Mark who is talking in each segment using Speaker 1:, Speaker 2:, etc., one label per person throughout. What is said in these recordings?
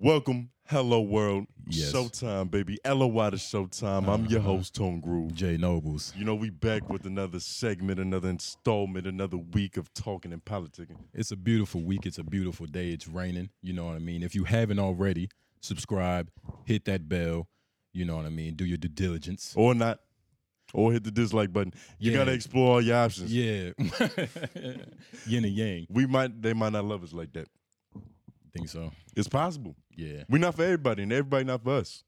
Speaker 1: Welcome, hello world,
Speaker 2: Yes. Uh-huh.
Speaker 1: showtime, baby. LOY to showtime. I'm your host, Tone Groove.
Speaker 2: Jay Nobles.
Speaker 1: You know, we back with another segment, another installment, another week of talking and politicking.
Speaker 2: It's a beautiful week. It's a beautiful day. It's raining. You know what I mean? If you haven't already, subscribe, hit that bell. You know what I mean? Do your due diligence.
Speaker 1: Or not. Or hit the dislike button. You
Speaker 2: Yeah.
Speaker 1: gotta explore all your options.
Speaker 2: Yeah. Yin and yang.
Speaker 1: We might they might not love us like that.
Speaker 2: Think so.
Speaker 1: It's possible.
Speaker 2: Yeah.
Speaker 1: We're not for everybody, and everybody not for us.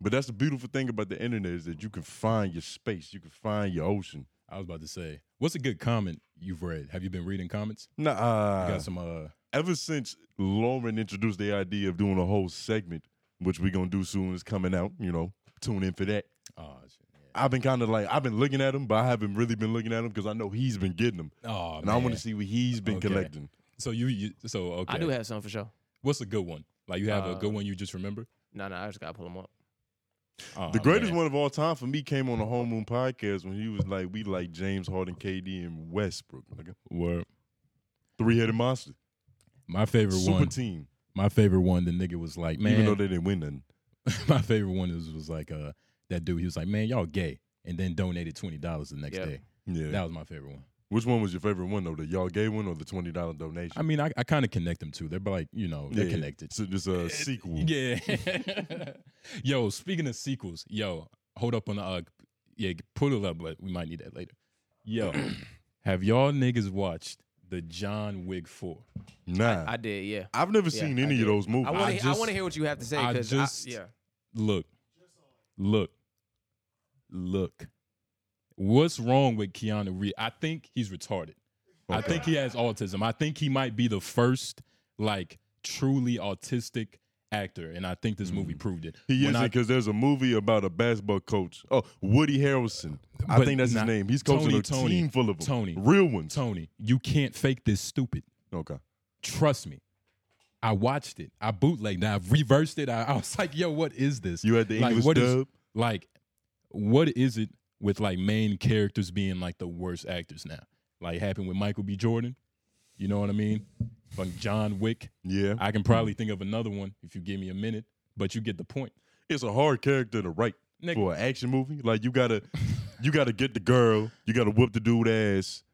Speaker 1: But that's the beautiful thing about the internet is that you can find your space, you can find your ocean.
Speaker 2: I was about to say, what's a good comment you've read? Have you been reading comments? I
Speaker 1: Nah,
Speaker 2: got some uh
Speaker 1: ever since Lauren introduced the idea of doing a whole segment, which we're gonna do soon, is coming out. You know, tune in for that.
Speaker 2: oh, shit.
Speaker 1: I've been kind of like I've been looking at him, but I haven't really been looking at him because I know he's been getting them,
Speaker 2: oh
Speaker 1: and I want to see what he's been
Speaker 2: Okay.
Speaker 1: collecting.
Speaker 2: So you, you so okay.
Speaker 3: I do have some for sure.
Speaker 2: what's a good one? Like you have a
Speaker 3: Uh,
Speaker 2: good one you just remember?
Speaker 3: No, no, I just gotta pull them up.
Speaker 2: Oh,
Speaker 1: The greatest
Speaker 2: man.
Speaker 1: one of all time for me came on the Home Moon podcast when he was like, "We like James Harden, KD, and Westbrook, like a
Speaker 2: Word.
Speaker 1: three-headed monster,
Speaker 2: My favorite
Speaker 1: super
Speaker 2: one.
Speaker 1: team."
Speaker 2: my favorite one, the nigga was like, man.
Speaker 1: Even though they didn't win nothing,
Speaker 2: my favorite one was, was like uh that dude. He was like, "Man, y'all gay," and then donated twenty dollars the next
Speaker 3: Yep.
Speaker 2: day.
Speaker 1: yeah.
Speaker 2: That was my favorite one.
Speaker 1: Which one was your favorite one though? The y'all gay one or the twenty dollar donation?
Speaker 2: I mean, I, I kind of connect them too. They're like, you know, they're
Speaker 1: Yeah.
Speaker 2: connected.
Speaker 1: it's just a sequel.
Speaker 2: Eh, Yeah. yo, speaking of sequels, yo, hold up on the uh, yeah, put it up, but we might need that later. Yo, have y'all niggas watched the John Wick Four?
Speaker 1: Nah,
Speaker 3: I did, yeah.
Speaker 1: I've never
Speaker 3: Yeah,
Speaker 1: seen
Speaker 3: I
Speaker 1: any of
Speaker 3: did.
Speaker 1: those movies.
Speaker 3: I want
Speaker 2: I
Speaker 3: to. I
Speaker 2: just-
Speaker 3: want to hear what you have to say
Speaker 2: I
Speaker 3: because
Speaker 2: just-
Speaker 3: yeah.
Speaker 2: Look, look, look. What's wrong with Keanu Reeves? I think he's retarded. I
Speaker 1: Okay.
Speaker 2: think he has autism. I think he might be the first like truly autistic actor, and I think this movie proved it.
Speaker 1: Hmm. he
Speaker 2: When
Speaker 1: isn't
Speaker 2: I-
Speaker 1: because there's a movie about a basketball coach. Oh, Woody Harrelson. I
Speaker 2: But
Speaker 1: think that's
Speaker 2: nah,
Speaker 1: his name. He's coaching
Speaker 2: Tony,
Speaker 1: a
Speaker 2: Tony,
Speaker 1: team full of them.
Speaker 2: Tony.
Speaker 1: real ones.
Speaker 2: Tony, you can't fake this stupid.
Speaker 1: Okay,
Speaker 2: Trust me. I watched it. I bootlegged. it. I reversed it. I, I was like, "Yo, what is this?"
Speaker 1: you had the
Speaker 2: Like,
Speaker 1: English
Speaker 2: what is-
Speaker 1: dub.
Speaker 2: like what is it with like main characters being like the worst actors now like happened with michael b jordan you know what i mean like john wick
Speaker 1: yeah,
Speaker 2: i can probably think of another one if you give me a minute but you get the point
Speaker 1: it's a hard character to write
Speaker 2: Nick-
Speaker 1: for an action movie. Like you gotta, you gotta get the girl. You gotta whoop the dude ass,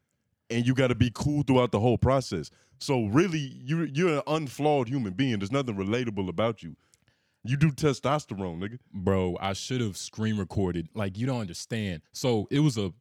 Speaker 1: and you gotta be cool throughout the whole process. So really, you you're an unflawed human being. There's nothing relatable about you. You do testosterone, nigga.
Speaker 2: bro i should have screen recorded like you don't understand so it was a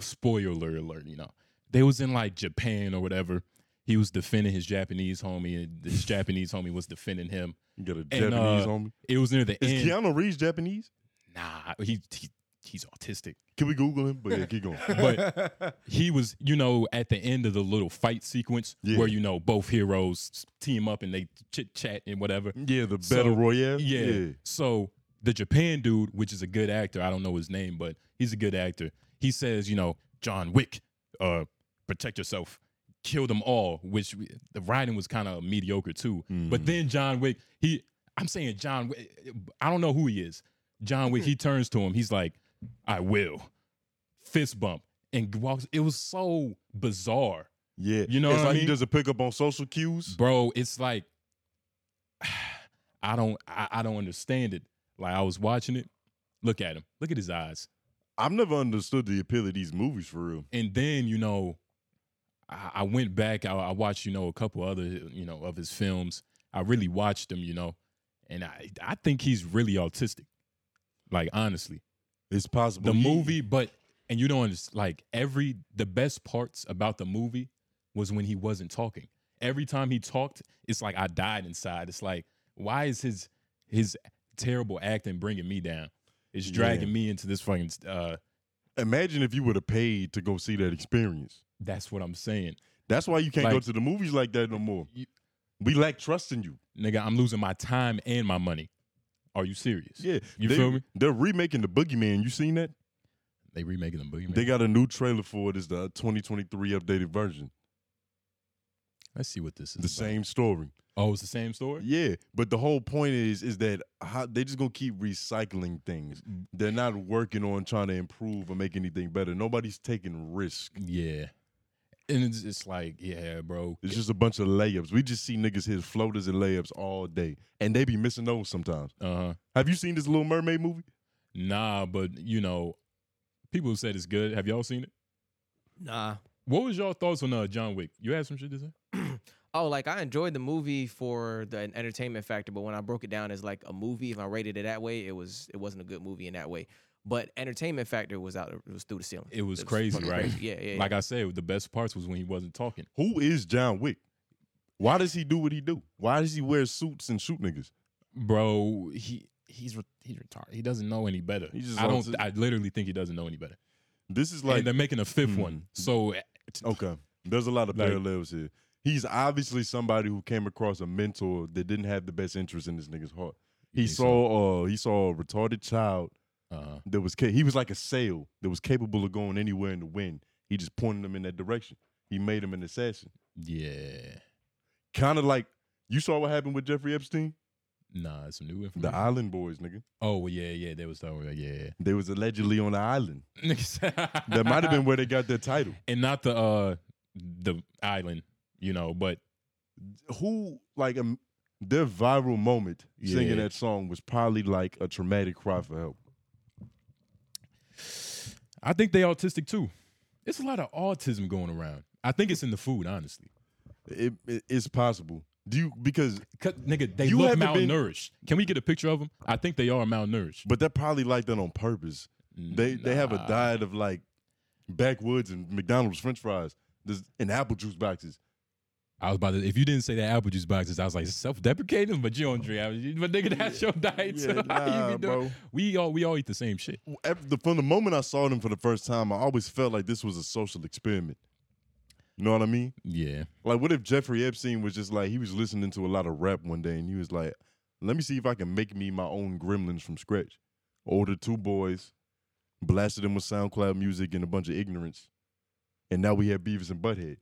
Speaker 2: spoiler alert you know they was in like japan or whatever he was defending his japanese homie and this japanese homie was defending him
Speaker 1: You got a
Speaker 2: And,
Speaker 1: Japanese
Speaker 2: uh,
Speaker 1: homie.
Speaker 2: it was near the
Speaker 1: Is
Speaker 2: end
Speaker 1: Keanu Reeves Japanese?
Speaker 2: nah he, he he's autistic
Speaker 1: Can we Google him? But yeah, keep going.
Speaker 2: but he was, you know, at the end of the little fight sequence
Speaker 1: Yeah.
Speaker 2: where you know both heroes team up and they chit chat and whatever.
Speaker 1: Yeah, the
Speaker 2: So-
Speaker 1: battle royale.
Speaker 2: Yeah. So the Japan dude, which is a good actor, I don't know his name, but he's a good actor. He says, you know, John Wick, uh, protect yourself, kill them all. Which we, the writing was kind of mediocre too. But then John Wick, he, I'm saying John, Wick, I don't know who he is. John Wick, he turns to him. He's like, I will fist bump and walks. It was so bizarre,
Speaker 1: yeah.
Speaker 2: You know
Speaker 1: it's
Speaker 2: what I
Speaker 1: like he
Speaker 2: mean?
Speaker 1: doesn't pick up on social cues.
Speaker 2: bro. It's like I don't, I, I don't understand it. Like I was watching it. Look at him. Look at his eyes.
Speaker 1: I've never understood the appeal of these movies for real.
Speaker 2: And then you know, I, I went back. I, I watched you know a couple other you know of his films. I really watched them, you know, and I I think he's really autistic. Like honestly,
Speaker 1: It's possible.
Speaker 2: the
Speaker 1: he-
Speaker 2: movie, but and you don't understand. Like every the best parts about the movie was when he wasn't talking. Every time he talked, it's like I died inside. It's like why is his his terrible acting bringing me down? It's
Speaker 1: Yeah.
Speaker 2: dragging me into this fucking. Uh,
Speaker 1: Imagine if you would have paid to go see that experience.
Speaker 2: that's what I'm saying,
Speaker 1: That's why you can't go
Speaker 2: Like-
Speaker 1: to the movies like that no more.
Speaker 2: You-
Speaker 1: we lack trust in you.
Speaker 2: nigga. I'm losing my time and my money. Are you serious?
Speaker 1: Yeah,
Speaker 2: You
Speaker 1: they,
Speaker 2: feel me?
Speaker 1: They're remaking the Boogeyman. You seen that?
Speaker 2: They remaking the boogeyman.
Speaker 1: They got a new trailer for it. It's the 2023 updated version.
Speaker 2: Let's see what this is.
Speaker 1: The
Speaker 2: about.
Speaker 1: same story.
Speaker 2: Oh, it's the same story.
Speaker 1: Yeah, but the whole point is is that how, they just gonna keep recycling things.
Speaker 2: Mm.
Speaker 1: They're not working on trying to improve or make anything better. Nobody's taking risk.
Speaker 2: Yeah. and it's, it's like, yeah, bro.
Speaker 1: It's just a bunch of layups. We just see niggas hit floaters and layups all day, and they be missing those sometimes.
Speaker 2: Uh huh.
Speaker 1: Have you seen this Little Mermaid movie?
Speaker 2: Nah, but you know, people who said it's good. Have y'all seen it?
Speaker 3: Nah.
Speaker 2: What was y'all thoughts on uh, John Wick? You had some shit to say.
Speaker 3: Oh, like I enjoyed the movie for the entertainment factor, but when I broke it down as like a movie, if I rated it that way, it was it wasn't a good movie in that way. But entertainment factor was out it was through the ceiling.
Speaker 2: It was crazy,
Speaker 3: fucking
Speaker 2: right?
Speaker 3: crazy. Yeah, yeah. yeah.
Speaker 2: Like I said, the best parts was when he wasn't talking.
Speaker 1: Who is John Wick? Why does he do what he do? Why does he wear suits and shoot niggas?
Speaker 2: Bro, he he's re- he's retarded. He doesn't know any better.
Speaker 1: He just
Speaker 2: I don't.
Speaker 1: wants it.
Speaker 2: I literally think he doesn't know any better.
Speaker 1: This is
Speaker 2: and
Speaker 1: like
Speaker 2: they're making a fifth
Speaker 1: Hmm.
Speaker 2: one. So
Speaker 1: okay. There's a lot of
Speaker 2: Like-
Speaker 1: parallels here. He's obviously somebody who came across a mentor that didn't have the best interest in this nigga's heart. He
Speaker 2: think so?
Speaker 1: saw uh he saw a retarded child
Speaker 2: uh,
Speaker 1: that was ca- he was like a sail that was capable of going anywhere in the wind. He just pointed him in that direction. He made him an assassin.
Speaker 2: yeah,
Speaker 1: Kind of like you saw what happened with Jeffrey Epstein,
Speaker 2: nah, some new
Speaker 1: the
Speaker 2: information.
Speaker 1: Island Boys, nigga.
Speaker 2: oh well, yeah, yeah, they was talking about yeah.
Speaker 1: They was allegedly on the island.
Speaker 2: that
Speaker 1: That might have been where they got their title.
Speaker 2: and not the uh the island, you know, but
Speaker 1: Who like um, their viral moment
Speaker 2: Yeah.
Speaker 1: singing that song was probably like a traumatic cry for help.
Speaker 2: I think they autistic too. It's a lot of autism going around. I think it's in the food, honestly.
Speaker 1: It, it- it's possible. Do you because
Speaker 2: Cause, nigga, they
Speaker 1: You
Speaker 2: look
Speaker 1: haven't been-
Speaker 2: malnourished. Can we get a picture of them? I think they are malnourished.
Speaker 1: but they're probably like that on purpose. They they have a
Speaker 2: Nah.
Speaker 1: diet of like backwoods and McDonald's French fries this- and apple juice boxes.
Speaker 2: I was about to. If you didn't say that apple juice boxes, I was like self-deprecating. But you don't drink, apple juice. but nigga, that's your diet.
Speaker 1: Yeah,
Speaker 2: so how
Speaker 1: nah,
Speaker 2: you be doing?
Speaker 1: bro.
Speaker 2: We all we all eat the same shit.
Speaker 1: Ev- the- From the moment I saw them for the first time, I always felt like this was a social experiment. You know what I mean?
Speaker 2: Yeah,
Speaker 1: Like, what if Jeffrey Epstein was just like he was listening to a lot of rap one day, and he was like, "Let me see if I can make me my own Gremlins from scratch." Ordered two boys, blasted them with SoundCloud music and a bunch of ignorance, and now we have Beavis and Butthead.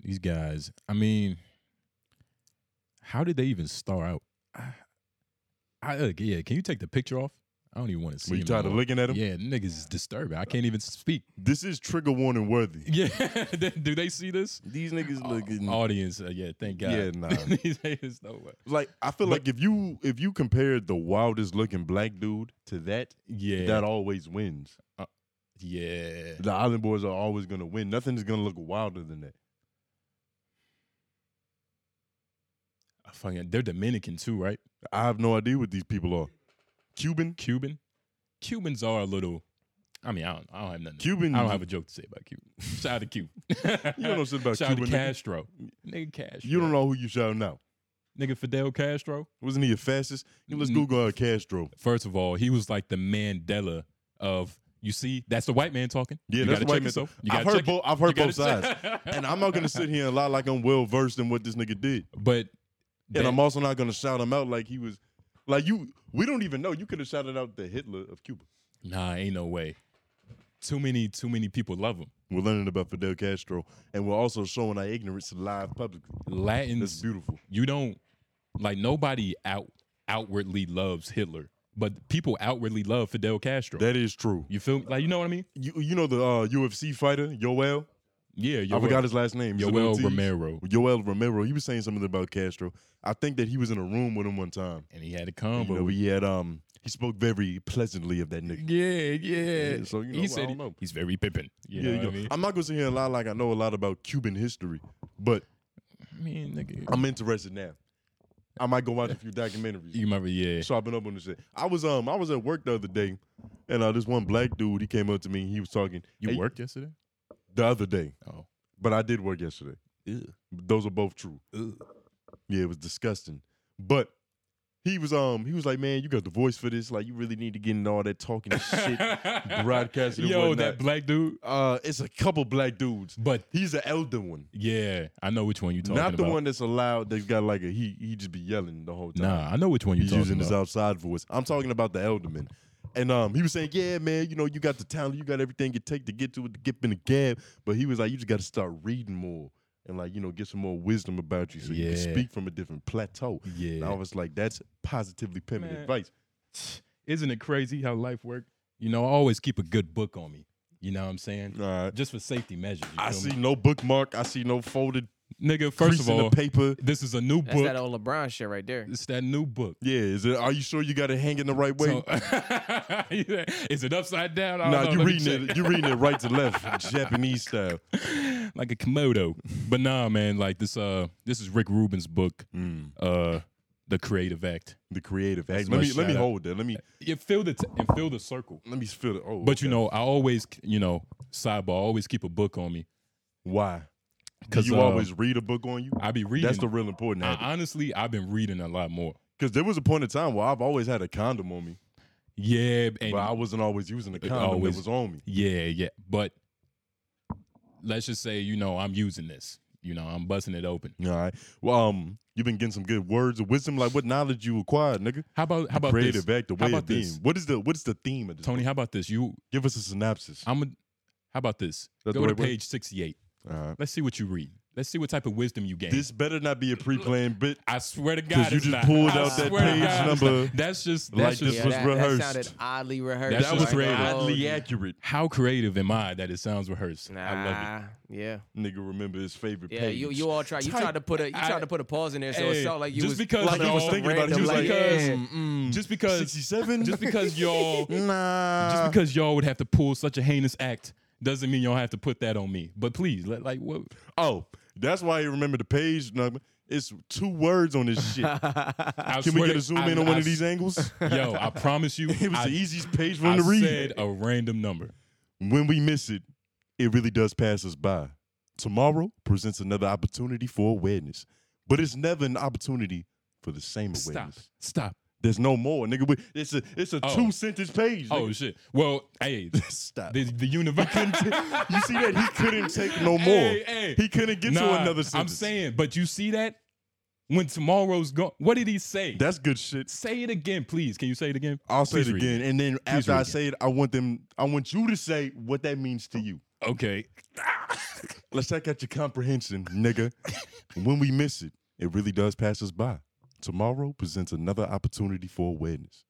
Speaker 2: these guys. I mean, how did they even start out? I, I look, yeah. Can you take the picture off? I don't even want to see.
Speaker 1: Were you
Speaker 2: him
Speaker 1: tired of
Speaker 2: anymore.
Speaker 1: looking at him?
Speaker 2: Yeah, niggas is disturbing. I can't even speak.
Speaker 1: This is trigger warning worthy. Oh,
Speaker 2: Yeah, do they see this?
Speaker 1: These niggas looking.
Speaker 2: Audience, uh, yeah, thank God.
Speaker 1: Yeah, nah.
Speaker 2: These haters know what-
Speaker 1: like I feel
Speaker 2: But-
Speaker 1: like if you if you compared the wildest looking black dude to that,
Speaker 2: Yeah,
Speaker 1: that always wins.
Speaker 2: yeah.
Speaker 1: The Island Boys are always gonna win. Nothing is gonna look wilder than that.
Speaker 2: I fucking, they're Dominican too, right?
Speaker 1: I have no idea what these people are. Cuban,
Speaker 2: Cuban. Cubans are a little. I mean, I don't. I don't have nothing. to-
Speaker 1: Cuban.
Speaker 2: I don't have a joke to say about Cuba. Shout out to Cuba.
Speaker 1: You don't know shit about
Speaker 2: Shout out
Speaker 1: Cuba.
Speaker 2: to
Speaker 1: nigga.
Speaker 2: Castro. Nigga Castro.
Speaker 1: You don't know who you shouting out.
Speaker 2: Nigga Fidel Castro.
Speaker 1: Wasn't he the fastest? Let's
Speaker 2: Mm.
Speaker 1: Google uh, Castro.
Speaker 2: First of all, he was like the Mandela of. You see, that's the white man talking.
Speaker 1: Yeah,
Speaker 2: you
Speaker 1: that's
Speaker 2: gotta
Speaker 1: the white
Speaker 2: check
Speaker 1: man
Speaker 2: yourself. You
Speaker 1: I've
Speaker 2: gotta
Speaker 1: heard
Speaker 2: check it.
Speaker 1: both. I've
Speaker 2: You
Speaker 1: heard both
Speaker 2: gotta
Speaker 1: sides,
Speaker 2: check-
Speaker 1: and I'm not gonna sit here and lie like I'm well versed in what this nigga did.
Speaker 2: But that-
Speaker 1: And I'm also not gonna shout him out like he was, like you. We don't even know. You could have shouted out the Hitler of Cuba.
Speaker 2: nah, ain't no way. Too many, too many people love him.
Speaker 1: We're learning about Fidel Castro, and we're also showing our ignorance live publicly.
Speaker 2: Mm.
Speaker 1: That's
Speaker 2: Latins,
Speaker 1: beautiful.
Speaker 2: you don't like nobody out outwardly loves Hitler, but people outwardly love Fidel Castro.
Speaker 1: That is true.
Speaker 2: You feel me? like you know what I mean?
Speaker 1: You you know the uh, UFC fighter Yoel.
Speaker 2: Yeah, Yoel,
Speaker 1: I forgot his last name. He's a
Speaker 2: Yoel
Speaker 1: Ortiz.
Speaker 2: Romero,
Speaker 1: Yoel Romero. He was saying something about Castro. I think that he was in a room with him one time.
Speaker 2: and he had a
Speaker 1: You
Speaker 2: combo.
Speaker 1: know, he had um he spoke very pleasantly of that nigga.
Speaker 2: yeah, yeah.
Speaker 1: Yeah, so, you know,
Speaker 2: he
Speaker 1: I
Speaker 2: said
Speaker 1: don't know.
Speaker 2: he's very pimpin'.
Speaker 1: yeah,
Speaker 2: You know
Speaker 1: you know,
Speaker 2: what I mean?
Speaker 1: I'm not gonna sit here and lie like I know a lot about Cuban history, but
Speaker 2: I mean, nigga,
Speaker 1: I'm interested now. I might go watch a few documentaries.
Speaker 2: you remember? Yeah,
Speaker 1: sharpen up on this shit. I was um I was at work the other day, and uh, this one black dude he came up to me. He was talking.
Speaker 2: you
Speaker 1: Hey,
Speaker 2: worked yesterday.
Speaker 1: the other day,
Speaker 2: Oh,
Speaker 1: but I did work yesterday. Those are both true. Yeah, it was disgusting. But he was um he was like, man, you got the voice for this. Like you really need to get into all that talking shit. broadcasting and
Speaker 2: Yo,
Speaker 1: whatnot.
Speaker 2: that black dude.
Speaker 1: Uh, it's a couple black dudes.
Speaker 2: But
Speaker 1: He's the elder one.
Speaker 2: yeah, I know which one you talking
Speaker 1: Not the
Speaker 2: about.
Speaker 1: one that's allowed. That's got like a he. He just be yelling the whole time.
Speaker 2: Nah, I know which one you
Speaker 1: he's
Speaker 2: talking
Speaker 1: using
Speaker 2: about.
Speaker 1: his outside voice. I'm talking about the elderman. And um, he was saying, "Yeah, man, you know, you got the talent, you got everything it take to get to it, to get in the gab." But he was like, "You just got to start reading more, and like, you know, get some more wisdom about you, so you
Speaker 2: Yeah.
Speaker 1: can speak from a different plateau." And I
Speaker 2: yeah,
Speaker 1: was like, "That's positively pimping
Speaker 2: Man.
Speaker 1: advice."
Speaker 2: isn't it crazy how life works? You know, I always keep a good book on me. You know what I'm saying?
Speaker 1: All right.
Speaker 2: Just for safety measures. you
Speaker 1: I
Speaker 2: feel me?
Speaker 1: see no bookmark. I see no folded.
Speaker 2: nigga. First
Speaker 1: crease
Speaker 2: of
Speaker 1: in the
Speaker 2: all,
Speaker 1: paper.
Speaker 2: this is a new
Speaker 3: That's that
Speaker 2: book.
Speaker 3: old LeBron shit right there.
Speaker 2: It's that new book.
Speaker 1: Yeah, is it? Are you sure you got it hanging the right way?
Speaker 2: So- is it upside down? I don't
Speaker 1: nah,
Speaker 2: know.
Speaker 1: you
Speaker 2: Let me
Speaker 1: reading
Speaker 2: check.
Speaker 1: it. You reading it right to left, Japanese style.
Speaker 2: like a komodo. But nah, man, like this uh this is Rick Rubin's book,
Speaker 1: Mm,
Speaker 2: uh The Creative Act.
Speaker 1: the creative
Speaker 2: That's
Speaker 1: act. Let
Speaker 2: my
Speaker 1: me let me
Speaker 2: shout out.
Speaker 1: hold that. Let me
Speaker 2: You fill the t- and fill the circle.
Speaker 1: let me feel it. Oh,
Speaker 2: But you
Speaker 1: okay.
Speaker 2: know, I always you know, sidebar, I always keep a book on me.
Speaker 1: why? Do
Speaker 2: Cause
Speaker 1: you
Speaker 2: uh,
Speaker 1: always read a book on you?
Speaker 2: I be reading
Speaker 1: That's the real important
Speaker 2: I,
Speaker 1: habit.
Speaker 2: honestly I've been reading a lot more.
Speaker 1: Because there was a point in time where I've always had a condom on me,
Speaker 2: Yeah, and
Speaker 1: but I wasn't always using the
Speaker 2: It
Speaker 1: condom
Speaker 2: always-
Speaker 1: that was on me.
Speaker 2: yeah, yeah. But let's just say, you know, I'm using this. You know, I'm busting it open.
Speaker 1: All right. Well, um, you've been getting some good words of wisdom. Like what knowledge you acquired, nigga?
Speaker 2: How about how about
Speaker 1: creative
Speaker 2: this?
Speaker 1: act, the
Speaker 2: How
Speaker 1: way of
Speaker 2: about
Speaker 1: being.
Speaker 2: this?
Speaker 1: What is the what is the theme of this?
Speaker 2: Tony, how about this? You
Speaker 1: Give us a synopsis.
Speaker 2: I'm a, how about this?
Speaker 1: That's
Speaker 2: Go
Speaker 1: the
Speaker 2: to
Speaker 1: right word?
Speaker 2: page sixty eight.
Speaker 1: All right.
Speaker 2: Let's see what you read. Let's see what type of wisdom you gain.
Speaker 1: This better not be a pre-planned bit.
Speaker 2: I swear to God,
Speaker 1: Because you
Speaker 2: it's
Speaker 1: just
Speaker 2: not.
Speaker 1: pulled
Speaker 2: I
Speaker 1: out that
Speaker 2: swear to
Speaker 1: page
Speaker 2: God, it's
Speaker 1: number
Speaker 2: not. That's just
Speaker 1: like
Speaker 2: that's
Speaker 1: this
Speaker 2: just
Speaker 1: was
Speaker 3: that,
Speaker 1: rehearsed.
Speaker 3: That sounded oddly rehearsed.
Speaker 2: That's
Speaker 1: That was
Speaker 2: just
Speaker 3: like,
Speaker 2: creative.
Speaker 3: oh,
Speaker 1: oddly accurate.
Speaker 2: how creative am I that it sounds rehearsed.
Speaker 3: Nah,
Speaker 2: I love it.
Speaker 3: yeah,
Speaker 1: Nigga, remember his favorite
Speaker 3: yeah.
Speaker 1: page.
Speaker 3: You you all try. You
Speaker 2: Type-
Speaker 3: tried to put a you
Speaker 2: I-
Speaker 3: tried to put a pause in there, so
Speaker 2: Hey,
Speaker 3: it felt like you
Speaker 2: just
Speaker 3: was
Speaker 2: because
Speaker 1: like he was
Speaker 2: y'all-
Speaker 1: thinking about it. He
Speaker 3: random,
Speaker 1: was
Speaker 2: like,
Speaker 1: like,
Speaker 3: yeah.
Speaker 1: mm, mm,
Speaker 2: Just because,
Speaker 1: 67?
Speaker 2: just because y'all,
Speaker 1: nah.
Speaker 2: just because y'all would have to pull such a heinous act doesn't mean y'all have to put that on me. But please, let like what?
Speaker 1: Oh, that's why he remembered the page number. It's two words on this shit.
Speaker 2: I
Speaker 1: Can we
Speaker 2: swear
Speaker 1: get
Speaker 2: to-
Speaker 1: a zoom
Speaker 2: I-
Speaker 1: in on one
Speaker 2: I
Speaker 1: of these angles?
Speaker 2: s- Yo, I promise you,
Speaker 1: It was
Speaker 2: I,
Speaker 1: the easiest page for
Speaker 2: I
Speaker 1: him to read.
Speaker 2: said a random number.
Speaker 1: when we miss it, it really does pass us by. Tomorrow presents another opportunity for awareness, but it's never an opportunity for the same awareness.
Speaker 2: Stop. Stop.
Speaker 1: There's no more, nigga. We- It's a it's a
Speaker 2: Oh.
Speaker 1: two sentence page.
Speaker 2: Oh
Speaker 1: nigga.
Speaker 2: shit. Well, hey,
Speaker 1: stop.
Speaker 2: the, the universe.
Speaker 1: you see that he couldn't take no more.
Speaker 2: Hey, hey.
Speaker 1: He couldn't get
Speaker 2: Nah,
Speaker 1: to another
Speaker 2: I'm
Speaker 1: sentence.
Speaker 2: saying, but you see that when tomorrow's gone. What did he say?
Speaker 1: that's good shit.
Speaker 2: say it again, please. Can you say it again?
Speaker 1: I'll say
Speaker 2: Please
Speaker 1: it
Speaker 2: read
Speaker 1: again, and then after
Speaker 2: read
Speaker 1: I
Speaker 2: it.
Speaker 1: say it, I want them. I want you to say what that means to you.
Speaker 2: Okay.
Speaker 1: Let's check out your comprehension, nigga. when we miss it, it really does pass us by. Tomorrow presents another opportunity for awareness,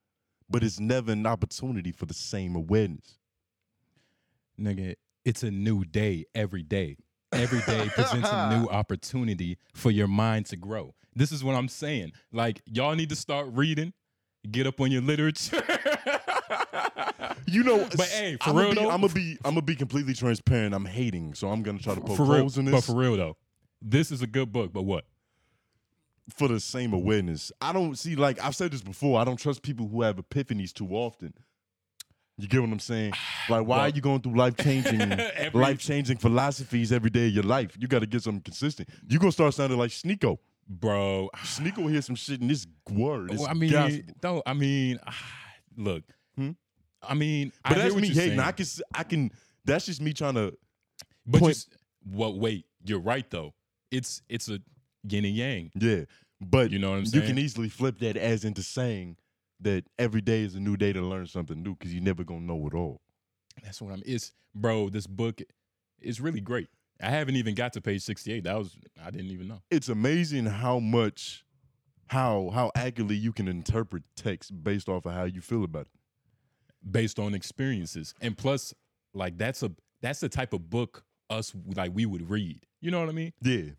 Speaker 1: but it's never an opportunity for the same awareness.
Speaker 2: Nigga, it's a new day every day. Every day presents a new opportunity for your mind to grow. This is what I'm saying. Like, y'all need to start reading, get up on your literature.
Speaker 1: You know,
Speaker 2: But hey, for
Speaker 1: I'm
Speaker 2: real though-
Speaker 1: I'm gonna be, I'm gonna be completely transparent. I'm hating, so I'm gonna try to poke
Speaker 2: for real.
Speaker 1: holes in this.
Speaker 2: But for real though, this is a good book, but what?
Speaker 1: for the same awareness. I don't see like I've said this before. I don't trust people who have epiphanies too often. You get what I'm saying? Like, why are
Speaker 2: Well-
Speaker 1: you going through life changing,
Speaker 2: Every-
Speaker 1: life changing philosophies every day of your life? You got to get something consistent. You gonna start sounding like Sneeko.
Speaker 2: Bro,
Speaker 1: Sneeko hear some shit in this word. It's
Speaker 2: Well, I mean,
Speaker 1: gospel.
Speaker 2: don't. I mean, look.
Speaker 1: Hmm?
Speaker 2: I mean, I
Speaker 1: but
Speaker 2: hear
Speaker 1: that's
Speaker 2: what
Speaker 1: me
Speaker 2: you're
Speaker 1: hating.
Speaker 2: saying,
Speaker 1: I can, s- I can. That's just me trying to.
Speaker 2: but
Speaker 1: point-
Speaker 2: just well, wait. You're right though. It's it's a yin and yang.
Speaker 1: Yeah, but
Speaker 2: You know what I'm
Speaker 1: you
Speaker 2: saying?
Speaker 1: can easily flip that as into saying that every day is a new day to learn something new because you never gonna know it all. e-,
Speaker 2: That's what I'm. It's bro. This book is really great. I haven't even got to page 68. That was I didn't even know.
Speaker 1: it's amazing how much how how accurately you can interpret text based off of how you feel about it.
Speaker 2: Based on experiences, and plus, like that's a that's the type of book us like we would read. You know what I mean?
Speaker 1: Yeah.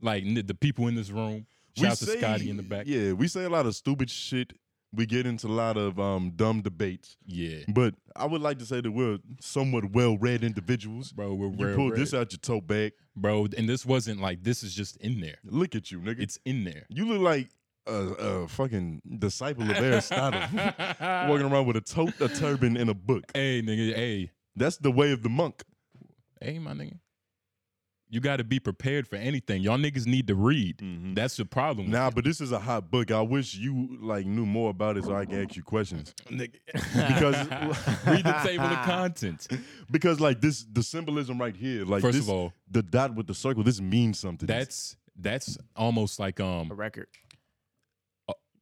Speaker 2: Like n- the people in this room. Shout out to Scotty in the back.
Speaker 1: Yeah, we say a lot of stupid shit. We get into a lot of um dumb debates.
Speaker 2: Yeah.
Speaker 1: But I would like to say that we're somewhat well read individuals.
Speaker 2: Bro, we're
Speaker 1: You
Speaker 2: rare,
Speaker 1: pulled this out your tote bag.
Speaker 2: bro, and this wasn't like this is just in there.
Speaker 1: Look at you, nigga.
Speaker 2: It's in there.
Speaker 1: you look like a, a fucking disciple of Aristotle. Walking around with a tote, a turban, and a book.
Speaker 2: Hey, nigga. Hey,
Speaker 1: That's the way of the monk.
Speaker 2: hey, my nigga. You got to be prepared for anything. Y'all niggas need to read. That's the problem.
Speaker 1: Nah, but this is a hot book. I wish you like knew more about it so I can ask you questions.
Speaker 2: nigga.
Speaker 1: Because
Speaker 2: read the table of contents.
Speaker 1: because like this the symbolism right here, like
Speaker 2: First
Speaker 1: this,
Speaker 2: of all,
Speaker 1: the dot with the circle, this means something.
Speaker 2: that's that's almost like
Speaker 3: a
Speaker 2: um
Speaker 3: record.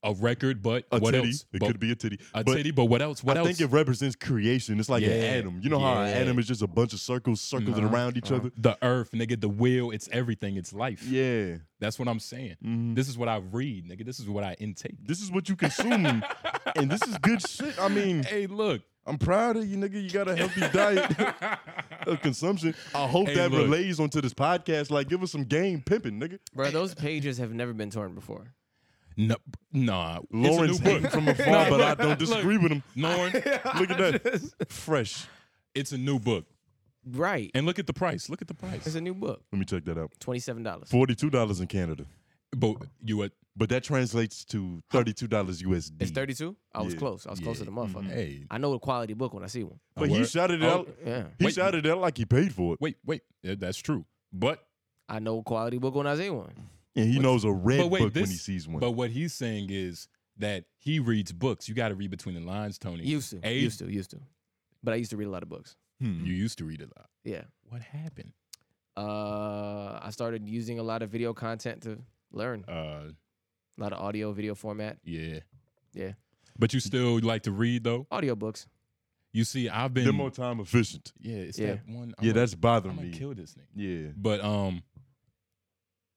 Speaker 2: a record, but
Speaker 1: a
Speaker 2: what
Speaker 1: titty.
Speaker 2: else?
Speaker 1: It
Speaker 2: But-
Speaker 1: could be a titty.
Speaker 2: a
Speaker 1: but
Speaker 2: titty, but what else? What
Speaker 1: I
Speaker 2: else?
Speaker 1: think it represents creation. It's like
Speaker 2: Yeah,
Speaker 1: an atom. You know how an
Speaker 2: yeah.
Speaker 1: atom is just a bunch of circles circling
Speaker 2: Uh-huh,
Speaker 1: around each other.
Speaker 2: the earth, nigga, the wheel, it's everything, it's life.
Speaker 1: Yeah.
Speaker 2: That's what I'm saying.
Speaker 1: Mhm.
Speaker 2: This is what I read, nigga. This is what I intake.
Speaker 1: This is what you consume, and this is good shit. I mean,
Speaker 2: Hey, look,
Speaker 1: I'm proud of you, nigga. You got a healthy diet of consumption. I hope
Speaker 2: Hey,
Speaker 1: that
Speaker 2: look.
Speaker 1: relays onto this podcast. Like, give us some game pimping, nigga.
Speaker 3: Bro, those pages have never been torn before.
Speaker 2: no, nah. It's a new
Speaker 1: Lawrence hating
Speaker 2: book.
Speaker 1: from afar,
Speaker 2: Nah,
Speaker 1: but I
Speaker 2: look,
Speaker 1: don't disagree with him.
Speaker 2: Look, Lauren,
Speaker 1: Look at that, fresh.
Speaker 2: it's a new book,
Speaker 3: Right.
Speaker 2: and look at the price. Look at the price.
Speaker 3: It's a new book.
Speaker 1: Let me check that out.
Speaker 3: Twenty-seven dollars.
Speaker 1: Forty-two dollars in Canada,
Speaker 2: But you at
Speaker 1: but that translates to thirty-two dollars USD.
Speaker 3: It's thirty-two. I was
Speaker 1: Yeah,
Speaker 3: close. I was close to the motherfucker.
Speaker 2: Mm-hmm. hey,
Speaker 3: I know a quality book when I see one.
Speaker 1: But he
Speaker 2: Word.
Speaker 1: shouted it
Speaker 2: Oh,
Speaker 1: out.
Speaker 3: Yeah,
Speaker 1: He
Speaker 2: Wait.
Speaker 1: shouted it out like he paid for it,
Speaker 2: wait, wait. Yeah, that's true. But
Speaker 3: I know a quality book when I see one.
Speaker 2: Mm-hmm.
Speaker 1: and he knows a red
Speaker 2: but wait,
Speaker 1: book when
Speaker 2: this-
Speaker 1: he sees one.
Speaker 2: but what he's saying is that he reads books. You got to read between the lines, Tony.
Speaker 3: Used to,
Speaker 2: Hey.
Speaker 3: used to, used to. But I used to read a lot of books.
Speaker 1: Hmm.
Speaker 3: mm-hmm.
Speaker 2: you used to read a lot.
Speaker 3: Yeah.
Speaker 2: What happened?
Speaker 3: Uh, I started using a lot of video content to learn
Speaker 2: Uh,
Speaker 3: a lot of audio, video format,
Speaker 2: yeah,
Speaker 3: Yeah.
Speaker 2: But you still like to read though.
Speaker 3: audio books.
Speaker 2: You see, I've been
Speaker 1: They're more time efficient.
Speaker 2: yeah, it's
Speaker 3: Yeah.
Speaker 2: that one.
Speaker 1: yeah,
Speaker 2: gonna-
Speaker 1: that's
Speaker 2: I'm
Speaker 1: bothering
Speaker 2: gonna
Speaker 1: me.
Speaker 2: kill this thing.
Speaker 1: yeah,
Speaker 2: But um,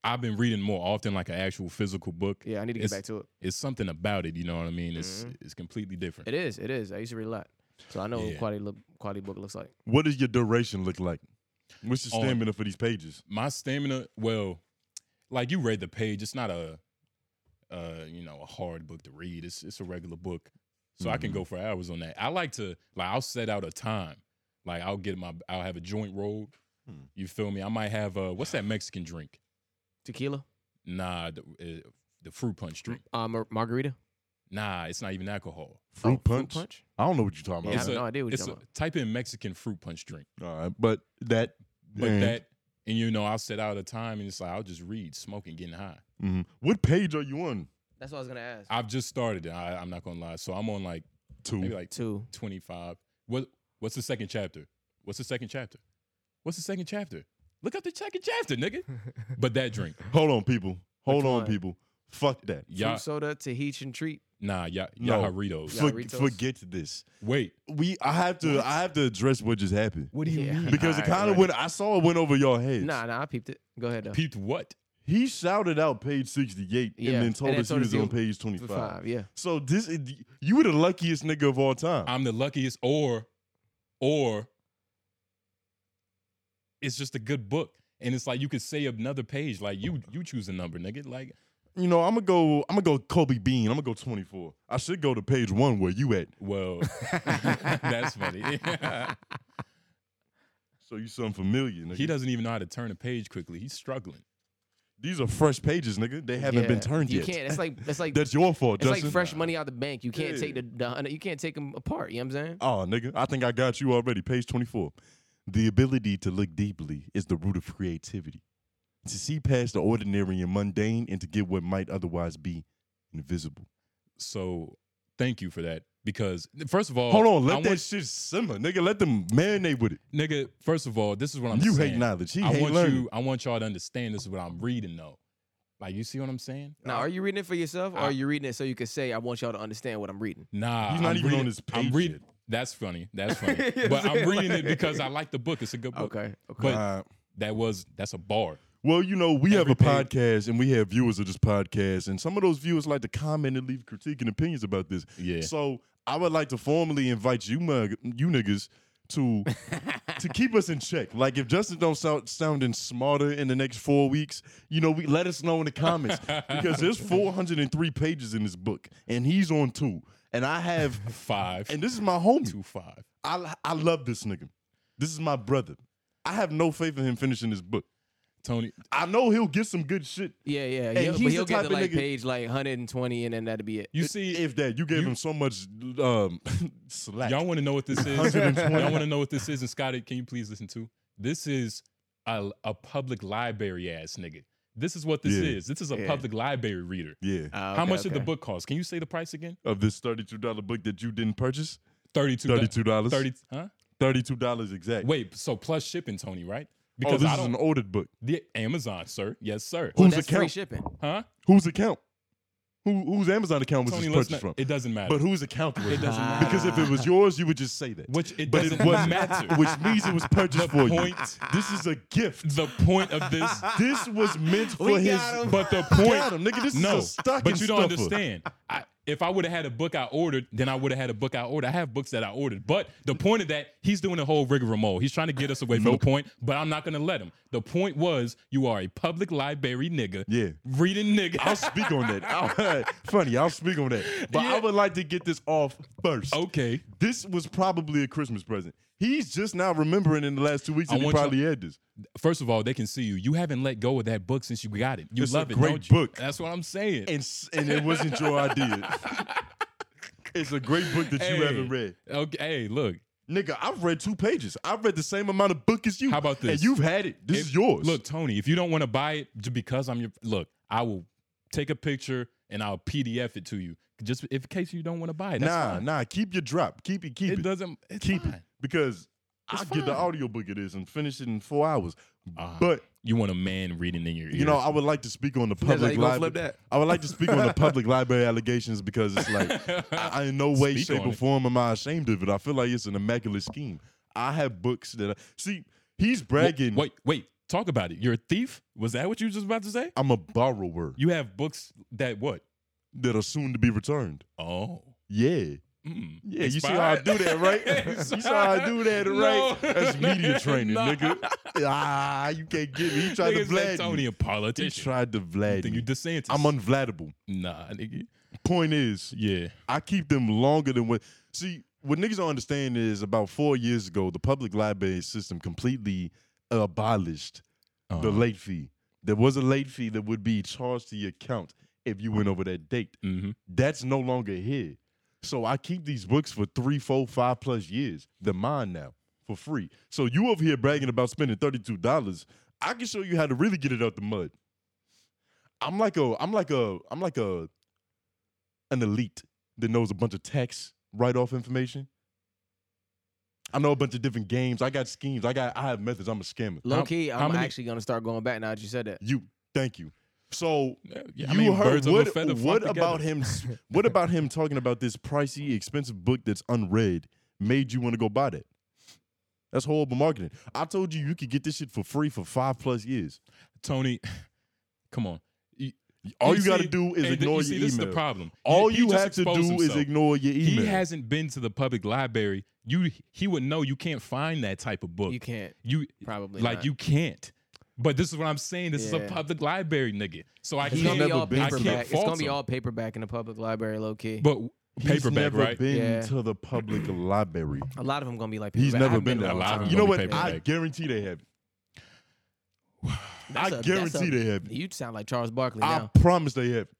Speaker 2: I've been reading more often, like an actual physical book.
Speaker 3: Yeah, I need to get
Speaker 2: It's-
Speaker 3: back to it.
Speaker 2: It's something about it. You know what I mean? It's
Speaker 3: Mm-hmm.
Speaker 2: it's completely different.
Speaker 3: It is, it is. I used to read a lot, so I know what
Speaker 2: Yeah.
Speaker 3: quality look, quality book looks like.
Speaker 1: What does your duration look like? What's your
Speaker 2: On-
Speaker 1: stamina for these pages?
Speaker 2: My stamina, well, like you read the page. It's not a, uh, you know, a hard book to read. It's it's a regular book, so I
Speaker 1: Mhm.
Speaker 2: can
Speaker 3: Mm-hmm.
Speaker 2: go for hours on that. I like to like I'll set out a time. Like I'll get my I'll have a joint roll.
Speaker 1: Hmm.
Speaker 2: You feel me? I might have uh, what's that Mexican drink?
Speaker 3: Tequila,
Speaker 2: Nah, the, uh, the fruit punch drink.
Speaker 3: uh, mar- margarita,
Speaker 2: Nah, it's not even alcohol.
Speaker 1: Fruit,
Speaker 3: Oh,
Speaker 1: punch?
Speaker 3: fruit punch.
Speaker 1: I don't know what you're talking
Speaker 3: Yeah, I
Speaker 1: about.
Speaker 2: It's
Speaker 3: have
Speaker 2: a-
Speaker 3: no idea what you're
Speaker 2: It's
Speaker 3: talking
Speaker 2: a,
Speaker 3: about.
Speaker 2: type in Mexican fruit punch drink.
Speaker 1: All right, but that,
Speaker 2: But
Speaker 1: and-
Speaker 2: that, and you know, I'll set out a time and it's like I'll just read, smoking, getting high.
Speaker 1: mhm. what page are you on?
Speaker 3: That's what I was gonna ask.
Speaker 2: I've just started. it, I, I'm not gonna lie. So I'm on like maybe
Speaker 1: Two.
Speaker 2: like
Speaker 3: Two.
Speaker 2: 25. What What's the second chapter? What's the second chapter? What's the second chapter? Look up the second chapter, nigga. but that drink,
Speaker 1: Hold on, people. Hold on,
Speaker 3: one?
Speaker 1: people. Fuck that.
Speaker 2: y'all,
Speaker 3: Fruit soda, Tahitian treat.
Speaker 2: nah, y'all,
Speaker 1: No.
Speaker 2: y'all Doritos.
Speaker 3: Yeah,
Speaker 1: For-
Speaker 3: Ritos.
Speaker 1: forget this.
Speaker 2: Wait,
Speaker 1: We. I have to. I have to address what just happened
Speaker 2: what do you
Speaker 3: Yeah.
Speaker 2: mean?
Speaker 1: because it
Speaker 3: Alright,
Speaker 1: kind of
Speaker 3: alright.
Speaker 1: went. I saw it went over your head.
Speaker 3: Nah, nah, I peeped it. Go ahead though.
Speaker 2: peeped what?
Speaker 1: He shouted out page sixty-eight
Speaker 3: Yeah,
Speaker 1: and then told
Speaker 3: and then
Speaker 1: us he
Speaker 3: told us
Speaker 1: was
Speaker 3: he
Speaker 1: on
Speaker 3: was-
Speaker 1: page
Speaker 3: For
Speaker 1: twenty-five.
Speaker 3: five, yeah.
Speaker 1: So this, is- you were the luckiest nigga of all time.
Speaker 2: I'm the luckiest, or, or it's just a good book, and it's like you could say another page, like you you choose a number, nigga. Like
Speaker 1: you know, I'm gonna go. I'm gonna go Kobe Bean. I'm gonna go twenty-four. I should go to page one where you at.
Speaker 2: Well, that's funny.
Speaker 1: So you something familiar, nigga.
Speaker 2: he doesn't even know how to turn a page quickly. He's struggling.
Speaker 1: These are fresh pages, nigga. They haven't
Speaker 3: Yeah.
Speaker 1: been turned
Speaker 3: you
Speaker 1: yet.
Speaker 3: can't. It's like it's like
Speaker 1: That's your fault,
Speaker 3: it's
Speaker 1: Justin.
Speaker 3: like fresh money out the bank. You can't
Speaker 1: Yeah.
Speaker 3: take the, the hundred- you can't take them apart. You know what I'm saying?
Speaker 1: Oh, nigga, I think I got you already. Page 24. The ability to look deeply is the root of creativity. To see past the ordinary and mundane and to get what might otherwise be invisible.
Speaker 2: So, thank you for that. Because first of all,
Speaker 1: Hold on, let
Speaker 2: Oh, I
Speaker 1: that
Speaker 2: want-
Speaker 1: shit simmer, nigga. Let them marinate with it.
Speaker 2: nigga. First of all, this is what I'm
Speaker 1: you
Speaker 2: saying.
Speaker 1: hate knowledge. He
Speaker 2: I
Speaker 1: hate
Speaker 2: want
Speaker 1: learning.
Speaker 2: you. I want y'all to understand this is what I'm reading though. Like you see what I'm saying?
Speaker 3: Now, are you reading it for yourself, or
Speaker 2: I-
Speaker 3: are you reading it so you can say, "I want y'all to understand what I'm reading"?
Speaker 2: Nah,
Speaker 1: He's not
Speaker 2: I'm
Speaker 1: even
Speaker 2: reading,
Speaker 1: on his page
Speaker 2: I'm reading.
Speaker 1: yet.
Speaker 2: That's funny. That's funny.
Speaker 3: You know
Speaker 2: but
Speaker 3: what I'm
Speaker 2: I'm
Speaker 3: saying?
Speaker 2: reading it
Speaker 3: Like-
Speaker 2: because I like the book. It's a good book.
Speaker 3: Okay, okay.
Speaker 2: But
Speaker 1: Uh,
Speaker 2: that was that's a bar.
Speaker 1: well, you know, we have
Speaker 2: every
Speaker 1: a
Speaker 2: page-
Speaker 1: podcast and we have viewers of this podcast, and some of those viewers like to comment and leave critique and opinions about this.
Speaker 2: Yeah.
Speaker 1: So I would like to formally invite you, mug, you niggas, to to keep us in check. Like if Justin don't sound sounding smarter in the next four weeks, you know, we let us know in the comments because there's 403 pages in this book, and he's on two, and I have,
Speaker 2: Five.
Speaker 1: and this is my homie.
Speaker 2: two five.
Speaker 1: I I love this nigga. This is my brother. I have no faith in him finishing this book.
Speaker 2: Tony,
Speaker 1: I know he'll get some good shit.
Speaker 3: yeah, yeah.
Speaker 1: And
Speaker 3: yeah but
Speaker 1: he's
Speaker 3: he'll
Speaker 1: the
Speaker 3: get
Speaker 1: type
Speaker 3: to
Speaker 1: of
Speaker 3: like
Speaker 1: nigga-
Speaker 3: page like 120, and then that'll be it.
Speaker 2: you see
Speaker 1: If that you gave
Speaker 2: You-
Speaker 1: him so much um, slack.
Speaker 2: Y'all want to know what this is?
Speaker 1: 120.
Speaker 2: Y'all want to know what this is? And Scotty, can you please listen to? This is a, a public library ass nigga. This is what this
Speaker 1: Yeah.
Speaker 2: is. This is a
Speaker 3: Yeah.
Speaker 2: public library reader.
Speaker 1: yeah,
Speaker 3: Ah,
Speaker 2: How
Speaker 3: okay,
Speaker 2: much did the
Speaker 3: okay.
Speaker 2: book cost? Can you say the price again?
Speaker 1: of this thirty-two dollar book that you didn't purchase,
Speaker 2: Thirty-two.
Speaker 1: thirty-two dollars,
Speaker 2: Thirty. Huh?
Speaker 1: thirty-two dollars exact.
Speaker 2: Wait. So plus shipping, Tony, right? Because
Speaker 1: oh, this
Speaker 2: I
Speaker 1: is
Speaker 2: don't.
Speaker 1: an ordered book.
Speaker 2: the Amazon, sir. Yes, sir.
Speaker 3: Well,
Speaker 1: whose
Speaker 3: that's free
Speaker 1: account?
Speaker 3: shipping.
Speaker 2: Huh?
Speaker 1: Whose account? Who whose Amazon account was
Speaker 2: Tony,
Speaker 1: this
Speaker 2: let's
Speaker 1: purchased
Speaker 2: not,
Speaker 1: from?
Speaker 2: It doesn't matter.
Speaker 1: but whose account was
Speaker 2: it
Speaker 1: it?
Speaker 2: doesn't matter.
Speaker 1: Because if it was yours, you would just say that.
Speaker 2: Which it
Speaker 1: but
Speaker 2: doesn't
Speaker 1: it wasn't.
Speaker 2: matter.
Speaker 1: Which means it was purchased for you.
Speaker 2: point-
Speaker 1: This is a gift.
Speaker 2: the point of this.
Speaker 1: This was meant for
Speaker 3: We
Speaker 1: his.
Speaker 3: got him.
Speaker 2: But the point,
Speaker 1: Got him, nigga. This is
Speaker 2: no,
Speaker 1: a stocking
Speaker 2: but you don't
Speaker 1: stuffer.
Speaker 2: understand. I, if I would have had a book I ordered, then I would have had a book I ordered. I have books that I ordered. But the point of that, he's doing a whole rigmarole. He's trying to get us away from the point, but I'm not going to let him. The point was, you are a public library nigga.
Speaker 1: Yeah.
Speaker 2: Reading nigga.
Speaker 1: I'll speak on that. I'll- funny, I'll speak on that. But I
Speaker 2: Yeah.
Speaker 1: would like to get this off first.
Speaker 2: okay.
Speaker 1: This was probably a Christmas present. He's just now remembering in the last two weeks
Speaker 2: I
Speaker 1: that he
Speaker 2: want y'all-
Speaker 1: probably had this.
Speaker 2: First of all, they can see you. You haven't let go of that book since you got it. You
Speaker 1: It's a
Speaker 2: love it.
Speaker 1: great
Speaker 2: don't you?
Speaker 1: book.
Speaker 2: That's what I'm saying.
Speaker 1: And, s- and it wasn't your idea. it's a great book that you
Speaker 2: Hey.
Speaker 1: haven't read.
Speaker 2: Okay. Hey, look.
Speaker 1: Nigga, I've read two pages. I've read the same amount of book as you.
Speaker 2: How about
Speaker 1: And
Speaker 2: this?
Speaker 1: you've had it. This
Speaker 2: If-
Speaker 1: is yours.
Speaker 2: Look, Tony, if you don't want to buy it just because I'm your look, I will take a picture and I'll PDF it to you. Just if- in case you don't want to buy it. That's
Speaker 1: nah,
Speaker 2: fine.
Speaker 1: nah, keep your drop. Keep it, keep
Speaker 2: it,
Speaker 1: it.
Speaker 2: doesn't it's
Speaker 1: keep it.
Speaker 2: fine.
Speaker 1: Because
Speaker 2: It's
Speaker 1: I'll get the
Speaker 2: fine.
Speaker 1: audiobook of this and finish it in four hours.
Speaker 2: Ah,
Speaker 1: But
Speaker 2: you want a man reading in your ear.
Speaker 1: you know, I would like to speak on the
Speaker 4: That's how
Speaker 1: public
Speaker 4: you gonna flip
Speaker 1: library.
Speaker 4: that.
Speaker 1: I would like to speak on the public library allegations because it's like I, I in no way,
Speaker 2: Speak
Speaker 1: shape,
Speaker 2: on
Speaker 1: or
Speaker 2: it.
Speaker 1: form am I ashamed of it. I feel like it's an immaculate scheme. I have books that I see. He's bragging.
Speaker 2: Wait, wait. Talk about it. You're a thief? Was that what you were just about to say?
Speaker 1: I'm a borrower
Speaker 2: You have books that what?
Speaker 1: that are soon to be returned.
Speaker 2: Oh.
Speaker 1: Yeah,
Speaker 2: Mm.
Speaker 1: yeah. You see how I do that, right? you see how I do that, right?
Speaker 2: No.
Speaker 1: That's media training,
Speaker 2: Nah.
Speaker 1: nigga. Ah, you can't get me. He tried
Speaker 2: Niggas
Speaker 1: to vlad
Speaker 2: like Tony
Speaker 1: me. He
Speaker 2: a politician.
Speaker 1: tried to vlad
Speaker 2: Think you
Speaker 1: me.
Speaker 2: DeSantis.
Speaker 1: I'm unvladable.
Speaker 2: nah, nigga.
Speaker 1: Point is,
Speaker 2: Yeah.
Speaker 1: I keep them longer than what. See, what niggas don't understand is about four years ago, the public library system completely abolished the
Speaker 2: Uh,
Speaker 1: late fee. There was a late fee that would be charged to your account if you went over that date.
Speaker 2: mhm.
Speaker 1: That's no longer here. So I keep these books for three, four, five plus years. They're mine now for free. So you over here bragging about spending thirty-two dollars. I can show you how to really get it out the mud. I'm like a, I'm like a, I'm like a, an elite that knows a bunch of tax write-off information. I know a bunch of different games. I got schemes. I got, I have methods. I'm a scammer.
Speaker 3: Low key,
Speaker 2: how
Speaker 3: I'm
Speaker 2: many-
Speaker 3: actually gonna start going back now that you said that.
Speaker 1: You, thank you. So
Speaker 2: Yeah,
Speaker 1: you
Speaker 2: I mean,
Speaker 1: heard
Speaker 2: birds of a
Speaker 1: what,
Speaker 2: feather flock
Speaker 1: what
Speaker 2: together.
Speaker 1: about him? s- What about him talking about this pricey, expensive book that's unread made you want to go buy that? That's horrible marketing. I told you you could get this shit for free for five plus years.
Speaker 2: Tony? Come on. Oh, You-
Speaker 1: All you, got to
Speaker 2: see-
Speaker 1: do is
Speaker 2: and th-
Speaker 1: ignore
Speaker 2: you see,
Speaker 1: your
Speaker 2: This is
Speaker 1: email.
Speaker 2: the problem.
Speaker 1: All
Speaker 2: He- he
Speaker 1: you
Speaker 2: just
Speaker 1: have to do
Speaker 2: exposed
Speaker 1: is
Speaker 2: himself.
Speaker 1: ignore your email.
Speaker 2: He hasn't been to the public library. You he would know you can't find that type of book.
Speaker 3: You can't
Speaker 2: You
Speaker 3: probably
Speaker 2: like
Speaker 3: not.
Speaker 2: you can't. But this is what I'm saying. This is
Speaker 3: Yeah.
Speaker 2: a public library, nigga. So I
Speaker 1: He's
Speaker 3: It's
Speaker 2: can't.
Speaker 3: gonna be
Speaker 1: never
Speaker 3: all
Speaker 1: been to
Speaker 2: I
Speaker 3: paperback.
Speaker 2: can't
Speaker 3: It's gonna
Speaker 2: fault
Speaker 3: be
Speaker 2: him.
Speaker 3: all paperback in the public library, low key.
Speaker 2: But
Speaker 1: He's
Speaker 2: paperback,
Speaker 1: never
Speaker 2: right?
Speaker 1: Been
Speaker 3: Yeah.
Speaker 1: to the public library.
Speaker 3: a lot of them gonna be like
Speaker 1: He's
Speaker 3: paperback.
Speaker 1: never
Speaker 3: I've
Speaker 1: been
Speaker 3: a
Speaker 1: there.
Speaker 2: A
Speaker 3: long
Speaker 2: lot of
Speaker 3: time.
Speaker 2: them
Speaker 1: You know
Speaker 2: gonna
Speaker 1: what?
Speaker 2: be
Speaker 1: I
Speaker 2: paperback.
Speaker 1: guarantee they have. it.
Speaker 3: That's
Speaker 1: I
Speaker 3: a- that's
Speaker 1: guarantee
Speaker 3: a-
Speaker 1: they have. it.
Speaker 3: You sound like Charles Barkley
Speaker 1: I
Speaker 3: now.
Speaker 1: promise they have. it.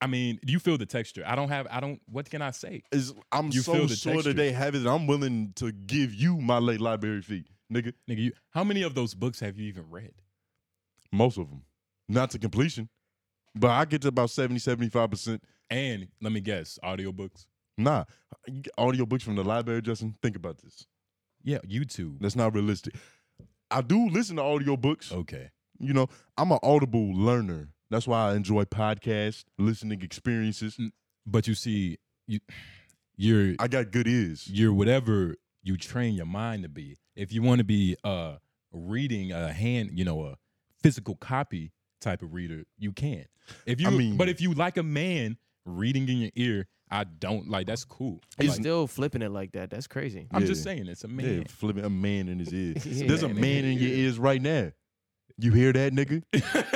Speaker 2: I mean, you feel the texture. I don't have. I don't. What can I say?
Speaker 1: is I'm
Speaker 2: You
Speaker 1: so
Speaker 2: feel the
Speaker 1: sure
Speaker 2: texture.
Speaker 1: that they have it. I'm willing to give you my late library fee, nigga.
Speaker 2: Nigga, you, how many of those books have you even read?
Speaker 1: Most of them, not to completion, but I get to about 70, 75 percent.
Speaker 2: And let me guess, audiobooks.
Speaker 1: Nah, audio books from the library, Justin. Think about this.
Speaker 2: Yeah, YouTube.
Speaker 1: That's not realistic. I do listen to audio books.
Speaker 2: Okay.
Speaker 1: You know, I'm an audible learner. That's why I enjoy podcasts, listening experiences.
Speaker 2: But you see, you, you're
Speaker 1: I got good ears.
Speaker 2: you're whatever you train your mind to be. If you want to be uh reading a hand, you know, a physical copy type of reader, you can. If you
Speaker 1: I mean-
Speaker 2: but if you like a man reading in your ear, I don't like that's cool.
Speaker 3: He's
Speaker 2: Like,
Speaker 3: still flipping it like that. That's crazy.
Speaker 2: I'm
Speaker 1: Yeah.
Speaker 2: just saying it's a
Speaker 1: Yeah,
Speaker 2: man.
Speaker 1: flipping a man in his ear.
Speaker 3: Yeah.
Speaker 1: There's a man in your ears right now. You hear that, nigga?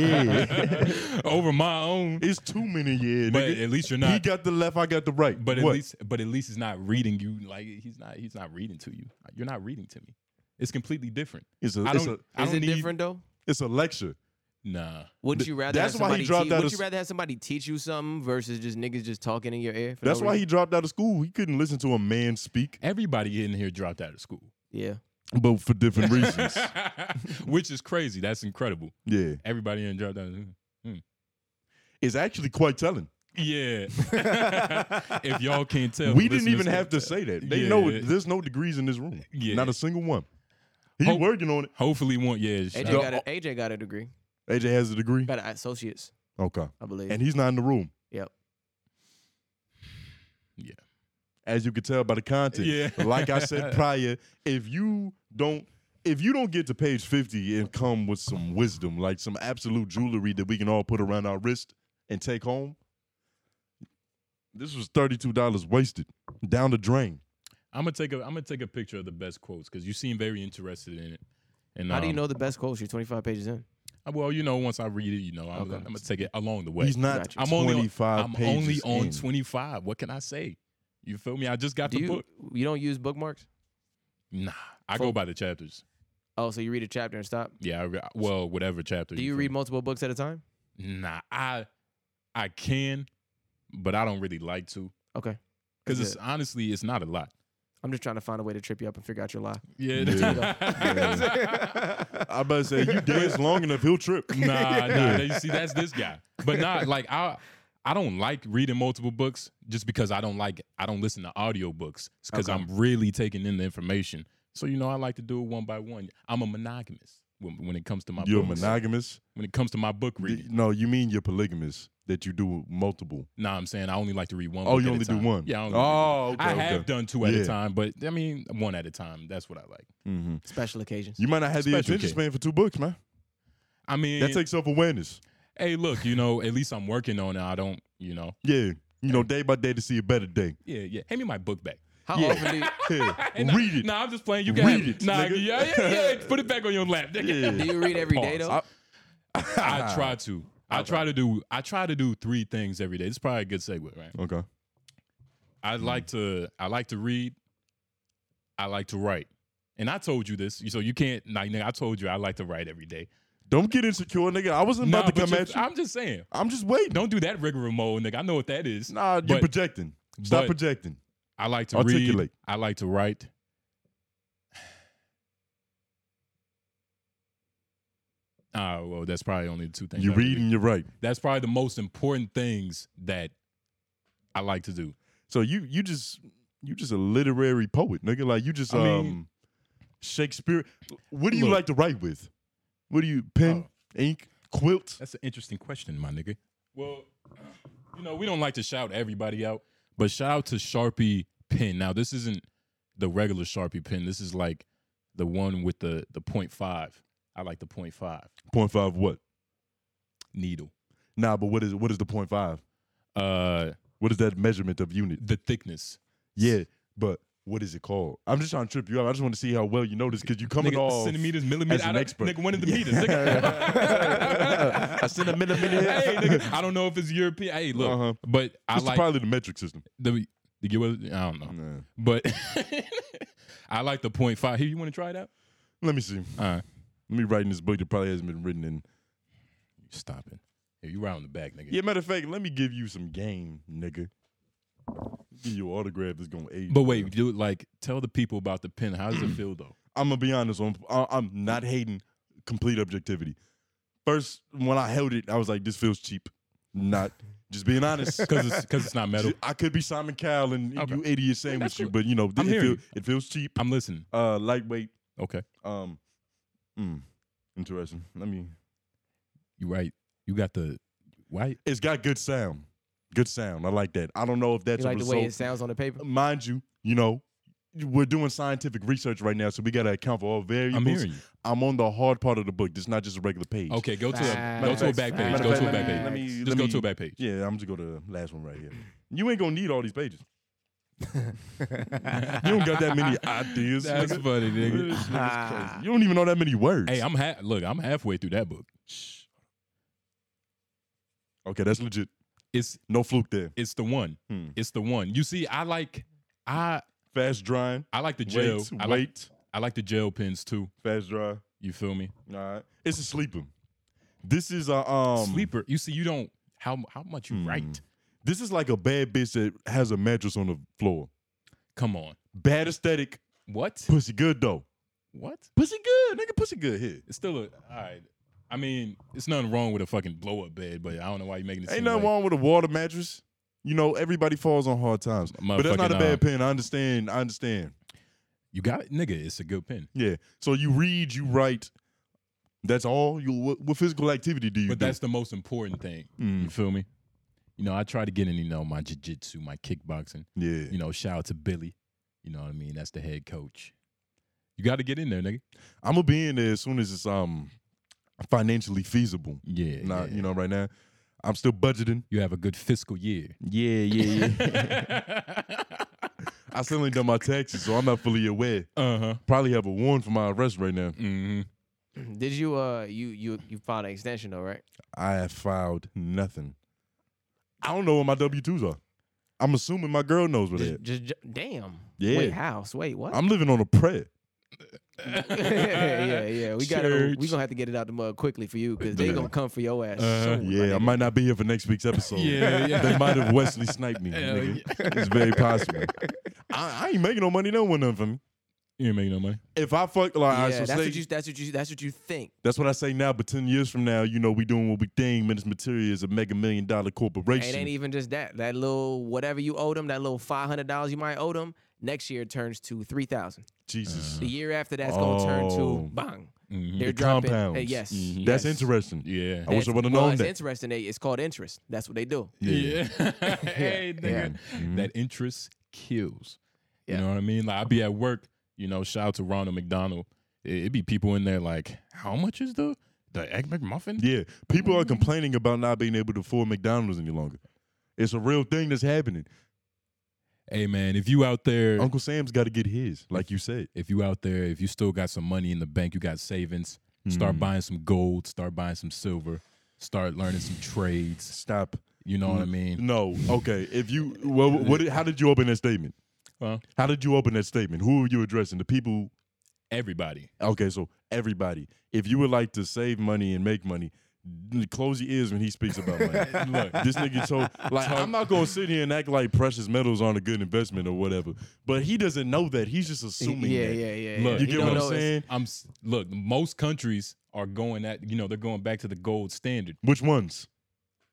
Speaker 1: Yeah.
Speaker 2: Over my own.
Speaker 1: It's two men in your ear,
Speaker 2: But
Speaker 1: nigga.
Speaker 2: at least you're
Speaker 1: he
Speaker 2: not
Speaker 1: got the left, I got the right.
Speaker 2: but at
Speaker 1: What?
Speaker 2: least but at least it's not reading you like he's not he's not reading to you. You're not reading to me. It's completely different.
Speaker 1: it's a,
Speaker 2: I
Speaker 1: it's
Speaker 2: don't-
Speaker 1: a,
Speaker 2: I
Speaker 3: Is
Speaker 2: don't
Speaker 3: it
Speaker 2: need-
Speaker 3: different though?
Speaker 1: it's a lecture.
Speaker 2: Nah.
Speaker 3: Wouldn't you rather?
Speaker 1: that's
Speaker 3: have
Speaker 1: why
Speaker 3: somebody
Speaker 1: he dropped
Speaker 3: teach,
Speaker 1: out
Speaker 3: Would
Speaker 1: of
Speaker 3: you
Speaker 1: s-
Speaker 3: rather have somebody teach you something versus just niggas just talking in your ear? for no
Speaker 1: That's why he dropped out of school. He couldn't listen to a man speak,
Speaker 2: Everybody in here dropped out of school.
Speaker 3: reason?
Speaker 1: but for different reasons.
Speaker 2: Which is crazy. That's incredible.
Speaker 1: yeah,
Speaker 2: Everybody in dropped out. of school.
Speaker 1: it's actually quite telling.
Speaker 2: Yeah. if y'all can't tell,
Speaker 1: we
Speaker 2: the
Speaker 1: didn't
Speaker 2: listeners
Speaker 1: even have
Speaker 2: can't
Speaker 1: to
Speaker 2: tell.
Speaker 1: say that. They
Speaker 2: Yeah.
Speaker 1: know it, there's no degrees in this room.
Speaker 2: Yeah.
Speaker 1: Not a single one. He
Speaker 2: Hope-
Speaker 1: working on it.
Speaker 2: Hopefully, one. Yeah.
Speaker 3: Yeah.
Speaker 2: shout
Speaker 3: AJ
Speaker 2: out.
Speaker 3: got a, AJ got a degree.
Speaker 1: AJ has a degree.
Speaker 3: Got an associates,
Speaker 1: Okay,
Speaker 3: I believe.
Speaker 1: and he's not in the room.
Speaker 3: Yep.
Speaker 2: Yeah.
Speaker 1: As you can tell by the content.
Speaker 2: Yeah.
Speaker 1: Like I said prior, if you don't, if you don't get to page 50 and come with some wisdom, like some absolute jewelry that we can all put around our wrist and take home, this was $32 wasted down the drain.
Speaker 2: I'm gonna take a I'm gonna take a picture of the best quotes because you seem very interested in it. And
Speaker 3: How do you
Speaker 2: um,
Speaker 3: know the best quotes? You're 25 pages in.
Speaker 2: I- Well, you know, once I read it, you know, I'm,
Speaker 3: Okay.
Speaker 2: I'm gonna take it along the way.
Speaker 1: He's not
Speaker 3: Gotcha.
Speaker 2: I'm only on-
Speaker 1: 25
Speaker 2: I'm only
Speaker 1: pages
Speaker 2: on
Speaker 1: in.
Speaker 2: 25. What can I say? You feel me? I just got
Speaker 3: Do
Speaker 2: the
Speaker 3: you
Speaker 2: book.
Speaker 3: you don't use bookmarks?
Speaker 2: Nah, I go
Speaker 3: Full-
Speaker 2: by the chapters.
Speaker 3: Oh, so you read a chapter and stop?
Speaker 2: Yeah, I re- well, whatever chapter.
Speaker 3: Do you
Speaker 2: feel
Speaker 3: read
Speaker 2: me.
Speaker 3: multiple books at a time?
Speaker 2: Nah, I I can, but I don't really like to
Speaker 3: Okay.
Speaker 2: because
Speaker 3: That's
Speaker 2: it's honestly it's not a lot.
Speaker 3: I'm just trying to find a way to trip you up and figure out your lie.
Speaker 2: Yeah.
Speaker 1: I about to say, you dance long enough, he'll trip.
Speaker 2: nah, nah. You see, that's this guy, but not like I. I don't like reading multiple books just because I don't like I don't listen to audiobooks because
Speaker 3: Okay.
Speaker 2: I'm really taking in the information. So you know I like to do it one by one. I'm a monogamous when, when it comes to my
Speaker 1: You're
Speaker 2: books.
Speaker 1: monogamous?
Speaker 2: when it comes to my book
Speaker 1: Y-
Speaker 2: reading.
Speaker 1: No, you mean you're polygamous, that you do multiple.
Speaker 2: Nah, I'm saying I only like to read one.
Speaker 1: Oh,
Speaker 2: book
Speaker 1: you
Speaker 2: at a
Speaker 1: only do
Speaker 2: time.
Speaker 1: one?
Speaker 2: Yeah. I only
Speaker 1: Oh,
Speaker 2: I have done two at
Speaker 1: Yeah.
Speaker 2: a time, but I mean one at a time. That's what I like.
Speaker 1: hmm
Speaker 3: Special occasions.
Speaker 1: You might not have the
Speaker 2: Special
Speaker 1: attention
Speaker 2: K.
Speaker 1: span for two books, man.
Speaker 2: I mean,
Speaker 1: That takes self awareness.
Speaker 2: hey, look, you know, at least I'm working on it. I don't, you know,
Speaker 1: Yeah. You know, day by day to see a better day.
Speaker 2: yeah, yeah. Hand me my book back.
Speaker 3: How
Speaker 1: Yeah.
Speaker 3: often do you,
Speaker 1: Yeah.
Speaker 2: Hey, nah,
Speaker 1: Read it.
Speaker 2: Nah, I'm just playing. You can
Speaker 1: Read
Speaker 2: have-
Speaker 1: it,
Speaker 2: Nah,
Speaker 1: nigga.
Speaker 2: yeah, yeah, yeah. Put it back on your lap.
Speaker 1: Yeah.
Speaker 3: do you read every day
Speaker 2: Pause.
Speaker 3: though?
Speaker 1: I-
Speaker 2: I try to. I try to do. I try to do three things every day. It's probably a good segue, right?
Speaker 1: Okay. Mm-hmm.
Speaker 2: I like to I like to read. I like to write. And I told you this, so you can't like nigga, I told you I like to write every day.
Speaker 1: Don't get insecure, nigga. I wasn't
Speaker 2: Nah,
Speaker 1: about to
Speaker 2: but
Speaker 1: come
Speaker 2: you-
Speaker 1: at you.
Speaker 2: I'm just saying.
Speaker 1: I'm just waiting.
Speaker 2: Don't do that rigor mode, nigga. I know what that is.
Speaker 1: nah, you're
Speaker 2: but-
Speaker 1: projecting. Stop
Speaker 2: but-
Speaker 1: projecting.
Speaker 2: I like to read.
Speaker 1: Articulate.
Speaker 2: I like to write. Ah, well, that's probably only the two things.
Speaker 1: You
Speaker 2: I really-
Speaker 1: read and you write.
Speaker 2: That's probably the most important things that I like to do.
Speaker 1: So you you just you just a literary poet, nigga. Like you just
Speaker 2: I mean-
Speaker 1: um Shakespeare. What do you
Speaker 2: Look. Uh,
Speaker 1: like to write with? What do you pen, ink, quilt?
Speaker 2: That's an interesting question, my nigga. Well, you know, we don't like to shout everybody out, but shout out to Sharpie pen. Now, this isn't the regular Sharpie pen. This is like the one with the the point five. I like the point five
Speaker 1: Point five what?
Speaker 2: needle.
Speaker 1: Nah, but what is what is the point five?
Speaker 2: Uh,
Speaker 1: What is that measurement of unit?
Speaker 2: the thickness.
Speaker 1: Yeah, but what is it called? I'm just trying to trip you up. I just want to see how well you know this because you coming
Speaker 2: nigga,
Speaker 1: off
Speaker 2: centimeters, millimeters.
Speaker 1: as
Speaker 2: I
Speaker 1: an
Speaker 2: don't-
Speaker 1: expert.
Speaker 2: Nigga, one of the
Speaker 1: Yeah.
Speaker 2: meters. Nigga.
Speaker 1: I sent a minute, minute.
Speaker 2: hey, nigga, I don't know if it's European. Hey, look,
Speaker 1: Uh-huh.
Speaker 2: but I
Speaker 1: It's
Speaker 2: like
Speaker 1: probably the metric system.
Speaker 2: the, the. I don't
Speaker 1: Mm.
Speaker 2: know, but I like the point five. Here, you want to try it out?
Speaker 1: Let me see.
Speaker 2: All right,
Speaker 1: Let me write in this book that probably hasn't been written in.
Speaker 2: stop it. Here, you right on the back, nigga.
Speaker 1: Yeah, matter of fact, let me give you some game, nigga. Give you an autograph that's gonna aid.
Speaker 2: But wait, do it like tell the people about the pen. How does it feel though?
Speaker 1: I'm gonna be honest. I'm I- I'm not hating complete objectivity. First, when I held it, I was like, this feels cheap. Not just being honest.
Speaker 2: Because it's because it's not metal.
Speaker 1: I could be Simon Cowell and
Speaker 2: Okay.
Speaker 1: you idiot saying
Speaker 2: that's
Speaker 1: with you,
Speaker 2: cool.
Speaker 1: but you know,
Speaker 2: I'm
Speaker 1: it,
Speaker 2: hearing
Speaker 1: feel,
Speaker 2: you.
Speaker 1: it feels cheap.
Speaker 2: I'm listening.
Speaker 1: uh lightweight
Speaker 2: Okay,
Speaker 1: um mm, interesting let me
Speaker 2: you right. You got the why?
Speaker 1: it's got good sound good sound i like that i don't know if that's
Speaker 3: You
Speaker 1: a
Speaker 3: like the way it
Speaker 1: result
Speaker 3: sounds on the paper?
Speaker 1: mind you you know we're doing scientific research right now so we got to account for all variables
Speaker 2: I'm hearing you.
Speaker 1: I'm on the hard part of the book it's not just a regular page
Speaker 2: Okay, go to a,
Speaker 3: Facts.
Speaker 2: go to a back page.
Speaker 1: Matter
Speaker 2: Go
Speaker 1: of
Speaker 2: to a
Speaker 1: fact,
Speaker 2: back
Speaker 1: let me- let
Speaker 2: page.
Speaker 1: me-
Speaker 2: Just
Speaker 1: let
Speaker 2: go
Speaker 1: me-
Speaker 2: to a back page.
Speaker 1: yeah i'm just going to the last one right here you ain't gonna need all these pages you don't got that many ideas
Speaker 2: That's
Speaker 1: nigga.
Speaker 2: funny, nigga.
Speaker 1: This
Speaker 3: Ah.
Speaker 1: nigga's crazy. you don't even know that many words
Speaker 2: Hey, I'm ha- look. I'm halfway through that book.
Speaker 1: okay that's legit
Speaker 2: It's
Speaker 1: no fluke there
Speaker 2: it's the one.
Speaker 1: Hmm.
Speaker 2: It's the one. You see, I like I
Speaker 1: fast drying
Speaker 2: I like the gel.
Speaker 1: wait
Speaker 2: I like
Speaker 1: wait
Speaker 2: I like the gel pens too.
Speaker 1: fast dry
Speaker 2: You feel me?
Speaker 1: All right. It's a sleeper. This is a um hmm.
Speaker 2: Sleeper. You see, you don't how how much you write.
Speaker 1: This is like a bad bitch that has a mattress on the floor.
Speaker 2: Come on.
Speaker 1: Bad aesthetic,
Speaker 2: What?
Speaker 1: pussy good though.
Speaker 2: What?
Speaker 1: Pussy good, nigga. Pussy good here.
Speaker 2: It's still a all right. I mean, it's nothing wrong with a fucking blow up bed, but I don't know why you're making it.
Speaker 1: Ain't
Speaker 2: seem
Speaker 1: nothing
Speaker 2: like,
Speaker 1: wrong with a water mattress. You know, everybody falls on hard times. But that's not a
Speaker 2: Motherfucking,
Speaker 1: bad
Speaker 2: uh,
Speaker 1: pen. I understand. I understand.
Speaker 2: You got it, nigga. It's a good pen,
Speaker 1: Yeah. So you read, you write. That's all. You what, what physical activity do you
Speaker 2: but
Speaker 1: do?
Speaker 2: that's the most important thing. You
Speaker 1: Mm,
Speaker 2: feel me? You know, I try to get in, you know, my jiu-jitsu, my kickboxing.
Speaker 1: yeah.
Speaker 2: You know, shout out to Billy. You know what I mean? That's the head coach. You got to get in there, nigga.
Speaker 1: I'm gonna be in there as soon as it's um financially feasible.
Speaker 2: Yeah.
Speaker 1: Not you know right now. I'm still budgeting.
Speaker 2: You have a good fiscal year.
Speaker 1: Yeah, yeah,
Speaker 2: uh-huh.
Speaker 1: I still ain't done my taxes, so I'm not fully aware.
Speaker 3: Uh-huh.
Speaker 1: Probably have a warrant for my arrest right now.
Speaker 2: hmm
Speaker 3: Did you uh you you you filed an extension though, right?
Speaker 1: I have filed nothing. I don't know what my W twos are. I'm assuming my girl knows what they are.
Speaker 3: Just, just ju- damn.
Speaker 1: Yeah.
Speaker 3: Wait, house. Wait, what?
Speaker 1: I'm living on a prayer.
Speaker 3: yeah, yeah. We got to we
Speaker 2: Church.
Speaker 3: gonna have to get it out the mud quickly for you because they
Speaker 2: Yeah.
Speaker 3: gonna come for your ass.
Speaker 2: Uh,
Speaker 3: soon, my
Speaker 1: Uh-huh. Yeah, I
Speaker 3: nigga.
Speaker 1: might not be here for next week's episode.
Speaker 2: Yeah, yeah.
Speaker 1: They might have Wesley sniped me.
Speaker 2: Hell
Speaker 1: nigga. It's very possible. I, I ain't making no money. No one nothing from me.
Speaker 2: You ain't making no money.
Speaker 1: If I fuck, like,
Speaker 3: Yeah,
Speaker 1: I
Speaker 3: that's
Speaker 1: say,
Speaker 3: what you. That's what you. That's what you think.
Speaker 1: That's what I say now, but 10 years from now, you know, we doing what we think. Minutes Material is a mega million dollar corporation.
Speaker 3: It ain't e- even just that. That little whatever you owe them, that little five hundred dollars you might owe them, next year turns to three thousand.
Speaker 1: Jesus.
Speaker 3: The year after that's gonna turn
Speaker 1: Uh-huh. Oh.
Speaker 3: to bang.
Speaker 2: Mhm.
Speaker 3: They're
Speaker 1: It
Speaker 3: dropping. uh,
Speaker 1: compounds. Mm-hmm.
Speaker 3: yes,
Speaker 2: Mhm.
Speaker 1: That's
Speaker 3: yes.
Speaker 1: interesting.
Speaker 2: Yeah.
Speaker 1: I wish I
Speaker 3: That's-
Speaker 1: would've
Speaker 3: well,
Speaker 1: known
Speaker 3: it's
Speaker 1: that.
Speaker 3: interesting. They, it's called interest. That's what they do.
Speaker 2: Yeah. hey,
Speaker 3: Yeah.
Speaker 2: nigga.
Speaker 1: Mm-hmm.
Speaker 2: That interest kills.
Speaker 3: Yeah.
Speaker 2: You know what I mean? Like, I'll be at work, you know, shout out to Ronald McDonald. It'd be people in there like, how much is the, the Egg McMuffin?
Speaker 1: Yeah. People are complaining about not being able to afford McDonald's any longer. It's a real thing that's happening.
Speaker 2: Hey, man, if you out there,
Speaker 1: Uncle Sam's got to get his, like you said.
Speaker 2: if you out there, if you still got some money in the bank, you got savings, start
Speaker 1: Mm.
Speaker 2: buying some gold, start buying some silver, start learning some trades.
Speaker 1: Stop.
Speaker 2: You know what I
Speaker 1: Mm.
Speaker 2: mean?
Speaker 1: No. Okay. If you, well, what, did- how did you open that statement?
Speaker 2: Well,
Speaker 1: How did you open that statement? Who are you addressing? The people
Speaker 2: everybody.
Speaker 1: Okay, so everybody, if you would like to save money and make money, n- close your ears when he speaks about money.
Speaker 2: Look,
Speaker 1: this nigga told like I'm not gonna sit here and act like precious metals aren't a good investment or whatever. But he doesn't know that. He's just assuming
Speaker 3: yeah,
Speaker 1: that.
Speaker 3: yeah, yeah,
Speaker 2: Look,
Speaker 3: yeah.
Speaker 1: You
Speaker 3: He
Speaker 1: get
Speaker 3: don't
Speaker 1: what I'm
Speaker 3: know it's-
Speaker 1: saying?
Speaker 2: I'm s- look. Most countries are going at you know they're going back to the gold standard.
Speaker 1: Which ones?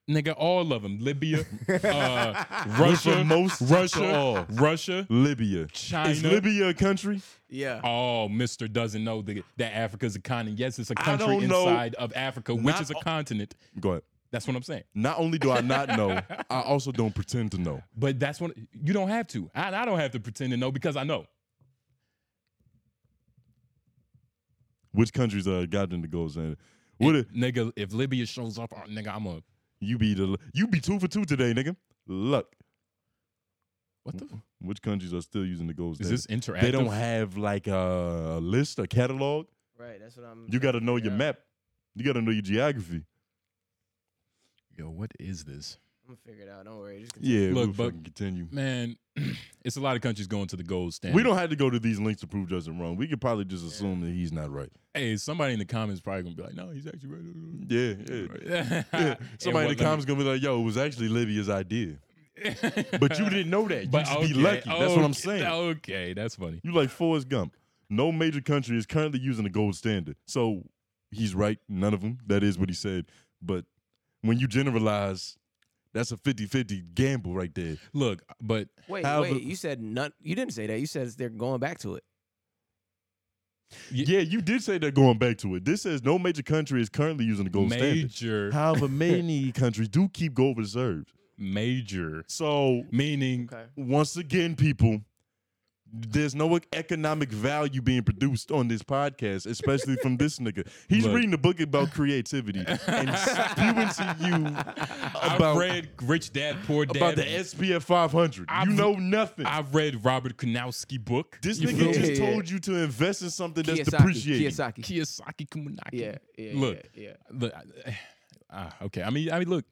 Speaker 2: Nigga, all of them. Libya, uh,
Speaker 1: Which are
Speaker 2: Russia,
Speaker 1: most
Speaker 2: Russia,
Speaker 1: to all.
Speaker 2: Russia,
Speaker 1: Libya.
Speaker 2: China.
Speaker 1: Is Libya a country?
Speaker 3: Yeah.
Speaker 2: Oh, Mister doesn't know the, that Africa's a continent. Yes, it's a
Speaker 1: I
Speaker 2: country
Speaker 1: don't know.
Speaker 2: inside of Africa, which
Speaker 1: Not
Speaker 2: is a
Speaker 1: all-
Speaker 2: continent.
Speaker 1: Go ahead.
Speaker 2: That's what I'm saying.
Speaker 1: Not only do I not know, I also don't pretend to know.
Speaker 2: But that's what you don't have to. I, I don't have to pretend to know because I know.
Speaker 1: Which countries are got in the gold standard? What if
Speaker 2: nigga, if Libya shows up, oh, nigga, I'm a
Speaker 1: you be the you be two for two today, nigga? Look,
Speaker 2: what the? f-
Speaker 1: which countries are still using the gold
Speaker 2: Is
Speaker 1: standard?
Speaker 2: this interactive?
Speaker 1: they don't have like a list or catalog.
Speaker 3: Right. That's what I'm.
Speaker 1: You got to know your
Speaker 3: Yeah.
Speaker 1: map. You got to know your geography.
Speaker 2: Yo, what is this?
Speaker 3: I'm gonna figure it out. Don't worry. Just continue.
Speaker 1: Yeah,
Speaker 2: Look,
Speaker 1: we'll
Speaker 2: but-
Speaker 1: fucking continue.
Speaker 2: Man, it's a lot of countries going to the gold standard.
Speaker 1: We don't have to go to these links to prove Justin wrong. We could probably just assume that he's not right.
Speaker 2: Hey, somebody in the comments probably gonna be like, "No, he's actually right."
Speaker 1: Yeah, yeah. yeah.
Speaker 2: yeah.
Speaker 1: Somebody in the comments gonna be like, "Yo, it was actually Livia's idea, but you didn't know that. You just be lucky. That's what I'm saying.
Speaker 2: Okay, that's funny.
Speaker 1: You like Forrest Gump. No major country is currently using the gold standard. So he's right. None of them. That is what he said. But when you generalize, that's a 50-50 gamble right there.
Speaker 2: Look, but
Speaker 3: Wait,
Speaker 1: How
Speaker 3: wait.
Speaker 1: the-
Speaker 3: You said none. You didn't say that. You said they're going back to it.
Speaker 2: Y-
Speaker 1: Yeah, you did say they're going back to it. This says no major country is currently using the gold standard.
Speaker 2: major,
Speaker 1: However, many countries do keep gold reserves.
Speaker 2: major,
Speaker 1: So
Speaker 2: meaning
Speaker 3: Okay.
Speaker 1: once again, people, there's no economic value being produced on this podcast, especially from this nigga. He's
Speaker 2: Look.
Speaker 1: reading a book about creativity and spewing to you
Speaker 2: I've
Speaker 1: about-
Speaker 2: read Rich Dad Poor Dad.
Speaker 1: about the SPF 500.
Speaker 2: I've-
Speaker 1: you know nothing.
Speaker 2: I've read Robert Kunowski book.
Speaker 1: this
Speaker 2: You
Speaker 1: nigga
Speaker 2: feel me?
Speaker 1: just
Speaker 3: Yeah, yeah.
Speaker 1: told you to invest in something that's
Speaker 3: Kiyosaki.
Speaker 1: depreciating.
Speaker 3: Kiyosaki.
Speaker 2: Kiyosaki Kumanaki.
Speaker 3: Yeah. Yeah.
Speaker 2: Look.
Speaker 3: Yeah. yeah.
Speaker 2: Look, I- ah, okay. I mean, I mean, look,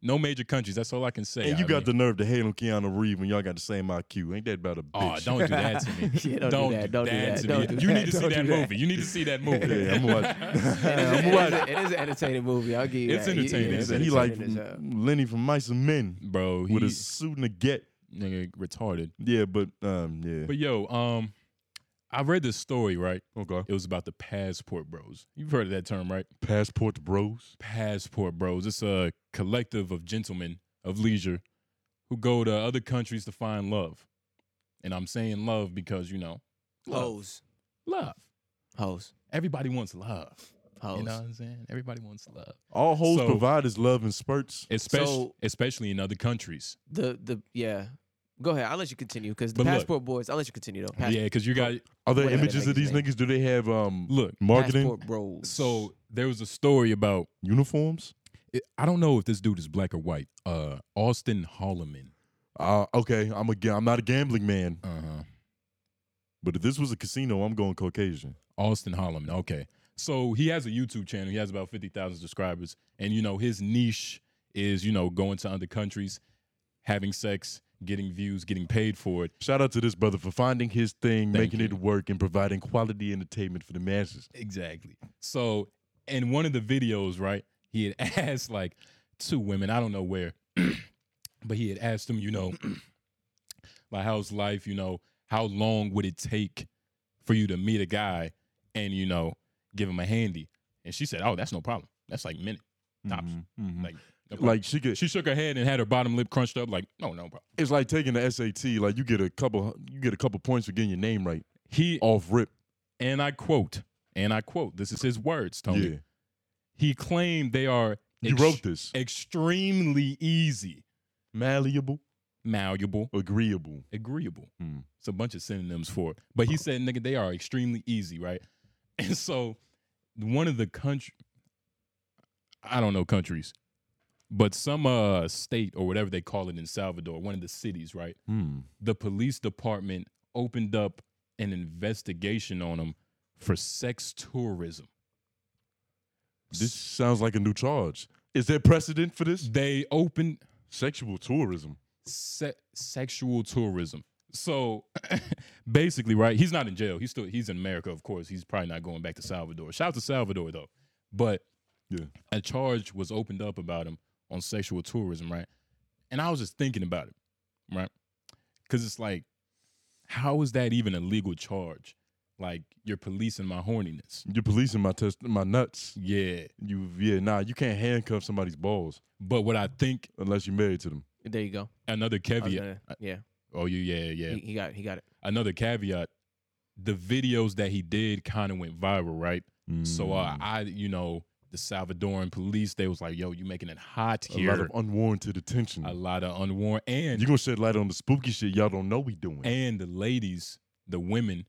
Speaker 2: no major countries. That's all I can say.
Speaker 1: And you
Speaker 2: I
Speaker 1: got
Speaker 2: mean,
Speaker 1: the nerve to hate on Keanu Reeves when y'all got the same IQ. Ain't that about a
Speaker 2: Oh,
Speaker 1: bitch?
Speaker 2: don't do that to me.
Speaker 3: Yeah, don't do that, don't do that,
Speaker 2: to
Speaker 3: don't
Speaker 2: me.
Speaker 3: do
Speaker 2: you
Speaker 3: that,
Speaker 2: need to see
Speaker 3: don't
Speaker 2: that
Speaker 3: do that.
Speaker 2: movie. You need to see that movie.
Speaker 1: Yeah, I'm watching.
Speaker 3: It is,
Speaker 1: I'm
Speaker 3: it is
Speaker 1: watching.
Speaker 3: a- it is an entertaining movie. I'll give you
Speaker 2: It's
Speaker 3: that. Yeah, yeah,
Speaker 2: entertaining.
Speaker 3: it's
Speaker 1: So he like
Speaker 3: entertaining as hell.
Speaker 1: Lenny from Mice and Men
Speaker 2: Bro,
Speaker 1: with a
Speaker 2: he's
Speaker 1: suit and a get.
Speaker 2: nigga retarded.
Speaker 1: Yeah, but um, yeah.
Speaker 2: But yo, um, I read this story, right?
Speaker 1: okay.
Speaker 2: It was about the passport bros. You've heard of that term, right?
Speaker 1: Passport Bros.
Speaker 2: Passport bros. It's a collective of gentlemen of leisure who go to other countries to find love. And I'm saying love because, you know, love.
Speaker 3: Hoes.
Speaker 2: Love.
Speaker 3: Hoes.
Speaker 2: Everybody wants love.
Speaker 3: Hoes.
Speaker 2: You know what I'm saying? Everybody wants love.
Speaker 1: All hoes
Speaker 2: So-
Speaker 1: provide is love and spurts.
Speaker 2: Especially
Speaker 3: So-
Speaker 2: especially in other countries.
Speaker 3: The the yeah. Go ahead. I'll let you continue because the
Speaker 2: But look-
Speaker 3: passport boys. I'll let you continue though. Pass-
Speaker 2: Yeah, because you got
Speaker 1: Are there
Speaker 3: Whatever that
Speaker 1: images of these
Speaker 3: nigga's name.
Speaker 1: niggas? Do they have um
Speaker 2: look.
Speaker 1: marketing
Speaker 3: Passport bros.
Speaker 2: So there was a story about
Speaker 1: uniforms?
Speaker 2: it- I don't know if this dude is black or white. Uh, Austin Holloman.
Speaker 1: Uh, okay, I'm a ga- I'm not a gambling man,
Speaker 2: Uh huh.
Speaker 1: but if this was a casino, I'm going Caucasian.
Speaker 2: Austin Holloman. Okay. So he has a YouTube channel. He has about 50,000 subscribers. And, you know, his niche is, you know, going to other countries, having sex, getting views, getting paid for it.
Speaker 1: Shout out to this brother for finding his thing,
Speaker 2: Thank
Speaker 1: making it
Speaker 2: you.
Speaker 1: work, and providing quality entertainment for the masses.
Speaker 2: Exactly. So in one of the videos, right, he had asked like two women, I don't know where, but he had asked them, you know, like how's life, you know, how long would it take for you to meet a guy and, you know, give him a handy? And she said, Oh, that's no problem. That's like minute. Tops.
Speaker 1: Mhm, mhm.
Speaker 2: Like, no problem.
Speaker 1: Like she could,
Speaker 2: she shook her head and had her bottom lip crunched up, like, no, no problem.
Speaker 1: it's like taking the SAT. Like you get a couple, you get a couple points for getting your name right
Speaker 2: He
Speaker 1: off rip.
Speaker 2: and I quote, and I quote, this is his words, Tony.
Speaker 1: Yeah,
Speaker 2: He claimed they are
Speaker 1: you
Speaker 2: ex-
Speaker 1: wrote this.
Speaker 2: extremely easy,
Speaker 1: Malleable,
Speaker 2: malleable,
Speaker 1: agreeable.
Speaker 2: agreeable.
Speaker 1: Oh. Hmm.
Speaker 2: It's a bunch of synonyms for it. But he said, nigga, they are extremely easy, right? And so one of the country I don't know countries, but some uh state or whatever they call it in Salvador, one of the cities, right?
Speaker 1: Hmm.
Speaker 2: the police department opened up an investigation on him for sex tourism.
Speaker 1: This sounds like a new charge. Is there precedent for this?
Speaker 2: They opened
Speaker 1: Sexual tourism.
Speaker 2: se- sexual tourism. So basically, right? He's not in jail. He's still he's in America, of course. He's probably not going back to Salvador. Shout out to Salvador though. But
Speaker 1: Yeah.
Speaker 2: a charge was opened up about him on sexual tourism, right? And I was just thinking about it, right? Cause it's like, how is that even a legal charge? Like you're policing my horniness.
Speaker 1: You're policing my test, my nuts.
Speaker 2: Yeah.
Speaker 1: You, yeah, nah. You can't handcuff somebody's balls
Speaker 2: But what I think
Speaker 1: unless you're married to them.
Speaker 3: there you go.
Speaker 2: another
Speaker 3: I was
Speaker 2: caveat.
Speaker 3: gonna- yeah,
Speaker 2: Oh, you yeah yeah.
Speaker 3: He, he got he got it.
Speaker 2: Another caveat. The videos that he did kind of went viral, right?
Speaker 1: Mm.
Speaker 2: So uh, I, you know, the Salvadoran police they was like, "Yo, you making it hot
Speaker 1: a
Speaker 2: here."
Speaker 1: lot of unwarranted attention.
Speaker 2: a lot of unwarranted and
Speaker 1: you gonna shed light on the spooky shit y'all don't know we doing.
Speaker 2: and the ladies, the women,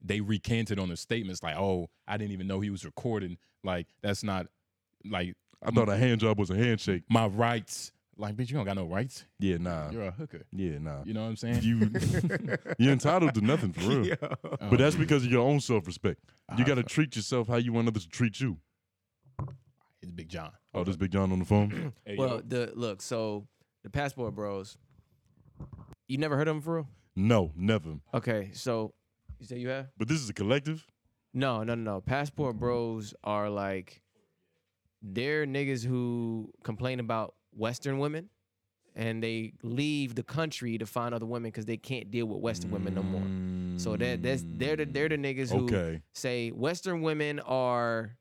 Speaker 2: they recanted on their statements like, "Oh, I didn't even know he was recording. Like that's not like
Speaker 1: I thought a hand job was a handshake.
Speaker 2: my rights. Like, bitch, you don't got no rights.
Speaker 1: Yeah, nah.
Speaker 2: You're a hooker.
Speaker 1: Yeah, nah.
Speaker 2: You know what I'm saying?
Speaker 1: You you're entitled to nothing for real.
Speaker 2: Um,
Speaker 1: But that's because of your own self respect. You
Speaker 2: Ah,
Speaker 1: gotta treat yourself how you want others to treat you.
Speaker 2: it's Big John.
Speaker 1: Oh, this Big John on the phone.
Speaker 2: Hey, yo.
Speaker 3: Well, the look. So the passport bros. You never heard of them for real?
Speaker 1: no, never.
Speaker 3: Okay, so you say you have?
Speaker 1: But this is a collective.
Speaker 3: No, no, no, no. Passport bros are like they're niggas who complain about Western women and they leave the country to find other women because they can't deal with Western women no more. So that that's they're the they're the niggas who
Speaker 1: Mm. Okay.
Speaker 3: say Western women are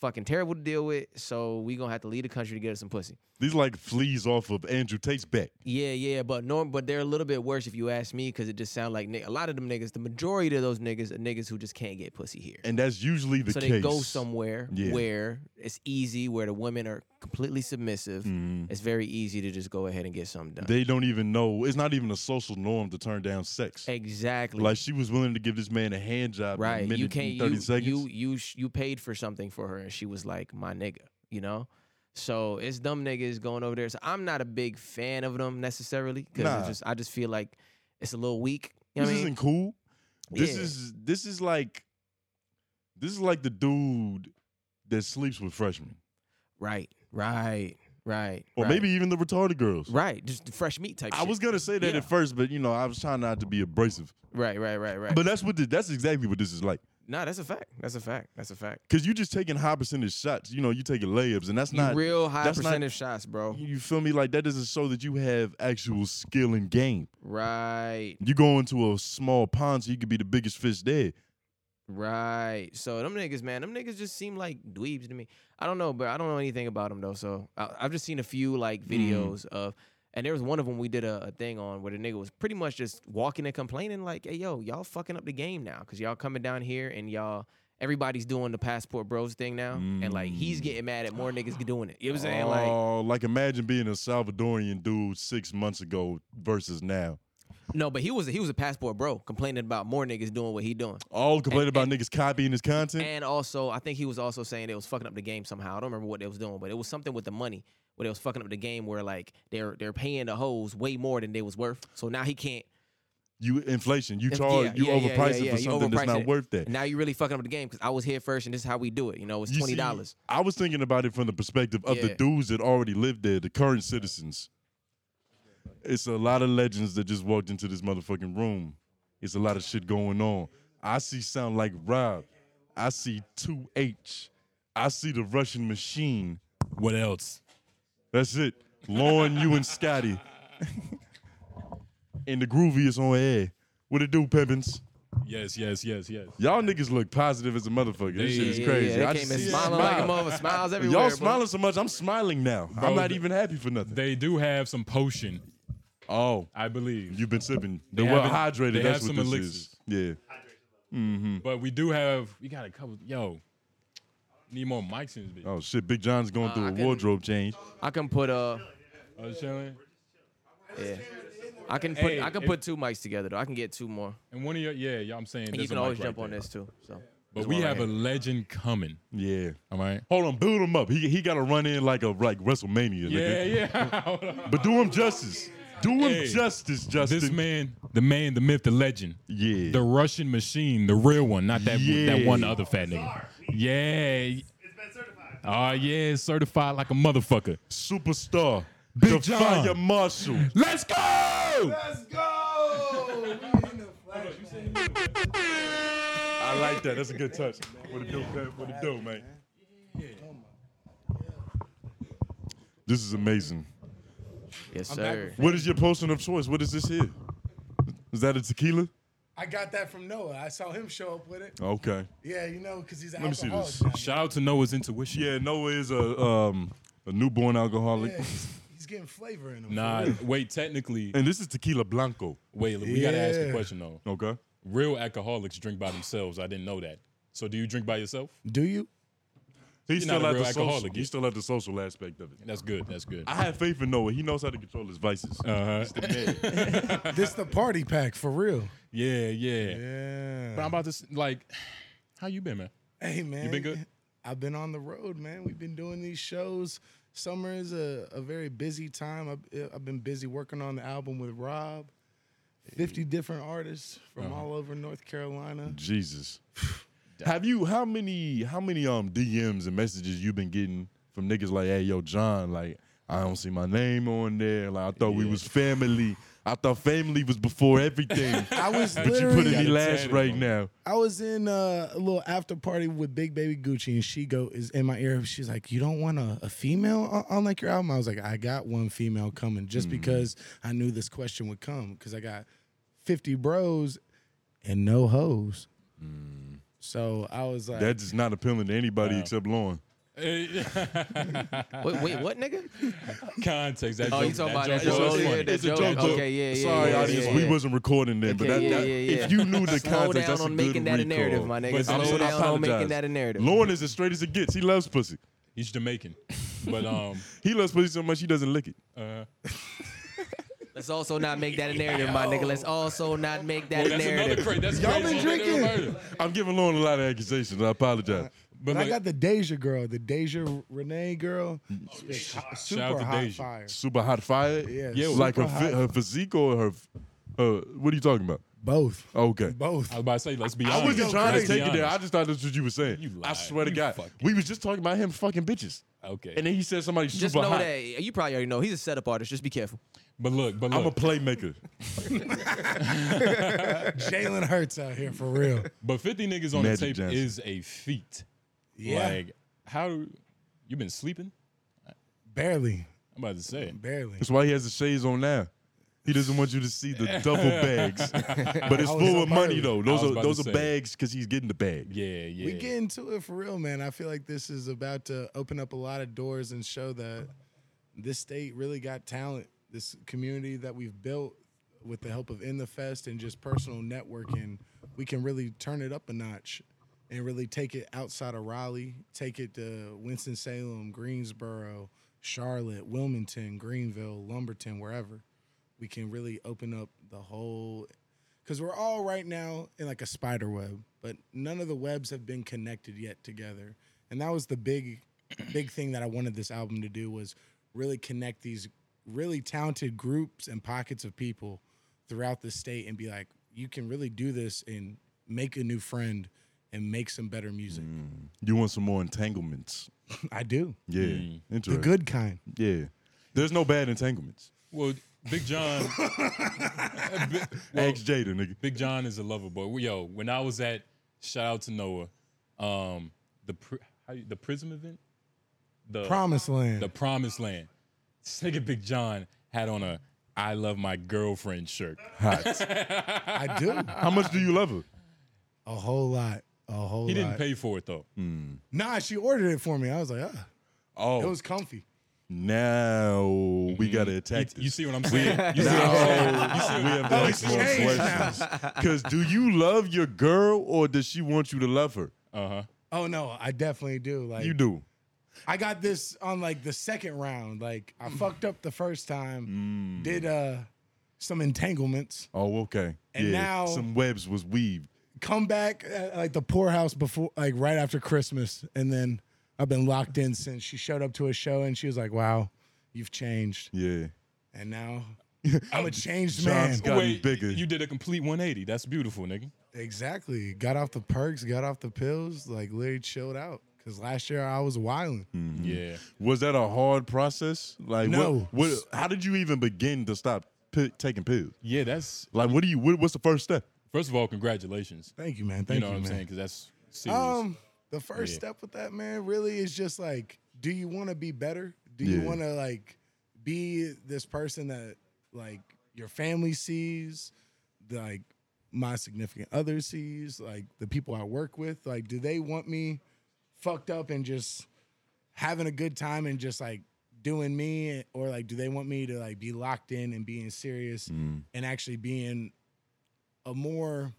Speaker 3: fucking terrible to deal with, so we gonna have to leave the country to get us some pussy.
Speaker 1: These like fleas off of Andrew Tate's back.
Speaker 3: Yeah, yeah, but norm, but they're a little bit worse if you ask me, because it just sound like ni- a lot of them niggas. The majority of those niggas are niggas who just can't get pussy here.
Speaker 1: And that's usually the
Speaker 3: so
Speaker 1: case.
Speaker 3: they go somewhere
Speaker 1: Yeah.
Speaker 3: where it's easy, where the women are completely submissive.
Speaker 1: Mhm.
Speaker 3: It's very easy to just go ahead and get something done.
Speaker 1: They don't even know. It's not even a social norm to turn down sex.
Speaker 3: exactly.
Speaker 1: Like she was willing to give this man a hand job
Speaker 3: right.
Speaker 1: in a minute
Speaker 3: You can't.
Speaker 1: and 30
Speaker 3: You
Speaker 1: seconds.
Speaker 3: you you sh- you paid for something for her, and she was like, "My nigga," you know. So it's dumb niggas going over there. So I'm not a big fan of them necessarily because
Speaker 1: Nah.
Speaker 3: just I just feel like it's a little weak. You know
Speaker 1: this
Speaker 3: what I mean?
Speaker 1: isn't cool. This
Speaker 3: Yeah.
Speaker 1: is this is like this is like the dude that sleeps with freshmen.
Speaker 3: Right, right, right.
Speaker 1: Or
Speaker 3: right.
Speaker 1: maybe even the retarded girls.
Speaker 3: right, just the fresh meat type.
Speaker 1: I
Speaker 3: shit.
Speaker 1: was gonna say that
Speaker 3: Yeah.
Speaker 1: at first, but you know, I was trying not to be abrasive.
Speaker 3: right, right, right, right.
Speaker 1: But that's what the, that's exactly what this is like.
Speaker 3: nah, that's a fact. That's a fact. That's a fact.
Speaker 1: Cause you just taking high percentage shots. You know, you taking layups, and that's
Speaker 3: You
Speaker 1: not
Speaker 3: real high
Speaker 1: that's not-
Speaker 3: percentage shots, bro.
Speaker 1: You feel me? Like that doesn't show that you have actual skill in game.
Speaker 3: Right,
Speaker 1: You go into a small pond, so you could be the biggest fish there.
Speaker 3: right. So them niggas, man, them niggas just seem like dweebs to me. I don't know, but I don't know anything about them though. So I, I've just seen a few
Speaker 1: Mm.
Speaker 3: like videos of, and there was one of them we did a, a thing on where the nigga was pretty much just walking and complaining like, "Hey, yo, y'all fucking up the game now, cause y'all coming down here and y'all." Everybody's doing the passport bros thing now, and like he's
Speaker 1: Mm.
Speaker 3: getting mad at more niggas doing it. You know what I'm saying? Like,
Speaker 1: Oh, like imagine being a Salvadorian dude six months ago versus now.
Speaker 3: No, but he was he was a passport bro complaining about more niggas doing what he doing.
Speaker 1: All complaining
Speaker 3: And-
Speaker 1: about niggas copying his content.
Speaker 3: And also, I think he was also saying they was fucking up the game somehow. I don't remember what they was doing, but it was something with the money where they was fucking up the game where like they're they're paying the hoes way more than they was worth. So now he can't.
Speaker 1: you inflation. You
Speaker 3: Yeah,
Speaker 1: charge. you
Speaker 3: yeah, yeah,
Speaker 1: overprice
Speaker 3: yeah,
Speaker 1: it
Speaker 3: yeah,
Speaker 1: for
Speaker 3: you
Speaker 1: something that's
Speaker 3: overprice
Speaker 1: not
Speaker 3: it.
Speaker 1: worth that.
Speaker 3: Now you really fucking up the game because I was here first and this is how we do it. You know, it's
Speaker 1: You
Speaker 3: twenty
Speaker 1: see,
Speaker 3: dollars.
Speaker 1: I was thinking about it from the perspective of the
Speaker 3: Yeah.
Speaker 1: dudes that already lived there, the current citizens. It's a lot of legends that just walked into this motherfucking room. It's a lot of shit going on. I see sound like Rob. I see 2H. I see the Russian machine.
Speaker 2: What else?
Speaker 1: That's it. Lauren, you and Scotty. and the grooviest on air. What it do, Pippins?
Speaker 2: Yes, yes, yes, yes.
Speaker 1: Y'all niggas look positive as a motherfucker. This
Speaker 2: Yeah,
Speaker 1: shit is
Speaker 2: yeah,
Speaker 1: crazy.
Speaker 3: They
Speaker 1: I
Speaker 3: came
Speaker 1: just
Speaker 3: in
Speaker 1: see you
Speaker 3: smiling
Speaker 1: smile.
Speaker 3: like a mother, smiles everywhere.
Speaker 1: Y'all
Speaker 3: bro.
Speaker 1: smiling so much, I'm smiling now. I'm not
Speaker 2: the-
Speaker 1: even happy for nothing.
Speaker 2: They do have some potion,
Speaker 1: oh,
Speaker 2: I believe.
Speaker 1: you've been sipping. They
Speaker 2: They
Speaker 1: well
Speaker 2: have an-
Speaker 1: hydrated.
Speaker 2: they
Speaker 1: That's what
Speaker 2: have some
Speaker 1: this
Speaker 2: elixirs.
Speaker 1: is. Yeah.
Speaker 2: But we do have, we got a couple, yo, need more mics in this bitch.
Speaker 1: Oh shit, Big John's going through
Speaker 3: I
Speaker 1: a
Speaker 3: couldn't-
Speaker 1: wardrobe change.
Speaker 3: I can put uh,
Speaker 2: Oh. Uh, chilling.
Speaker 3: yeah. I can put
Speaker 2: Hey,
Speaker 3: I can
Speaker 2: if-
Speaker 3: put two mics together though. I can get two more.
Speaker 2: And one of your, yeah, yeah, I'm saying.
Speaker 3: And you
Speaker 2: there's
Speaker 3: can
Speaker 2: a mic
Speaker 3: always
Speaker 2: right
Speaker 3: jump on
Speaker 2: there.
Speaker 3: this too. So
Speaker 2: But we have a
Speaker 3: a
Speaker 2: legend coming,
Speaker 1: Yeah.
Speaker 2: all right?
Speaker 1: Hold on, build him up. He he got to run in like a like WrestleMania.
Speaker 2: Yeah,
Speaker 1: Nigga.
Speaker 2: yeah. Hold on.
Speaker 1: But do him justice. Do him
Speaker 2: Hey,
Speaker 1: justice, Justin.
Speaker 2: This man, the man, the myth, the legend.
Speaker 1: yeah.
Speaker 2: The Russian machine, the real one, not that that
Speaker 1: Yeah.
Speaker 2: one other fat nigga. Yeah.
Speaker 4: It's been certified.
Speaker 2: Oh yeah, certified like a motherfucker.
Speaker 1: Superstar.
Speaker 2: Big
Speaker 1: the
Speaker 2: John.
Speaker 1: fire marshal.
Speaker 2: Let's go!
Speaker 5: Let's go! We in the flashback.
Speaker 1: I like that. That's a good touch. What it do, Pep? What it do, man? This is amazing.
Speaker 3: yes
Speaker 5: back
Speaker 3: sir.
Speaker 1: What is your potion of choice? What is this here? Is that a tequila?
Speaker 5: I got that from Noah. I saw him show up with it.
Speaker 1: Okay.
Speaker 5: Yeah, you know, because he's an
Speaker 1: Let me see
Speaker 5: alcoholic.
Speaker 1: this.
Speaker 5: now.
Speaker 2: Shout out to Noah's intuition.
Speaker 1: Yeah, Noah is a um a newborn alcoholic.
Speaker 5: Yeah, he's, he's getting flavor in him.
Speaker 2: Nah, wait, technically,
Speaker 1: And this is tequila blanco.
Speaker 2: wait, we gotta ask the
Speaker 5: Yeah.
Speaker 2: question though.
Speaker 1: Okay.
Speaker 2: Real alcoholics drink by themselves. I didn't know that. So do you drink by yourself?
Speaker 5: Do you?
Speaker 1: He's
Speaker 2: not
Speaker 1: still
Speaker 2: a
Speaker 1: at the
Speaker 2: real
Speaker 1: social.
Speaker 2: alcoholic yet.
Speaker 1: He's still at the social aspect of it.
Speaker 2: That's good. That's good.
Speaker 1: I have faith in Noah. He knows how to control his vices.
Speaker 2: Uh-huh.
Speaker 5: This the party pack for real.
Speaker 2: Yeah, yeah,
Speaker 5: Yeah.
Speaker 2: But I'm about to s- like, how you been, man?
Speaker 5: Hey man,
Speaker 2: been good?
Speaker 5: I've been on the road, man. We've been doing these shows. Summer is a, a very busy time. I've, I've been busy working on the album with Rob. Fifty different artists from
Speaker 1: Uh-huh.
Speaker 5: all over North Carolina.
Speaker 1: Jesus. Have you how many how many um DMs and messages you been getting from niggas like, hey yo, John, like I don't see my name on there. Like I thought we was family. I thought family was before everything.
Speaker 5: I was
Speaker 1: but you put
Speaker 5: literally,
Speaker 1: in the
Speaker 2: Gotta
Speaker 1: last
Speaker 2: tell you,
Speaker 1: right
Speaker 2: bro.
Speaker 1: now.
Speaker 5: I was in uh, a little after party with Big Baby Gucci, and she go is in my ear. She's like, "You don't want a, a female on, on like your album?" I was like, "I got one female coming," just
Speaker 2: Mm.
Speaker 5: because I knew this question would come because I got fifty bros and no hoes.
Speaker 2: Mm.
Speaker 5: So I was like,
Speaker 1: That is not appealing to anybody except Lauren.
Speaker 2: Hey,
Speaker 3: Wait, wait, what nigga?
Speaker 2: Context. That
Speaker 3: Oh, you
Speaker 2: joke-
Speaker 3: talking about
Speaker 2: that
Speaker 3: that
Speaker 2: joke
Speaker 1: joke
Speaker 2: was
Speaker 1: earlier?
Speaker 2: funny.
Speaker 1: That
Speaker 3: It's a
Speaker 1: joke.
Speaker 3: Okay, yeah, yeah.
Speaker 1: Sorry,
Speaker 3: yeah, yeah,
Speaker 1: audience,
Speaker 3: yeah,
Speaker 1: we
Speaker 3: yeah.
Speaker 1: wasn't recording there, but
Speaker 3: Okay,
Speaker 1: that,
Speaker 3: yeah,
Speaker 1: that-
Speaker 3: yeah, yeah.
Speaker 1: if you knew the
Speaker 3: Slow
Speaker 1: context,
Speaker 3: down
Speaker 1: that's a
Speaker 3: on
Speaker 1: good
Speaker 3: making that a
Speaker 1: recall.
Speaker 3: narrative, my nigga.
Speaker 2: But
Speaker 3: Slow
Speaker 2: I
Speaker 3: down on making
Speaker 1: apologize.
Speaker 3: that a narrative.
Speaker 1: Lauren is as straight as it gets. He loves pussy.
Speaker 2: He's Jamaican, but um,
Speaker 1: He loves pussy so much he doesn't lick it.
Speaker 2: uh,
Speaker 3: Let's also not make that a narrative, my nigga. Let's also not make that
Speaker 2: that's
Speaker 3: a
Speaker 2: another
Speaker 3: narrative.
Speaker 2: crazy. That's
Speaker 5: Y'all
Speaker 2: crazy.
Speaker 5: been drinking.
Speaker 2: Murder.
Speaker 1: I'm giving Lauren a lot of accusations. I apologize.
Speaker 2: But
Speaker 5: And
Speaker 2: look,
Speaker 5: I got the Deja girl, the Deja Renee girl, She's hot-
Speaker 2: Mm.
Speaker 5: super
Speaker 2: Shout out to
Speaker 5: hot
Speaker 2: Deja.
Speaker 5: fire.
Speaker 1: Super hot fire.
Speaker 5: Yeah,
Speaker 1: yeah.
Speaker 5: super
Speaker 1: Like her, fi-
Speaker 5: hot.
Speaker 1: her physique or her, uh, what are you talking about?
Speaker 5: Both,
Speaker 1: Okay.
Speaker 5: both.
Speaker 2: I was about to say, let's be honest.
Speaker 1: I wasn't trying
Speaker 2: Let's
Speaker 1: to
Speaker 2: be
Speaker 1: take it there. I
Speaker 2: honest.
Speaker 1: just thought that's what you were saying.
Speaker 2: You
Speaker 1: I
Speaker 2: lied.
Speaker 1: swear to
Speaker 2: You
Speaker 1: God,
Speaker 2: fucking-
Speaker 1: we was just talking about him fucking bitches,
Speaker 2: okay.
Speaker 1: and then he said somebody super
Speaker 3: Just know
Speaker 1: hot.
Speaker 3: that you probably already know he's a setup artist. Just be careful.
Speaker 2: but look, but
Speaker 1: I'm a
Speaker 2: look.
Speaker 1: playmaker.
Speaker 5: Jalen Hurts out here for real.
Speaker 2: but 50 niggas on the
Speaker 1: Magic
Speaker 2: tape
Speaker 1: Johnson.
Speaker 2: is a feat.
Speaker 5: Yeah,
Speaker 2: Like, how you been sleeping?
Speaker 5: barely,
Speaker 2: I'm about to say.
Speaker 5: barely.
Speaker 1: That's why he has the shades on now. He doesn't want you to see the double bags, but it's
Speaker 5: I was
Speaker 1: full
Speaker 5: up
Speaker 1: of money
Speaker 5: early.
Speaker 1: though.
Speaker 2: I was
Speaker 1: Those are
Speaker 2: about
Speaker 1: those
Speaker 2: to
Speaker 1: are
Speaker 2: say.
Speaker 1: bags because he's getting the bag.
Speaker 2: Yeah, yeah.
Speaker 5: We get into it for real, man. I feel like this is about to open up a lot of doors and show that this state really got talent. This community that we've built with the help of In the Fest and just personal networking, we can really turn it up a notch and really take it outside of Raleigh, take it to Winston Salem, Greensboro, Charlotte, Wilmington, Greenville, Lumberton, wherever. we can really open up the whole because we're all right now in like a spider web, but none of the webs have been connected yet together. And that was the big, big thing that I wanted this album to do was really connect these really talented groups and pockets of people throughout the state and be like, you can really do this and make a new friend and make some better music.
Speaker 1: You want some more entanglements?
Speaker 5: I do
Speaker 1: Yeah,
Speaker 2: Mm.
Speaker 5: the
Speaker 1: interesting.
Speaker 5: good kind.
Speaker 1: Yeah, there's no bad entanglements.
Speaker 2: Well, Big John. Bi- well,
Speaker 1: Ask Jada, nigga.
Speaker 2: Big John is a lover boy. Well, Yo, when I was at shout out to Noah, um, the pr- how you, the Prism event, the
Speaker 5: Promised land.
Speaker 2: the Promised Land. This nigga Big John had on a I love my girlfriend shirt.
Speaker 5: I do
Speaker 1: How much do you love her?
Speaker 5: a whole lot. A whole
Speaker 2: He
Speaker 5: lot.
Speaker 2: didn't pay for it though.
Speaker 5: Nah, she ordered it for me. I was like, ah,
Speaker 1: Oh,
Speaker 5: it was comfy.
Speaker 1: now we gotta
Speaker 2: You,
Speaker 1: attack this.
Speaker 2: Mm-hmm. you see what I'm saying? You see what I'm saying?
Speaker 1: Oh, we have to
Speaker 5: Oh,
Speaker 1: ask
Speaker 5: it's
Speaker 1: more
Speaker 5: changed now.
Speaker 1: questions. Because do you love your girl or does she want you to love her?
Speaker 2: Uh huh.
Speaker 5: Oh no, I definitely do. Like
Speaker 1: You do.
Speaker 5: I got this on like the second round. Like
Speaker 2: Mm.
Speaker 5: I fucked up the first time, did uh some entanglements,
Speaker 1: Oh, okay.
Speaker 5: And
Speaker 1: yeah,
Speaker 5: now-
Speaker 1: some webs was weaved.
Speaker 5: come back at, like the poorhouse before, like right after Christmas, and then I've been locked in since. She showed up to a show and she was like, "Wow, you've changed,"
Speaker 1: Yeah.
Speaker 5: and now I'm a changed man.
Speaker 1: John's Gotten bigger.
Speaker 2: You did a complete 180. That's beautiful, nigga.
Speaker 5: Exactly. Got off the perks, got off the pills, like literally chilled out. Cause last year I was wilding.
Speaker 2: Mm. Yeah.
Speaker 1: Was that a hard process? Like,
Speaker 5: No.
Speaker 1: what, what, how did you even begin to stop pi taking pills?
Speaker 2: Yeah, that's
Speaker 1: Like, what do you? What, what's the first step?
Speaker 2: first of all, congratulations.
Speaker 5: Thank you, man.
Speaker 2: you
Speaker 5: Thank
Speaker 2: know
Speaker 5: you,
Speaker 2: what I'm
Speaker 5: man.
Speaker 2: saying? Because that's serious.
Speaker 5: Um, the first
Speaker 2: Yeah.
Speaker 5: step with that man really is just like, do you want to be better? Do you
Speaker 1: Yeah.
Speaker 5: want to like be this person that like your family sees, like my significant other sees, like the people I work with? Like, do they want me fucked up and just having a good time and just like doing me, or like do they want me to like be locked in and being serious
Speaker 1: Mm.
Speaker 2: Mm.
Speaker 5: and actually being a more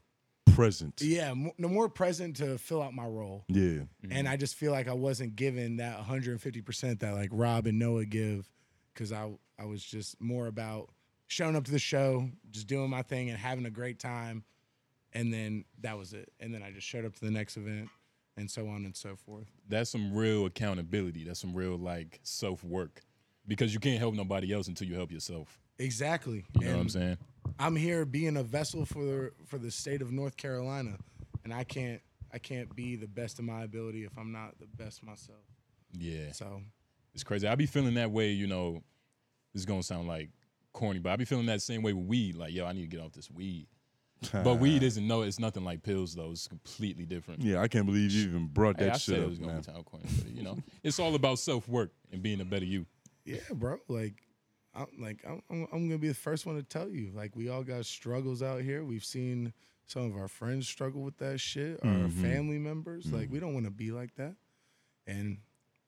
Speaker 1: Present.
Speaker 5: yeah, mo- no more present to fill out my role.
Speaker 1: Yeah.
Speaker 5: And
Speaker 2: Mm.
Speaker 5: I just feel like I wasn't given that 150% that like Rob and Noah give cuz I I was just more about showing up to the show, just doing my thing and having a great time. And then that was it. And then I just showed up to the next event and so on and so forth.
Speaker 2: that's some real accountability. That's some real like self work, because you can't help nobody else until you help yourself.
Speaker 5: Exactly.
Speaker 2: You know what I'm saying?
Speaker 5: I'm here being a vessel for the, for the state of North Carolina and I can't I can't be the best of my ability if I'm not the best myself.
Speaker 2: Yeah,
Speaker 5: So
Speaker 2: it's crazy. I be feeling that way. You know, this is gonna sound like corny, but I be feeling that same way with weed. Like, yo, I need to get off this weed. But weed isn't no. It's nothing like pills though. It's completely different.
Speaker 1: Uh-huh. Yeah, I can't believe you even brought
Speaker 2: Hey,
Speaker 1: that
Speaker 2: I
Speaker 1: shit
Speaker 2: said it
Speaker 1: up.
Speaker 2: was gonna
Speaker 1: man.
Speaker 2: be sound corny, but you know, it's all about self work and being a better you.
Speaker 5: Yeah, bro. Like, I'm like I'm, I'm I'm gonna be the first one to tell you. Like, we all got struggles out here. We've seen some of our friends struggle with that shit. Our family members. Like, we don't want to be like that. And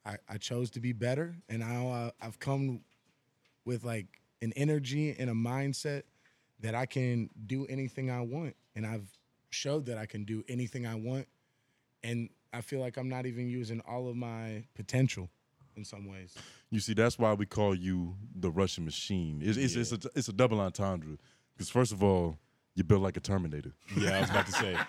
Speaker 5: I I chose to be better. And now I, I've come with like an energy and a mindset that I can do anything I want. And I've showed that I can do anything I want. And I feel like I'm not even using all of my potential in some ways.
Speaker 1: You see, that's why we call you the Russian machine. It's it's, it's a it's a double entendre. Because first of all, you're built like a Terminator.
Speaker 2: Yeah, I was about to say.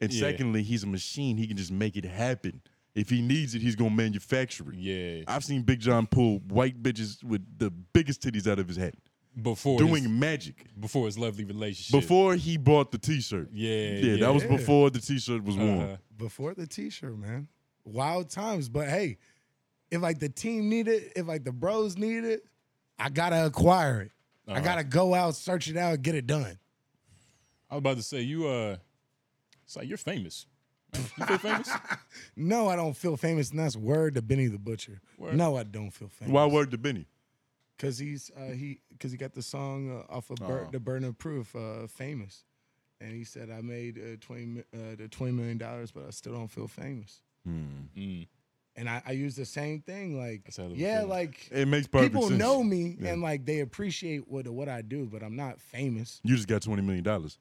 Speaker 1: And
Speaker 2: Yeah.
Speaker 1: secondly, he's a machine. He can just make it happen. If he needs it, he's gonna manufacture it.
Speaker 2: Yeah,
Speaker 1: I've seen Big John pull white bitches with the biggest titties out of his head,
Speaker 2: before
Speaker 1: doing
Speaker 2: his,
Speaker 1: magic.
Speaker 2: before his lovely relationship.
Speaker 1: Before he bought the T-shirt.
Speaker 2: Yeah,
Speaker 1: yeah,
Speaker 2: yeah.
Speaker 1: that was
Speaker 5: Yeah.
Speaker 1: before the T-shirt was worn.
Speaker 2: Uh-huh.
Speaker 5: before the t-shirt, man. Wild times, but hey, if like the team need it, if like the bros need it, I gotta acquire it. I
Speaker 2: Uh-huh.
Speaker 5: gotta go out, search it out, get it done.
Speaker 2: I was about to say you uh it's like you're famous. You feel famous?
Speaker 5: No, I don't feel famous, and that's word to Benny the Butcher.
Speaker 2: Word.
Speaker 5: No, I don't feel famous.
Speaker 1: Why word to Benny?
Speaker 5: Cause he's uh, he cause he got the song uh, off of Bur-
Speaker 2: Uh-huh.
Speaker 1: Oh.
Speaker 5: the Burden of Proof, uh, famous, and he said I made uh, twenty mi- uh, the twenty million dollars, but I still don't feel famous.
Speaker 2: Mm.
Speaker 5: And I, I use the same thing, like
Speaker 2: That's a hell of a
Speaker 5: yeah,
Speaker 2: feeling.
Speaker 5: like
Speaker 1: It makes perfect
Speaker 5: people
Speaker 1: sense.
Speaker 5: know me
Speaker 1: Yeah.
Speaker 5: and like they appreciate what what I do, but I'm not famous.
Speaker 1: You just got twenty million dollars.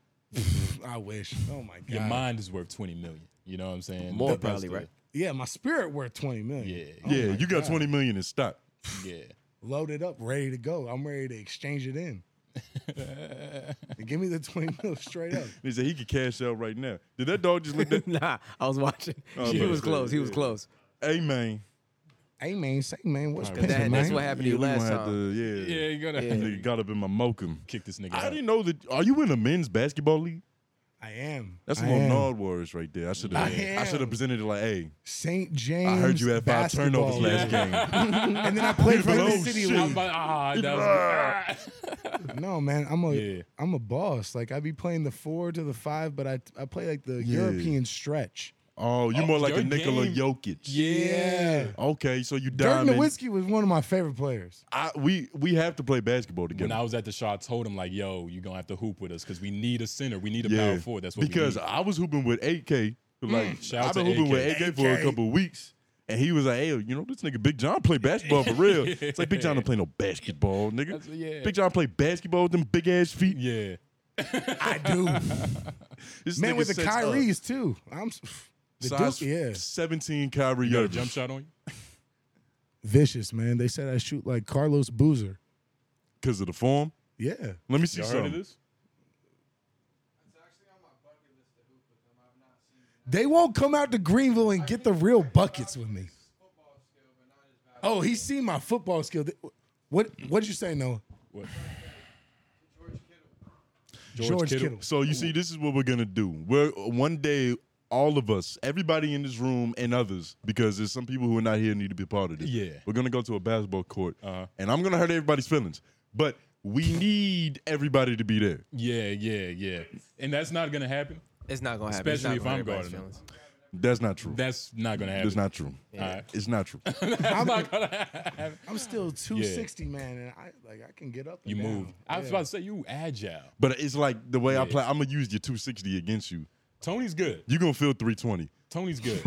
Speaker 5: I wish. Oh my god.
Speaker 2: Your mind is worth 20 million. You know what I'm saying?
Speaker 3: More
Speaker 2: That's
Speaker 3: probably,
Speaker 2: the-
Speaker 3: right?
Speaker 5: Yeah, my spirit worth 20 million.
Speaker 2: Yeah.
Speaker 5: Oh
Speaker 1: yeah,
Speaker 5: my
Speaker 1: you got
Speaker 5: God.
Speaker 1: twenty million in stock.
Speaker 2: Yeah.
Speaker 5: loaded up, ready to go. I'm ready to exchange it in. Give me the 20 mil straight up.
Speaker 1: He said he could cash out right now. Did that dog just look that?
Speaker 3: nah, I was watching.
Speaker 1: Oh,
Speaker 3: he
Speaker 1: but-
Speaker 3: was close. He was
Speaker 1: yeah.
Speaker 3: close.
Speaker 1: hey man,
Speaker 5: Hey, man, say, man, what's
Speaker 1: Alright,
Speaker 5: right,
Speaker 3: That, that's
Speaker 5: man?
Speaker 3: what happened to you
Speaker 1: we
Speaker 3: last
Speaker 1: gonna have
Speaker 3: time.
Speaker 1: to- yeah,
Speaker 2: yeah, you gotta
Speaker 3: Yeah.
Speaker 1: Nigga got up in my mokum.
Speaker 2: kick this nigga
Speaker 1: I
Speaker 2: out.
Speaker 1: didn't know that. Are you in a men's basketball league?
Speaker 5: I am.
Speaker 1: That's
Speaker 5: I
Speaker 1: some little
Speaker 5: am.
Speaker 1: nod words right there. I should have.
Speaker 5: I
Speaker 1: I should
Speaker 5: am.
Speaker 1: have presented it like, hey,
Speaker 5: St. James.
Speaker 1: I heard you had five
Speaker 5: basketball
Speaker 1: turnovers last game.
Speaker 5: league. and then I played for the
Speaker 1: Oh,
Speaker 5: city.
Speaker 1: shit.
Speaker 5: league.
Speaker 2: I'm about- ah, that was
Speaker 5: No, man, I'm a
Speaker 2: Yeah.
Speaker 5: am a boss. Like I be playing the four to the five, but I I play like the
Speaker 1: Yeah.
Speaker 5: European stretch.
Speaker 1: Oh, you
Speaker 2: Oh,
Speaker 1: more like a
Speaker 2: your
Speaker 1: Nikola
Speaker 2: game-
Speaker 1: Jokic.
Speaker 2: yeah.
Speaker 1: Okay, so you
Speaker 5: Dirk
Speaker 1: diamond.
Speaker 5: Nowitzki was one of my favorite players.
Speaker 1: I, we we have to play basketball
Speaker 2: When
Speaker 1: together.
Speaker 2: I was at the show, I told him like, "Yo, you gonna have to hoop with us because we need a center. We need a
Speaker 1: yeah,
Speaker 2: power forward. That's what
Speaker 1: because
Speaker 2: we
Speaker 1: I was hooping with AK.
Speaker 5: Mm.
Speaker 1: Like
Speaker 2: Shout
Speaker 1: I've
Speaker 2: out
Speaker 1: been
Speaker 2: to
Speaker 1: hooping with
Speaker 2: AK.
Speaker 1: AK for a
Speaker 5: AK.
Speaker 1: couple weeks, and he was like, "Hey, you know this nigga Big John play basketball for real." It's like Big John don't play no basketball, nigga.
Speaker 2: That's- yeah.
Speaker 1: Big John play basketball with them big ass feet.
Speaker 2: need. yeah,
Speaker 5: I do.
Speaker 1: This
Speaker 5: man,
Speaker 1: nigga
Speaker 5: with the
Speaker 1: sets up
Speaker 5: Kyrie's too. I'm s- the
Speaker 1: size
Speaker 5: Duke, yeah,
Speaker 1: 17 Kyrie
Speaker 2: you got a
Speaker 1: Irving.
Speaker 2: jump shot on you.
Speaker 5: vicious man. They said I shoot like Carlos Boozer.
Speaker 1: because of the form.
Speaker 5: Yeah,
Speaker 1: Let me see
Speaker 2: Y'all heard
Speaker 1: something.
Speaker 2: of this?
Speaker 5: they won't come out to Greenville and get the real buckets with me. Oh, he's seen my football skill. Th- What what did you say, Noah?
Speaker 2: What?
Speaker 5: George Kittle.
Speaker 1: So you see, this is what we're gonna do. We're one day, all of us, everybody in this room and others, because there's some people who are not here need to be a part of this.
Speaker 2: Yeah.
Speaker 1: We're gonna go to a basketball court,
Speaker 2: Uh-huh.
Speaker 1: and I'm gonna hurt everybody's feelings. But we need everybody to be there.
Speaker 2: Yeah, yeah, yeah. And that's not gonna happen.
Speaker 3: It's not gonna happen. It's
Speaker 2: Especially
Speaker 3: not
Speaker 2: if
Speaker 3: gonna
Speaker 2: I'm
Speaker 3: hurt everybody's
Speaker 2: guarding him.
Speaker 3: feelings.
Speaker 1: That's not true.
Speaker 2: That's not gonna happen.
Speaker 1: That's not true.
Speaker 2: Yeah.
Speaker 1: It's not true.
Speaker 5: I'm,
Speaker 2: happen.
Speaker 5: I'm still 260 man, and I like I can get up.
Speaker 2: You
Speaker 5: and down.
Speaker 2: move. I was
Speaker 5: Yeah.
Speaker 2: about to say you agile.
Speaker 1: but it's like the way I play. I'm gonna use your 260 against you.
Speaker 2: Tony's good.
Speaker 1: You're gonna feel 320.
Speaker 2: Tony's good.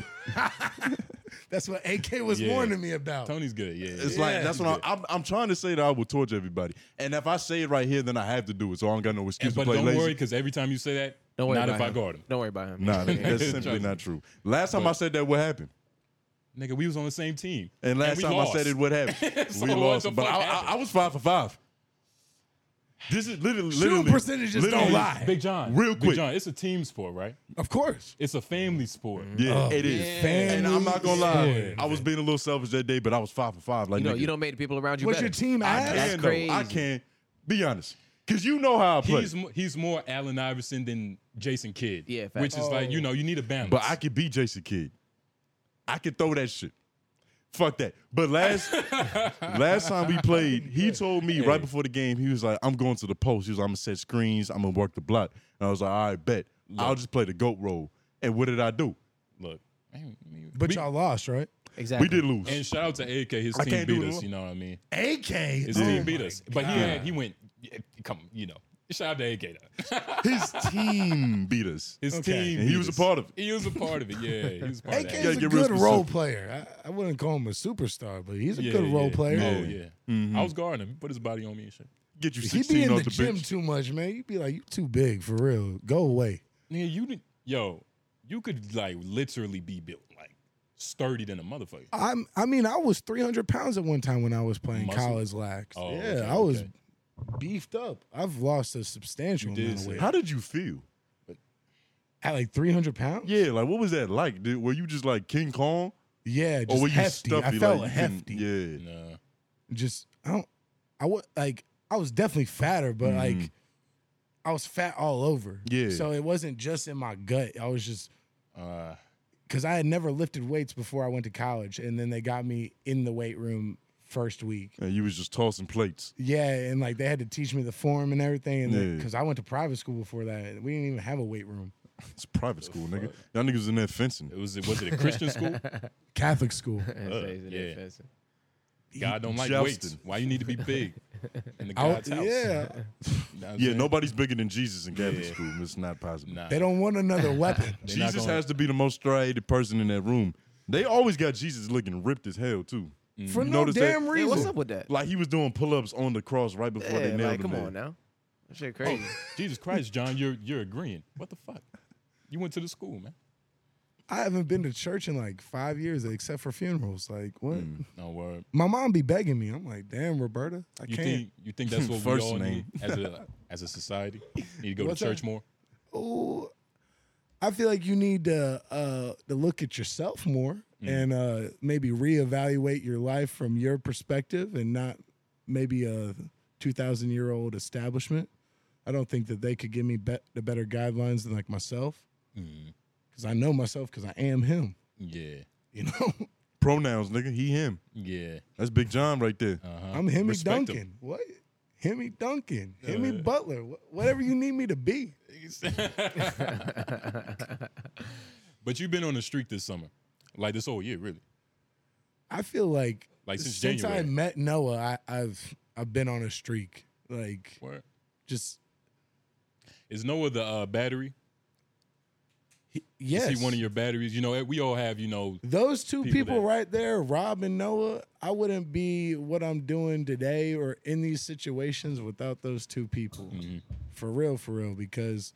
Speaker 5: That's what AK was
Speaker 2: Yeah.
Speaker 5: warning me about.
Speaker 2: Tony's good. Yeah.
Speaker 1: It's
Speaker 2: yeah.
Speaker 1: like that's what I'm, I'm. I'm trying to say that I will torture everybody, and if I say it right here, then I have to do it. So I don't got no excuse
Speaker 2: And- but
Speaker 1: to play
Speaker 2: don't
Speaker 1: lazy.
Speaker 2: worry, because every time you say that,
Speaker 3: Don't worry
Speaker 2: not
Speaker 3: about
Speaker 2: if
Speaker 3: him.
Speaker 2: I guard him.
Speaker 3: Don't worry about him.
Speaker 1: Nah, that- that's
Speaker 2: Yeah.
Speaker 1: simply not true. Last time I said that, what happened?
Speaker 2: Nigga, we was on the same team.
Speaker 1: And last
Speaker 2: we
Speaker 1: time
Speaker 2: lost.
Speaker 1: I said it, what happened?
Speaker 2: So
Speaker 1: we
Speaker 2: what
Speaker 1: lost,
Speaker 2: the
Speaker 1: but
Speaker 2: fuck
Speaker 1: I, I,
Speaker 2: happened?
Speaker 1: I was five for five. This is literally,
Speaker 5: Shooting
Speaker 1: literally
Speaker 5: percentages don't
Speaker 1: literally-
Speaker 5: lie.
Speaker 2: Big John.
Speaker 1: Real
Speaker 2: Big
Speaker 1: quick.
Speaker 2: John, it's a team sport, right?
Speaker 5: Of course.
Speaker 2: It's a family sport.
Speaker 1: Yeah,
Speaker 5: Oh,
Speaker 1: it is.
Speaker 5: family
Speaker 1: And I'm not gonna lie,
Speaker 5: sport.
Speaker 1: I was being a little selfish that day, but I was five for five. Like,
Speaker 3: You know,
Speaker 1: nigga,
Speaker 3: you don't make the people around you
Speaker 5: What's
Speaker 3: better.
Speaker 5: your team
Speaker 1: I
Speaker 5: ass?
Speaker 3: That's
Speaker 1: can though. I
Speaker 3: crazy.
Speaker 1: can. Be honest, because you know how I play,
Speaker 2: He's mo- he's more Allen Iverson than Jason Kidd.
Speaker 3: Yeah, facts.
Speaker 2: which is like you know you need a balance.
Speaker 1: Oh. but I could beat Jason Kidd. I could throw that shit. Fuck that. But last last time we played, he told me right before the game, he was like, I'm going to the post. He was like, I'm gonna set screens, I'm gonna work the block. And I was like, all right, bet. I'll just play the GOAT role. And what did I do?
Speaker 2: look. I mean,
Speaker 5: But
Speaker 2: we-
Speaker 5: y'all lost, right?
Speaker 3: Exactly.
Speaker 1: We did lose.
Speaker 2: and shout out to AK. His
Speaker 1: I
Speaker 2: team
Speaker 1: can't do
Speaker 2: beat
Speaker 1: it
Speaker 2: us.
Speaker 1: alone.
Speaker 2: You know what I mean?
Speaker 5: AK.
Speaker 2: His
Speaker 5: Oh,
Speaker 2: team beat us. But he
Speaker 5: God.
Speaker 2: had, he went. yeah, Come, you know. Shout out to AK. though.
Speaker 1: His team beat us.
Speaker 2: His
Speaker 5: Okay.
Speaker 2: team.
Speaker 1: And he
Speaker 2: beat
Speaker 1: was a
Speaker 2: us.
Speaker 1: part of it.
Speaker 2: He was a part of it. Yeah, he was a part
Speaker 5: AK
Speaker 2: of
Speaker 1: Yeah,
Speaker 5: is
Speaker 2: that.
Speaker 5: a
Speaker 1: get real
Speaker 5: good role
Speaker 1: specific.
Speaker 5: player. I, I wouldn't call him a superstar, but he's a
Speaker 2: Yeah,
Speaker 5: good role
Speaker 2: yeah.
Speaker 5: player.
Speaker 2: Oh yeah. I was guarding him. He put his body on me and shit.
Speaker 1: Get you
Speaker 5: Mm-hmm. He be
Speaker 1: 16
Speaker 5: in the,
Speaker 1: off the,
Speaker 5: gym
Speaker 1: bench.
Speaker 5: too much, man. You'd be like, you too big for real. Go away.
Speaker 2: Nigga, you did Yo, you could like literally be built like sturdy than a motherfucker.
Speaker 5: I'm. I mean, I was 300 pounds at one time when I was playing
Speaker 2: Muscle?
Speaker 5: college lax.
Speaker 2: Oh,
Speaker 5: yeah,
Speaker 2: okay,
Speaker 5: I was
Speaker 2: okay.
Speaker 5: beefed up. I've lost a substantial
Speaker 2: You did
Speaker 5: amount of
Speaker 2: say
Speaker 5: weight.
Speaker 1: How did you feel?
Speaker 5: At like 300 pounds.
Speaker 1: Yeah, like what was that like? Dude, were you just like King Kong?
Speaker 5: Yeah,
Speaker 1: Or
Speaker 5: just
Speaker 1: were you
Speaker 5: hefty.
Speaker 1: stuffy?
Speaker 5: I felt
Speaker 1: like, you couldn't-
Speaker 5: hefty.
Speaker 1: yeah.
Speaker 2: Nah.
Speaker 5: Just I don't. I would like. I was definitely fatter, but like, I was fat all over.
Speaker 1: Mm-hmm. Yeah.
Speaker 5: So it wasn't just in my gut. I was just
Speaker 2: Uh,
Speaker 5: because I had never lifted weights before I went to college, and then they got me in the weight room first week.
Speaker 1: And you was just tossing plates.
Speaker 5: Yeah, and like they had to teach me the form and everything, and
Speaker 1: Yeah.
Speaker 5: because I went to private school before that, and we didn't even have a weight room.
Speaker 1: It's private school, nigga. Y'all niggas in there fencing.
Speaker 2: it was it was it a Christian school? Uh,
Speaker 5: Catholic school.
Speaker 2: yeah.
Speaker 3: yeah.
Speaker 2: God don't like weights.
Speaker 1: Justin.
Speaker 2: Why you need to be big in the
Speaker 5: I w-
Speaker 2: God's house?
Speaker 5: yeah,
Speaker 2: You know what I'm
Speaker 1: Yeah,
Speaker 2: saying?
Speaker 1: nobody's bigger than Jesus in Catholic
Speaker 2: Yeah.
Speaker 1: school. It's not possible.
Speaker 2: Nah.
Speaker 5: they don't want another weapon.
Speaker 2: They're not
Speaker 1: Jesus
Speaker 2: gonna-
Speaker 1: has to be the most striated person in that room. They always got Jesus looking ripped as hell too.
Speaker 5: For
Speaker 1: You
Speaker 5: no
Speaker 1: notice that?
Speaker 5: damn
Speaker 3: Hey,
Speaker 5: reason.
Speaker 3: what's up with that?
Speaker 1: Like he was doing pull-ups on the cross right before they
Speaker 3: Yeah,
Speaker 1: nailed
Speaker 3: like,
Speaker 1: him.
Speaker 3: come
Speaker 1: there.
Speaker 3: on now. That shit crazy.
Speaker 2: Oh. Jesus Christ, John, you're you're agreeing. What the fuck? You went to the school, man.
Speaker 5: I haven't been to church in like five years, except for funerals. Like what?
Speaker 1: Mm.
Speaker 2: No word.
Speaker 5: My mom be begging me. I'm like, damn, Roberta, I
Speaker 2: You
Speaker 5: can't.
Speaker 2: think you think that's what we
Speaker 1: First
Speaker 2: all
Speaker 1: name.
Speaker 2: need as a as a society? Need to go
Speaker 5: What's
Speaker 2: to church
Speaker 5: that?
Speaker 2: more.
Speaker 5: oh, I feel like you need to uh, to look at yourself more
Speaker 2: Mm.
Speaker 5: and uh, maybe reevaluate your life from your perspective and not maybe a two thousand year old establishment. I don't think that they could give me bet the better guidelines than like myself
Speaker 2: Mm,
Speaker 5: because I know myself because I am him.
Speaker 2: yeah,
Speaker 5: You know,
Speaker 2: Uh,
Speaker 1: Pronouns, nigga. He, him.
Speaker 2: yeah.
Speaker 1: That's Big John right there.
Speaker 2: Uh-huh.
Speaker 5: I'm Hemi
Speaker 2: Respect 'em.
Speaker 5: Duncan. What? Hemi Duncan, Hemi
Speaker 2: Uh.
Speaker 5: Butler, wh- whatever you need me to be.
Speaker 2: but you've been on the streak this summer, like this whole year, really.
Speaker 5: I feel like
Speaker 2: Like since
Speaker 5: I
Speaker 2: January.
Speaker 5: met Noah, I, I've I've been on a streak. Like
Speaker 2: Word.
Speaker 5: just
Speaker 2: Is Noah the uh, battery?
Speaker 5: yes,
Speaker 2: Is he one of your batteries? You know, eh, we all have. You know,
Speaker 5: those two
Speaker 2: people
Speaker 5: people,
Speaker 2: that-
Speaker 5: right there, Rob and Noah. I wouldn't be what I'm doing today or in these situations without those two people.
Speaker 2: Mhm.
Speaker 5: For real, for real, because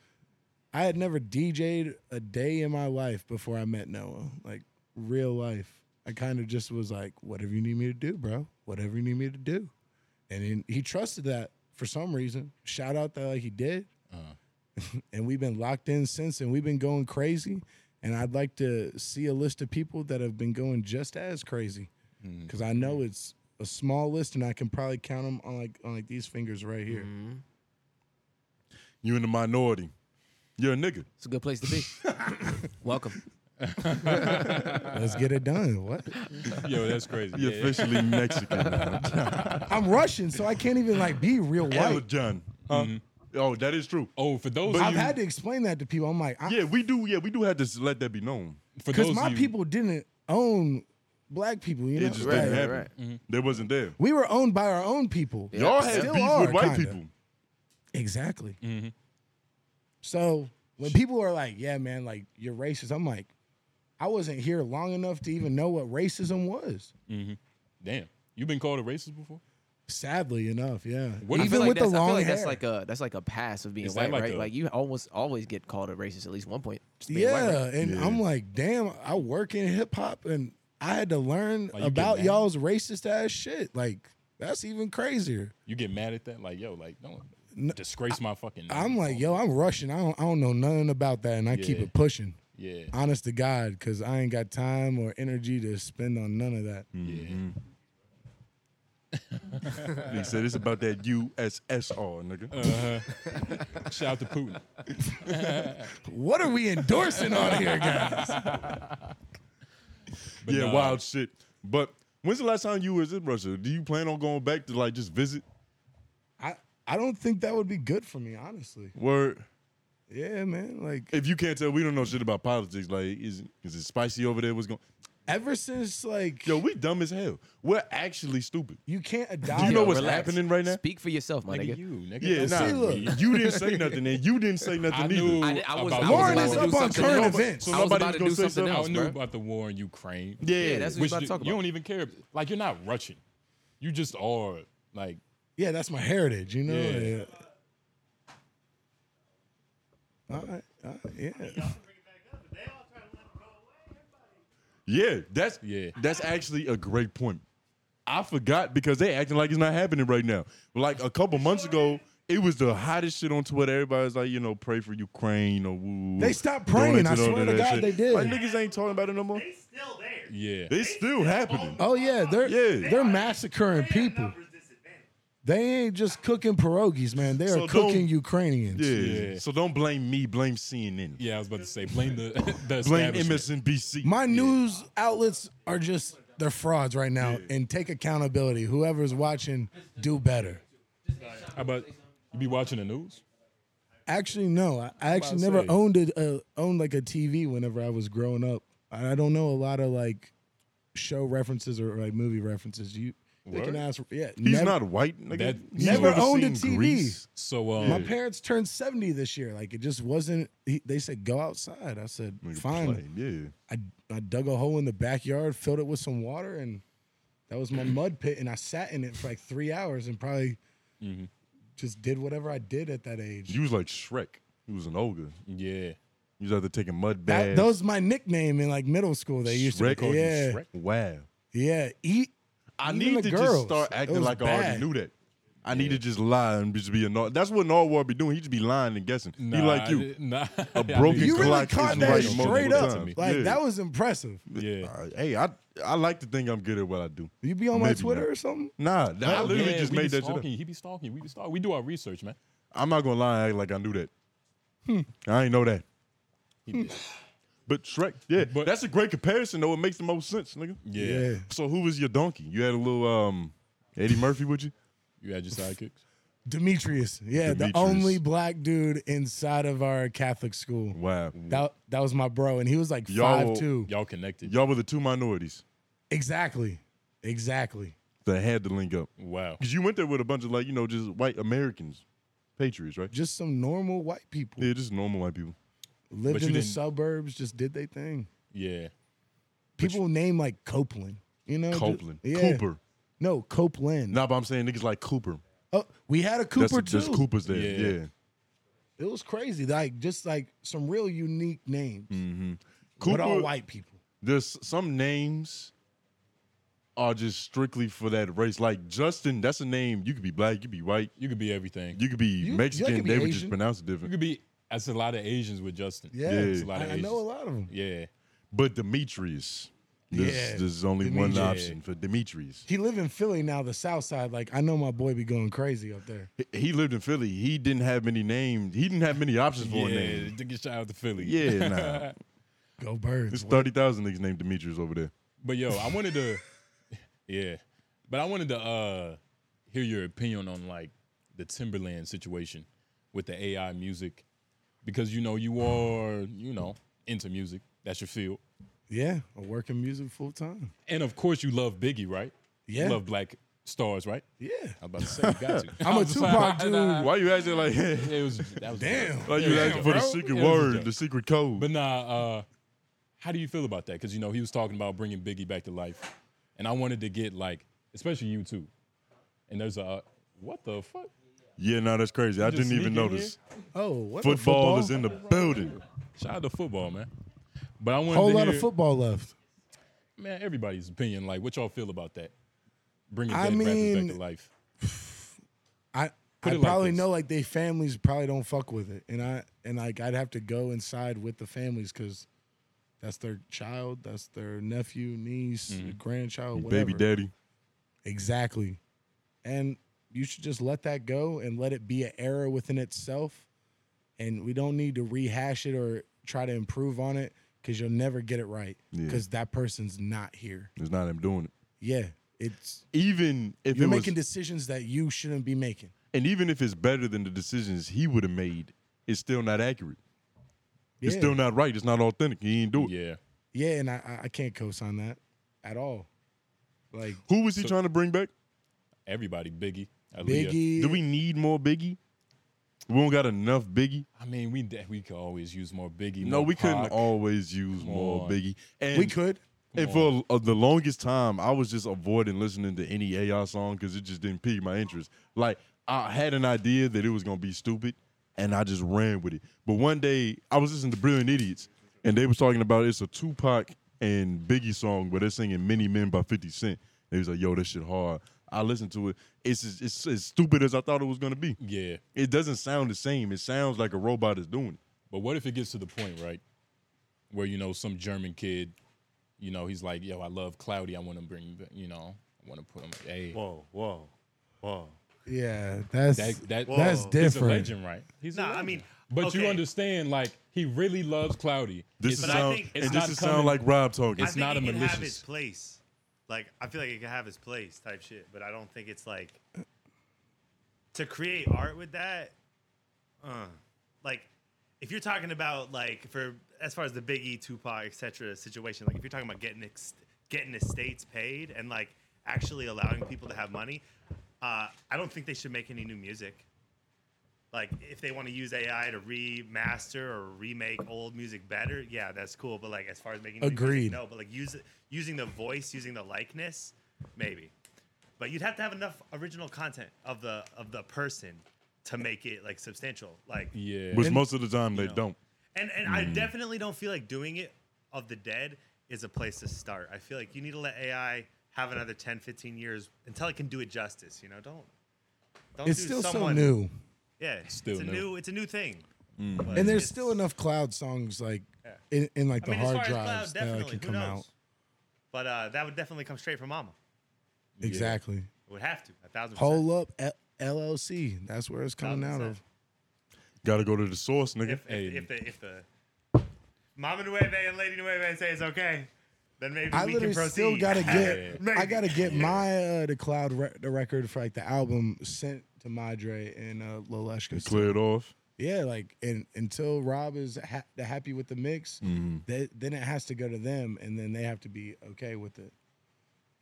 Speaker 5: I had never DJ'd a day in my life before I met Noah. Like real life. I kind of just was like, whatever you need me to do, bro. Whatever you need me to do. And he, he trusted that for some reason. Shout out that like he did.
Speaker 2: Uh-huh.
Speaker 5: and we've been locked in since and we've been going crazy. And I'd like to see a list of people that have been going just as crazy.
Speaker 2: Mhm.
Speaker 5: Cause I know it's a small list and I can probably count them on like on like these fingers right here.
Speaker 3: Mhm.
Speaker 1: You in the minority. You're a nigga.
Speaker 3: It's a good place to be. Welcome.
Speaker 5: Let's get it done. What?
Speaker 2: yo, that's crazy.
Speaker 1: You're
Speaker 2: Yeah.
Speaker 1: officially Mexican. now.
Speaker 5: I'm Russian, so I can't even like be real
Speaker 1: Hella
Speaker 5: white.
Speaker 1: John. Huh?
Speaker 2: Mm-hmm.
Speaker 1: Oh, that is true.
Speaker 2: Oh, for those,
Speaker 5: I've
Speaker 2: you-
Speaker 5: had to explain that to people. I'm like,
Speaker 1: Yeah, we do. Yeah, we do have to s- let that be known.
Speaker 2: for
Speaker 5: because
Speaker 2: those
Speaker 5: my
Speaker 2: you-
Speaker 5: people didn't own black people. You know,
Speaker 1: It just
Speaker 5: Like,
Speaker 1: didn't
Speaker 3: Right,
Speaker 1: happen.
Speaker 3: right,
Speaker 2: Mm-hmm.
Speaker 1: They wasn't there.
Speaker 5: we were owned by our own people.
Speaker 3: Yeah.
Speaker 1: Y'all had
Speaker 5: Still
Speaker 1: beef
Speaker 5: are,
Speaker 1: with white
Speaker 5: kinda.
Speaker 1: people.
Speaker 5: Exactly.
Speaker 3: Mm-hmm.
Speaker 2: Mhm.
Speaker 5: So when people are like, "Yeah, man, like you're racist," I'm like, I wasn't here long enough to even know what racism was.
Speaker 2: Damn, you been called a racist before?
Speaker 5: Sadly enough, yeah.
Speaker 2: What- I
Speaker 3: I
Speaker 5: even
Speaker 3: feel like
Speaker 5: with the
Speaker 3: that's- I feel
Speaker 5: long
Speaker 3: like
Speaker 5: hair,
Speaker 3: that's like a that's like a pass of being
Speaker 2: Is that
Speaker 3: white,
Speaker 2: like
Speaker 3: right?
Speaker 2: a-
Speaker 3: like you almost always get called a racist at least one point. just being white, right?
Speaker 5: yeah. And
Speaker 1: Yeah.
Speaker 5: I'm like, damn, I work in hip hop, and I had to
Speaker 2: Like,
Speaker 5: learn
Speaker 2: you get
Speaker 5: about
Speaker 2: mad?
Speaker 5: y'all's racist ass shit. Like that's even crazier.
Speaker 2: You get mad at that? Like, yo, like, don't
Speaker 5: No,
Speaker 2: disgrace my fucking. name.
Speaker 5: I'm like, yo, I'm Russian. I don't, I don't know nothing about that, and I keep
Speaker 2: Yeah.
Speaker 5: it pushing.
Speaker 2: yeah,
Speaker 5: Honest to God, because I ain't got time or energy to spend on none of that.
Speaker 2: yeah.
Speaker 1: They said it's about that USSR, nigga.
Speaker 2: Uh-huh. Shout out to Putin.
Speaker 5: What are we endorsing on here, guys?
Speaker 2: But
Speaker 1: yeah,
Speaker 2: nah,
Speaker 1: wild shit. But when's the last time you was in Russia? Do you plan on going back to like just visit?
Speaker 5: I, I don't think that would be good for me, honestly.
Speaker 1: Word.
Speaker 5: Yeah, man. Like
Speaker 1: If you can't tell, we don't know shit about politics. Like, is is it spicy over there? What's going?
Speaker 5: ever since like
Speaker 1: Yo, we dumb as hell. We're actually stupid.
Speaker 5: you can't adopt.
Speaker 1: Do you know
Speaker 3: Yo,
Speaker 1: what's
Speaker 3: relax.
Speaker 1: happening right now?
Speaker 3: Speak for yourself, my
Speaker 2: Nigga,
Speaker 3: nigga.
Speaker 2: you, nigga.
Speaker 1: Yeah,
Speaker 5: Let's see,
Speaker 1: nah.
Speaker 5: look.
Speaker 1: You didn't say nothing, and you didn't say
Speaker 2: I
Speaker 1: nothing
Speaker 2: knew
Speaker 1: either.
Speaker 3: I, I was,
Speaker 2: about
Speaker 3: I
Speaker 2: the
Speaker 5: Warren
Speaker 3: was
Speaker 2: war.
Speaker 5: is
Speaker 3: about to do
Speaker 5: up on
Speaker 3: something
Speaker 5: current
Speaker 3: else.
Speaker 5: events.
Speaker 1: So
Speaker 3: I was
Speaker 1: nobody's
Speaker 3: about to
Speaker 1: gonna
Speaker 3: do
Speaker 1: say
Speaker 3: something
Speaker 1: something.
Speaker 2: I
Speaker 3: else,
Speaker 2: knew
Speaker 3: bro.
Speaker 2: about the war in Ukraine.
Speaker 1: Yeah,
Speaker 3: Yeah, that's what we
Speaker 2: Which
Speaker 3: about to
Speaker 2: you,
Speaker 3: talk
Speaker 2: you
Speaker 3: about.
Speaker 2: don't even care. Like you're not Russian. You just are like
Speaker 5: Yeah, that's my heritage. You know.
Speaker 2: Yeah.
Speaker 5: Yeah. All right, all right, yeah.
Speaker 1: yeah, that's
Speaker 2: Yeah.
Speaker 1: That's actually a great point. I forgot because they acting like it's not happening right now. Like a couple months ago, it was the hottest shit on Twitter. Everybody's like, you know, pray for Ukraine or woo.
Speaker 5: They stopped praying, I swear to God they did.
Speaker 1: Like niggas ain't talking about it no more.
Speaker 4: He's still there.
Speaker 2: yeah.
Speaker 1: It's still happening.
Speaker 5: Oh yeah, they're
Speaker 1: Yeah.
Speaker 5: they're massacring
Speaker 4: They have
Speaker 5: people.
Speaker 4: numbers disadvantage.
Speaker 5: They ain't just cooking pierogies, man. They are
Speaker 1: So don't-
Speaker 5: cooking Ukrainians.
Speaker 1: Yeah.
Speaker 2: Yeah.
Speaker 1: So don't blame me. Blame CNN.
Speaker 2: yeah, I was about to say blame the the
Speaker 1: Blame
Speaker 2: establishment.
Speaker 1: MSNBC.
Speaker 5: My news outlets are just they're frauds right now and take accountability. Whoever's watching, do better.
Speaker 2: How about you be watching the news?
Speaker 5: Actually, no. I, I actually
Speaker 2: to
Speaker 5: never
Speaker 2: say.
Speaker 5: owned a, a owned like a TV whenever I was growing up. I I don't know a lot of like show references or like movie references. You they
Speaker 2: Word?
Speaker 5: can ask. Yeah,
Speaker 1: He's
Speaker 5: never-
Speaker 1: not white. Nigga.
Speaker 2: That-
Speaker 1: He's
Speaker 2: Never
Speaker 1: never
Speaker 5: owned a
Speaker 1: seen
Speaker 5: TV.
Speaker 1: Grease.
Speaker 2: So um,
Speaker 5: My parents turned seventy this year. Like it just wasn't. He, they said go outside. I said
Speaker 1: Nigga
Speaker 5: fine.
Speaker 1: playing, Yeah.
Speaker 5: I I dug a hole in the backyard, filled it with some water, and that was my mud pit. And I sat in it for like three hours and probably just did whatever I did at that age.
Speaker 1: You was like Shrek. He was an ogre.
Speaker 2: yeah,
Speaker 1: You just have to take a mud
Speaker 5: That,
Speaker 1: bath.
Speaker 5: that was my nickname in like middle school. They used
Speaker 1: Shrek
Speaker 5: to,
Speaker 1: on you,
Speaker 5: yeah,
Speaker 1: Shrek. Wow.
Speaker 5: yeah. Eat.
Speaker 1: I
Speaker 5: Even
Speaker 1: need
Speaker 5: the
Speaker 1: to
Speaker 5: girls.
Speaker 1: just start
Speaker 5: It
Speaker 1: acting
Speaker 5: was
Speaker 1: like I
Speaker 5: bad.
Speaker 1: already knew that. I need to just lie and just be a nor- That's what Norwell be doing. He just be lying and guessing. he like you.
Speaker 2: Nah,
Speaker 1: A broken
Speaker 5: You really
Speaker 1: Glock
Speaker 5: caught
Speaker 1: is
Speaker 5: that
Speaker 1: right
Speaker 5: straight
Speaker 1: multiple
Speaker 5: up.
Speaker 1: times.
Speaker 5: Like
Speaker 1: Yeah.
Speaker 5: that was impressive.
Speaker 2: Yeah.
Speaker 1: Uh, hey, I I like to think I'm good at what I do.
Speaker 5: You be on my
Speaker 1: Maybe
Speaker 5: Twitter
Speaker 1: not.
Speaker 5: or something?
Speaker 1: Nah, I literally
Speaker 2: Yeah,
Speaker 1: just
Speaker 2: we
Speaker 1: made
Speaker 2: be
Speaker 1: that shit up.
Speaker 2: stalking. He be stalking. We be stalking. We do our research, man.
Speaker 1: I'm not gonna lie, and act like I knew that.
Speaker 5: Hmm.
Speaker 1: I ain't know that. But Shrek, yeah,
Speaker 2: But-
Speaker 1: that's a great comparison though. It makes the most sense, nigga.
Speaker 2: Yeah.
Speaker 1: So who was your donkey? You had a little um Eddie Murphy with you?
Speaker 2: You had your sidekicks.
Speaker 5: Demetrius. Yeah,
Speaker 1: Demetrius.
Speaker 5: the only black dude inside of our Catholic school.
Speaker 1: Wow.
Speaker 5: That that was my bro, and he was like
Speaker 1: Y'all-
Speaker 5: five two.
Speaker 2: Y'all connected.
Speaker 1: Y'all were the two minorities
Speaker 5: Exactly, exactly.
Speaker 1: that had to link up.
Speaker 2: Wow.
Speaker 1: Cause you went there with a bunch of like, you know, just white Americans, patriots, right?
Speaker 5: Just some normal white people
Speaker 1: Yeah, just normal white people.
Speaker 5: lived
Speaker 2: But you
Speaker 5: in the
Speaker 2: didn't-
Speaker 5: suburbs, just did their thing.
Speaker 2: Yeah.
Speaker 5: People named like Copeland, you know, just-
Speaker 1: Copeland.
Speaker 5: yeah.
Speaker 1: Cooper.
Speaker 5: No, Copeland.
Speaker 1: Nah, but I'm saying niggas like Cooper.
Speaker 5: Oh, we had a
Speaker 1: That's-
Speaker 5: Cooper too.
Speaker 1: There's Coopers there.
Speaker 2: Yeah.
Speaker 1: Yeah.
Speaker 5: It was crazy, like just like some real unique names,
Speaker 1: Cooper
Speaker 5: but all white people.
Speaker 1: there's some names are just strictly for that race. Like Justin, that's a name. You could be black, you could be white,
Speaker 2: You could be everything.
Speaker 1: you could be
Speaker 5: you
Speaker 1: Mexican.
Speaker 5: could be
Speaker 1: they would
Speaker 5: Asian.
Speaker 1: just pronounce it
Speaker 2: You
Speaker 1: different.
Speaker 2: could be. That's a lot of Asians with Justin.
Speaker 5: Yeah,
Speaker 1: Yeah.
Speaker 2: That's a lot of
Speaker 5: I, I
Speaker 2: Asians.
Speaker 5: know a lot of them.
Speaker 2: Yeah.
Speaker 1: But Demetrius, there's,
Speaker 5: Yeah,
Speaker 1: there's only one
Speaker 5: Demetrius.
Speaker 1: option for Demetrius.
Speaker 5: He live in Philly now, the South Side. Like I know my boy be going crazy up there.
Speaker 1: He- He lived in Philly. He didn't have many names. He didn't have many options for a
Speaker 2: Yeah.
Speaker 1: name.
Speaker 2: To get shout out to Philly.
Speaker 1: Yeah, nah.
Speaker 5: Go birds.
Speaker 1: There's 30,000 niggas named Demetrius over there.
Speaker 2: But yo, I wanted to, yeah, but I wanted to uh hear your opinion on like the Timberland situation with the AI music, because you know you are you know into music. That's your field,
Speaker 5: Yeah, I work in music full time.
Speaker 2: and of course you love Biggie, right? You
Speaker 5: Yeah.
Speaker 2: love Black Stars, right?
Speaker 5: Yeah.
Speaker 2: I was about to say you got to.
Speaker 5: I'm a
Speaker 2: I was just
Speaker 5: Tupac dude.
Speaker 1: Why you acting like,
Speaker 2: It was that was
Speaker 5: Damn.
Speaker 1: like
Speaker 2: Yeah,
Speaker 1: you
Speaker 2: yeah,
Speaker 1: asking for the
Speaker 2: bro.
Speaker 1: secret
Speaker 2: It was a joke.
Speaker 1: word, the secret code?
Speaker 2: But nah, uh, how do you feel about that? Because you know he was talking about bringing Biggie back to life, and I wanted to get like, especially you too. And there's a what the fuck?
Speaker 1: yeah, no, that's crazy. I
Speaker 2: just
Speaker 1: didn't even
Speaker 2: sneak in
Speaker 1: notice.
Speaker 5: Oh, what a
Speaker 1: Football, is in the building.
Speaker 2: Shout out to football, man. But I wanted
Speaker 5: Whole
Speaker 2: to
Speaker 5: lot
Speaker 2: hear,
Speaker 5: of football left.
Speaker 2: man. Everybody's opinion, like what y'all feel about that? Bringing
Speaker 5: I
Speaker 2: dead rappers
Speaker 5: mean-
Speaker 2: back to life.
Speaker 5: I
Speaker 2: Put
Speaker 5: I
Speaker 2: it like
Speaker 5: probably
Speaker 2: this.
Speaker 5: know like they families probably don't fuck with it, and I and like I'd have to go inside with the families because that's their child, that's their nephew, niece, grandchild, whatever.
Speaker 1: Mm-hmm. Baby daddy.
Speaker 5: Exactly, and you should just let that go and let it be an error within itself, and we don't need to rehash it or try to improve on it because you'll never get it right
Speaker 1: Yeah.
Speaker 5: because that person's not here.
Speaker 1: It's not him doing it.
Speaker 5: Yeah, it's
Speaker 1: even if
Speaker 5: you're
Speaker 1: it was,
Speaker 5: making decisions that you shouldn't be making.
Speaker 1: and even if it's better than the decisions he would have made, it's still not accurate. It's
Speaker 5: Yeah.
Speaker 1: still not right. It's not authentic. He ain't do it.
Speaker 2: Yeah,
Speaker 5: Yeah, and I I- I can't co-sign that at all. Like
Speaker 1: Who was he trying to bring back?
Speaker 2: everybody. Biggie, Aaliyah.
Speaker 5: Biggie,
Speaker 1: Do we need more Biggie? We don't got enough Biggie.
Speaker 2: I mean, we de- we could always use more Biggie.
Speaker 1: No,
Speaker 2: more
Speaker 1: we couldn't
Speaker 2: Pac.
Speaker 1: always use more
Speaker 2: on.
Speaker 1: Biggie. And
Speaker 5: we could.
Speaker 1: And for uh, the longest time, I was just avoiding listening to any AI song because it just didn't pique my interest. Like I had an idea that it was gonna be stupid, and I just ran with it. But one day, I was listening to Brilliant Idiots, and they was talking about it's a Tupac and Biggie song where they're singing "Many Men" by Fifty Cent. They was like, "Yo, that shit hard." I listened to it. It's as- it's as stupid as I thought it was gonna be.
Speaker 2: Yeah,
Speaker 1: It doesn't sound the same. It sounds like a robot is doing it.
Speaker 2: but what if it gets to the point, right, where you know some German kid, you know, he's like, yo, I love Cloudy. I want to bring, ba- you know, I want to put him. Hey,
Speaker 4: Whoa, whoa, whoa.
Speaker 5: Yeah, that's
Speaker 2: that that
Speaker 5: that's
Speaker 4: Whoa.
Speaker 2: He's a
Speaker 5: different.
Speaker 2: legend, right? He's a
Speaker 4: Nah, I
Speaker 2: legend.
Speaker 4: mean,
Speaker 2: but you
Speaker 4: okay.
Speaker 2: understand, like he really loves Cloudy.
Speaker 1: This is
Speaker 4: But I
Speaker 1: sound,
Speaker 4: think-
Speaker 2: It's
Speaker 1: and this
Speaker 2: not
Speaker 1: is
Speaker 2: coming-
Speaker 1: sound like Rob talking.
Speaker 4: I
Speaker 2: It's
Speaker 4: think
Speaker 2: not
Speaker 4: it
Speaker 2: a
Speaker 4: can have
Speaker 2: malicious.
Speaker 4: its place. Like I feel like it can have its place type shit, but I don't think it's like to create art with that. Uh, like if you're talking about like for as far as the Big E, Tupac, etc. situation, like if you're talking about getting ex- getting estates paid and like actually allowing people to have money, uh, I don't think they should make any new music. Like if they want to use AI to remaster or remake old music better, yeah, that's cool. But like as far as making new music,
Speaker 5: Agreed.
Speaker 4: no, but like use using the voice, using the likeness, maybe. But you'd have to have enough original content of the of the person to make it like substantial. Like
Speaker 2: Yeah.
Speaker 1: Which most of the time they don't.
Speaker 4: And and
Speaker 5: Hmm.
Speaker 4: I definitely don't feel like doing it of the dead is a place to start. I feel like you need to let AI have another 10, 15 years until it can do it justice. You know, don't don't
Speaker 5: It's
Speaker 4: do
Speaker 5: still
Speaker 4: someone,
Speaker 5: so new, Hmm.
Speaker 4: Yeah, it's
Speaker 2: Still
Speaker 4: a
Speaker 2: new.
Speaker 4: new it's a new thing. But
Speaker 5: and there's
Speaker 4: it's-
Speaker 5: still enough cloud songs like in, in like
Speaker 4: I
Speaker 5: the
Speaker 4: mean, as far
Speaker 5: hard
Speaker 4: as
Speaker 5: drives
Speaker 4: cloud,
Speaker 5: that
Speaker 4: definitely.
Speaker 5: can come
Speaker 4: Who knows?
Speaker 5: out.
Speaker 4: But uh, that would definitely come straight from Mama.
Speaker 5: Exactly.
Speaker 4: It would have to. A thousand percent.
Speaker 5: Hole up L- LLC. That's where it's coming out of.
Speaker 4: 100%.
Speaker 1: Gotta go to the source, nigga.
Speaker 4: if, if, if the if the Mama Nueve and Lady Nueve say it's okay, then maybe
Speaker 5: I
Speaker 4: we can
Speaker 5: literally
Speaker 4: proceed.
Speaker 5: still gotta get.
Speaker 4: Maybe.
Speaker 5: I gotta get my uh, the cloud re- the record for like the album sent to Madre and uh, Loleshka.
Speaker 1: Clear it off.
Speaker 5: Yeah, like and until Rob is ha- happy with the mix, that then it has to go to them, and then they have to be okay with it.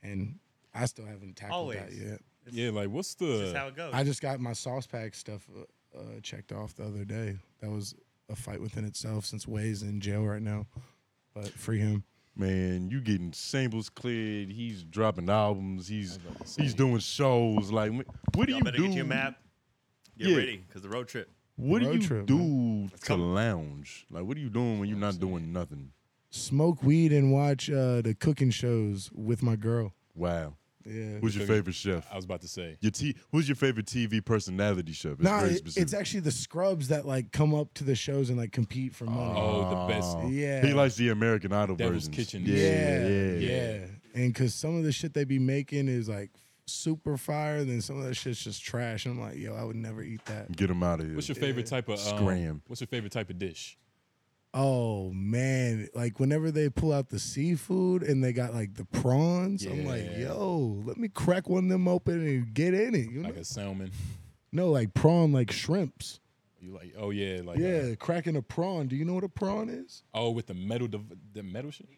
Speaker 5: And I still haven't tackled that
Speaker 4: Always.
Speaker 5: yet.
Speaker 2: Yeah, like what's
Speaker 4: That's just how
Speaker 2: the
Speaker 4: it goes.
Speaker 5: I just got my sauce pack stuff uh, uh, checked off the other day. That was a fight within itself since Way's in jail right now, but free him.
Speaker 1: Man, you getting samples cleared. He's dropping albums. He's he's doing shows. Like, wh- what do
Speaker 4: Y'all
Speaker 1: you
Speaker 4: better
Speaker 1: do?
Speaker 4: get your map. Get
Speaker 1: Yeah.
Speaker 4: ready, cause the road trip.
Speaker 1: What do
Speaker 5: Road
Speaker 1: you
Speaker 5: trip,
Speaker 1: do to
Speaker 4: coming.
Speaker 1: lounge? Like, what are you doing when you're not doing nothing?
Speaker 5: Smoke weed and watch uh, the cooking shows with my girl.
Speaker 1: Wow.
Speaker 5: Yeah.
Speaker 1: Who's your
Speaker 2: Cooking-
Speaker 1: favorite chef?
Speaker 2: I was about to say.
Speaker 1: Your t- who's your favorite TV personality chef? It's
Speaker 5: No,
Speaker 1: very
Speaker 5: it-
Speaker 1: specific.
Speaker 5: it's actually the scrubs that like come up to the shows and like compete for money.
Speaker 2: Oh, the best.
Speaker 1: Oh.
Speaker 5: Yeah.
Speaker 1: He likes the American Idol
Speaker 2: Devil's
Speaker 1: versions.
Speaker 2: Kitchen.
Speaker 1: Yeah, yeah,
Speaker 5: yeah.
Speaker 1: yeah.
Speaker 5: And because some of the shit they be making is like super fire, then some of that shit's just trash. And I'm like, yo, I would never eat that.
Speaker 1: Get him out of here.
Speaker 2: What's your favorite type of um,
Speaker 1: Scram.
Speaker 2: What's your favorite type of dish?
Speaker 5: Oh man, like whenever they pull out the seafood and they got like the prawns, I'm like,
Speaker 2: Yeah.
Speaker 5: yo, let me crack one of them open and get in it. You know?
Speaker 2: Like a salmon.
Speaker 5: no, like prawn, like shrimps.
Speaker 2: You like? Oh yeah, like uh,
Speaker 5: Yeah, cracking a prawn. Do you know what a prawn is?
Speaker 2: oh, with the metal, div- the metal shit.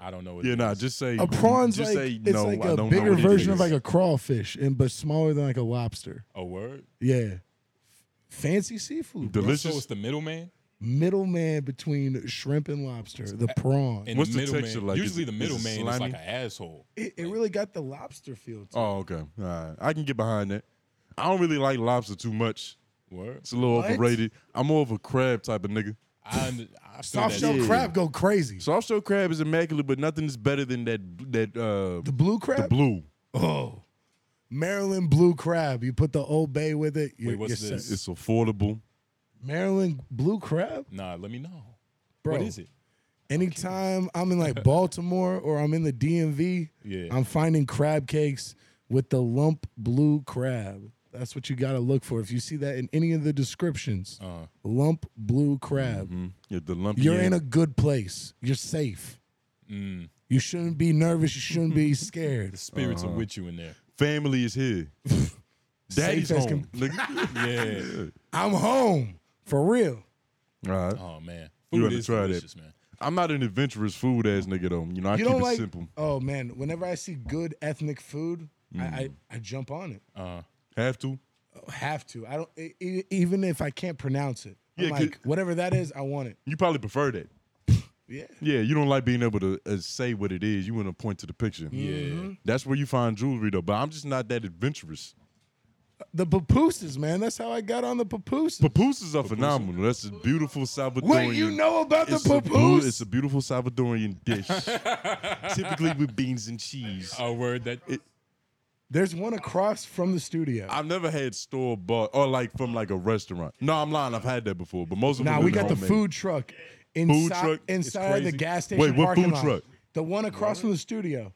Speaker 2: I don't know. What
Speaker 1: Yeah,
Speaker 2: it
Speaker 1: nah,
Speaker 2: is.
Speaker 1: just say.
Speaker 5: A prawn's
Speaker 1: just
Speaker 5: like
Speaker 1: say,
Speaker 5: it's
Speaker 1: no,
Speaker 5: like
Speaker 1: I
Speaker 5: a
Speaker 1: don't know
Speaker 5: bigger
Speaker 1: what it
Speaker 5: version
Speaker 1: is.
Speaker 5: of like a crawfish and but smaller than like a lobster.
Speaker 2: a word.
Speaker 5: Yeah, fancy seafood. bro.
Speaker 2: So it's
Speaker 1: Delicious.
Speaker 2: the middleman.
Speaker 5: middleman between shrimp and lobster, the prawn.
Speaker 2: And
Speaker 1: What's
Speaker 2: the
Speaker 1: the
Speaker 2: middleman.
Speaker 1: texture like? Is
Speaker 2: Usually
Speaker 1: it-
Speaker 2: the
Speaker 1: is it
Speaker 2: middleman is like
Speaker 1: slimy?
Speaker 2: an asshole.
Speaker 5: It, it really got the lobster feel to it.
Speaker 1: Oh, okay. All right. I can get behind that. I don't really like lobster too much.
Speaker 2: Word.
Speaker 1: It's a little
Speaker 5: What?
Speaker 1: overrated. I'm more of a crab type of nigga.
Speaker 2: I, under- I feel
Speaker 5: Soft
Speaker 2: that
Speaker 5: shell
Speaker 2: shit.
Speaker 5: crab go crazy.
Speaker 1: Soft shell crab is immaculate, but nothing is better than that. That uh,
Speaker 5: the blue crab?
Speaker 1: the blue.
Speaker 5: Oh, Maryland blue crab. You put the Old Bay with it. You're,
Speaker 2: Wait, what's
Speaker 5: you're set.
Speaker 2: this?
Speaker 1: It's affordable.
Speaker 5: Maryland blue crab,
Speaker 2: Nah, let me know.
Speaker 5: bro.
Speaker 2: What is it?
Speaker 5: Anytime I'm in like Baltimore or I'm in the DMV,
Speaker 2: Yeah.
Speaker 5: I'm finding crab cakes with the lump blue crab. That's what you gotta look for. If you see that in any of the descriptions,
Speaker 2: Uh, Mm-hmm.
Speaker 5: lump blue crab.
Speaker 1: Mm, yeah, the lumpy.
Speaker 5: You're in
Speaker 1: end.
Speaker 5: a good place. You're safe.
Speaker 2: mm,
Speaker 5: You shouldn't be nervous. You shouldn't be scared.
Speaker 2: the spirits
Speaker 1: Uh-huh.
Speaker 2: are with you in there.
Speaker 1: family is here. Daddy's
Speaker 5: Safe as
Speaker 1: home. nigga.
Speaker 2: Yeah.
Speaker 5: I'm home for real.
Speaker 1: All right.
Speaker 2: Oh man,
Speaker 1: You
Speaker 2: food
Speaker 1: gotta
Speaker 2: is
Speaker 1: try that.
Speaker 2: delicious, man.
Speaker 1: I'm not an adventurous food ass nigga though. You know, I
Speaker 5: you
Speaker 1: keep
Speaker 5: don't
Speaker 1: it
Speaker 5: like.
Speaker 1: simple.
Speaker 5: Oh man, whenever I see good ethnic food, I,
Speaker 1: Mm.
Speaker 5: I I jump on it.
Speaker 2: Uh,
Speaker 1: Have to.
Speaker 5: I have to. I don't e- e- even if I can't pronounce it. I'm
Speaker 1: Yeah, 'cause-
Speaker 5: like whatever that is, I want it.
Speaker 1: You probably prefer that.
Speaker 5: Yeah.
Speaker 1: Yeah, you don't like being able to uh, say what it is. You want to point to the picture.
Speaker 2: yeah.
Speaker 1: That's where you find jewelry though. But I'm just not that adventurous.
Speaker 5: The papooses, man. That's how I got on the papooses.
Speaker 1: Papooses are phenomenal. That's a beautiful Salvadorian.
Speaker 5: what you know about the
Speaker 1: It's a, beau-
Speaker 5: papoose?
Speaker 1: it's a beautiful Salvadorian dish, typically with beans and cheese.
Speaker 2: A word that
Speaker 5: There's one across from the studio.
Speaker 1: I've never had store bought or like from like a restaurant. No, I'm lying. I've had that before, but most of them
Speaker 5: Now
Speaker 1: have
Speaker 5: we
Speaker 1: been
Speaker 5: got the
Speaker 1: homemade.
Speaker 5: food truck inside
Speaker 1: truck? It's
Speaker 5: inside of the
Speaker 1: crazy.
Speaker 5: gas
Speaker 1: Wait,
Speaker 5: station.
Speaker 1: what
Speaker 5: parking
Speaker 1: food
Speaker 5: lot.
Speaker 1: truck?
Speaker 5: The one across from the studio,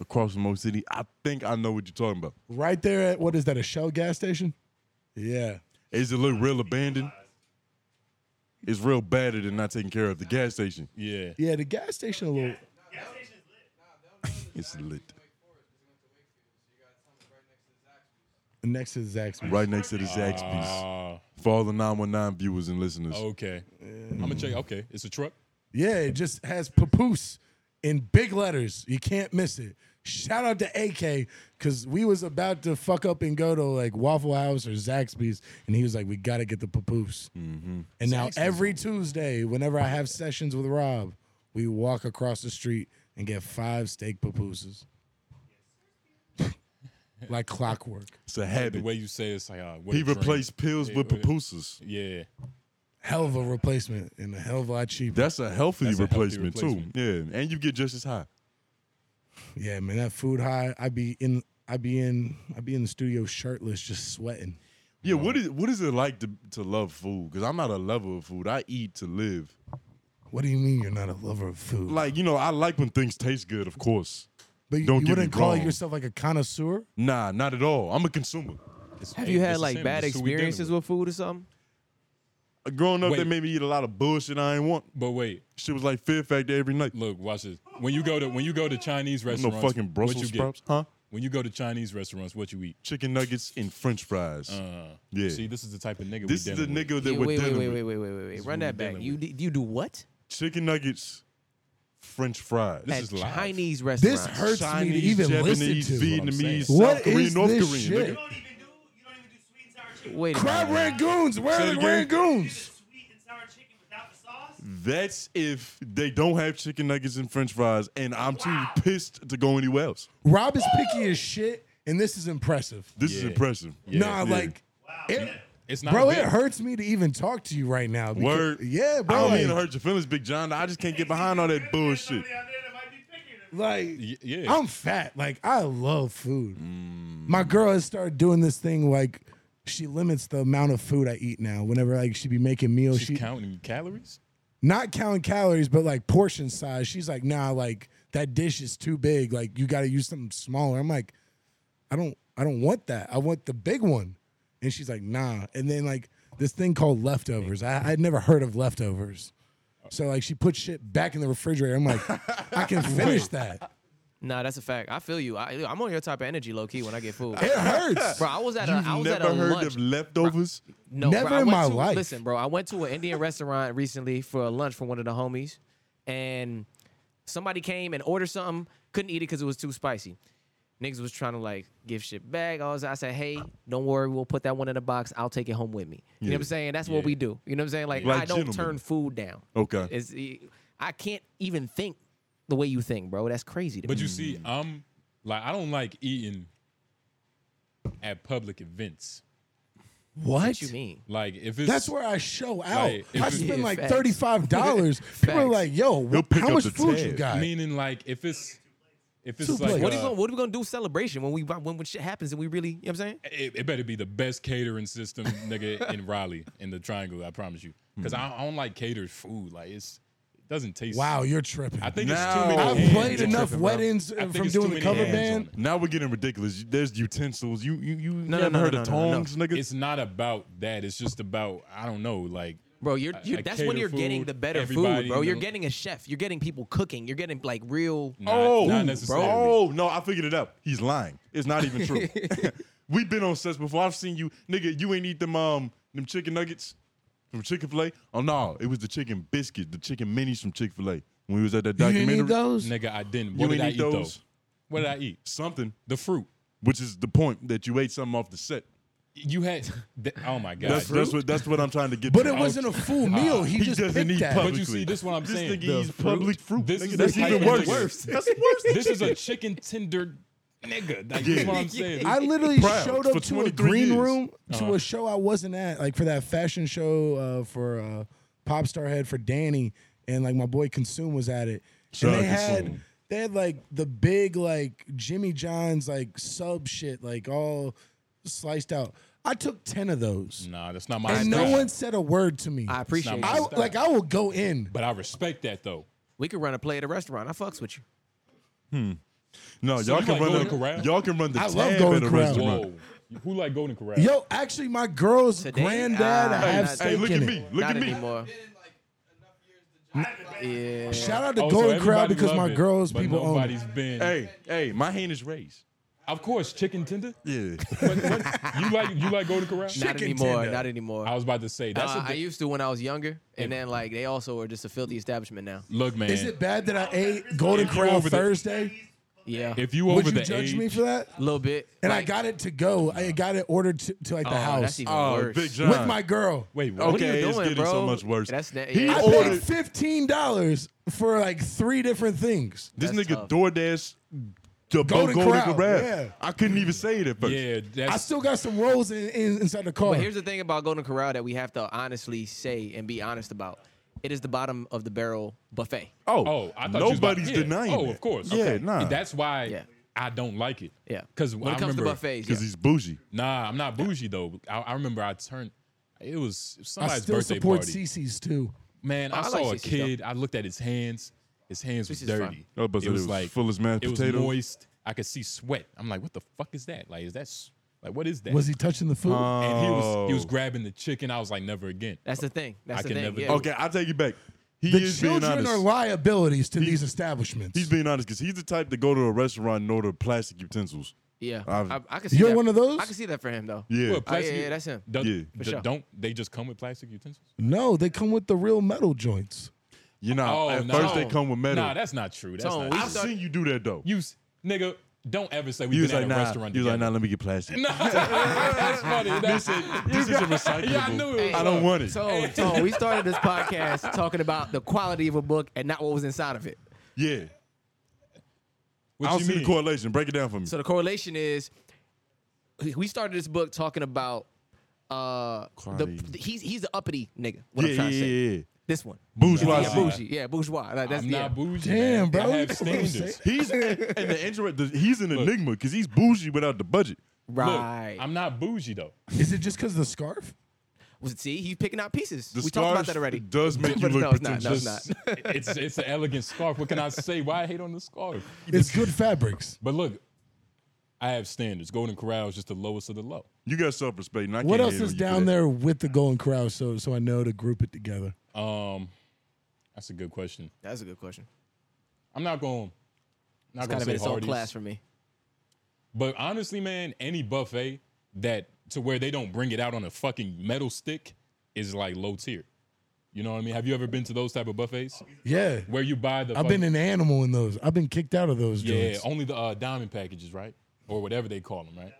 Speaker 1: across from Mo City. I think I know what you're talking about.
Speaker 5: right there at what is that? A Shell gas station? Yeah.
Speaker 1: Is it look real abandoned? It's real battered and not taken care of. The gas station,
Speaker 2: yeah.
Speaker 5: Yeah, the gas station a little.
Speaker 1: it's lit.
Speaker 5: Next to Zaxby's.
Speaker 1: Right next to the Zaxby's.
Speaker 2: Ah, Oh,
Speaker 1: For all the 919 viewers and listeners.
Speaker 2: okay. I'm gonna check. Okay, it's a truck.
Speaker 5: Yeah, it just has papoose in big letters. You can't miss it. Shout out to AK because we was about to fuck up and go to like Waffle House or Zaxby's, and he was like, "We gotta get the papoose." And now every Tuesday, whenever I have sessions with Rob, we walk across the street and get five steak papooses, like clockwork.
Speaker 1: It's a
Speaker 2: The
Speaker 1: habit.
Speaker 2: way you say it's like uh, what
Speaker 1: He
Speaker 2: a dream.
Speaker 1: replaced pills with papooses.
Speaker 2: Yeah,
Speaker 5: hell of a replacement and a hell of a lot cheaper.
Speaker 1: That's a healthy,
Speaker 2: That's a healthy
Speaker 1: replacement, too. Yeah, and you get just as high.
Speaker 5: yeah, man, that food high. I'd be in. I'd be in. I'd be in the studio shirtless, just sweating.
Speaker 1: Yeah, what is what is it like to, to love food? Because I'm not a lover of food. I eat to live.
Speaker 5: What do you mean you're not a lover of food?
Speaker 1: Like you know, I like when things taste good. Of course.
Speaker 5: but you,
Speaker 1: don't
Speaker 5: you
Speaker 1: get me
Speaker 5: wouldn't call
Speaker 1: wrong.
Speaker 5: yourself like a connoisseur?
Speaker 1: Nah, not at all. I'm a consumer.
Speaker 2: It's-
Speaker 3: Have
Speaker 2: hey,
Speaker 3: you
Speaker 2: it's
Speaker 3: had
Speaker 2: the
Speaker 3: like
Speaker 2: same.
Speaker 3: bad
Speaker 2: It's who we dealing
Speaker 3: experiences with food or something?
Speaker 1: Growing up, they
Speaker 2: Wait.
Speaker 1: made me eat a lot of bullshit I didn't want.
Speaker 2: But wait,
Speaker 1: Shit was like Fear Factor every night.
Speaker 2: look, watch this. When you go to when you go to Chinese
Speaker 1: No
Speaker 2: restaurants,
Speaker 1: fucking
Speaker 2: what
Speaker 1: Brussels
Speaker 2: you get?
Speaker 1: sprouts, huh?
Speaker 2: When you go to Chinese restaurants, what you eat?
Speaker 1: Chicken nuggets and French fries.
Speaker 2: Uh,
Speaker 1: yeah,
Speaker 2: See, this is the type of nigga.
Speaker 1: this
Speaker 2: we
Speaker 1: is the
Speaker 2: dealing with.
Speaker 1: nigga that
Speaker 3: Yeah,
Speaker 1: we're
Speaker 3: wait, wait,
Speaker 1: dealing
Speaker 3: wait,
Speaker 1: with.
Speaker 3: wait, wait, wait, wait, wait.
Speaker 2: what
Speaker 3: Run that
Speaker 2: we're
Speaker 3: back.
Speaker 2: dealing
Speaker 3: You d- you do what
Speaker 1: Chicken nuggets, French fries.
Speaker 2: This
Speaker 3: at
Speaker 2: is live.
Speaker 3: Chinese
Speaker 5: This
Speaker 3: restaurants?
Speaker 5: hurts me to
Speaker 1: Chinese,
Speaker 5: even
Speaker 1: Japanese,
Speaker 5: listen to.
Speaker 1: Vietnamese, South
Speaker 5: What
Speaker 1: Korean,
Speaker 5: is
Speaker 1: North
Speaker 5: this
Speaker 1: Korean.
Speaker 5: shit?
Speaker 1: nigga.
Speaker 4: don't even do. You don't even do sweet and sour chicken.
Speaker 3: Wait a
Speaker 5: Crab
Speaker 3: minute.
Speaker 5: rangoons. Where
Speaker 1: Say it
Speaker 5: are the
Speaker 1: again.
Speaker 4: You do
Speaker 5: rangoons?
Speaker 4: sweet and sour chicken without the sauce.
Speaker 1: That's if they don't have chicken nuggets and French fries, and I'm too pissed to go anywhere else.
Speaker 5: Rob is picky as shit, and this is impressive.
Speaker 1: This is
Speaker 2: Yeah.
Speaker 1: impressive.
Speaker 5: nah,
Speaker 1: Yeah.
Speaker 5: like, it,
Speaker 2: It's not
Speaker 5: bro,
Speaker 2: good.
Speaker 5: it hurts me to even talk to you right now.
Speaker 1: Word.
Speaker 5: Yeah,
Speaker 1: I
Speaker 5: bro.
Speaker 1: don't
Speaker 5: like,
Speaker 1: mean to hurt your feelings, Big John. I just can't get behind all that
Speaker 4: There's somebody
Speaker 1: bullshit.
Speaker 4: out there that might be picking them.
Speaker 5: like
Speaker 2: Y- yeah. Mm.
Speaker 5: I'm fat. Like I love food. My girl has started doing this thing like she limits the amount of food I eat now. Whenever like she be making meals,
Speaker 2: She's
Speaker 5: she
Speaker 2: counting calories.
Speaker 5: not counting calories, but like portion size. She's like, nah, like that dish is too big. Like you got to use something smaller. I'm like, I don't, I don't want that. I want the big one. And she's like, nah. And then like this thing called leftovers. I I'd never heard of leftovers. So like she puts shit back in the refrigerator. I'm like, I can finish that.
Speaker 3: Nah, that's a fact. I feel you. I, I'm on your type of energy, low key, when I get food.
Speaker 5: It hurts.
Speaker 3: Bro, I was at a.
Speaker 1: You've
Speaker 3: I was at a
Speaker 1: never heard
Speaker 3: lunch.
Speaker 1: of leftovers?
Speaker 3: No,
Speaker 5: Never
Speaker 3: bro, I
Speaker 5: in
Speaker 3: went
Speaker 5: my
Speaker 3: to-
Speaker 5: life.
Speaker 3: Listen, bro, I went to an Indian restaurant recently for a lunch from one of the homies, and somebody came and ordered something, couldn't eat it because it was too spicy. Niggas was trying to like give shit back. I was, I said, hey, don't worry, we'll put that one in the box. I'll take it home with me. You know what I'm saying? That's what we do. You know what I'm saying? Like,
Speaker 1: Like
Speaker 3: I don't
Speaker 1: gentlemen.
Speaker 3: turn food down.
Speaker 1: Okay.
Speaker 3: It's, e, I can't even think the way you think, bro. That's crazy. To
Speaker 2: But
Speaker 3: me.
Speaker 2: you see, I'm like I don't like eating at public events.
Speaker 5: What?
Speaker 3: what you mean?
Speaker 2: Like if it's
Speaker 5: That's where I show out.
Speaker 2: Like, if
Speaker 5: I
Speaker 2: it-
Speaker 5: spend
Speaker 3: Yeah,
Speaker 5: like
Speaker 3: facts.
Speaker 5: thirty five dollars. People are
Speaker 3: Facts.
Speaker 5: like, "Yo, wh-
Speaker 1: They'll pick
Speaker 5: how
Speaker 1: up
Speaker 5: much
Speaker 1: the
Speaker 5: food you
Speaker 1: tab.
Speaker 5: got?"
Speaker 2: meaning like if it's if it's
Speaker 5: Two
Speaker 2: like
Speaker 5: plates.
Speaker 3: What are, you
Speaker 2: uh,
Speaker 3: gonna, what are we gonna do celebration when we when, when shit happens and we really, you know what I'm saying?
Speaker 2: it, it better be the best catering system, nigga, in Raleigh in the Triangle. I promise you, because I, I don't like catered food. Like it's it doesn't taste.
Speaker 5: wow, you're tripping.
Speaker 2: I think
Speaker 1: Now-
Speaker 2: it's too
Speaker 1: I've
Speaker 5: I've
Speaker 2: many. hands
Speaker 5: played
Speaker 2: on it.
Speaker 5: enough
Speaker 1: tripping, bro.
Speaker 5: weddings
Speaker 2: I
Speaker 5: uh,
Speaker 2: think
Speaker 5: from
Speaker 2: it's
Speaker 5: doing
Speaker 2: too
Speaker 5: the
Speaker 2: many
Speaker 5: cover
Speaker 2: hands on
Speaker 5: band.
Speaker 2: it.
Speaker 1: Now we're getting ridiculous. There's utensils. You you you, you
Speaker 3: No, no,
Speaker 1: ever
Speaker 3: no,
Speaker 1: heard
Speaker 3: no,
Speaker 1: of
Speaker 3: no, no, no.
Speaker 1: tongs, nigga?
Speaker 2: It's not about that. It's just about I don't know. Like
Speaker 3: Bro, you're,
Speaker 2: I-
Speaker 3: you're
Speaker 2: I
Speaker 3: that's when
Speaker 2: cater
Speaker 3: you're getting
Speaker 2: food,
Speaker 3: the better food,
Speaker 2: everybody
Speaker 3: bro.
Speaker 2: in
Speaker 3: You're
Speaker 2: the-
Speaker 3: getting a chef. You're getting people cooking. You're getting like real.
Speaker 2: not, not necessarily.
Speaker 1: Oh, no, I figured it out. He's lying. It's not even true. We've been on sets before. I've seen you, nigga. You ain't eat them um them chicken nuggets from Chick Fil A. Oh no, it was the chicken biscuit, the chicken minis from Chick Fil A. When we was at that
Speaker 5: You didn't
Speaker 1: documentary,
Speaker 5: eat those?
Speaker 2: Nigga, I didn't.
Speaker 1: You
Speaker 2: What did
Speaker 1: ain't
Speaker 2: I
Speaker 1: eat
Speaker 2: eat though?
Speaker 1: those?
Speaker 2: What did I eat?
Speaker 1: something,
Speaker 2: The fruit.
Speaker 1: which is the point that you ate something off the set.
Speaker 2: You had. The, oh my god.
Speaker 1: That's that's what that's what I'm trying to get.
Speaker 5: But
Speaker 1: to.
Speaker 5: it wasn't a full meal. He,
Speaker 1: He
Speaker 5: just
Speaker 1: doesn't
Speaker 5: picked
Speaker 1: eat
Speaker 5: that.
Speaker 1: pub-
Speaker 2: but you
Speaker 1: Publicly.
Speaker 2: see, this is what I'm
Speaker 1: This
Speaker 2: saying.
Speaker 1: nigga
Speaker 2: The
Speaker 1: eats public fruit.
Speaker 2: This
Speaker 1: nigga,
Speaker 2: is
Speaker 1: that's
Speaker 2: the type
Speaker 1: even
Speaker 2: of
Speaker 1: worse.
Speaker 2: nigga-
Speaker 1: That's worse.
Speaker 2: This is a chicken tender nigga. Like, That's what I'm saying.
Speaker 5: I literally
Speaker 1: Proud
Speaker 5: showed
Speaker 1: for
Speaker 5: up to a
Speaker 1: 23
Speaker 5: green
Speaker 1: years.
Speaker 5: room to a show I wasn't at, like for that fashion show uh, for uh, pop star head for Danny, and like my boy Consume was at it,
Speaker 1: Shout
Speaker 5: and
Speaker 1: out
Speaker 5: they had
Speaker 1: Consume.
Speaker 5: they had like the big like Jimmy John's like sub shit like all sliced out. I took ten of those,
Speaker 2: nah, that's not my.
Speaker 5: and no
Speaker 2: style.
Speaker 5: one said a word to me.
Speaker 3: I
Speaker 5: I,
Speaker 3: appreciate
Speaker 2: my
Speaker 3: it.
Speaker 2: style.
Speaker 5: like I will go in.
Speaker 2: But I respect that though.
Speaker 3: We could run a play at a restaurant. I fucks with you.
Speaker 1: No,
Speaker 2: So
Speaker 1: y'all
Speaker 2: you
Speaker 1: can
Speaker 2: like
Speaker 1: run
Speaker 2: Golden
Speaker 1: the
Speaker 2: Corral?
Speaker 1: y'all can run the
Speaker 5: I love
Speaker 1: tab
Speaker 5: Golden
Speaker 1: at a
Speaker 5: Corral.
Speaker 1: restaurant.
Speaker 2: Whoa. Who like Golden Corral?
Speaker 5: Yo, actually, my girl's
Speaker 3: Today,
Speaker 5: granddad
Speaker 3: ah,
Speaker 5: I have
Speaker 3: not-
Speaker 5: steak
Speaker 1: Hey, look
Speaker 5: in
Speaker 1: at
Speaker 5: it.
Speaker 1: me. Look
Speaker 3: Not
Speaker 1: at me.
Speaker 3: anymore. Yeah.
Speaker 5: Shout out to
Speaker 2: Oh, so
Speaker 5: Golden Corral
Speaker 2: everybody
Speaker 5: because
Speaker 2: love
Speaker 5: my
Speaker 2: it,
Speaker 5: girls
Speaker 2: but
Speaker 5: people own. it.
Speaker 2: nobody's been.
Speaker 1: Hey, hey, my hand is raised.
Speaker 2: Of course, chicken tender.
Speaker 1: Yeah.
Speaker 2: What, what, you like you like Golden Corral?
Speaker 3: Not
Speaker 5: chicken
Speaker 3: anymore.
Speaker 5: tender.
Speaker 3: Not anymore.
Speaker 2: I was about to say that's
Speaker 3: Uh,
Speaker 2: a
Speaker 3: I
Speaker 2: di-
Speaker 3: used to when I was younger, and then like they also were just a filthy establishment now.
Speaker 2: look, man.
Speaker 5: Is it bad that I ate Golden
Speaker 2: If you
Speaker 5: Corral
Speaker 2: over the-
Speaker 5: Thursday?
Speaker 3: Yeah,
Speaker 2: if you
Speaker 5: Would
Speaker 2: over
Speaker 5: you
Speaker 2: the
Speaker 5: judge
Speaker 2: age,
Speaker 5: me for that?
Speaker 3: a little bit.
Speaker 5: And I
Speaker 3: Like,
Speaker 5: got it to go. I got it ordered to, to like the
Speaker 3: oh,
Speaker 5: house
Speaker 3: That's even
Speaker 1: Oh,
Speaker 3: worse.
Speaker 1: Big John.
Speaker 5: with my girl.
Speaker 2: wait, what?
Speaker 3: What are you
Speaker 1: Okay, it's
Speaker 3: doing,
Speaker 1: getting so
Speaker 3: bro?
Speaker 1: much worse.
Speaker 3: That's that-
Speaker 1: he
Speaker 3: yeah.
Speaker 5: I
Speaker 1: ordered
Speaker 5: paid fifteen dollars for like three different things.
Speaker 1: this
Speaker 3: That's
Speaker 1: nigga
Speaker 3: tough.
Speaker 1: DoorDash the
Speaker 5: Golden
Speaker 1: Golden
Speaker 5: Corral,
Speaker 1: Corral.
Speaker 5: yeah.
Speaker 1: I couldn't even say it at first.
Speaker 2: Yeah, that's
Speaker 5: I still got some rolls in, in, inside the car.
Speaker 3: But Oh, here's the thing about Golden Corral that we have to honestly say and be honest about. It is the bottom of the barrel buffet.
Speaker 1: Oh,
Speaker 2: Oh, I thought you was about-
Speaker 1: nobody's
Speaker 2: yeah.
Speaker 1: denying.
Speaker 2: Oh,
Speaker 1: it.
Speaker 2: of course.
Speaker 1: Yeah,
Speaker 2: Okay.
Speaker 1: nah.
Speaker 2: That's why
Speaker 3: Yeah.
Speaker 2: I don't like it.
Speaker 3: Yeah.
Speaker 2: Because
Speaker 3: When it comes to buffets, yeah.
Speaker 1: because he's bougie.
Speaker 2: Nah, I'm not bougie though. I, I remember I turned. It was
Speaker 5: I
Speaker 2: somebody's
Speaker 5: still
Speaker 2: birthday
Speaker 5: support
Speaker 2: party.
Speaker 5: CC's too.
Speaker 2: Man, I,
Speaker 3: I like
Speaker 2: saw a
Speaker 3: CC stuff.
Speaker 2: kid. I looked at his hands. His hands was
Speaker 3: This is fine.
Speaker 2: dirty.
Speaker 1: I was about to say, it was full as mashed
Speaker 2: It was
Speaker 1: potatoes.
Speaker 2: moist. I could see sweat. I'm like, what the fuck is that? Like, is that s- like what is that?
Speaker 5: Was he touching the food?
Speaker 2: and he was he was
Speaker 1: Oh.
Speaker 2: grabbing the chicken. I was like, never again.
Speaker 3: That's the thing. That's
Speaker 2: I
Speaker 3: the
Speaker 2: can
Speaker 3: thing.
Speaker 2: never
Speaker 3: yeah.
Speaker 2: do it.
Speaker 1: Okay, I take it back. He
Speaker 5: the
Speaker 1: is being
Speaker 5: children
Speaker 1: honest.
Speaker 5: are liabilities to these establishments.
Speaker 1: he's being honest because he's the type to go to a restaurant and order plastic utensils.
Speaker 3: Yeah.
Speaker 1: I've-
Speaker 3: I, I can see
Speaker 5: You're
Speaker 3: that.
Speaker 5: one of those?
Speaker 3: I can see that for him though.
Speaker 1: Yeah,
Speaker 2: What,
Speaker 3: Oh, yeah,
Speaker 2: plastic-
Speaker 3: yeah, that's him.
Speaker 2: Don't,
Speaker 1: Yeah.
Speaker 3: For
Speaker 2: d-
Speaker 3: sure.
Speaker 2: don't they just come with plastic utensils?
Speaker 5: no, they come with the real metal joints.
Speaker 1: you know.
Speaker 2: Oh,
Speaker 1: at
Speaker 2: no.
Speaker 1: first they come with metal.
Speaker 2: Nah, that's not true. That's
Speaker 3: Tone,
Speaker 2: not
Speaker 3: we
Speaker 2: true.
Speaker 1: I've
Speaker 3: start-
Speaker 1: seen you do that though.
Speaker 2: You, s- nigga, don't ever say
Speaker 1: You
Speaker 2: we've
Speaker 1: was
Speaker 2: been at
Speaker 1: like,
Speaker 2: a
Speaker 1: nah.
Speaker 2: restaurant
Speaker 1: You was like,
Speaker 2: together.
Speaker 1: nah. Let me get plastic.
Speaker 2: That's funny. That's it.
Speaker 1: This isn't recyclable.
Speaker 2: Yeah, I knew it.
Speaker 1: I don't want it.
Speaker 3: Tone, Tone, we started this podcast talking about the quality of a book and not what was inside of it.
Speaker 1: yeah,
Speaker 2: What
Speaker 1: I don't
Speaker 2: you
Speaker 1: see
Speaker 2: mean?
Speaker 1: the correlation. Break it down for me.
Speaker 3: So the correlation is, we started this book talking about uh the
Speaker 1: Quality.
Speaker 3: he's he's the uppity nigga. What
Speaker 1: yeah,
Speaker 3: I'm
Speaker 1: yeah,
Speaker 3: trying to
Speaker 1: yeah,
Speaker 3: say.
Speaker 1: yeah.
Speaker 3: This one.
Speaker 1: Bourgeoisie.
Speaker 3: Yeah, bougie. Yeah, bourgeois. Like, that's
Speaker 2: I'm
Speaker 3: the
Speaker 2: not bougie.
Speaker 5: Damn,
Speaker 2: man.
Speaker 5: bro.
Speaker 2: I have
Speaker 5: That's what I'm
Speaker 2: standards.
Speaker 1: He's and the intro. the- He's an enigma because he's bougie without the budget.
Speaker 2: Look,
Speaker 3: right.
Speaker 2: I'm not bougie though.
Speaker 5: Is it just because of the scarf?
Speaker 3: Was it, see, he's picking out pieces.
Speaker 1: The
Speaker 3: we talked about
Speaker 1: scarf
Speaker 3: that already.
Speaker 1: Does make you
Speaker 3: But
Speaker 1: look
Speaker 3: no, it's not. No, it's
Speaker 1: pretentious.
Speaker 3: not.
Speaker 2: It's it's an elegant scarf. What can I say? Why I hate on the scarf?
Speaker 5: It's good fabrics.
Speaker 2: But look, I have standards. Golden Corral is just the lowest of the low.
Speaker 1: You got self-respect. And I
Speaker 5: What
Speaker 1: can't
Speaker 5: else
Speaker 1: hate on
Speaker 5: is
Speaker 1: you for
Speaker 5: down
Speaker 1: that.
Speaker 5: there with the Golden Corral so so I know to group it together?
Speaker 2: Um, that's a good question.
Speaker 3: That's a good question.
Speaker 2: I'm not going. Not
Speaker 3: Kind
Speaker 2: gonna
Speaker 3: of
Speaker 2: say
Speaker 3: in its own
Speaker 2: Hardee's.
Speaker 3: class for me.
Speaker 2: But honestly, man, any buffet that to where they don't bring it out on a fucking metal stick is like low tier. You know what I mean? Have you ever been to those type of buffets
Speaker 5: Yeah.
Speaker 2: where you buy the?
Speaker 5: I've been an animal in those. I've been kicked out of those
Speaker 2: yeah,
Speaker 5: joints.
Speaker 2: only the uh, diamond packages, right? Or whatever they call them, right?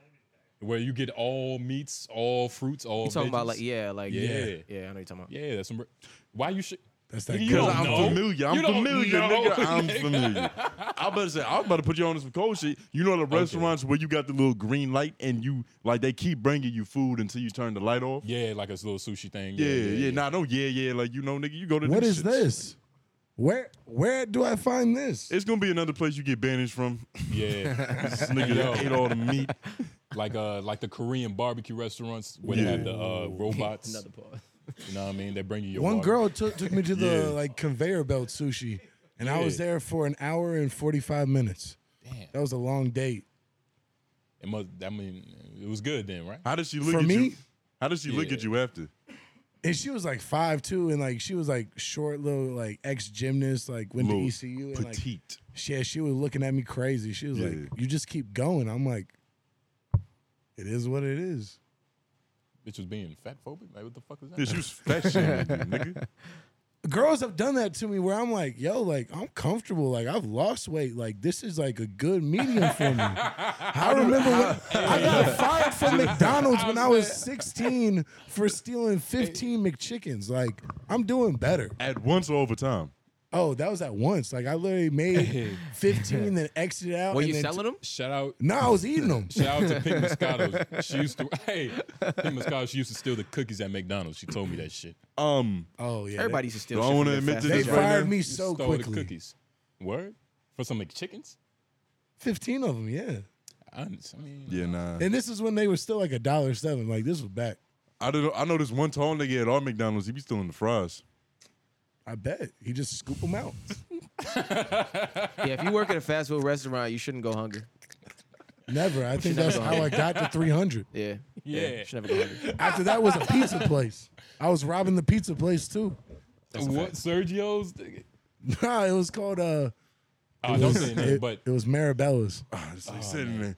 Speaker 2: Where you get all meats, all fruits, all.
Speaker 3: You talking about
Speaker 2: veggies.
Speaker 3: like yeah, like
Speaker 2: Yeah.
Speaker 3: yeah, yeah. I know you're talking about.
Speaker 2: Yeah, that's some. Why you should?
Speaker 5: That's that
Speaker 2: You
Speaker 5: good
Speaker 2: don't
Speaker 1: I'm
Speaker 2: know.
Speaker 1: familiar. I'm
Speaker 2: You don't
Speaker 1: familiar,
Speaker 2: know,
Speaker 1: nigga. I'm
Speaker 2: nigga.
Speaker 1: familiar. I better say I was about to put you on to some cold shit. You know the restaurants where you got the little green light and you like they keep bringing you food until you turn the light off.
Speaker 2: Yeah, like a little sushi thing.
Speaker 1: Yeah, yeah, nah, don't yeah, yeah. Like you know, nigga, you go to
Speaker 5: What
Speaker 1: them
Speaker 5: is
Speaker 1: shits.
Speaker 5: this? Where where do I find this?
Speaker 1: It's gonna be another place you get banished from.
Speaker 2: yeah.
Speaker 1: this nigga that
Speaker 2: Yo.
Speaker 1: ate all the meat.
Speaker 2: like uh, like the Korean barbecue restaurants where they have the uh, robots.
Speaker 3: Another pause.
Speaker 2: You know what I mean? They bring you your
Speaker 5: One
Speaker 2: water.
Speaker 5: girl took took me to the
Speaker 1: Yeah.
Speaker 5: like conveyor belt sushi, and I was
Speaker 2: Yeah.
Speaker 5: there for an hour and forty five minutes.
Speaker 2: Damn.
Speaker 5: That was a long date.
Speaker 2: It must. I mean, it was good then, right?
Speaker 1: How does she look
Speaker 5: For
Speaker 1: at you?
Speaker 5: me?
Speaker 1: How does she look
Speaker 2: Yeah.
Speaker 1: at you after?
Speaker 5: And she was like five two, and like she was like short little like ex gymnast, like went
Speaker 1: Little
Speaker 5: to ECU, E and like
Speaker 1: Petite.
Speaker 5: yeah, she was looking at me crazy. She was
Speaker 1: Yeah.
Speaker 5: like, "You just keep going." I'm like, "It is what it is."
Speaker 3: Uh-huh.
Speaker 2: Bitch was being fat phobic. Like, what the fuck is that?
Speaker 1: Yeah, she was fat shaming you, nigga.
Speaker 5: Girls have done that to me where I'm like, "Yo, like I'm comfortable. Like I've lost weight. Like this is like a good medium for me." I remember when I got fired from McDonald's when I was 16 for stealing 15 McChickens. Like I'm doing better.
Speaker 1: At once or over time.
Speaker 5: Oh, that was at once. Like I literally made 15, then exited out.
Speaker 3: Were
Speaker 5: and
Speaker 3: you
Speaker 5: then
Speaker 3: selling them?
Speaker 2: Shout out.
Speaker 5: No, I was eating them.
Speaker 2: Shout out to Pink Moscato. She used to hey, Pink Moscato. She used to steal the cookies at McDonald's. She told me that shit.
Speaker 1: Um,
Speaker 5: Oh yeah.
Speaker 3: Everybody used to steal.
Speaker 1: I
Speaker 3: shit from
Speaker 1: wanna
Speaker 3: their
Speaker 1: admit
Speaker 3: fast
Speaker 1: to
Speaker 5: They,
Speaker 1: this
Speaker 3: food
Speaker 5: they
Speaker 1: right
Speaker 3: joint.
Speaker 1: now.
Speaker 5: fired me
Speaker 2: You
Speaker 5: so
Speaker 2: stole the
Speaker 5: quickly.
Speaker 2: cookies. Word for some McChickens.
Speaker 5: 15 of them, yeah.
Speaker 2: I, understand. I mean,
Speaker 1: yeah, nah.
Speaker 5: And this is when they were still like a dollar seven. Like this was back.
Speaker 1: I don't. know- I know this one tall nigga at our McDonald's. He be stealing the fries.
Speaker 5: I bet he just scoop them out.
Speaker 3: Yeah, if you work at a fast food restaurant, you shouldn't go hungry.
Speaker 5: Never. I think that's
Speaker 3: never
Speaker 5: how I got to 300.
Speaker 3: Yeah.
Speaker 2: Yeah.
Speaker 3: you should never go hungry.
Speaker 5: After that was a pizza place. I was robbing the pizza place too.
Speaker 2: what Sergio's? nigga?
Speaker 5: Nah, it was called uh
Speaker 2: Oh, don't
Speaker 5: was-
Speaker 2: say that.
Speaker 5: it-
Speaker 2: But
Speaker 5: it was Marabella's.
Speaker 1: Ah, it's like sitting there.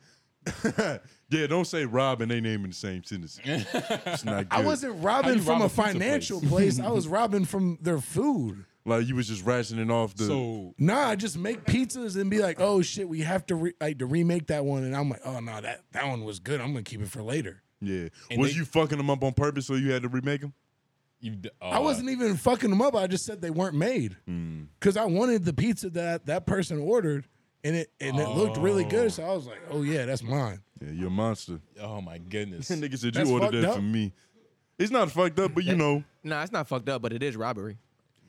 Speaker 1: yeah, don't say Rob and they name in the same sentence. It's not good.
Speaker 5: I wasn't
Speaker 2: How
Speaker 5: robbing
Speaker 2: you
Speaker 5: from
Speaker 2: rob a
Speaker 5: a
Speaker 2: pizza place?
Speaker 5: financial place. I was robbing from their food.
Speaker 1: like you was just rationing off the.
Speaker 2: so
Speaker 5: Nah, I just make pizzas and be like, oh shit, we have to re- like to remake that one. And I'm like, oh no, that that one was good. I'm gonna keep it for later.
Speaker 1: yeah,
Speaker 2: And
Speaker 1: was
Speaker 2: they-
Speaker 1: you fucking them up on purpose so you had to remake them?
Speaker 2: you, d- uh,
Speaker 5: I wasn't even fucking them up. I just said they weren't made because I wanted the pizza that that person ordered, and it and it looked really good. So I was like, oh yeah, that's mine.
Speaker 1: Yeah, you're a monster.
Speaker 2: Oh my goodness.
Speaker 1: Nigga said
Speaker 5: That's
Speaker 1: you ordered
Speaker 5: fucked
Speaker 1: that
Speaker 5: up.
Speaker 1: for me. It's not fucked up, but you know,
Speaker 3: Nah, it's not fucked up, but it is robbery.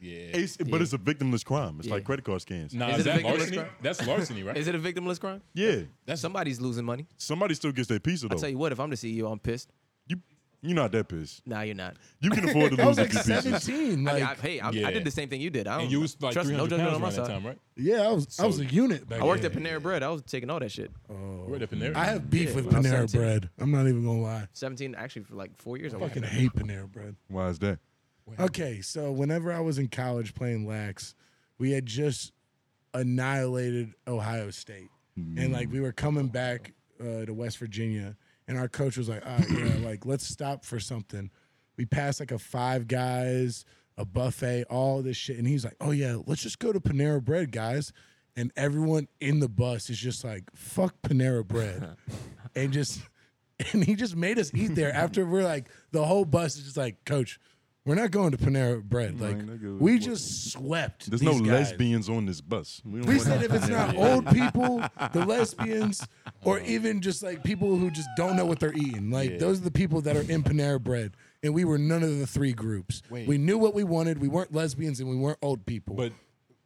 Speaker 2: yeah.
Speaker 1: it's, but it's a victimless crime. It's like
Speaker 3: Yeah.
Speaker 1: credit card scams.
Speaker 2: Nah,
Speaker 3: Is
Speaker 2: is
Speaker 3: it a
Speaker 2: that
Speaker 3: victimless
Speaker 2: larceny?
Speaker 3: crime?
Speaker 2: That's larceny, right?
Speaker 3: Is it a victimless crime?
Speaker 1: Yeah,
Speaker 2: That's
Speaker 3: Somebody's losing money.
Speaker 1: somebody still gets their piece of
Speaker 3: I tell
Speaker 1: though.
Speaker 3: you what, if I'm the CEO, I'm pissed.
Speaker 1: You, you're not that pissed.
Speaker 3: Nah, you're not.
Speaker 1: You can afford to
Speaker 5: I
Speaker 1: lose
Speaker 5: was
Speaker 1: a
Speaker 5: like
Speaker 1: few pieces.
Speaker 5: 17.
Speaker 3: I
Speaker 5: Like,
Speaker 3: mean, I, hey, I, I
Speaker 2: Yeah.
Speaker 3: did the same thing you did. I don't
Speaker 2: and you was like
Speaker 3: trust
Speaker 2: three
Speaker 3: no
Speaker 2: hundred pounds
Speaker 3: judgment on my
Speaker 2: around that
Speaker 3: side.
Speaker 2: time, right?
Speaker 5: yeah, I was I was a unit back
Speaker 3: I worked at
Speaker 5: then.
Speaker 3: Panera Bread. I was taking all that shit.
Speaker 2: We're at the Panera.
Speaker 5: I have beef
Speaker 3: Yeah,
Speaker 5: with
Speaker 3: when I was
Speaker 5: Panera
Speaker 3: 17.
Speaker 5: Bread. I'm not even gonna lie.
Speaker 3: 17, actually, for like four years. I
Speaker 5: I
Speaker 3: worked
Speaker 5: fucking
Speaker 3: there.
Speaker 5: hate Panera Bread.
Speaker 1: Why is that?
Speaker 5: Okay, so whenever I was in college playing lax, we had just annihilated Ohio State, and like we were coming back uh, to West Virginia, and our coach was like, "All right, yeah, like let's stop for something." We passed like a Five Guys, a buffet, all this shit, and he's like, "Oh yeah, let's just go to Panera Bread, guys." And everyone in the bus is just like, "Fuck Panera Bread," and just and he just made us eat there after we're like the whole bus is just like coach we're not going to panera bread like
Speaker 1: nigga,
Speaker 5: we
Speaker 1: what-
Speaker 5: just swept
Speaker 1: There's
Speaker 5: these
Speaker 1: no
Speaker 5: guys.
Speaker 1: lesbians on this bus. don't
Speaker 5: we
Speaker 1: want
Speaker 5: said
Speaker 1: no
Speaker 5: if it's not
Speaker 1: Panera.
Speaker 5: old people the lesbians or even just like people who just don't know what they're eating like those are the people that are in panera bread and we were none of the three groups we knew what we wanted we weren't lesbians and we weren't old people
Speaker 2: But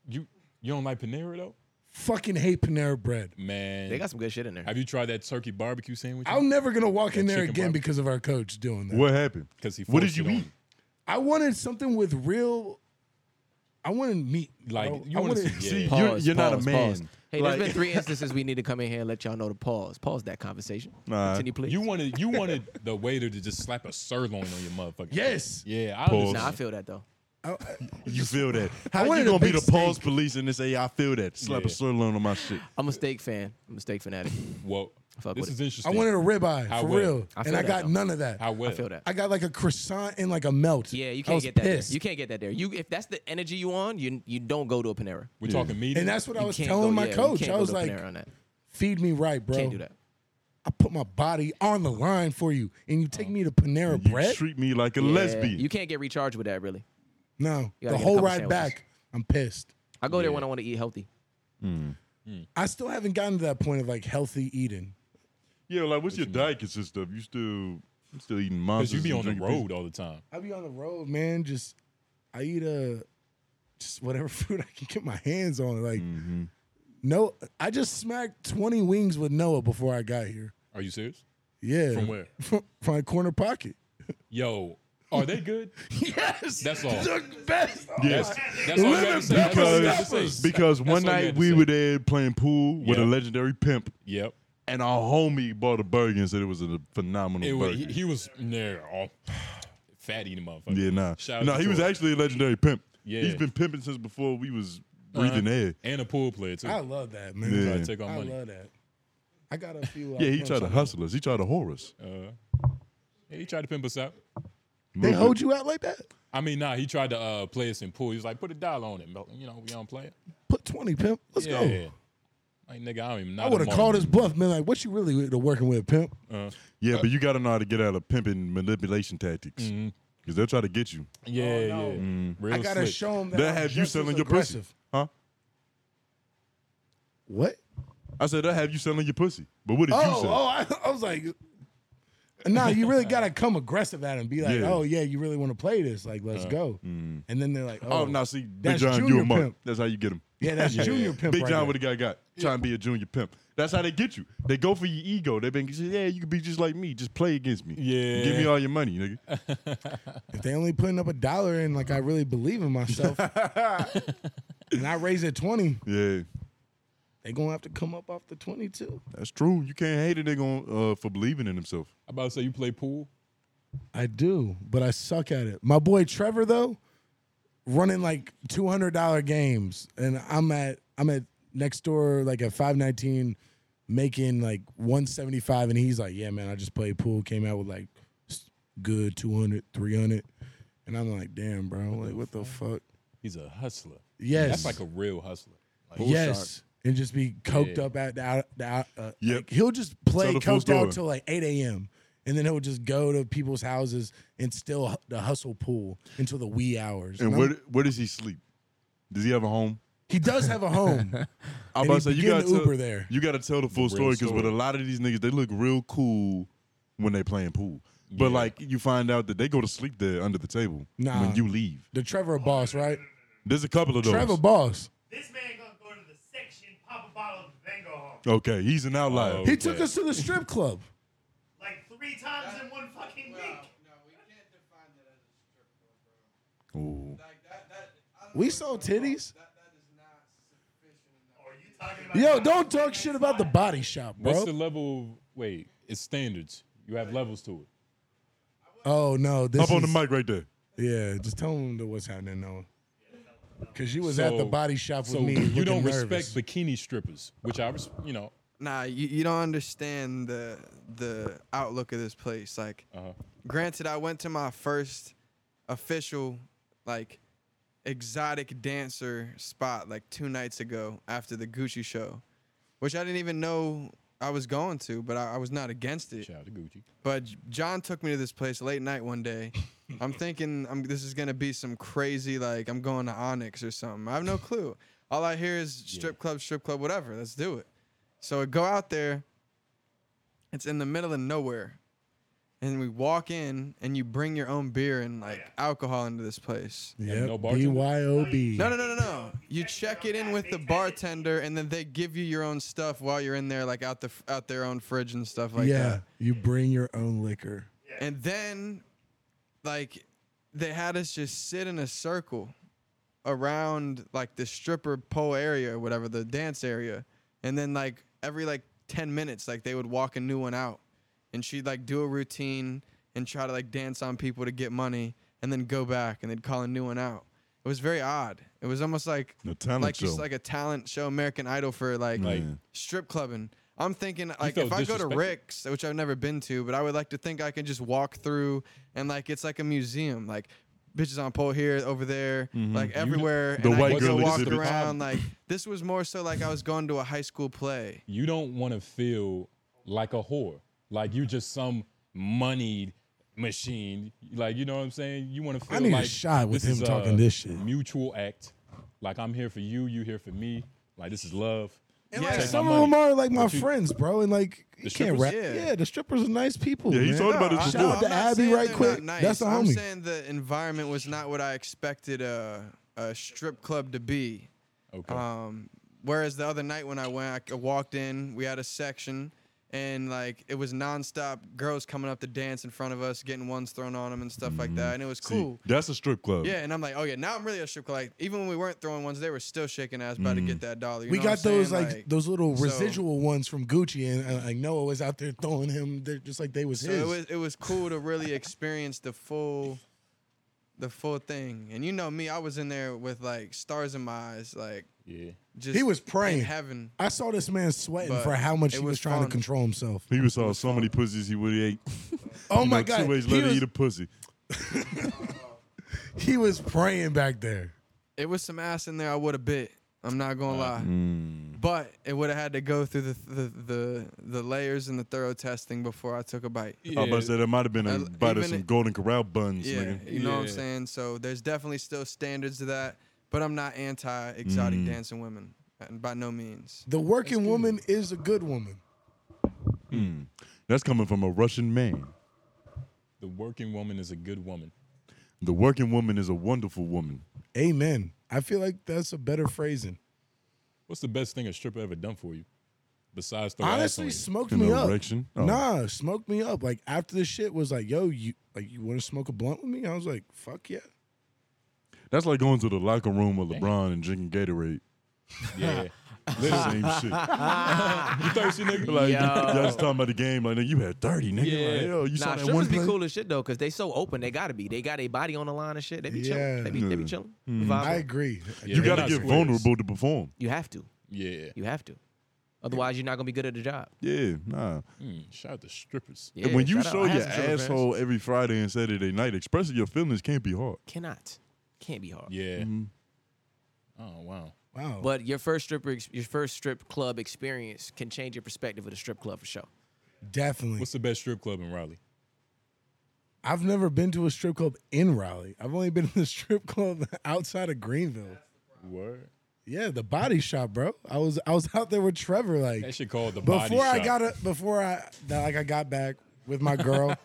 Speaker 2: you you don't like Panera though,
Speaker 5: fucking hate panera bread
Speaker 2: man.
Speaker 3: They got some good shit in there.
Speaker 2: have you tried that turkey barbecue sandwich?
Speaker 5: i'm never gonna walk in
Speaker 2: That
Speaker 5: there
Speaker 2: chicken
Speaker 5: again
Speaker 2: barbe-
Speaker 5: because of our coach doing that
Speaker 1: What happened?
Speaker 2: 'Cause he
Speaker 1: What did
Speaker 2: forced
Speaker 1: you
Speaker 2: it on
Speaker 1: eat?
Speaker 2: you.
Speaker 5: I wanted something with real. I wanted meat.
Speaker 2: Like,
Speaker 5: bro.
Speaker 2: you
Speaker 5: I
Speaker 2: wanted
Speaker 5: wanted-
Speaker 2: to-
Speaker 1: See,
Speaker 2: Yeah.
Speaker 1: you're, you're not a
Speaker 3: pause,
Speaker 1: man.
Speaker 3: pause. Hey,
Speaker 1: Like-
Speaker 3: there's been three instances we need to come in here and let y'all know to pause. Pause that conversation.
Speaker 1: Nah.
Speaker 3: Continue, please.
Speaker 2: You wanted you wanted the waiter to just slap a sirloin on your motherfucker.
Speaker 5: Yes.
Speaker 2: Yeah, I
Speaker 1: Pause.
Speaker 2: understand.
Speaker 3: nah, I feel that though.
Speaker 1: You feel that? How
Speaker 5: wanted
Speaker 1: you
Speaker 5: a
Speaker 1: gonna be
Speaker 5: big
Speaker 1: the pause police and they say, yeah, I feel that. Slap a
Speaker 2: Yeah.
Speaker 1: sirloin on my shit.
Speaker 3: I'm a steak fan. I'm a steak fanatic.
Speaker 2: Well,
Speaker 3: Fuck
Speaker 2: this
Speaker 3: with
Speaker 2: is
Speaker 3: it.
Speaker 5: I
Speaker 2: interesting.
Speaker 5: wanted a ribeye
Speaker 2: I
Speaker 5: for
Speaker 2: will.
Speaker 5: real,
Speaker 3: I feel
Speaker 5: and I
Speaker 3: that,
Speaker 5: got
Speaker 3: though.
Speaker 5: none of that.
Speaker 2: I will.
Speaker 3: I feel that.
Speaker 5: I got like a croissant and like a melt.
Speaker 3: Yeah, you
Speaker 5: I
Speaker 3: can't
Speaker 5: was
Speaker 3: get that. There.
Speaker 5: pissed.
Speaker 3: You can't get that there. You if that's the energy you on, you you don't go to a Panera.
Speaker 2: We're talking meat.
Speaker 5: and that's what I
Speaker 3: You
Speaker 5: was
Speaker 3: can't
Speaker 5: telling
Speaker 3: go-
Speaker 5: my
Speaker 3: yeah, you
Speaker 5: coach.
Speaker 3: can't
Speaker 5: I
Speaker 3: go
Speaker 5: was
Speaker 3: to a
Speaker 5: like,
Speaker 3: Panera on that.
Speaker 5: "Feed me right, bro.
Speaker 3: Can't do that.
Speaker 5: I put my body on the line for you, and you
Speaker 3: Oh.
Speaker 5: take me to Panera
Speaker 1: You
Speaker 5: Bread.
Speaker 1: treat me like a
Speaker 3: Yeah,
Speaker 1: lesbian.
Speaker 3: You can't get recharged with that really.
Speaker 5: no,
Speaker 3: You gotta
Speaker 5: the
Speaker 3: get a
Speaker 5: whole
Speaker 3: couple
Speaker 5: ride
Speaker 3: sandwiches.
Speaker 5: back, I'm pissed.
Speaker 3: I go there when I want to eat healthy.
Speaker 5: I still haven't gotten to that point of like healthy eating.
Speaker 1: yeah, like what's your diet consist of? You still you still eating
Speaker 2: because
Speaker 1: monsters?
Speaker 2: you be
Speaker 1: and
Speaker 2: on the
Speaker 1: drinking
Speaker 2: road all the time.
Speaker 5: I be on the road, man. Just I eat a just whatever food I can get my hands on. Like
Speaker 1: Mm-hmm.
Speaker 5: no, I just smacked twenty wings with Noah before I got here.
Speaker 2: Are you serious?
Speaker 5: Yeah,
Speaker 2: From where?
Speaker 5: From, from my corner pocket.
Speaker 2: Yo, are they good?
Speaker 5: Yes,
Speaker 2: That's all.
Speaker 5: the best. Oh,
Speaker 1: Yes.
Speaker 5: my-
Speaker 2: That's all you gotta say. That's all you gotta
Speaker 1: Because,
Speaker 2: say.
Speaker 1: because
Speaker 2: That's
Speaker 1: one
Speaker 2: all you
Speaker 1: night
Speaker 2: gotta
Speaker 1: we
Speaker 2: say.
Speaker 1: were there playing pool with a
Speaker 2: Yeah.
Speaker 1: legendary pimp,
Speaker 2: Yep.
Speaker 1: and our homie bought a burger and said it was a phenomenal
Speaker 2: It
Speaker 1: burger.
Speaker 2: was, he, he was there all fat eating motherfucker.
Speaker 1: yeah, nah.
Speaker 2: Shout out
Speaker 1: nah,
Speaker 2: to
Speaker 1: he was
Speaker 2: Troy.
Speaker 1: actually a legendary pimp.
Speaker 2: Yeah. Uh-huh.
Speaker 1: He's been pimping since before we was breathing air.
Speaker 2: And a pool player too.
Speaker 5: I
Speaker 2: I,
Speaker 5: love that, man.
Speaker 1: Yeah.
Speaker 2: to take our
Speaker 5: I
Speaker 2: money.
Speaker 5: love that. I got a few. uh,
Speaker 1: Yeah, he
Speaker 5: pimps
Speaker 1: tried to
Speaker 5: on-
Speaker 1: hustle us. He tried to whore us.
Speaker 2: Uh, Yeah, he tried to pimp us out.
Speaker 5: They hold you out like that.
Speaker 2: I mean, nah, he tried to uh, play us in pool. He was like, put a dollar on it, Melton. You know, we don't play it.
Speaker 5: Put twenty pimp. Let's
Speaker 2: Yeah.
Speaker 5: go.
Speaker 2: Like, nigga, I don't even know.
Speaker 5: I would have called his bluff, man. Like, what you really with- working with, pimp?
Speaker 1: Yeah, but you got to know how to get out of pimping manipulation tactics. Because
Speaker 2: Mm-hmm.
Speaker 1: they'll try to get you.
Speaker 2: Yeah,
Speaker 5: Oh, no. Mm,
Speaker 2: yeah. Real
Speaker 5: I gotta
Speaker 2: slick.
Speaker 5: show him that.
Speaker 1: They'll
Speaker 5: I'm
Speaker 1: have you
Speaker 5: just as
Speaker 1: selling your pussy.
Speaker 5: aggressive.
Speaker 1: Huh?
Speaker 5: What?
Speaker 1: I said, they'll have you selling your pussy. But what did you
Speaker 5: Oh,
Speaker 1: say?
Speaker 5: oh, I, I was like, nah, you really gotta come aggressive at him. Be like,
Speaker 1: Yeah. Uh,
Speaker 5: oh yeah, you really want to play this? Like, let's go. And then they're like, oh,
Speaker 1: Oh, now see, Big
Speaker 5: that's
Speaker 1: John, you
Speaker 5: junior
Speaker 1: a monk.
Speaker 5: pimp.
Speaker 1: That's how you get him.
Speaker 5: yeah, that's junior pimp.
Speaker 1: Big
Speaker 5: right
Speaker 1: John,
Speaker 5: there.
Speaker 1: what the guy got? Trying to be a junior pimp. That's how they get you. They go for your ego. They've been, yeah, you can be just like me. Just play against me.
Speaker 2: Yeah.
Speaker 1: Give me all your money, nigga.
Speaker 5: if they only putting up a dollar and like I really believe in myself, and I raise it twenty,
Speaker 1: Yeah.
Speaker 5: they gonna have to come up off the twenty too.
Speaker 1: That's true. You can't hate a nigga on, uh, for believing in himself.
Speaker 2: I about to say you play pool.
Speaker 5: I do, but I suck at it. My boy Trevor though, running like two hundred dollar games, and I'm at I'm at next door like at five nineteen, making like one seventy five, and he's like, yeah man, I just played pool, came out with like s- good 200, 300. and I'm like, damn bro, like what the fuck?
Speaker 2: He's a hustler.
Speaker 5: Yes,
Speaker 2: That's like a real hustler. Like,
Speaker 5: yes. And just be coked up at the, out- the out- uh,
Speaker 1: Yep.
Speaker 5: like, he'll just play
Speaker 1: Tell the full
Speaker 5: coked out
Speaker 1: story.
Speaker 5: till like eight a.m. and then he'll just go to people's houses and still hu- the hustle pool until the wee hours.
Speaker 1: And
Speaker 5: I'm-
Speaker 1: where, where does he sleep? Does he have a home?
Speaker 5: He does have a home.
Speaker 1: I'm about
Speaker 5: and
Speaker 1: to
Speaker 5: he
Speaker 1: say you
Speaker 5: begin
Speaker 1: gotta tell,
Speaker 5: Uber there.
Speaker 1: You gotta tell the full
Speaker 2: The
Speaker 1: story
Speaker 2: real
Speaker 1: because with a
Speaker 2: story.
Speaker 1: lot of these niggas, they look real cool when they playing pool. But
Speaker 2: Yeah.
Speaker 1: like you find out that they go to sleep there under the table
Speaker 5: Nah.
Speaker 1: when you leave.
Speaker 5: The Trevor boss, right?
Speaker 1: There's a couple of those.
Speaker 5: Trevor boss.
Speaker 4: This man gonna go to the section, pop a bottle, then go home.
Speaker 1: okay, he's an outlier.
Speaker 6: Oh.
Speaker 5: He
Speaker 2: Okay.
Speaker 5: took us to the strip club.
Speaker 4: Like three times in one fucking week.
Speaker 1: Ooh.
Speaker 5: We saw titties.
Speaker 4: Or you talking about
Speaker 5: Yo, don't talk shit about the body shop,
Speaker 2: What's the
Speaker 5: bro.
Speaker 2: level? Of, wait, it's standards. You have levels to it.
Speaker 5: Oh no, this
Speaker 1: Up on the
Speaker 5: is-
Speaker 1: mic right there.
Speaker 5: Yeah, just tell him the- what's happening, Noah. Cause you was at the
Speaker 2: So-
Speaker 5: body shop with
Speaker 2: So
Speaker 5: me.
Speaker 2: you don't
Speaker 5: looking nervous.
Speaker 2: respect bikini strippers, which I, res- you know,
Speaker 6: Nah, you, you don't understand the the outlook of this place. Like,
Speaker 2: uh,
Speaker 6: granted, I went to my first official, like, exotic dancer spot like two nights ago after the Gucci show, which I didn't even know I was going to, but I, I was not against it.
Speaker 2: shout out to Gucci.
Speaker 6: But J- John took me to this place late night one day. I'm thinking I'm, this is gonna be some crazy like I'm going to Onyx or something. I have no clue. All I hear is strip club, strip club, whatever. Let's do it. So I go out there. It's in the middle of nowhere, and we walk in, and you bring your own beer and like alcohol into this place.
Speaker 5: Yep.
Speaker 2: no bartender?
Speaker 5: BYOB.
Speaker 6: No, no, no, no, no. You check it in with the bartender, and then they give you your own stuff while you're in there, like out the f- out their own fridge and stuff like
Speaker 5: yeah,
Speaker 6: that.
Speaker 5: you bring your own liquor.
Speaker 6: And then, like, they had us just sit in a circle around like the stripper pole area or whatever, the dance area. And then like every like ten minutes, like they would walk a new one out, and she'd like do a routine and try to like dance on people to get money, and then go back and they'd call a new one out. It was very odd. It was almost like
Speaker 1: The talent
Speaker 6: like
Speaker 1: show.
Speaker 6: just like a talent show, American Idol for like,
Speaker 2: Like-
Speaker 6: strip clubbing. I'm thinking like
Speaker 2: felt
Speaker 6: if I go to
Speaker 2: disrespected.
Speaker 6: Rick's, which I've never been to, but I would like to think I can just walk through and like it's like a museum, like bitches on pole here, over there, like everywhere.
Speaker 1: The
Speaker 6: and
Speaker 1: white
Speaker 6: I could go
Speaker 1: girl
Speaker 6: walk
Speaker 1: exhibit.
Speaker 6: around. Like this was more so like I was going to a high school play.
Speaker 2: You don't want to feel like a whore, like you're just some moneyed machine. Like you know what I'm saying? You want to feel
Speaker 5: need a
Speaker 2: like
Speaker 5: shot with
Speaker 2: this
Speaker 5: him
Speaker 2: is
Speaker 5: talking
Speaker 2: a
Speaker 5: this shit.
Speaker 2: Mutual act. Like I'm here for you, you here for me. Like this is love.
Speaker 5: And
Speaker 6: Yeah.
Speaker 5: like
Speaker 6: Take my
Speaker 5: some of them are like my
Speaker 2: But you-
Speaker 5: friends, bro. And like you can't
Speaker 2: strippers?
Speaker 5: rap. Yeah.
Speaker 6: Yeah.
Speaker 5: the strippers are nice people.
Speaker 1: Yeah, he
Speaker 5: man.
Speaker 1: told about
Speaker 6: I-
Speaker 1: this
Speaker 5: Shout out
Speaker 1: before.
Speaker 5: to
Speaker 6: I'm not
Speaker 5: Abby
Speaker 6: saying
Speaker 5: right
Speaker 6: they're
Speaker 5: quick.
Speaker 6: not nice.
Speaker 5: That's the
Speaker 6: I'm
Speaker 5: homie.
Speaker 6: saying the environment was not what I expected a, a strip club to be.
Speaker 2: Okay.
Speaker 6: Um, whereas the other night when I went, I c- walked in, we had a section, and like it was nonstop girls coming up to dance in front of us, getting ones thrown on them and stuff like
Speaker 5: Mm-hmm.
Speaker 6: that, and it was
Speaker 1: See,
Speaker 6: cool.
Speaker 1: that's a strip club.
Speaker 6: Yeah, and I'm like, oh yeah, now I'm really a strip club. Like, even when we weren't throwing ones, they were still shaking ass about to get that dollar. You
Speaker 5: Mm. we
Speaker 6: know
Speaker 5: got
Speaker 6: what I'm
Speaker 5: those
Speaker 6: saying?
Speaker 5: like, those little
Speaker 6: so-
Speaker 5: residual ones from Gucci, and uh, like Noah was out there throwing him. They're just like they was
Speaker 6: So
Speaker 5: his.
Speaker 6: it was it was cool to really experience the full, the full thing. And you know me, I was in there with like stars in my eyes, like
Speaker 2: yeah.
Speaker 6: just
Speaker 5: was praying.
Speaker 6: in heaven.
Speaker 5: I saw this man sweating
Speaker 6: But
Speaker 5: for how much
Speaker 6: it
Speaker 5: he was,
Speaker 6: was
Speaker 5: trying to
Speaker 6: fun.
Speaker 5: control himself.
Speaker 1: He was saw so many pussies he would have ate.
Speaker 5: Oh
Speaker 1: You
Speaker 5: my
Speaker 1: know,
Speaker 5: god,
Speaker 1: Two ways
Speaker 5: he
Speaker 1: later,
Speaker 5: was,
Speaker 1: eat a pussy.
Speaker 5: he was praying back there.
Speaker 6: It was some ass in there. I would have bit. I'm not gonna lie. But it would have had to go through the, the the the layers and the thorough testing before I took a bite.
Speaker 1: I was about to say that might have been a
Speaker 6: Uh,
Speaker 1: bite of
Speaker 6: even
Speaker 1: some
Speaker 6: it-
Speaker 1: Golden Corral buns,
Speaker 6: Yeah,
Speaker 1: nigga.
Speaker 6: you know what I'm
Speaker 2: Yeah.
Speaker 6: saying. So there's definitely still standards to that. But I'm not anti exotic dancing women, and by no means.
Speaker 5: The working woman is a good woman.
Speaker 1: That's coming from a Russian man.
Speaker 2: The working woman is a good woman.
Speaker 1: The working woman is a wonderful woman.
Speaker 5: Amen. I feel like that's a better phrasing.
Speaker 2: What's the best thing a stripper ever done for you? Besides throw
Speaker 5: Honestly,
Speaker 2: ass on
Speaker 5: smoked
Speaker 1: An
Speaker 5: me up.
Speaker 1: erection? Oh.
Speaker 5: Nah, smoked me up. Like after the shit was like, yo, you like you want to smoke a blunt with me? I was like, fuck yeah.
Speaker 1: That's like going to the locker room with LeBron and drinking Gatorade.
Speaker 2: you. yeah.
Speaker 1: Same shit. Like,
Speaker 2: you thirsty nigga? Like,
Speaker 1: you-
Speaker 3: Yo.
Speaker 1: y'all just talking about the game. Like, nigga, you had 30, nigga. Like,
Speaker 2: Yeah.
Speaker 1: yo, you
Speaker 3: Nah,
Speaker 1: saw that one
Speaker 3: strippers be
Speaker 1: play?
Speaker 3: cool as shit though, cause they so open. They gotta be. They got a body on the line and shit. They be chilling. They be, they be
Speaker 1: Yeah. Hmm.
Speaker 3: chilling.
Speaker 5: I
Speaker 3: Vibing.
Speaker 5: agree.
Speaker 2: Yeah,
Speaker 1: You
Speaker 2: they
Speaker 1: got to
Speaker 2: not
Speaker 1: get
Speaker 2: squares.
Speaker 1: vulnerable to perform.
Speaker 3: You have to.
Speaker 2: Yeah.
Speaker 3: You have to. Otherwise, you're not gonna be good at the job.
Speaker 1: Yeah, nah.
Speaker 2: Mm, shout out to strippers.
Speaker 1: And when
Speaker 3: Yeah,
Speaker 1: you
Speaker 3: shout out.
Speaker 1: show
Speaker 3: I had
Speaker 1: your
Speaker 3: some strippers.
Speaker 1: asshole every Friday and Saturday night, expressing your feelings can't be hard.
Speaker 3: cannot, can't be hard.
Speaker 2: Yeah.
Speaker 5: Mm-hmm.
Speaker 2: Oh wow.
Speaker 5: Wow.
Speaker 3: But your first stripper, ex- your first strip club experience can change your perspective of the strip club for sure.
Speaker 5: Definitely.
Speaker 2: What's the best strip club in Raleigh?
Speaker 5: I've never been to a strip club in Raleigh. I've only been in the strip club outside of Greenville.
Speaker 2: Word.
Speaker 5: Yeah, the body shop, bro. I was I was out there with Trevor like
Speaker 2: That shit called the body
Speaker 5: before I
Speaker 2: shop.
Speaker 5: got a, before I that, like I got back with my girl.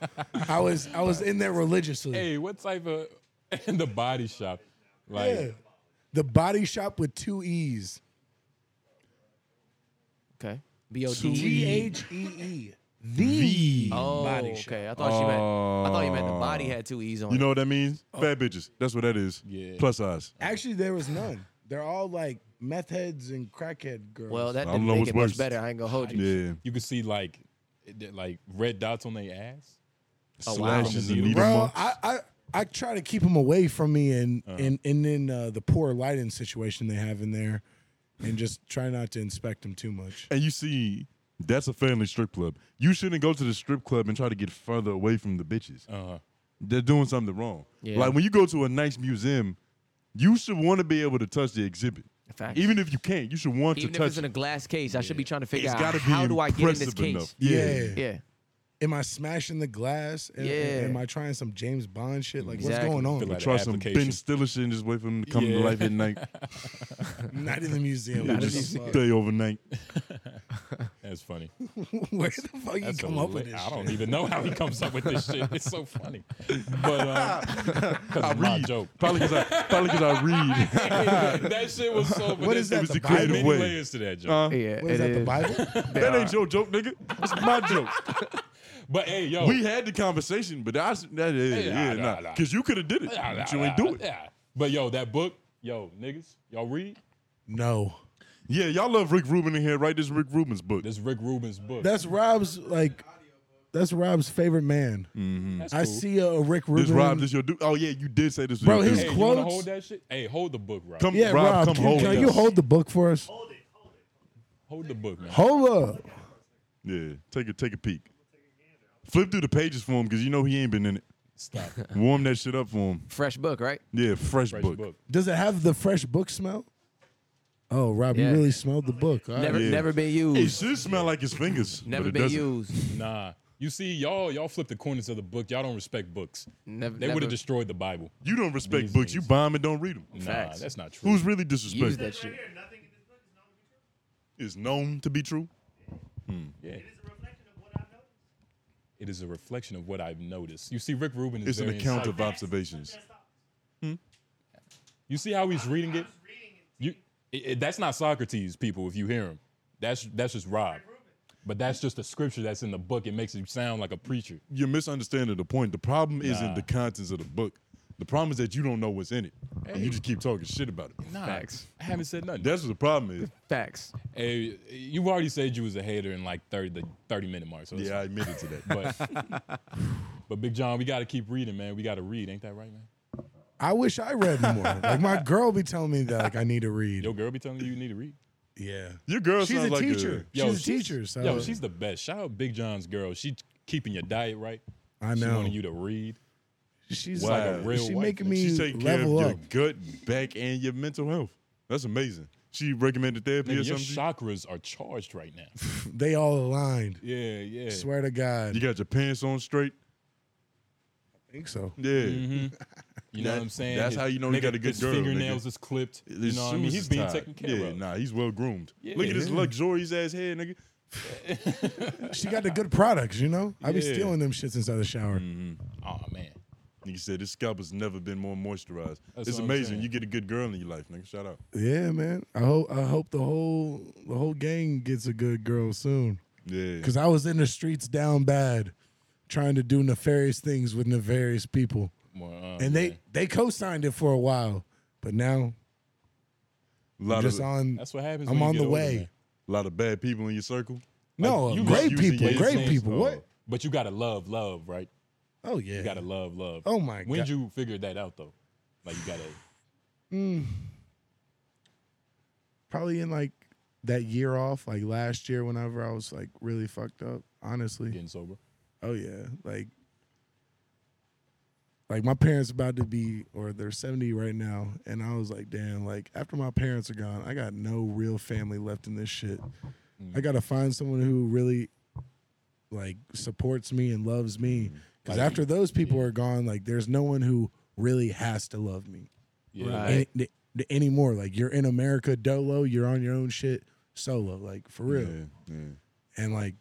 Speaker 5: I was I was in there religiously.
Speaker 2: hey, what type of in the body shop? Like
Speaker 5: yeah. The body shop with two E's.
Speaker 3: Okay. B O D.
Speaker 5: G H E E. The
Speaker 3: Oh,
Speaker 5: body shop.
Speaker 3: okay. I thought you meant. I thought you meant the body had two E's on
Speaker 1: You
Speaker 3: it.
Speaker 1: know what that means? Fat bitches. That's what that is.
Speaker 2: Yeah.
Speaker 1: Plus size.
Speaker 5: Actually, there was none. They're all like meth heads and crackhead girls.
Speaker 3: Well, that
Speaker 1: I don't
Speaker 3: didn't
Speaker 1: know
Speaker 3: make
Speaker 1: what's
Speaker 3: it much
Speaker 1: worse.
Speaker 3: better. I ain't gonna hold you.
Speaker 1: Yeah.
Speaker 2: you could see like it- like red dots on their ass.
Speaker 3: Oh, wow.
Speaker 1: Slashes and needle
Speaker 5: bro,
Speaker 1: marks.
Speaker 5: I, I I try to keep them away from me and and and then uh, the poor lighting situation they have in there, and just try not to inspect them too much.
Speaker 1: and you see, that's a family strip club. You shouldn't go to the strip club and try to get further away from the bitches.
Speaker 2: Uh-huh.
Speaker 1: They're doing something wrong.
Speaker 3: Yeah.
Speaker 1: Like when you go to a nice museum, you should want to be able to touch the exhibit.
Speaker 3: Facts.
Speaker 1: Even if you can't, you should want
Speaker 3: Even
Speaker 1: to
Speaker 3: if
Speaker 1: touch
Speaker 3: it's in a
Speaker 1: it.
Speaker 3: glass case, I should be trying to figure
Speaker 1: it's
Speaker 3: out
Speaker 1: gotta be
Speaker 3: how do I get in this
Speaker 1: impressive
Speaker 3: case.
Speaker 1: enough.
Speaker 5: Yeah.
Speaker 3: Yeah.
Speaker 5: Am I smashing the glass? Am,
Speaker 3: Yeah.
Speaker 5: Am I trying some James Bond shit? Like
Speaker 3: Exactly.
Speaker 5: what's going on?
Speaker 2: Feel like-
Speaker 1: Try some Ben
Speaker 2: application.
Speaker 1: Stiller shit and just wait for them to come
Speaker 2: Yeah.
Speaker 1: to life at night.
Speaker 5: not in the museum.
Speaker 1: They
Speaker 5: What the
Speaker 1: just
Speaker 5: fuck?
Speaker 1: stay overnight.
Speaker 2: That's funny.
Speaker 5: Where the fuck you
Speaker 2: That's
Speaker 5: come up with
Speaker 2: hila-
Speaker 5: this?
Speaker 2: I don't
Speaker 5: shit?
Speaker 2: even know how he comes up with this shit. It's so funny. But uh, 'cause it's my
Speaker 1: read.
Speaker 2: joke.
Speaker 1: Probably because I, probably 'cause I read.
Speaker 2: that shit was so.
Speaker 5: What is that?
Speaker 1: was
Speaker 5: The
Speaker 1: the
Speaker 5: Bible?
Speaker 1: creative
Speaker 2: Many
Speaker 1: way.
Speaker 2: layers to that joke.
Speaker 1: Uh,
Speaker 3: Yeah.
Speaker 5: What is
Speaker 3: it
Speaker 5: that? The
Speaker 3: is.
Speaker 5: Bible?
Speaker 3: They
Speaker 1: that
Speaker 3: are.
Speaker 1: ain't your joke, nigga. It's my joke.
Speaker 2: but hey, yo,
Speaker 1: We had the conversation, but that's that is yeah,
Speaker 2: Yeah, Oh. nah,
Speaker 1: nah.
Speaker 2: nah.
Speaker 1: Cause you could have did it,
Speaker 2: Nah, nah,
Speaker 1: but you ain't
Speaker 2: nah,
Speaker 1: do it.
Speaker 2: nah. But yo, that book, yo, niggas, y'all read
Speaker 5: No.
Speaker 1: Yeah, y'all love Rick Rubin in here. Write this Rick Rubin's book.
Speaker 2: this Rick Rubin's book.
Speaker 5: That's Rob's like. That's Rob's favorite man.
Speaker 2: That's
Speaker 5: I
Speaker 2: cool.
Speaker 5: see a, a Rick Rubin.
Speaker 1: This Rob, this your dude. Oh yeah, you did say this. was
Speaker 5: Bro,
Speaker 1: your
Speaker 5: his
Speaker 2: Hey,
Speaker 1: dude.
Speaker 2: you wanna
Speaker 5: quotes-
Speaker 2: hold that shit? Hey, hold the book, Rob.
Speaker 1: Come,
Speaker 5: yeah, Rob,
Speaker 1: come
Speaker 5: can,
Speaker 1: hold us.
Speaker 5: can you hold the book for us?
Speaker 4: Hold it. Hold it.
Speaker 2: Hold the book, man.
Speaker 5: Hold up.
Speaker 1: Yeah, take a take a peek. Flip through the pages for him because you know he ain't been in it.
Speaker 2: Stop.
Speaker 1: Warm that shit up for him.
Speaker 3: Fresh book, right?
Speaker 1: Yeah, fresh,
Speaker 2: Fresh
Speaker 1: book.
Speaker 2: book.
Speaker 5: Does it have the fresh book smell? Oh, Rob,
Speaker 3: Yeah.
Speaker 5: you really smelled the book. All right.
Speaker 3: Never,
Speaker 1: Oh, yeah.
Speaker 3: never been
Speaker 1: It
Speaker 3: used.
Speaker 1: should smell like his fingers. but
Speaker 3: Never
Speaker 1: it
Speaker 3: been
Speaker 1: doesn't.
Speaker 3: used.
Speaker 2: Nah. You see, y'all, y'all flip the corners of the book. Y'all don't respect books.
Speaker 3: Never.
Speaker 2: They would
Speaker 3: never
Speaker 2: have destroyed the Bible.
Speaker 1: You don't respect
Speaker 2: These
Speaker 1: books.
Speaker 2: niggas.
Speaker 1: You buy them and don't read them.
Speaker 2: Nah,
Speaker 3: Facts.
Speaker 2: that's not true.
Speaker 1: Who's really
Speaker 3: used
Speaker 1: disrespectful?
Speaker 3: that
Speaker 4: Right
Speaker 3: shit.
Speaker 4: here, nothing in this book is known to be
Speaker 1: Is
Speaker 4: true.
Speaker 1: known to be true.
Speaker 4: It is a reflection of what I know.
Speaker 2: It is a reflection of what I've noticed. You see, Rick Rubin is
Speaker 1: It's an
Speaker 2: very
Speaker 1: account of
Speaker 2: insightful.
Speaker 1: observations.
Speaker 2: You see how he's reading it?
Speaker 4: I'm just reading it.
Speaker 2: You, it, it- that's not Socrates, people. If you hear him, that's that's just Rob. But that's just the scripture that's in the book. It makes him sound like a preacher.
Speaker 1: You're misunderstanding the point. The problem isn't
Speaker 2: Nah.
Speaker 1: the contents of the book. The problem is that you don't know what's in it, and you just keep talking shit about it.
Speaker 2: Nah,
Speaker 3: Facts.
Speaker 2: I haven't said nothing.
Speaker 1: That's what the problem is.
Speaker 3: Facts.
Speaker 2: Hey, you've already said you was a hater in like thirty the thirty minute mark. So
Speaker 1: Yeah, I
Speaker 2: yeah,
Speaker 1: admitted to that.
Speaker 2: but but Big John, we got to keep reading, man. We got to read, ain't that right, man?
Speaker 5: I wish I read more. like my girl be telling me that like I need to read.
Speaker 2: Your girl be telling you you need to read.
Speaker 5: Yeah.
Speaker 1: Your girl
Speaker 5: She's
Speaker 1: sounds
Speaker 5: a
Speaker 1: like
Speaker 5: teacher.
Speaker 2: Yo,
Speaker 5: she's a teacher. So
Speaker 2: Yo, she's the best. Shout out Big John's girl. She keeping your diet right.
Speaker 5: I
Speaker 2: She
Speaker 5: know.
Speaker 2: wanted you to read.
Speaker 5: she's
Speaker 1: like a
Speaker 5: like
Speaker 2: real
Speaker 5: she
Speaker 2: wife,
Speaker 5: making
Speaker 2: man.
Speaker 5: me
Speaker 1: She's taking care of
Speaker 5: level
Speaker 1: your
Speaker 5: up.
Speaker 1: gut, back, and your mental health. That's amazing. She recommended therapy or
Speaker 2: Nigga, your
Speaker 1: something.
Speaker 2: chakras are charged right now.
Speaker 5: They all aligned.
Speaker 2: yeah, yeah.
Speaker 5: Swear to God.
Speaker 1: You got your pants on straight.
Speaker 5: I think so.
Speaker 1: Yeah.
Speaker 2: Mm-hmm. You know
Speaker 1: That-
Speaker 2: what I'm saying?
Speaker 1: that's how you know he
Speaker 2: nigga,
Speaker 1: got a good
Speaker 2: his
Speaker 1: girl,
Speaker 2: fingernails
Speaker 1: nigga.
Speaker 2: is clipped. you
Speaker 1: His
Speaker 2: know what I mean?
Speaker 1: shoes
Speaker 2: He's
Speaker 1: is
Speaker 2: being
Speaker 1: tied.
Speaker 2: taken care
Speaker 1: yeah,
Speaker 2: of.
Speaker 1: Nah, he's well groomed. Look at
Speaker 2: Yeah.
Speaker 1: this luxurious ass head, nigga.
Speaker 5: She got the good products, you know? I be
Speaker 1: Yeah.
Speaker 5: stealing them shits inside the shower.
Speaker 2: Oh man.
Speaker 1: Nigga said his scalp has never been more moisturized.
Speaker 2: That's
Speaker 1: it's
Speaker 2: what I'm
Speaker 1: amazing.
Speaker 2: saying.
Speaker 1: You get a good girl in your life, nigga. Shout out.
Speaker 5: Yeah, man. I hope I hope the whole the whole gang gets a good girl soon.
Speaker 1: Yeah.
Speaker 5: Cause I was in the streets down bad, trying to do nefarious things with nefarious people,
Speaker 2: Well, uh,
Speaker 5: and
Speaker 2: man.
Speaker 5: they they co-signed it for a while, but now
Speaker 1: A lot
Speaker 5: I'm just
Speaker 1: of a
Speaker 5: on.
Speaker 2: That's what happens. when
Speaker 5: I'm
Speaker 2: you
Speaker 5: on
Speaker 2: get
Speaker 5: the
Speaker 2: older,
Speaker 5: way.
Speaker 2: man.
Speaker 1: lot of bad people in your circle.
Speaker 5: No,
Speaker 2: you
Speaker 5: great
Speaker 1: just using
Speaker 5: people,
Speaker 1: your
Speaker 5: great
Speaker 2: sense
Speaker 5: people.
Speaker 1: of-
Speaker 5: What?
Speaker 2: But you gotta love, love, right?
Speaker 5: Oh yeah.
Speaker 2: You gotta love, love.
Speaker 5: Oh, my
Speaker 2: When'd
Speaker 5: God.
Speaker 2: you figure that out though? Like you gotta.
Speaker 5: Probably in like that year off, like last year, whenever I was like really fucked up. Honestly.
Speaker 2: getting sober.
Speaker 5: Oh yeah, like like my parents about to be or they're 70 right now and I was like, "Damn, like after my parents are gone, I got no real family left in this shit. I got to find someone who really like supports me and loves me cuz after those people are gone, like there's no one who really has to love me.
Speaker 2: Yeah.
Speaker 3: Right.
Speaker 5: And, d- anymore. Like you're in America dolo, you're on your own shit solo, like for real.
Speaker 1: Yeah, yeah.
Speaker 5: And like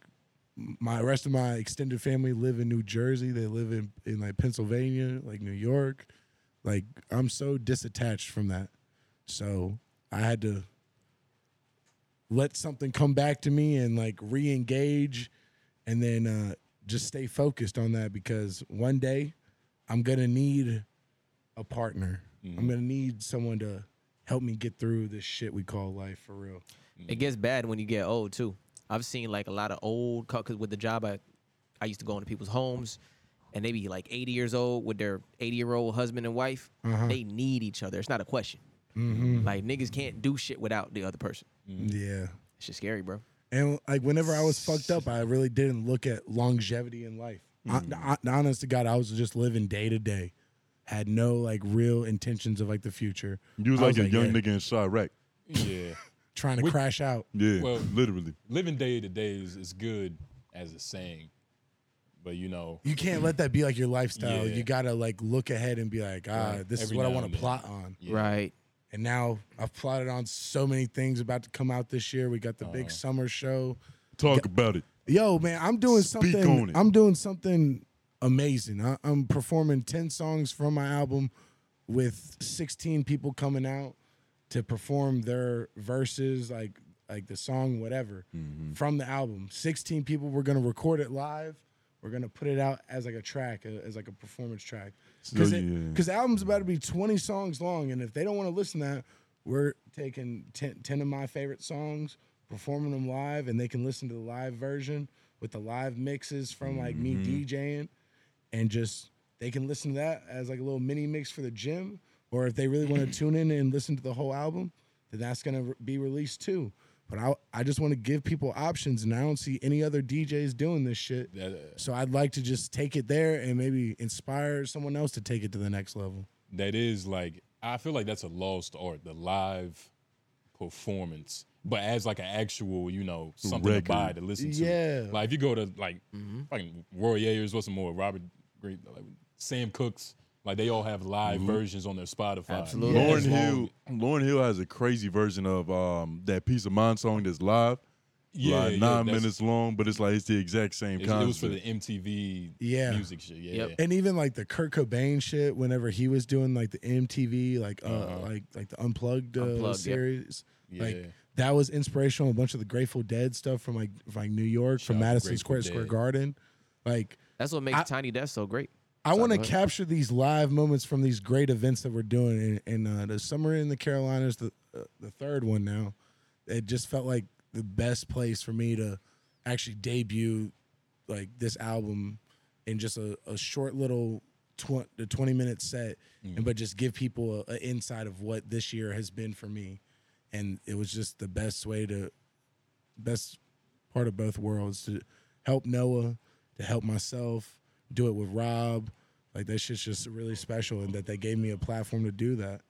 Speaker 5: my rest of my extended family live in New Jersey. They live in in like Pennsylvania, like New York. Like I'm so disattached from that. So I had to let something come back to me and like re-engage and then uh just stay focused on that because one day I'm gonna need a partner. I'm gonna need someone to help me get through this shit we call life for real.
Speaker 3: It gets bad when you get old too. I've seen like a lot of old because with the job I, I used to go into people's homes, and they be like 80 years old with their 80 year old husband and wife.
Speaker 1: Uh-huh.
Speaker 3: They need each other. It's not a question.
Speaker 1: Mm-hmm.
Speaker 3: Like niggas can't do shit without the other person.
Speaker 5: Yeah.
Speaker 3: It's just scary, bro.
Speaker 5: And like whenever I was fucked up, I really didn't look at longevity in life.
Speaker 2: Mm.
Speaker 5: I, I- honest to God, I was just living day to day. Had no like real intentions of like the future.
Speaker 1: You was
Speaker 5: I
Speaker 1: like a young
Speaker 5: yeah,
Speaker 1: nigga in Chirac.
Speaker 2: Yeah.
Speaker 5: trying to crash out.
Speaker 1: Yeah,
Speaker 2: Well-
Speaker 1: literally.
Speaker 2: Living day to day is, is good as a saying, but you know,
Speaker 5: You can't let that be like your lifestyle.
Speaker 2: Yeah.
Speaker 5: You gotta like look ahead and be like, ah,
Speaker 2: Right.
Speaker 5: this is
Speaker 2: Every
Speaker 5: what I
Speaker 2: now
Speaker 5: want
Speaker 2: and
Speaker 5: to
Speaker 2: then.
Speaker 5: plot on.
Speaker 2: Yeah.
Speaker 3: Right.
Speaker 5: And now I've plotted on so many things about to come out this year. We got the big summer show.
Speaker 1: Talk about it.
Speaker 5: Yo, man, I'm doing
Speaker 1: Speak
Speaker 5: something.
Speaker 1: on it.
Speaker 5: I'm doing something amazing. I, I'm performing ten songs from my album with 16 people coming out to perform their verses, like like the song, whatever,
Speaker 1: Mm-hmm.
Speaker 5: from the album. 16 people. We're gonna record it live. We're gonna put it out as like a track, uh, as like a performance track. Because
Speaker 1: So, yeah.
Speaker 5: the album's about to be 20 songs long, and if they don't want to listen to that, we're taking 10, 10 of my favorite songs, performing them live, and they can listen to the live version with the live mixes from like
Speaker 1: Mm-hmm.
Speaker 5: me DJing and just they can listen to that as like a little mini mix for the gym or if they really want to tune in and listen to the whole album then that's going to re- be released too but I, I just want to give people options and i don't see any other djs doing this shit
Speaker 2: that,
Speaker 5: so i'd like to just take it there and maybe inspire someone else to take it to the next level
Speaker 2: that is like I feel like that's a lost art, the live performance. But as like an actual, you know, something
Speaker 1: Record.
Speaker 2: to buy to listen to.
Speaker 5: Yeah.
Speaker 2: Like if you go to like fucking Roy Ayers, what's some more, Robert Great, like Sam Cooks, like they all have live versions on their Spotify.
Speaker 3: Absolutely.
Speaker 1: Mm-hmm.
Speaker 3: Yeah.
Speaker 1: Lauren
Speaker 2: As long-
Speaker 1: Hill. Lauren Hill has a crazy version of um, that piece of mind song that's live,
Speaker 2: Yeah,
Speaker 1: like
Speaker 2: yeah,
Speaker 1: nine
Speaker 2: that's-
Speaker 1: minutes long, but it's like it's the exact same
Speaker 2: It, it
Speaker 1: concept.
Speaker 2: was for the MTV
Speaker 5: Yeah.
Speaker 2: music shit. Yeah.
Speaker 3: Yep.
Speaker 5: and even like the kurt cobain shit whenever he was doing like the mtv like uh like like the unplugged, uh,
Speaker 3: Unplugged, yeah.
Speaker 5: series
Speaker 2: Uh-huh. Yeah.
Speaker 5: like that was inspirational. A bunch of the Grateful Dead stuff from like from like New York,
Speaker 2: Shout out
Speaker 5: from
Speaker 2: to
Speaker 5: Madison
Speaker 2: Grateful
Speaker 5: Square Square
Speaker 2: Dead.
Speaker 5: Garden. Like
Speaker 3: That's what makes
Speaker 5: I-
Speaker 3: Tiny Death so great.
Speaker 5: I want to
Speaker 3: go ahead.
Speaker 5: capture these live moments from these great events that we're doing, and, and uh, the summer in the Carolinas, the uh, the third one now, it just felt like the best place for me to actually debut like this album in just a, a short little tw- the twenty minute set,
Speaker 3: Mm-hmm.
Speaker 5: and but just give people an insight of what this year has been for me, and it was just the best way to best part of both worlds to help Noah, to help myself, do it with Rob. Like that shit's just really special, and that they gave me a platform to do that.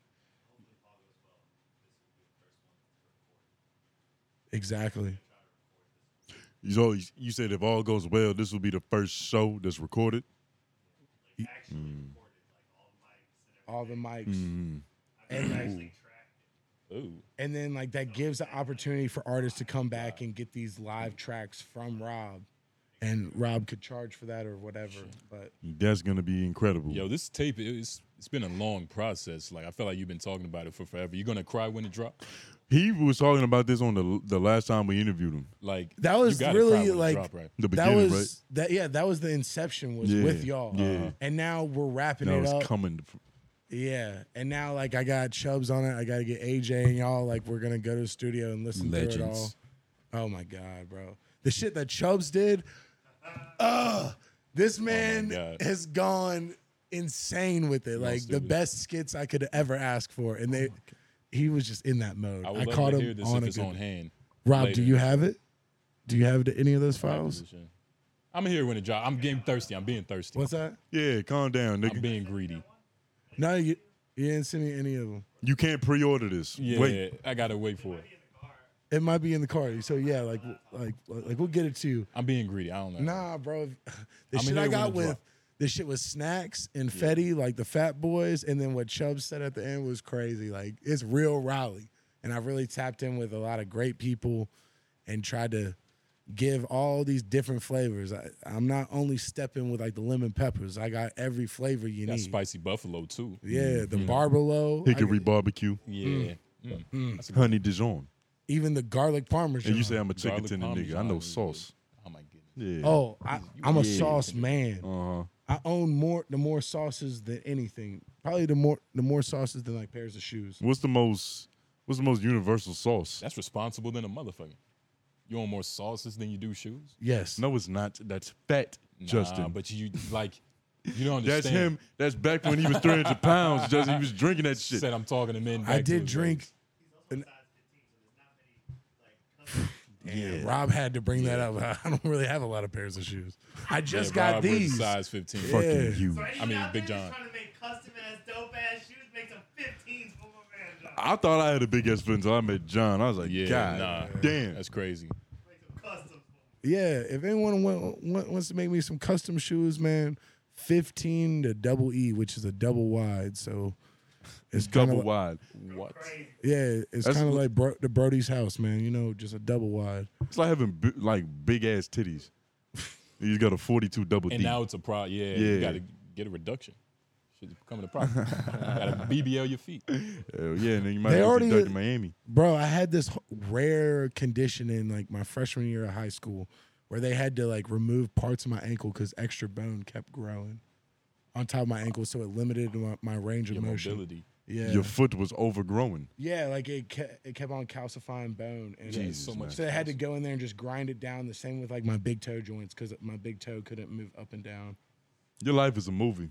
Speaker 5: Exactly.
Speaker 1: You know, you- you said if all goes well, this will be the first show that's recorded.
Speaker 5: All the mics,
Speaker 4: And actually
Speaker 2: Ooh.
Speaker 5: and then like that gives the opportunity for artists to come back and get these live tracks from Rob, and Rob could charge for that or whatever. But
Speaker 1: That's gonna be incredible.
Speaker 2: Yo, this tape it's it's been a long process. Like I feel like you've been talking about it for forever. You're gonna cry when it drops.
Speaker 1: He was talking about this on the the last time we interviewed him.
Speaker 2: Like
Speaker 5: That
Speaker 2: you
Speaker 5: was
Speaker 2: gotta
Speaker 5: really,
Speaker 2: cry when it
Speaker 5: like-
Speaker 2: drop, right?
Speaker 1: The
Speaker 5: that
Speaker 1: beginning,
Speaker 5: was
Speaker 1: right?
Speaker 5: that yeah, that was the inception was
Speaker 1: Yeah,
Speaker 5: with y'all,
Speaker 2: Uh-huh.
Speaker 1: yeah.
Speaker 5: and now we're wrapping
Speaker 1: That
Speaker 5: it
Speaker 1: was
Speaker 5: up.
Speaker 1: coming. f-
Speaker 5: Yeah, and now like I got Chubbs on it. I got to get AJ and y'all. Like we're gonna go to the studio and listen to it all.
Speaker 2: Legends.
Speaker 5: Oh my god, bro! The shit that Chubbs did. Ugh, this man
Speaker 2: Oh God.
Speaker 5: has gone insane with it. like the
Speaker 2: dude.
Speaker 5: best skits I could ever ask for, and they. he was just in that mode.
Speaker 2: Oh I
Speaker 5: I,
Speaker 2: would love
Speaker 5: caught
Speaker 2: to
Speaker 5: him
Speaker 2: hear this
Speaker 5: on
Speaker 2: if
Speaker 5: a
Speaker 2: it's
Speaker 5: good-
Speaker 2: on hand.
Speaker 5: Rob,
Speaker 2: later.
Speaker 5: do you have it? Do you have any of those files?
Speaker 2: I'm here when it drops. I'm getting thirsty. I'm being thirsty.
Speaker 5: What's that?
Speaker 1: Yeah, calm down,
Speaker 2: I'm
Speaker 1: nigga.
Speaker 2: being greedy.
Speaker 5: No, you, you didn't send me any of them.
Speaker 1: You can't pre-order this.
Speaker 2: Yeah,
Speaker 1: Wait,
Speaker 2: I gotta wait for it.
Speaker 5: It might be in the car. So yeah, like like like we'll get it to you.
Speaker 2: I'm being greedy. I don't know.
Speaker 5: Nah, bro. The
Speaker 2: I'ma
Speaker 5: shit
Speaker 2: hear
Speaker 5: I
Speaker 2: it when
Speaker 5: got
Speaker 2: it
Speaker 5: with
Speaker 2: drop.
Speaker 5: This shit was snacks and Fetty, like the Fat Boys, and then what Chubb said at the end was crazy. Like it's real Raleigh, and I really tapped in with a lot of great people, and tried to give all these different flavors. I, I'm not only stepping with like the lemon peppers. I got every flavor you
Speaker 2: Got
Speaker 5: need.
Speaker 2: spicy buffalo too.
Speaker 5: Yeah, the Barbalo, I
Speaker 1: Hickory
Speaker 5: got-
Speaker 1: barbecue,
Speaker 2: Yeah. Mm.
Speaker 1: honey Dijon.
Speaker 5: even the garlic parmesan.
Speaker 1: And you say I'm a chicken
Speaker 2: Garlic
Speaker 1: tender nigga. I
Speaker 2: parmesan
Speaker 1: know
Speaker 2: is good.
Speaker 1: sauce.
Speaker 2: Oh my goodness.
Speaker 1: Yeah.
Speaker 5: Oh, I, I'm a sauce man.
Speaker 1: Uh-huh.
Speaker 5: I own more the more sauces than anything. Probably the more the more sauces than like pairs of shoes.
Speaker 1: What's the most what's the most universal sauce?
Speaker 2: That's responsible than a motherfucker. You own more sauces than you do shoes.
Speaker 5: Yes.
Speaker 1: No, it's not. That's fat,
Speaker 2: Nah,
Speaker 1: Justin.
Speaker 2: but you like you don't understand.
Speaker 1: That's him. That's back when he was 300 pounds. Justin, he was drinking that shit.
Speaker 2: Said I'm talking to men. back
Speaker 5: I
Speaker 2: to
Speaker 5: did
Speaker 2: his
Speaker 5: drink.
Speaker 2: waist.
Speaker 5: And, Damn, Rob had to bring that up. I don't really have a lot of pairs of shoes. I
Speaker 2: Yeah,
Speaker 5: just got
Speaker 2: Rob wears a
Speaker 5: these.
Speaker 2: size 15.
Speaker 5: Yeah.
Speaker 1: Fucking you.
Speaker 4: So anyone
Speaker 2: mean,
Speaker 4: out
Speaker 2: Big
Speaker 4: there that's
Speaker 2: John.
Speaker 4: Trying to make custom ass dope ass shoes makes a 15s for my man. John.
Speaker 1: I thought I had a big ass foot until I met John. I was like,
Speaker 2: Yeah,
Speaker 1: God
Speaker 2: nah.
Speaker 1: damn.
Speaker 2: That's crazy.
Speaker 4: Make them custom.
Speaker 5: Yeah, if anyone wa- wa- wants to make me some custom shoes, man, fifteen to double E, which is a double wide. So it's kind
Speaker 1: double
Speaker 5: of
Speaker 1: wide.
Speaker 2: What?
Speaker 4: Crazy.
Speaker 5: yeah, it's
Speaker 1: That's
Speaker 5: kind of
Speaker 1: li-
Speaker 5: like bro- the Brody's house, man. You know, just a double wide.
Speaker 1: It's like having bi- like big ass titties. You got a 42 double
Speaker 2: And
Speaker 1: D.
Speaker 2: now it's a pro. Yeah, you
Speaker 1: Yeah.
Speaker 2: got to get a reduction. Shit's becoming a problem. got to BBL your feet.
Speaker 1: Hell yeah, and then you might
Speaker 5: They
Speaker 1: have
Speaker 5: already-
Speaker 1: to duck in Miami.
Speaker 5: Bro, I had this h- rare condition in like my freshman year of high school where they had to like remove parts of my ankle because extra bone kept growing on top of my ankle, so it limited my, my range of
Speaker 2: Your
Speaker 5: motion.
Speaker 2: mobility.
Speaker 5: Yeah,
Speaker 1: Your foot was overgrowing.
Speaker 5: yeah, like it kept, it kept on calcifying bone, and
Speaker 2: Yeah,
Speaker 5: it-
Speaker 2: so much.
Speaker 5: so I had to go in there and just grind it down. The same with like my big toe joints because my big toe couldn't move up and down.
Speaker 1: Your life is a movie.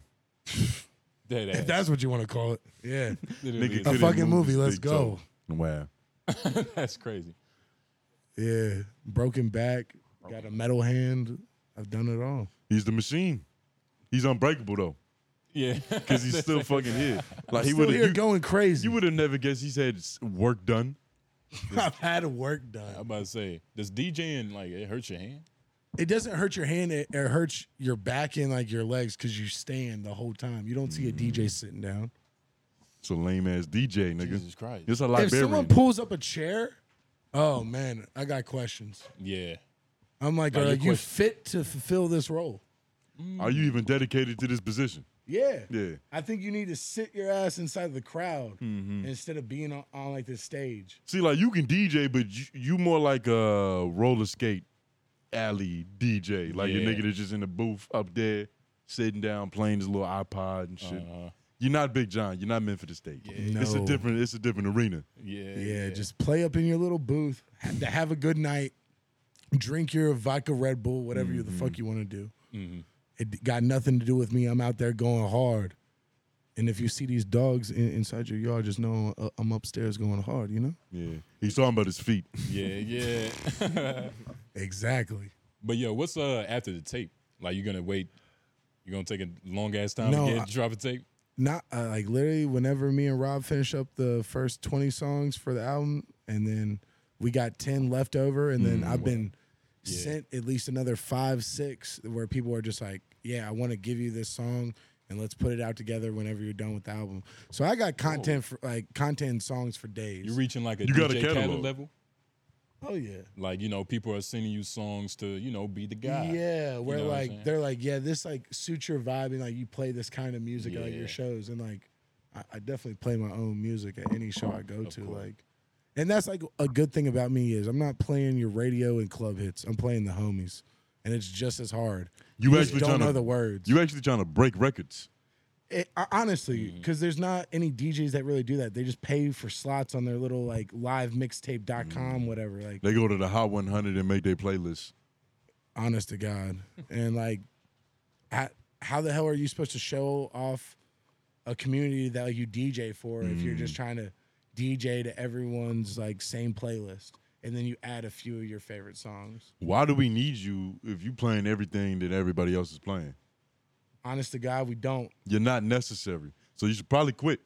Speaker 2: Dead ass.
Speaker 5: That's what you want to call it. Yeah,
Speaker 2: Literally,
Speaker 1: Nigga
Speaker 2: it's-
Speaker 5: a
Speaker 1: couldn't
Speaker 5: fucking
Speaker 1: move
Speaker 5: movie.
Speaker 1: his
Speaker 5: Let's
Speaker 1: big
Speaker 5: go.
Speaker 1: toe. Wow.
Speaker 2: that's crazy.
Speaker 5: Yeah, broken back, got a metal hand. I've done it all.
Speaker 1: He's the machine. He's unbreakable though,
Speaker 2: Yeah,
Speaker 1: because he's still fucking here. Like he
Speaker 5: Still
Speaker 1: would
Speaker 5: here
Speaker 1: have.
Speaker 5: going crazy.
Speaker 1: You would have never guessed he's had s- work done.
Speaker 5: I've had work
Speaker 2: I'm
Speaker 5: done.
Speaker 2: about to say, does DJing like it hurt your hand?
Speaker 5: It doesn't hurt your hand. It, it hurts your back and like your legs because you stand the whole time. You don't see a DJ sitting down.
Speaker 1: It's a lame ass DJ, nigga.
Speaker 2: Jesus Christ.
Speaker 1: It's a
Speaker 5: If someone
Speaker 1: librarian.
Speaker 5: pulls up a chair, oh man, I got questions.
Speaker 2: Yeah.
Speaker 5: I'm like,
Speaker 2: Like,
Speaker 5: are
Speaker 2: your
Speaker 5: you
Speaker 2: question-
Speaker 5: fit to fulfill this role?
Speaker 1: Are you even dedicated to this position?
Speaker 5: Yeah.
Speaker 1: Yeah.
Speaker 5: I think you need to sit your ass inside the crowd instead of being on, on like this stage.
Speaker 1: See, like you can DJ, but you, you more like a roller skate alley DJ, like your
Speaker 2: Yeah.
Speaker 1: nigga that's just in the booth up there, sitting down playing his little iPod and shit.
Speaker 2: Uh,
Speaker 1: You're not Big John. You're not meant for the stage. It's a
Speaker 5: No.
Speaker 1: different. It's a different arena.
Speaker 2: yeah.
Speaker 5: Yeah, just play up in your little booth, ha- to have a good night, drink your vodka Red Bull, whatever you the fuck you want to do. It got nothing to do with me. I'm out there going hard. And if you see these dogs in, inside your yard, just know uh, I'm upstairs going hard, you know?
Speaker 1: Yeah. He's talking about his feet.
Speaker 2: Yeah, yeah.
Speaker 5: Exactly.
Speaker 2: but yo, what's uh after the tape? Like you gonna wait? You gonna take a long ass time
Speaker 5: No,
Speaker 2: to get
Speaker 5: I-
Speaker 2: drop a tape?
Speaker 5: not uh, like literally whenever me and Rob finish up the first 20 songs for the album and then we got 10 left over and then I've been sent at least another 5 6 where people are just like yeah I want to give you this song and let's put it out together whenever you're done with the album. So I got content for like content and songs for days.
Speaker 2: You're reaching like a
Speaker 1: You
Speaker 2: DJ
Speaker 1: got a
Speaker 2: Khaled
Speaker 1: catalog.
Speaker 2: level.
Speaker 5: oh yeah.
Speaker 2: Like you know, people are sending you songs to you know be the guy.
Speaker 5: Yeah, where
Speaker 2: know what I'm saying?
Speaker 5: like they're like, yeah, this like suits your vibe and like you play this kind of music at like
Speaker 2: Yeah.
Speaker 5: your shows and like I, I definitely play my own music at any show I go
Speaker 2: Of
Speaker 5: to.
Speaker 2: course.
Speaker 5: Like and that's like a good thing about me is I'm not playing your radio and club hits. I'm playing the homies. And it's just as hard.
Speaker 1: You
Speaker 5: just
Speaker 1: actually
Speaker 5: don't
Speaker 1: tryna-
Speaker 5: know the words.
Speaker 1: You actually trying to break records.
Speaker 5: It- I- honestly,
Speaker 2: Mm-hmm.
Speaker 5: because there's not any DJs that really do that. They just pay for slots on their little like live
Speaker 2: Mm.
Speaker 5: mixtape.com, whatever. Like
Speaker 1: They go to the Hot 100 and make their playlist.
Speaker 5: honest to God. And like, how, how the hell are you supposed to show off a community that like you DJ for if you're just trying to DJ to everyone's like same playlist and then you add a few of your favorite songs?
Speaker 1: Why do we need you if you playing everything that everybody else is playing?
Speaker 5: Honest to God, we don't.
Speaker 1: You're not necessary. So you should probably quit.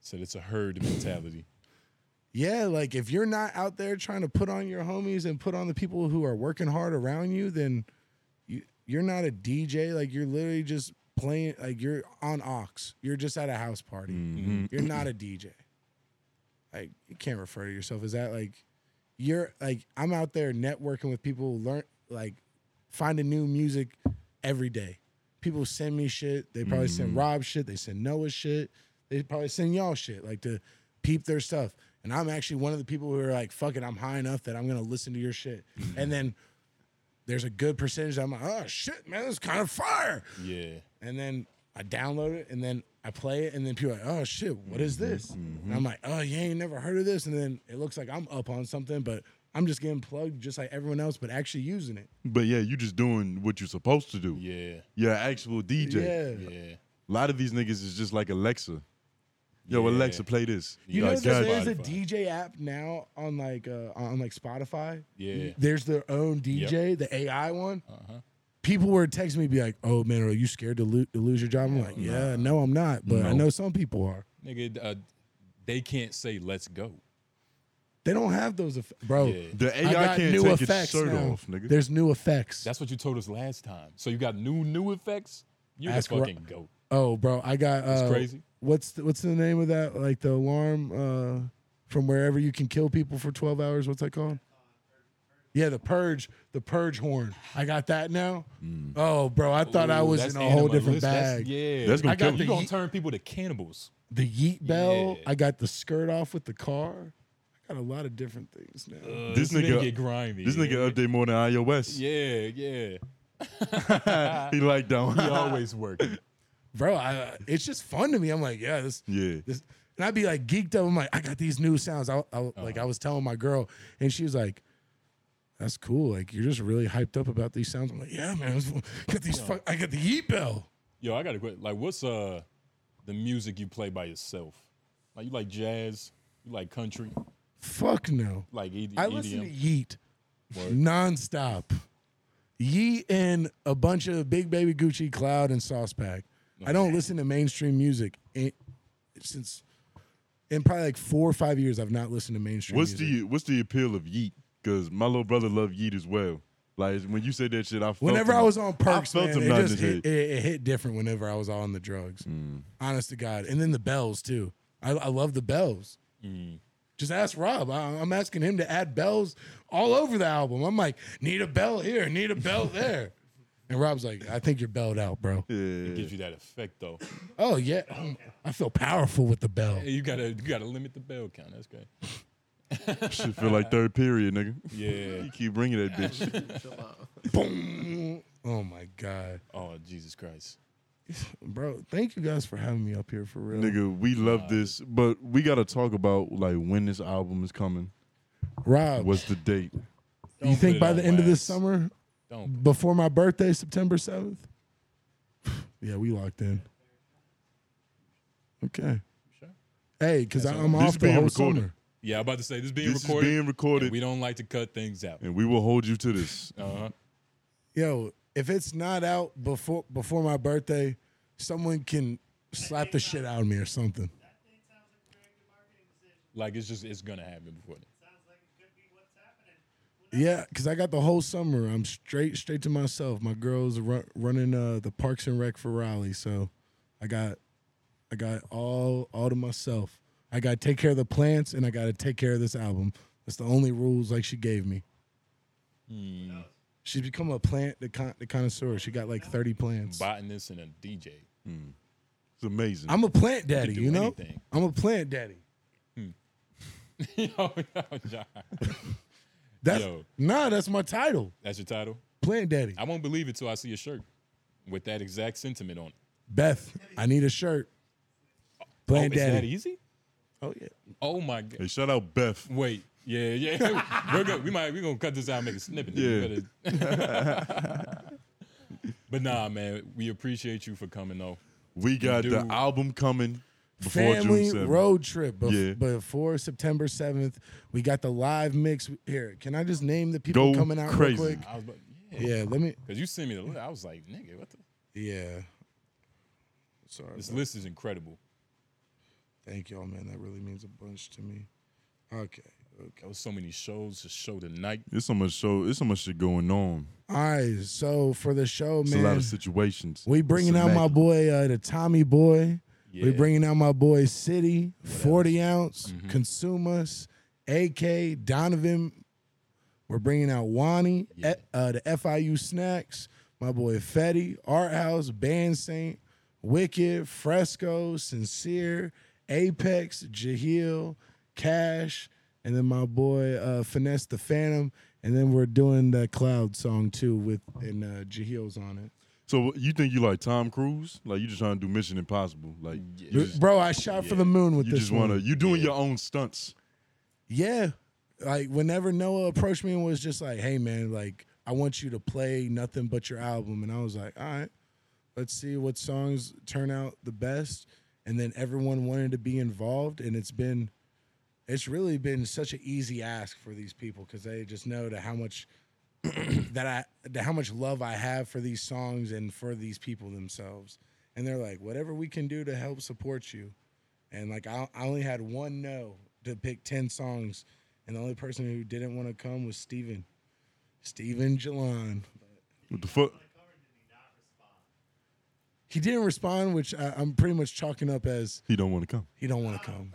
Speaker 2: Said it's a herd mentality.
Speaker 5: Yeah, like if you're not out there trying to put on your homies and put on the people who are working hard around you, then you, you're not a DJ. Like you're literally just playing like you're on aux. You're just at a house party. You're not a DJ. Like you can't refer to yourself as that. Like you're like I'm out there networking with people, learn like finding new music every day. People send me shit. They probably send Rob shit. They send Noah shit. They probably send y'all shit. Like to peep their stuff. And I'm actually one of the people who are like, fuck it, I'm high enough that I'm gonna listen to your shit. and then there's a good percentage. I'm like, oh shit, man, it's kind of fire.
Speaker 2: Yeah.
Speaker 5: And then I download it and then I play it. And then people are like, oh shit, what is this? And I'm like, oh, you ain't never heard of this. And then it looks like I'm up on something, but I'm just getting plugged just like everyone else, but actually using it.
Speaker 1: But yeah, you just doing what you're supposed to do.
Speaker 2: Yeah.
Speaker 1: You're an actual DJ.
Speaker 5: yeah.
Speaker 2: Yeah.
Speaker 1: A lot of these niggas is just like Alexa. Yo,
Speaker 2: Yeah.
Speaker 1: Alexa, play this.
Speaker 5: You
Speaker 1: Like,
Speaker 5: know,
Speaker 1: God-
Speaker 5: there's, there's a
Speaker 2: Spotify.
Speaker 5: DJ app now on like uh, on like Spotify.
Speaker 2: Yeah. Uh-huh.
Speaker 5: There's their own DJ, the AI one. People were texting me, be like, "Oh man, are you scared to, lo- to lose your job?" I'm like, "Yeah, no, I'm not, but I
Speaker 1: No.
Speaker 5: know some people are.
Speaker 2: Nigga, uh, they can't say let's go.
Speaker 5: They don't have those, eff- bro.
Speaker 2: Yeah.
Speaker 1: the
Speaker 5: I
Speaker 1: AI
Speaker 5: got
Speaker 1: can't
Speaker 5: new
Speaker 1: take its
Speaker 5: effects
Speaker 1: shirt
Speaker 5: now.
Speaker 1: off, nigga.
Speaker 5: There's new effects.
Speaker 2: That's what you told us last time. So you got new new effects. You're
Speaker 5: Ask
Speaker 2: the
Speaker 5: Ro-
Speaker 2: fucking goat.
Speaker 5: oh, bro, I got. Uh,
Speaker 2: That's crazy.
Speaker 5: What's the, what's the name of that? Like the alarm uh, from wherever you can kill people for 12 hours. What's that called? Yeah, the purge, the purge horn. I got that now. Oh, bro, I thought I
Speaker 2: Mm. Ooh,
Speaker 5: was
Speaker 2: that's
Speaker 5: in a whole
Speaker 2: animalist.
Speaker 5: different
Speaker 2: That's-
Speaker 5: bag.
Speaker 2: yeah,
Speaker 1: That's gonna
Speaker 2: I got
Speaker 1: kill
Speaker 2: the-
Speaker 1: you.
Speaker 2: you. Gonna turn people to cannibals.
Speaker 5: The yeet bell.
Speaker 2: Yeah.
Speaker 5: I got the skirt off with the car. I got a lot of different things now.
Speaker 2: Uh,
Speaker 1: Uh, This nigga-
Speaker 2: get grimy.
Speaker 1: this nigga update more than iOS.
Speaker 2: Yeah, yeah.
Speaker 1: he like that one.
Speaker 2: He always working.
Speaker 5: bro, I, it's just fun to me. I'm like, yeah, this,
Speaker 1: Yeah.
Speaker 5: this, and I'd be like geeked up. I'm like, I got these new sounds. I, I
Speaker 1: Uh-huh.
Speaker 5: like, I was telling my girl, and she was like, "That's cool. Like, you're just really hyped up about these sounds." I'm like, "Yeah, man. it's- Got these. Fuck, I got the yeet bell.
Speaker 2: Yo, I gotta quit. Like, what's uh the music you play by yourself? Like, you like jazz? You like country?
Speaker 5: Fuck no.
Speaker 2: Like E ED-
Speaker 5: I
Speaker 2: EDM?
Speaker 5: listen
Speaker 1: E
Speaker 5: to yeet nonstop. Yeet and a bunch of Big Baby Gucci, Cloud, and Sauce Pack. I don't listen to mainstream music in, since. In probably like four or five years, I've not listened to mainstream.
Speaker 1: What's
Speaker 5: music.
Speaker 1: the what's the appeal of Yeet? Because my little brother loved Yeet as well. Like when you said that shit, I felt
Speaker 5: Whenever
Speaker 1: him.
Speaker 5: I was on perks,
Speaker 1: I felt
Speaker 5: man,
Speaker 1: him
Speaker 5: it
Speaker 1: nodding
Speaker 5: just
Speaker 1: his
Speaker 5: hit, it, it hit different. Whenever I was on the drugs, honest to God, and then the bells too. I, I love the bells. Just ask Rob. I, I'm asking him to add bells all over the album. I'm like, need a bell here, need a bell there, and Rob's like, I think you're belled out, bro.
Speaker 1: Yeah.
Speaker 2: Gives you that effect though.
Speaker 5: Oh yeah, I feel powerful with the bell.
Speaker 2: Hey, you gotta you gotta limit the bell count. That's great.
Speaker 1: Shit feel like third period, nigga.
Speaker 2: Yeah.
Speaker 1: You keep bringing that bitch.
Speaker 5: Boom. Oh my God,
Speaker 2: oh Jesus Christ.
Speaker 5: bro! Thank you guys for having me up here for real,
Speaker 1: nigga, we love this, but we gotta talk about like when this album is coming.
Speaker 5: Rob.
Speaker 1: What's the date?
Speaker 5: you
Speaker 2: Don't put
Speaker 5: think
Speaker 2: it
Speaker 5: by
Speaker 2: on
Speaker 5: the end of this
Speaker 2: wax.
Speaker 5: summer
Speaker 2: Don't.
Speaker 5: before my birthday, September 7th. Yeah, we locked in. Okay.
Speaker 2: Sure.
Speaker 5: Hey, because
Speaker 2: That's
Speaker 5: I'm
Speaker 1: all right.
Speaker 5: off
Speaker 1: This
Speaker 5: the
Speaker 1: is
Speaker 5: whole
Speaker 1: being recorded.
Speaker 5: summer.
Speaker 2: Yeah, I'm about to say this being
Speaker 1: this
Speaker 2: recorded.
Speaker 1: is being recorded,
Speaker 2: and we don't like to cut things out.
Speaker 1: and we will hold you to this.
Speaker 2: Uh-huh.
Speaker 5: Yo, if it's not out before before my birthday, someone can slap the shit out of me or something.
Speaker 2: Like it's just it's gonna happen before then.
Speaker 5: Yeah, because I got the whole summer. I'm straight straight to myself. My girl's run, running uh, the Parks and Rec for Raleigh, so I got I got all all to myself. I got to take care of the plants, and I got to take care of this album. That's the only rules like she gave me.
Speaker 2: Hmm.
Speaker 5: She's become a plant the, con- the connoisseur. She got like 30 plants.
Speaker 2: Botanist and a DJ.
Speaker 1: It's amazing.
Speaker 5: I'm a plant daddy,
Speaker 2: do
Speaker 5: you know.
Speaker 2: anything.
Speaker 5: I'm a plant daddy.
Speaker 2: yo, yo, John.
Speaker 5: That's
Speaker 2: Yo.
Speaker 5: nah, that's my title,
Speaker 2: That's your title.
Speaker 5: plant daddy.
Speaker 2: I won't believe it till I see a shirt with that exact sentiment on it.
Speaker 5: Beth, I need a shirt.
Speaker 2: Oh,
Speaker 5: Plant
Speaker 2: is that
Speaker 5: daddy.
Speaker 2: easy?
Speaker 5: Oh yeah.
Speaker 2: Oh my god.
Speaker 1: hey, shout out Beth.
Speaker 2: Wait. Yeah, yeah. we're good. We might we gonna cut this out and make a snippet.
Speaker 1: Yeah.
Speaker 2: Better- but nah, man, we appreciate you for coming though.
Speaker 1: We got the
Speaker 2: Dude.
Speaker 1: album coming before
Speaker 5: family
Speaker 1: June 7th.
Speaker 5: road trip bef-
Speaker 1: Yeah.
Speaker 5: before September 7th. We got the live mix here. Can I just name the people
Speaker 1: Go
Speaker 5: coming out
Speaker 1: crazy.
Speaker 5: real quick?
Speaker 2: I was about, yeah.
Speaker 5: Yeah, let me.
Speaker 2: Cause you sent me the list. I was like, nigga, what the
Speaker 5: Yeah. Sorry.
Speaker 2: this
Speaker 5: about-
Speaker 2: list is incredible.
Speaker 5: Thank y'all, man. That really means a bunch to me. Okay.
Speaker 2: There was so many shows to show tonight.
Speaker 1: It's so much show. It's so much shit going on.
Speaker 5: All right, so for the show,
Speaker 1: It's
Speaker 5: man,
Speaker 1: a lot of situations.
Speaker 5: we bringing
Speaker 1: It's
Speaker 5: out my
Speaker 1: immaculate.
Speaker 5: boy, uh, the Tommy Boy.
Speaker 2: Yeah. Mm-hmm.
Speaker 5: We bringing out my boy City, 40 ounce, Consumers, AK, Donovan. We're bringing out Wani,
Speaker 2: Yeah.
Speaker 5: eh, uh, the FIU Snacks, my boy Fetty, Art House, Band Saint, Wicked, Fresco, Sincere, Apex, Jahil, Cash, and then my boy uh, Finesse the Phantom. And then we're doing the Cloud song too with and uh, Jahil's on it.
Speaker 1: So you think you like Tom Cruise? Like you just trying to do Mission Impossible? Like you just,
Speaker 5: Bro, I shot for the moon with
Speaker 1: you
Speaker 5: this
Speaker 1: just
Speaker 5: one.
Speaker 1: wanna you doing your own stunts.
Speaker 5: Yeah. Like whenever Noah approached me and was just like, "Hey man, like I want you to play nothing but your album." And I was like, "All right. Let's see what songs turn out the best." And then everyone wanted to be involved and it's been it's really been such an easy ask for these people cuz they just know to how much that I to how much love I have for these songs and for these people themselves. And they're like, "Whatever we can do to help support you." and like I, I only had one no to pick 10 songs and the only person who didn't want to come was steven steven Jalan.
Speaker 1: What the fuck?
Speaker 5: he didn't respond which I, i'm pretty much chalking up as
Speaker 1: He don't want to come.
Speaker 5: he don't want to come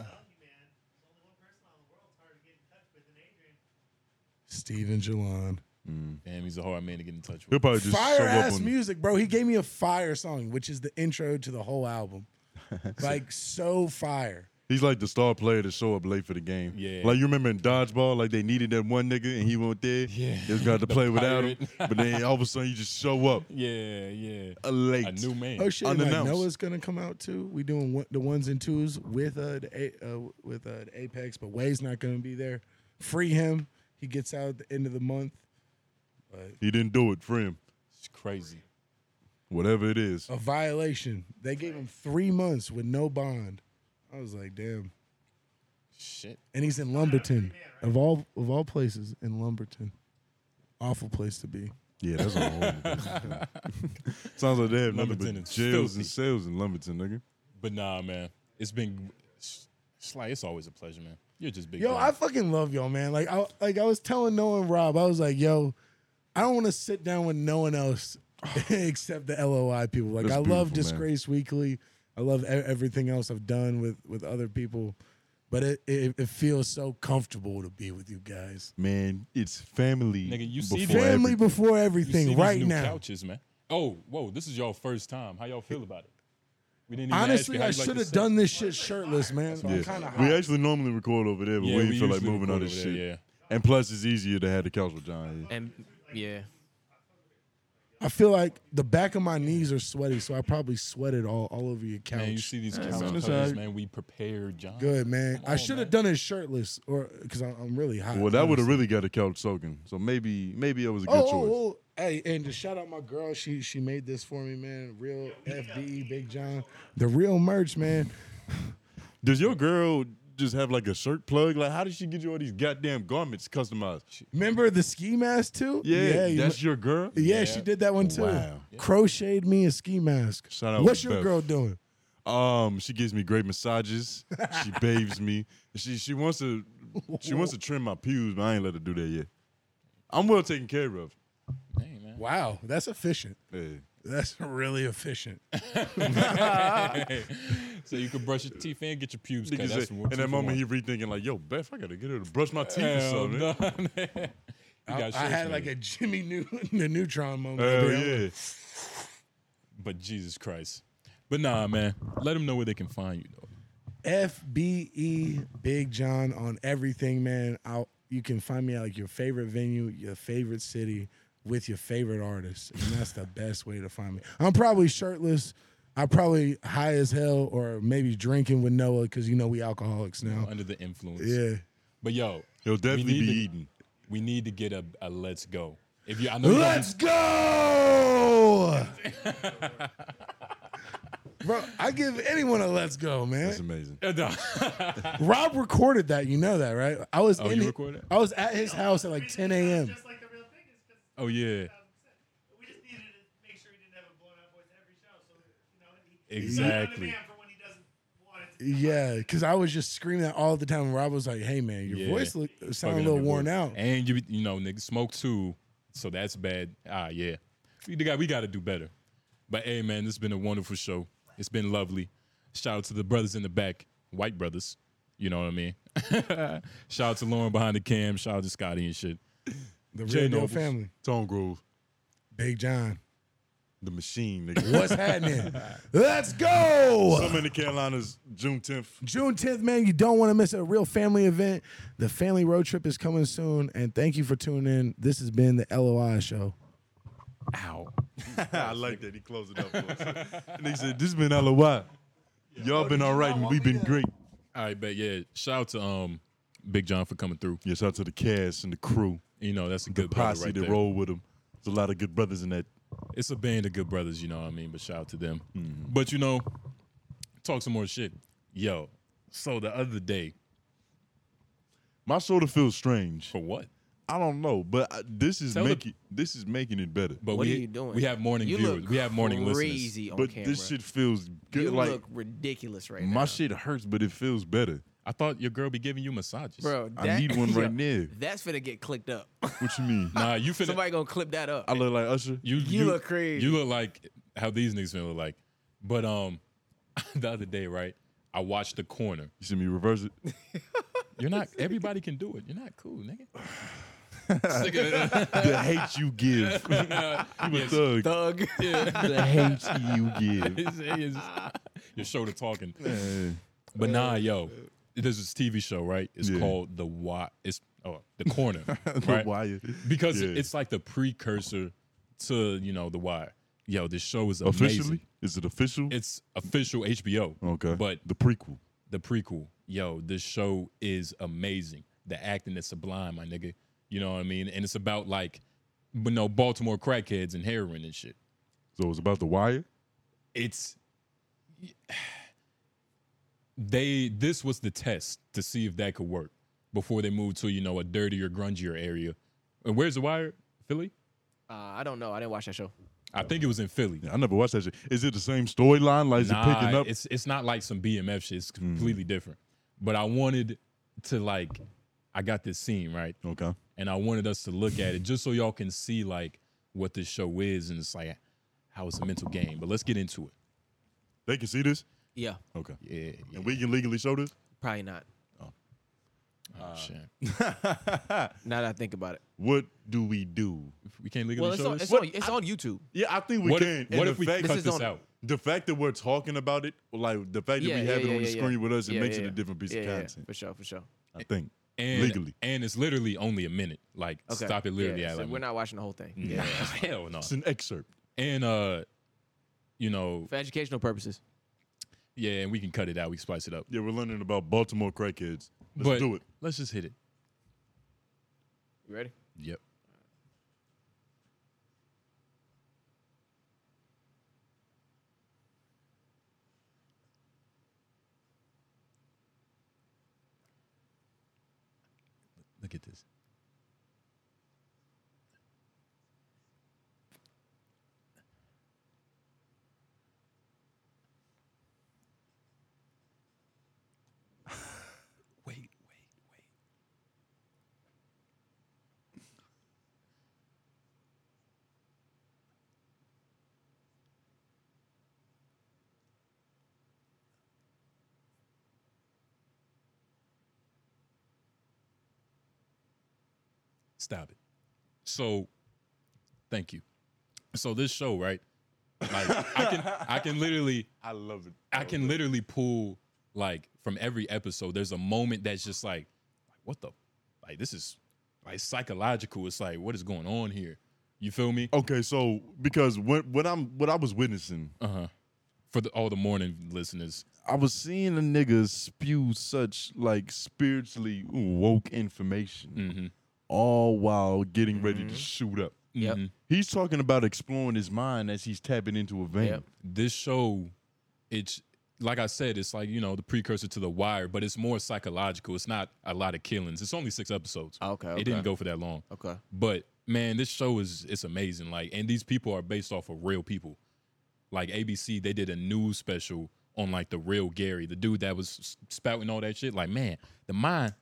Speaker 5: steven Jalan.
Speaker 2: Damn, he's a hard man to get in touch
Speaker 1: He'll
Speaker 2: with.
Speaker 1: probably just
Speaker 5: fire
Speaker 1: show up
Speaker 5: ass
Speaker 1: on.
Speaker 5: music bro he gave me a fire song which is the intro to the whole album like so fire
Speaker 1: He's like the star player to show up late for the game.
Speaker 2: Yeah.
Speaker 1: Like you remember in dodgeball, like they needed that one nigga and he went there.
Speaker 2: Yeah.
Speaker 1: They just got to
Speaker 2: The
Speaker 1: play without him.
Speaker 2: pirate.
Speaker 1: But then all of a sudden you just show up
Speaker 2: Yeah, yeah.
Speaker 1: uh, late.
Speaker 2: A new man.
Speaker 5: oh shit and, like,
Speaker 1: Unannounced.
Speaker 5: noah's gonna come out too we doing one, the ones and twos with uh, the a, uh with uh, the apex but way's not gonna be there free him he gets out at the end of the month
Speaker 1: He didn't do it for him.
Speaker 2: It's crazy.
Speaker 1: Whatever it is.
Speaker 5: a violation they gave him three months with no bond i was like damn
Speaker 2: Shit.
Speaker 5: and he's in lumberton of all of all places in lumberton awful place to be
Speaker 1: Yeah, that's a horrible. Sounds like they have nothing
Speaker 2: Lumberton
Speaker 1: but
Speaker 2: is
Speaker 1: jails
Speaker 2: filthy.
Speaker 1: and sales in Lumberton, nigga.
Speaker 2: But nah, man. It's been. It's, it's like it's always a pleasure, man. You're just big.
Speaker 5: Yo,
Speaker 2: dog.
Speaker 5: I fucking love y'all, man. Like I like I was telling Noah and Rob, I was like, yo, I don't want to sit down with no one else except the LOI people. Like
Speaker 1: That's
Speaker 5: I love
Speaker 1: beautiful, man.
Speaker 5: Disgrace Weekly. I love e- everything else I've done with with other people. But it, it it feels so comfortable to be with you guys.
Speaker 1: Man, it's family.
Speaker 2: Nigga, you see
Speaker 1: before
Speaker 2: For
Speaker 5: Family
Speaker 1: everything.
Speaker 5: before
Speaker 2: You see
Speaker 5: everything
Speaker 2: these
Speaker 5: right
Speaker 2: new
Speaker 5: now.
Speaker 2: Couches, man. Oh, whoa! This is y'all first time. How y'all feel about it? We didn't. ask
Speaker 5: Honestly,
Speaker 2: you how
Speaker 5: I
Speaker 2: you like
Speaker 5: should
Speaker 2: the
Speaker 5: have
Speaker 2: set.
Speaker 5: done this shit shirtless, man. So I'm
Speaker 1: Yeah.
Speaker 5: kind of
Speaker 1: we
Speaker 5: hot.
Speaker 1: actually normally record over there, but
Speaker 2: Yeah,
Speaker 1: we didn't
Speaker 2: we
Speaker 1: feel like
Speaker 2: usually
Speaker 1: moving all
Speaker 2: record
Speaker 1: this
Speaker 2: over
Speaker 1: shit.
Speaker 2: there, yeah.
Speaker 1: And plus, it's easier to have the couch with John. Yeah.
Speaker 3: And yeah,
Speaker 5: I feel like the back of my knees are sweaty, so I probably sweated all all over your couch.
Speaker 2: Man, you see these couch
Speaker 1: sounds
Speaker 2: covers,
Speaker 1: alright.
Speaker 2: man. We prepared, John.
Speaker 5: Good man.
Speaker 2: Come
Speaker 5: I
Speaker 2: on,
Speaker 5: should have
Speaker 2: man.
Speaker 5: done it shirtless, or because I'm, I'm really hot.
Speaker 1: Well, that would have
Speaker 5: honestly.
Speaker 1: really got the couch soaking. So maybe, maybe it was a good
Speaker 5: Oh,
Speaker 1: choice.
Speaker 5: oh, oh, hey, and to shout out my girl, she she made this for me, man. Real FBE, Big John, the real merch, man.
Speaker 1: Does your girl just have like a shirt plug? Like, how did she get you all these goddamn garments customized?
Speaker 5: Remember the ski mask too?
Speaker 1: yeah,
Speaker 5: you-
Speaker 1: that's your girl.
Speaker 5: yeah,
Speaker 2: yeah.
Speaker 5: she did that one too.
Speaker 1: Wow.
Speaker 5: Crocheted me a ski mask.
Speaker 1: Shout out
Speaker 5: What's
Speaker 1: to
Speaker 5: your
Speaker 1: Beth.
Speaker 5: girl doing?
Speaker 1: Um, she gives me great massages. She bathes me. She she wants to she wants to trim my pubes, but I ain't let her do that yet. I'm well taken care of.
Speaker 2: Hey, man.
Speaker 5: Wow, that's efficient.
Speaker 1: Yeah.
Speaker 5: That's really efficient.
Speaker 2: so you can brush your teeth and get your pubes cut.
Speaker 1: Nigga
Speaker 2: That's
Speaker 1: say-
Speaker 2: what
Speaker 1: in that moment, he rethinking like, "Yo, Beth, I gotta get her to brush my teeth or something."
Speaker 2: no, man. You
Speaker 5: I,
Speaker 2: got
Speaker 5: I
Speaker 2: shorts,
Speaker 5: had like
Speaker 2: man.
Speaker 5: a Jimmy Newton, the Neutron moment.
Speaker 1: Hell
Speaker 5: bro.
Speaker 1: yeah!
Speaker 2: But Jesus Christ. But nah, man. Let them know where they can find you, though.
Speaker 5: FBE E, Big John on everything, man. I'll, you can find me at like your favorite venue, your favorite city, with your favorite artist, and that's the best way to find me. I'm probably shirtless. I probably high as hell, or maybe drinking with Noah because you know we alcoholics now.
Speaker 2: Under the influence.
Speaker 5: Yeah,
Speaker 2: But yo,
Speaker 1: He'll definitely
Speaker 2: need
Speaker 1: be
Speaker 2: to-
Speaker 1: eating.
Speaker 2: we need to get a, a let's go. If you, I know you don't-
Speaker 5: let's go, bro. I give anyone a let's go, man.
Speaker 1: That's amazing.
Speaker 2: Uh, nah.
Speaker 5: Rob recorded that. You know that, right? I was
Speaker 2: Oh,
Speaker 5: in
Speaker 2: you
Speaker 5: hi-
Speaker 2: recorded it?
Speaker 5: I was at his house at like 10 a.m.
Speaker 4: Just like the real thing is 'cause
Speaker 2: oh yeah,
Speaker 4: we just needed to make sure he didn't have a blown out voice every show. So, you know, he, he's not the
Speaker 2: exactly.
Speaker 4: man for when he doesn't want it to
Speaker 5: Yeah, because I was just screaming that all the time. Rob was like, "Hey man, your
Speaker 2: Yeah.
Speaker 5: voice look, sound a
Speaker 2: Fucking
Speaker 5: little
Speaker 2: up your
Speaker 5: worn
Speaker 2: voice.
Speaker 5: out."
Speaker 2: And you you know, nigga, smoke too. So that's bad. Ah, yeah. We got we gotta do better. But hey man, this has been a wonderful show. It's been lovely. Shout out to the brothers in the back, white brothers. You know what I mean? Shout out to Lauren behind the cam. Shout out to Scotty and shit.
Speaker 5: The
Speaker 2: Jay
Speaker 5: Real Deal
Speaker 2: Nobles.
Speaker 5: family,
Speaker 1: Tone Grove,
Speaker 5: Big John.
Speaker 1: the machine, nigga.
Speaker 5: What's happening? Let's go.
Speaker 1: Some in the Carolinas, June 10th.
Speaker 5: June 10th, man. You don't want to miss a real family event. The family road trip is coming soon. And thank you for tuning in. This has been the LOI show.
Speaker 2: Ow.
Speaker 1: I like that. He closed it up for us. And he said, This has been LOY. Y'all been all right, and we've been great.
Speaker 2: All right, but yeah, shout out to um Big John for coming through.
Speaker 1: Yeah, shout out to the cast and the crew,
Speaker 2: You know, that's a
Speaker 1: the
Speaker 2: good brother
Speaker 1: posse
Speaker 2: right
Speaker 1: that
Speaker 2: there.
Speaker 1: roll with him. There's a lot of good brothers in that.
Speaker 2: It's a band of good brothers, you know what I mean? But shout out to them.
Speaker 1: Mm-hmm.
Speaker 2: But you know, talk some more shit. Yo, so the other day,
Speaker 1: My shoulder feels strange.
Speaker 2: for what?
Speaker 1: I don't know, but I, this is
Speaker 2: Tell the-
Speaker 1: making this is making it better.
Speaker 2: But
Speaker 3: What
Speaker 2: we,
Speaker 3: are you doing?
Speaker 2: We have morning
Speaker 3: You
Speaker 2: viewers.
Speaker 3: look
Speaker 2: We have morning listeners.
Speaker 3: crazy on
Speaker 1: But
Speaker 3: camera.
Speaker 1: this shit feels good.
Speaker 3: you
Speaker 1: like
Speaker 3: look ridiculous right now.
Speaker 1: my shit hurts, but it feels better.
Speaker 2: I thought your girl be giving you massages,
Speaker 3: bro.
Speaker 1: I
Speaker 3: that-
Speaker 1: need one right now.
Speaker 3: That's finna get clicked up.
Speaker 1: What you mean?
Speaker 2: Nah, you finna.
Speaker 3: Somebody gonna clip that up.
Speaker 1: I look like Usher.
Speaker 2: you,
Speaker 3: you look crazy.
Speaker 2: You look like how these niggas finna look like. But um, the other day, right? I watched the corner.
Speaker 1: You see me reverse it.
Speaker 2: You're not. Everybody can do it. You're not cool, nigga.
Speaker 1: the hate you give. you a thug.
Speaker 3: Thug.
Speaker 1: The hate you give.
Speaker 2: It's- it's- your shoulder talking.
Speaker 1: Eh,
Speaker 2: But nah, yo, there's this TV show, right? It's
Speaker 1: Yeah.
Speaker 2: called The Why. It's oh, The Corner,
Speaker 1: the
Speaker 2: right?
Speaker 1: wire.
Speaker 2: because
Speaker 1: Yeah.
Speaker 2: it's like the precursor to you know The Wire. Yo, this show is amazing.
Speaker 1: officially. Is it official?
Speaker 2: It's official HBO.
Speaker 1: okay.
Speaker 2: But
Speaker 1: the prequel.
Speaker 2: the prequel, yo, this show is amazing. The acting is sublime, my nigga. You know what I mean? And it's about like, you know, Baltimore crackheads and heroin and shit.
Speaker 1: So it's about the wire.
Speaker 2: It's they. This was the test to see if that could work before they moved to you know a dirtier, grungier area. And where's the wire? Philly?
Speaker 3: Uh, I don't know. I didn't watch that show.
Speaker 2: I think it was in Philly.
Speaker 1: Yeah, I never watched that shit. Is it the same storyline? Like, is it picking
Speaker 2: Nah,
Speaker 1: up? Mm.
Speaker 2: It's it's not like some BMF shit. It's completely different. But I wanted to like, I got this scene right,
Speaker 1: Okay.
Speaker 2: and I wanted us to look at it just so y'all can see like what this show is, and it's like how it's a mental game. But let's get into it.
Speaker 1: They can see this.
Speaker 3: Yeah,
Speaker 1: Okay.
Speaker 2: Yeah.
Speaker 1: And we can legally show this.
Speaker 3: probably not.
Speaker 2: Oh,
Speaker 1: Uh,
Speaker 2: shit.
Speaker 3: Now that I think about it.
Speaker 1: What do we do?
Speaker 2: We can't legally
Speaker 3: Well, it's
Speaker 2: show
Speaker 3: on,
Speaker 2: this.
Speaker 3: it's, on, it's on YouTube.
Speaker 1: Yeah, I think we
Speaker 2: what
Speaker 1: can.
Speaker 2: if,
Speaker 1: And
Speaker 2: what
Speaker 1: the
Speaker 2: if we
Speaker 1: fact-
Speaker 2: cut
Speaker 3: is
Speaker 2: this
Speaker 3: on-
Speaker 2: out?
Speaker 1: The fact that we're talking about it, like the fact that
Speaker 3: Yeah,
Speaker 1: we
Speaker 3: yeah,
Speaker 1: have
Speaker 3: yeah,
Speaker 1: it on
Speaker 3: yeah,
Speaker 1: the
Speaker 3: yeah.
Speaker 1: screen with us, it
Speaker 3: Yeah,
Speaker 1: makes
Speaker 3: yeah,
Speaker 1: it a
Speaker 3: yeah.
Speaker 1: different piece
Speaker 3: Yeah,
Speaker 1: of
Speaker 3: yeah, yeah,
Speaker 1: content.
Speaker 3: for sure, for sure.
Speaker 1: I think.
Speaker 2: And,
Speaker 1: Legally.
Speaker 2: and it's literally only a minute. Like
Speaker 3: Okay.
Speaker 2: stop it literally
Speaker 3: Yeah,
Speaker 2: at
Speaker 3: so
Speaker 2: like
Speaker 3: we're not watching the whole thing.
Speaker 1: Mm.
Speaker 2: Nah, hell no.
Speaker 1: It's an excerpt.
Speaker 2: And uh, you know,
Speaker 3: For educational purposes.
Speaker 2: yeah, and we can cut it out. We can splice it up.
Speaker 1: Yeah, we're learning about Baltimore crackheads. Let's
Speaker 2: but
Speaker 1: do it.
Speaker 2: Let's just hit it.
Speaker 3: You ready?
Speaker 2: Yep. Look at this. Wait, wait, wait. Stop it. So, thank you. So this show, right? Like I can I can literally
Speaker 1: I love it.
Speaker 2: I can literally pull like from every episode. There's a moment that's just like, like what the, like this is like psychological. It's like what is going on here? You feel me?
Speaker 1: Okay, so because when what I'm what I was witnessing,
Speaker 2: Uh huh. For the, all the morning listeners,
Speaker 1: I was seeing a nigga spew such like spiritually woke information,
Speaker 2: Mm-hmm.
Speaker 1: all while getting ready to shoot up.
Speaker 3: Yep.
Speaker 2: Mhm.
Speaker 1: He's talking about exploring his mind as he's tapping into a vein.
Speaker 3: Yep.
Speaker 2: this show, it's like I said, it's like you know the precursor to The Wire, but it's more psychological. It's not a lot of killings. It's only six episodes.
Speaker 3: Okay.
Speaker 2: It didn't go for that long.
Speaker 3: Okay.
Speaker 2: But man, this show is it's amazing. Like, and these people are based off of real people. Like ABC, they did a news special on like the real Gary, the dude that was s- spouting all that shit. Like, man, the mind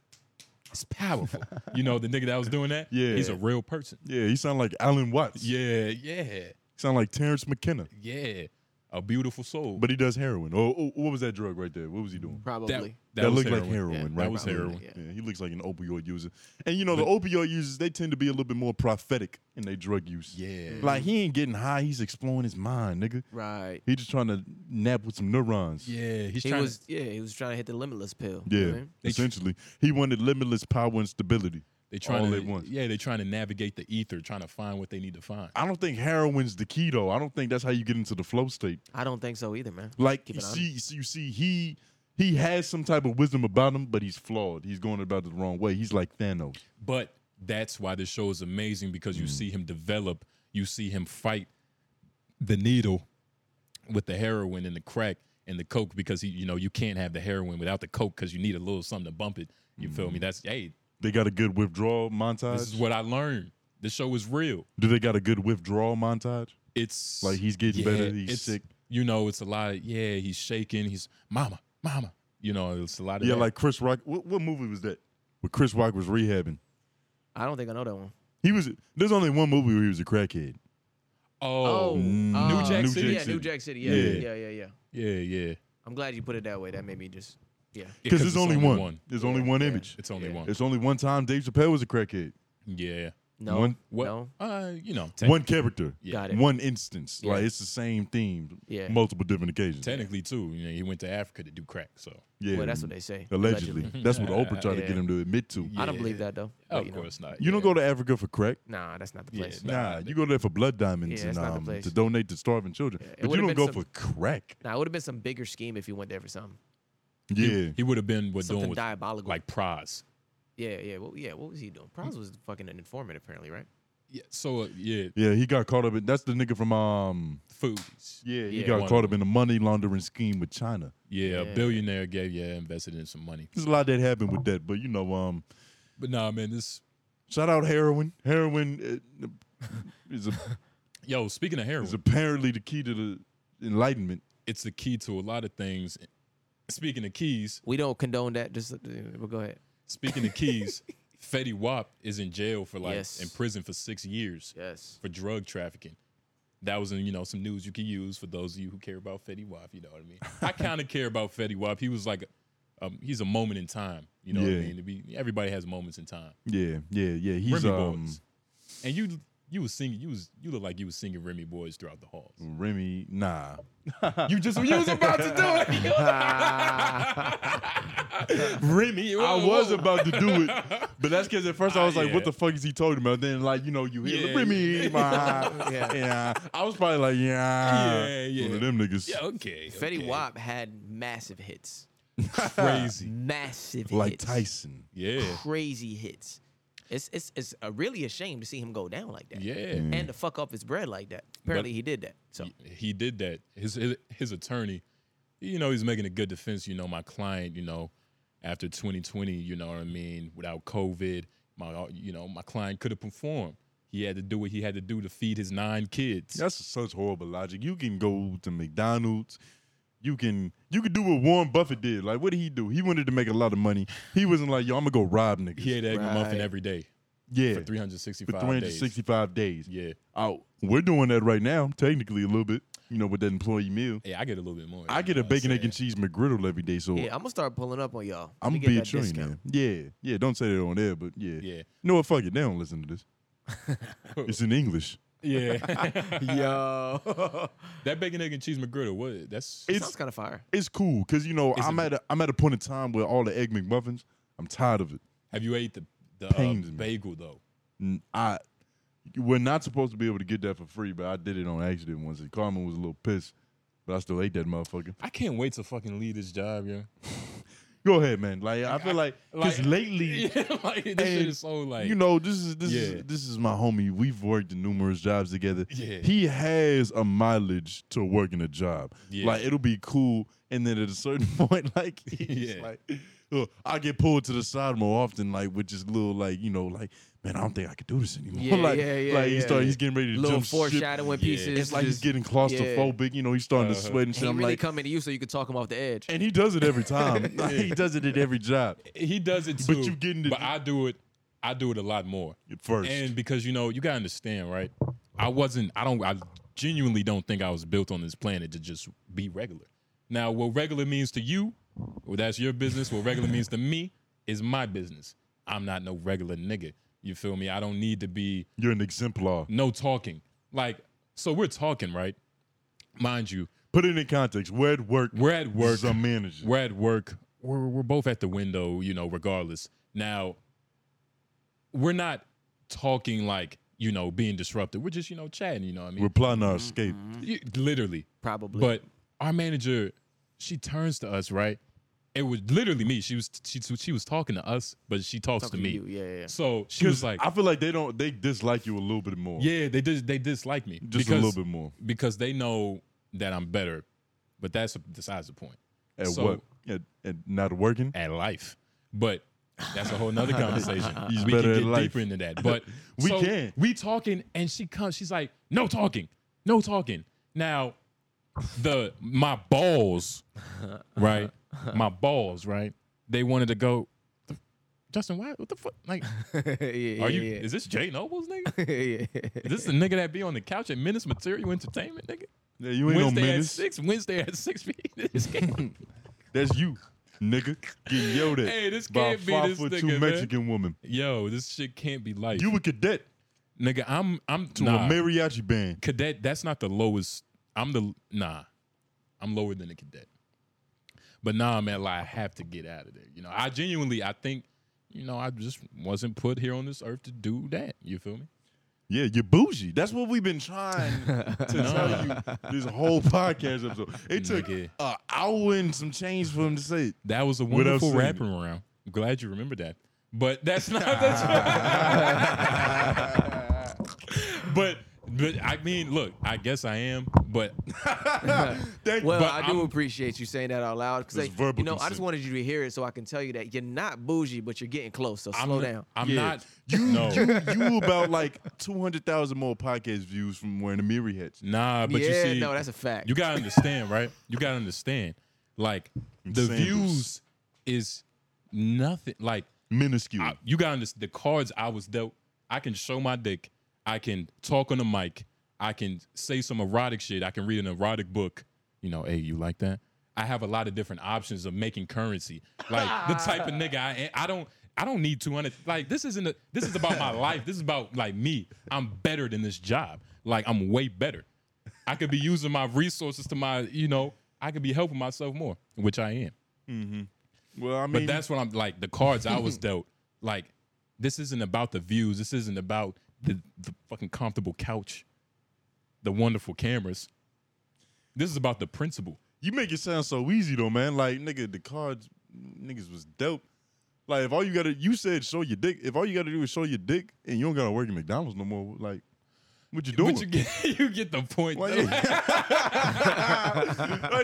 Speaker 2: is powerful. you know, the nigga that was doing that,
Speaker 1: Yeah.
Speaker 2: he's a real person.
Speaker 1: Yeah, he sound like Alan Watts. Yeah.
Speaker 2: Yeah, yeah,
Speaker 1: He sound like Terrence McKenna.
Speaker 2: yeah. A beautiful soul.
Speaker 1: But he does heroin. Oh, oh, what was that drug right there? What was he doing?
Speaker 2: that,
Speaker 3: probably.
Speaker 1: That,
Speaker 2: was
Speaker 1: looked like heroin,
Speaker 2: heroin.
Speaker 3: Yeah,
Speaker 1: right?
Speaker 2: that was
Speaker 1: Probably.
Speaker 2: heroin.
Speaker 1: Yeah. he looks like an opioid user. And you know, the opioid users, they tend to be a little bit more prophetic in their drug use.
Speaker 2: Yeah.
Speaker 1: Like he ain't getting high, he's exploring his mind, nigga.
Speaker 3: Right.
Speaker 1: He just trying to nap with some neurons.
Speaker 2: Yeah, he's
Speaker 3: He
Speaker 2: trying
Speaker 3: was
Speaker 2: to,
Speaker 3: yeah, he was trying to hit the limitless pill. you know
Speaker 1: Yeah,
Speaker 3: what I mean?
Speaker 2: They tr-
Speaker 1: essentially, he wanted limitless power and stability.
Speaker 2: they trying
Speaker 1: all
Speaker 2: to
Speaker 1: at once.
Speaker 2: Yeah, they trying to navigate the ether, trying to find what they need to find.
Speaker 1: I don't think heroin's the key though. I don't think that's how you get into the flow state.
Speaker 3: I don't think so either, man.
Speaker 1: Like
Speaker 3: Keep
Speaker 1: you
Speaker 3: it honest.
Speaker 1: see, you see, he he has some type of wisdom about him, but he's flawed. He's going about it the wrong way. He's like Thanos.
Speaker 2: But that's why this show is amazing because
Speaker 1: Mm.
Speaker 2: you see him develop, you see him fight the needle with the heroin and the crack and the coke because he, you know, you can't have the heroin without the coke because you need a little something to bump it. You feel
Speaker 1: Mm.
Speaker 2: me? That's hey,
Speaker 1: They got a good withdrawal montage.
Speaker 2: this is what I learned. The show is real.
Speaker 1: Do they got a good withdrawal montage?
Speaker 2: It's
Speaker 1: Like he's getting better. He's
Speaker 2: it's-
Speaker 1: sick.
Speaker 2: You know, it's a lot. Of, yeah, he's shaking. He's mama, mama. You know, it's a lot of
Speaker 1: Yeah,
Speaker 2: that.
Speaker 1: like Chris Rock. What, what movie was that? Where Chris Rock was rehabbing.
Speaker 3: I don't think I know that one.
Speaker 1: He was. There's only one movie where he was a crackhead.
Speaker 2: oh,
Speaker 1: New
Speaker 2: Jack
Speaker 3: uh, New
Speaker 2: City?
Speaker 3: Yeah, New Jack City. Yeah,
Speaker 1: Yeah.
Speaker 3: yeah, yeah, yeah.
Speaker 2: yeah, yeah.
Speaker 3: I'm glad you put it that way. That made me just yeah.
Speaker 1: Because
Speaker 2: it's
Speaker 1: there's only, one. There's only
Speaker 3: Yeah,
Speaker 1: one
Speaker 3: yeah.
Speaker 1: image.
Speaker 2: It's only
Speaker 3: Yeah.
Speaker 2: one.
Speaker 1: It's only one time Dave Chappelle was a crackhead.
Speaker 2: Yeah.
Speaker 3: No.
Speaker 1: One-
Speaker 2: What?
Speaker 3: No.
Speaker 2: Uh, you know,
Speaker 1: One character.
Speaker 2: Yeah.
Speaker 3: Got it.
Speaker 1: One instance.
Speaker 3: Yeah.
Speaker 1: Like it's the same theme.
Speaker 3: Yeah.
Speaker 1: Multiple different occasions.
Speaker 2: technically too. You know, he went to Africa to do crack. So,
Speaker 1: Yeah.
Speaker 3: Well, that's what they say.
Speaker 1: Allegedly. That's what Oprah tried to
Speaker 3: Yeah.
Speaker 1: get him to admit to.
Speaker 3: I don't
Speaker 2: Yeah.
Speaker 3: believe that though. but,
Speaker 2: of
Speaker 3: Oh, you know.
Speaker 2: course not.
Speaker 1: You don't go to Africa for crack.
Speaker 3: Nah, that's not the
Speaker 2: Yeah,
Speaker 3: place.
Speaker 2: Nah,
Speaker 1: Nah,
Speaker 2: they-
Speaker 1: you go there for blood diamonds and
Speaker 3: Yeah, it's not the
Speaker 1: um,
Speaker 3: place.
Speaker 1: to donate to starving children.
Speaker 3: it
Speaker 1: but you
Speaker 3: would've
Speaker 1: don't
Speaker 3: been
Speaker 1: go
Speaker 3: some-
Speaker 1: for crack.
Speaker 3: Nah, it would have been some bigger scheme if you went there for something.
Speaker 1: Yeah.
Speaker 2: He, would have been what
Speaker 3: Something
Speaker 2: doing with
Speaker 3: diabolical.
Speaker 2: like prize.
Speaker 3: yeah, yeah, well, yeah. What was he doing? Proz was fucking an informant apparently, right?
Speaker 2: Yeah. So uh, yeah,
Speaker 1: yeah, he got caught up in that's the nigga from um
Speaker 2: foods.
Speaker 1: Yeah, he
Speaker 3: Yeah.
Speaker 1: got
Speaker 2: One
Speaker 1: caught
Speaker 2: of
Speaker 1: up in the money laundering scheme with China.
Speaker 2: Yeah,
Speaker 3: Yeah.
Speaker 2: a billionaire gave yeah invested in some money.
Speaker 1: There's a lot that happened
Speaker 3: Uh-huh.
Speaker 1: with that, but you know, um,
Speaker 2: But nah, man, this
Speaker 1: shout out heroin. Heroin uh, is a
Speaker 2: yo. Speaking of heroin,
Speaker 1: is apparently the key to the enlightenment.
Speaker 2: it's the key to a lot of things. Speaking of keys,
Speaker 3: We don't condone that. Just uh, but go ahead.
Speaker 2: speaking of keys, Fetty Wap is in jail for like
Speaker 3: Yes.
Speaker 2: in prison for six years
Speaker 3: Yes.
Speaker 2: for drug trafficking. That was in, you know, some news you could use for those of you who care about Fetty Wap, you know what I mean? I kind of care about Fetty Wap. He was like um, he's a moment in time, you know what
Speaker 1: Yeah.
Speaker 2: I mean? To be, everybody has moments in time.
Speaker 1: Yeah, yeah, yeah. He's
Speaker 2: Remy
Speaker 1: um,
Speaker 2: Boys. And you you was singing, you was you look like you was singing Remy Boys throughout the halls.
Speaker 1: Remy. Nah,
Speaker 2: You just you was about to do it. You was- Remy,
Speaker 1: I
Speaker 2: whoa,
Speaker 1: was
Speaker 2: whoa.
Speaker 1: about to do it, but that's because at first I was like,
Speaker 2: Ah, yeah.
Speaker 1: "What the fuck is he talking about?" Then, like, you know, you hear
Speaker 2: Yeah,
Speaker 1: Remy. Yeah.
Speaker 3: Yeah.
Speaker 1: I was probably like, "Yeah,
Speaker 2: Yeah, yeah.
Speaker 1: One of them niggas.
Speaker 2: Yeah, okay.
Speaker 3: Fetty
Speaker 2: okay.
Speaker 3: Wap had massive hits.
Speaker 2: crazy.
Speaker 3: Massive
Speaker 1: like
Speaker 3: hits.
Speaker 1: Tyson."
Speaker 2: Yeah.
Speaker 3: Crazy hits. It's it's it's uh really a shame to see him go down like that.
Speaker 2: Yeah.
Speaker 3: And to fuck up his bread like that. Apparently he did that. So
Speaker 2: he did that. His, his his attorney, you know, he's making a good defense. You know, my client, you know, after 2020, you know what I mean, without COVID, my you know, my client could have performed. He had to do what he had to do to feed his nine kids.
Speaker 1: That's such horrible logic. You can go to McDonald's. You can you can do what Warren Buffett did. Like, what did he do? He wanted to make a lot of money. He wasn't like, "Yo, I'm gonna go rob niggas."
Speaker 2: He ate egg muffin
Speaker 3: Right.
Speaker 2: every day
Speaker 1: yeah.
Speaker 2: for 365
Speaker 1: for 365 days.
Speaker 2: days. Yeah.
Speaker 1: Oh, we're doing that right now, technically a little bit, you know, with that employee meal.
Speaker 2: Yeah, I get a little bit more.
Speaker 1: I
Speaker 2: you
Speaker 1: get a
Speaker 2: know what I'm
Speaker 1: bacon, egg, and
Speaker 2: saying?
Speaker 1: cheese McGriddle every day, so
Speaker 3: yeah, I'm gonna start pulling up on y'all. Let
Speaker 1: I'm
Speaker 3: me
Speaker 1: gonna
Speaker 3: get
Speaker 1: be a
Speaker 3: that discount.
Speaker 1: trillionaire. Yeah, yeah. Don't say that on air, but yeah,
Speaker 2: Yeah.
Speaker 1: No, what, fuck it. They don't listen to this. it's in English.
Speaker 2: Yeah.
Speaker 3: Yo,
Speaker 2: that bacon, egg, and cheese McGriddle, what? That's.
Speaker 1: It's
Speaker 3: sounds kind of fire.
Speaker 1: it's cool because you know
Speaker 2: Is
Speaker 1: I'm
Speaker 2: it-
Speaker 1: at a, I'm at a point in time where all the egg McMuffins. I'm tired of it.
Speaker 2: Have you ate the, the uh,
Speaker 1: Pains me.
Speaker 2: bagel, though?
Speaker 1: N- I we're not supposed to be able to get that for free, but I did it on accident once. And Carmen was a little pissed, but I still ate that motherfucker.
Speaker 2: I can't wait to fucking leave this job, yo.
Speaker 1: Go ahead, man. Like I feel like because
Speaker 2: like-
Speaker 1: lately
Speaker 2: Yeah, like this shit
Speaker 1: And,
Speaker 2: is so like
Speaker 1: you know, this is this
Speaker 2: Yeah.
Speaker 1: is this is my homie. We've worked in numerous jobs together.
Speaker 2: Yeah.
Speaker 1: He has a mileage to working a job.
Speaker 2: Yeah.
Speaker 1: Like it'll be cool, and then at a certain point, like he's
Speaker 2: Yeah.
Speaker 1: like, "Ugh," I get pulled to the side more often, like with just little like you know like man, I don't think I could do this anymore.
Speaker 3: Yeah,
Speaker 1: like,
Speaker 3: yeah, yeah,
Speaker 1: like he
Speaker 3: yeah,
Speaker 1: started,
Speaker 3: yeah.
Speaker 1: he's getting ready to
Speaker 3: Little
Speaker 1: jump ship.
Speaker 3: foreshadowing
Speaker 2: yeah.
Speaker 3: pieces.
Speaker 1: It's like he's
Speaker 3: just-
Speaker 1: getting claustrophobic. You know, he's starting to
Speaker 2: Uh-huh.
Speaker 1: sweat and
Speaker 3: He
Speaker 1: shit. I'm
Speaker 3: really
Speaker 1: like,
Speaker 3: coming to you so you can talk him off the edge.
Speaker 1: and he does it every time. Like, he does it at every job
Speaker 2: He does it too.
Speaker 1: But you getting the-
Speaker 2: But I do it. I do it a lot more.
Speaker 1: at first.
Speaker 2: And because you know, you gotta understand, right? I wasn't. I don't. I genuinely don't think I was built on this planet to just be regular. Now, what regular means to you, well, that's your business. What regular means to me is my business. I'm not no regular nigga. You feel me? I don't need to be
Speaker 1: You're an exemplar.
Speaker 2: no talking. Like, so we're talking, right? Mind you,
Speaker 1: Put it in context. We're at work.
Speaker 2: we're at work.
Speaker 1: As a manager.
Speaker 2: We're at work. We're, we're both at the window, you know, regardless. Now, we're not talking like, you know, being disruptive. We're just, you know, chatting, you know what I mean?
Speaker 1: We're plotting our escape.
Speaker 2: You- literally.
Speaker 3: Probably.
Speaker 2: But our manager, she turns to us, right? It was literally me. She was she, she was talking to us, but she talks
Speaker 3: Talking
Speaker 2: to me.
Speaker 3: you. Yeah, yeah, yeah.
Speaker 2: So she was like,
Speaker 1: I feel like they don't. They dislike you a little bit more.
Speaker 2: "Yeah, they dis- they dislike me
Speaker 1: just a little bit more.
Speaker 2: because they know that I'm better." But that's besides the point.
Speaker 1: At
Speaker 2: So-
Speaker 1: what? At, at not working.
Speaker 2: at life. But that's a whole nother conversation.
Speaker 1: He's
Speaker 2: we
Speaker 1: better
Speaker 2: can
Speaker 1: at
Speaker 2: get
Speaker 1: life.
Speaker 2: deeper into that. But
Speaker 1: We
Speaker 2: so
Speaker 1: can.
Speaker 2: We talking, and she comes. She's like, "No talking, no talking." Now, the my balls, right? My balls, right? They wanted to go. Justin, why? What the fuck? Like,
Speaker 3: yeah,
Speaker 2: are you?
Speaker 3: yeah,
Speaker 2: Is this Jay Noble's nigga?
Speaker 3: yeah.
Speaker 2: Is this the nigga that be on the couch at Menace Material Entertainment, nigga?
Speaker 1: Yeah, you ain't
Speaker 2: Wednesday
Speaker 1: no
Speaker 2: at
Speaker 1: menace.
Speaker 2: six. Wednesday at six. this can't,
Speaker 1: That's you, nigga. Getting yelled at
Speaker 2: Hey, this
Speaker 1: by a
Speaker 2: can't be
Speaker 1: five
Speaker 2: this
Speaker 1: foot
Speaker 2: nigga,
Speaker 1: two
Speaker 2: man.
Speaker 1: Mexican woman.
Speaker 2: yo, this shit can't be life.
Speaker 1: You a cadet
Speaker 2: nigga, I'm I'm
Speaker 1: to
Speaker 2: nah.
Speaker 1: a mariachi band.
Speaker 2: cadet that's not the lowest i'm the nah i'm lower than a cadet but nah man like i have to get out of there you know i genuinely i think you know i just wasn't put here on this earth to do that you feel me
Speaker 1: Yeah, you're bougie. That's what we've been trying to tell you this whole podcast episode. It took
Speaker 2: Nigga.
Speaker 1: an hour and some change for him to say it.
Speaker 2: that was a
Speaker 1: Without
Speaker 2: wonderful
Speaker 1: saying it.
Speaker 2: wrapping around i'm glad you remember that but that's not that's but but i mean look i guess i am but
Speaker 1: Thank
Speaker 3: Well,
Speaker 2: But
Speaker 3: I do
Speaker 2: I'm-
Speaker 3: appreciate you saying that out loud because
Speaker 1: It's
Speaker 3: like,
Speaker 1: verbal
Speaker 3: you know I just
Speaker 1: consent.
Speaker 3: wanted you to hear it so I can tell you that you're not bougie, but you're getting close. So slow
Speaker 2: i'm,
Speaker 3: down.
Speaker 2: i'm
Speaker 1: Yeah.
Speaker 2: not you no
Speaker 1: you about like 200,000 more podcast views from wearing the Miri hats.
Speaker 2: nah but
Speaker 3: yeah,
Speaker 2: you see
Speaker 3: no, that's a fact.
Speaker 2: You gotta understand, right? You gotta understand. Like the
Speaker 1: Sandals.
Speaker 2: views is nothing. Like
Speaker 1: Minuscule.
Speaker 2: I, you gotta understand the cards I was dealt. I can show my dick. I can talk on the mic. I can say some erotic shit. I can read an erotic book. You know, hey, you like that? I have a lot of different options of making currency. Like the type of nigga I am. I don't. I don't need 200. Like this isn't. A, this is about my life. This is about like me. I'm better than this job. Like I'm way better. I could be using my resources to my. You know, I could be helping myself more, which I am.
Speaker 1: well, I mean,
Speaker 2: But that's what I'm like. The cards I was dealt. Like, this isn't about the views. This isn't about the, the fucking comfortable couch, the wonderful cameras. This is about the principle.
Speaker 1: you make it sound so easy though, man. Like, nigga, the cards, niggas was dope. Like, if all you gotta, you said show your dick. If all you gotta do is show your dick and you don't gotta work at McDonald's no more, like, what you doing?
Speaker 2: But you get you get the point.
Speaker 1: Why-
Speaker 2: though.
Speaker 1: Like,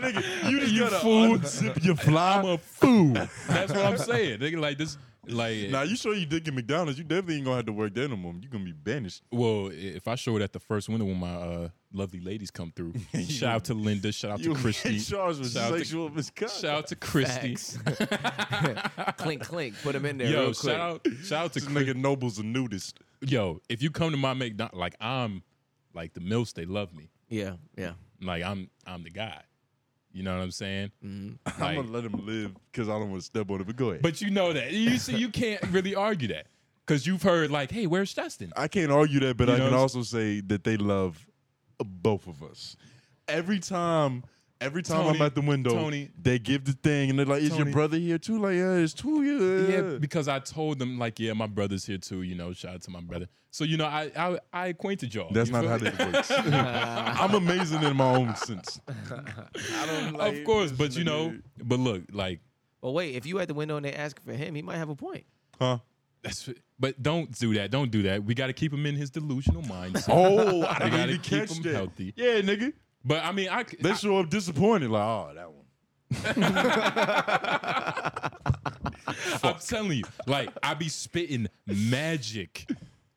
Speaker 1: nigga, you just
Speaker 2: You
Speaker 1: gotta
Speaker 2: fool.
Speaker 1: unzip your fly.
Speaker 2: I'm a fool. That's what I'm saying. Nigga, like this, like
Speaker 1: now, you show your dick at McDonald's, you definitely ain't gonna have to work there no more. You're gonna be banished.
Speaker 2: Well, i- if I show it at the first window when my uh, lovely ladies come through, shout out to Linda, shout out to
Speaker 1: You'll
Speaker 2: Christy,
Speaker 1: get charged with
Speaker 2: shout out to-
Speaker 1: sexual misconduct.
Speaker 2: shout out to Christy,
Speaker 3: Facts. clink, clink. Put him in there.
Speaker 2: yo,
Speaker 3: real quick.
Speaker 2: shout out, shout out to
Speaker 1: This
Speaker 2: Chris-
Speaker 1: nigga Noble's a nudist.
Speaker 2: yo. If you come to my McDonald's, like I'm, like the milfs, they love me.
Speaker 3: Yeah, yeah.
Speaker 2: Like I'm, I'm the guy. You know what I'm saying?
Speaker 1: Mm-hmm. I'm
Speaker 2: Like-
Speaker 1: gonna let him live because I don't want to step on it. But go ahead.
Speaker 2: But you know that you see, you can't really argue that because you've heard like, hey, where's Justin?
Speaker 1: I can't argue that, but
Speaker 2: You
Speaker 1: I
Speaker 2: know
Speaker 1: can
Speaker 2: what I'm
Speaker 1: also say that they love both of us. Every time, every time I'm
Speaker 2: Tony,
Speaker 1: at the window,
Speaker 2: Tony.
Speaker 1: they give the thing and they're like, "Is your
Speaker 2: Tony.
Speaker 1: brother here too?" Like, "Yeah, it's two
Speaker 2: Yeah,
Speaker 1: years."
Speaker 2: because I told them like, yeah, my brother's here too. You know, shout out to my brother. So you know, I I, I acquainted y'all.
Speaker 1: That's
Speaker 2: You
Speaker 1: not
Speaker 2: feel
Speaker 1: how
Speaker 2: me?
Speaker 1: this works. I'm amazing in my own sense. I don't
Speaker 2: of course, but you know, but look, like
Speaker 3: But wait, if you at the window and they ask for him, he might have a point.
Speaker 1: huh?
Speaker 2: that's. But don't do that. Don't do that. We got to keep him in his delusional mindset.
Speaker 1: Oh, I
Speaker 2: We
Speaker 1: didn't
Speaker 2: gotta
Speaker 1: even
Speaker 2: keep
Speaker 1: catch
Speaker 2: him
Speaker 1: that.
Speaker 2: healthy.
Speaker 1: Yeah, nigga,
Speaker 2: But I mean, I, c-
Speaker 1: they
Speaker 2: I-
Speaker 1: show up disappointed. Like, oh, that one.
Speaker 2: I'm
Speaker 1: fuck.
Speaker 2: telling you, like I be spitting magic,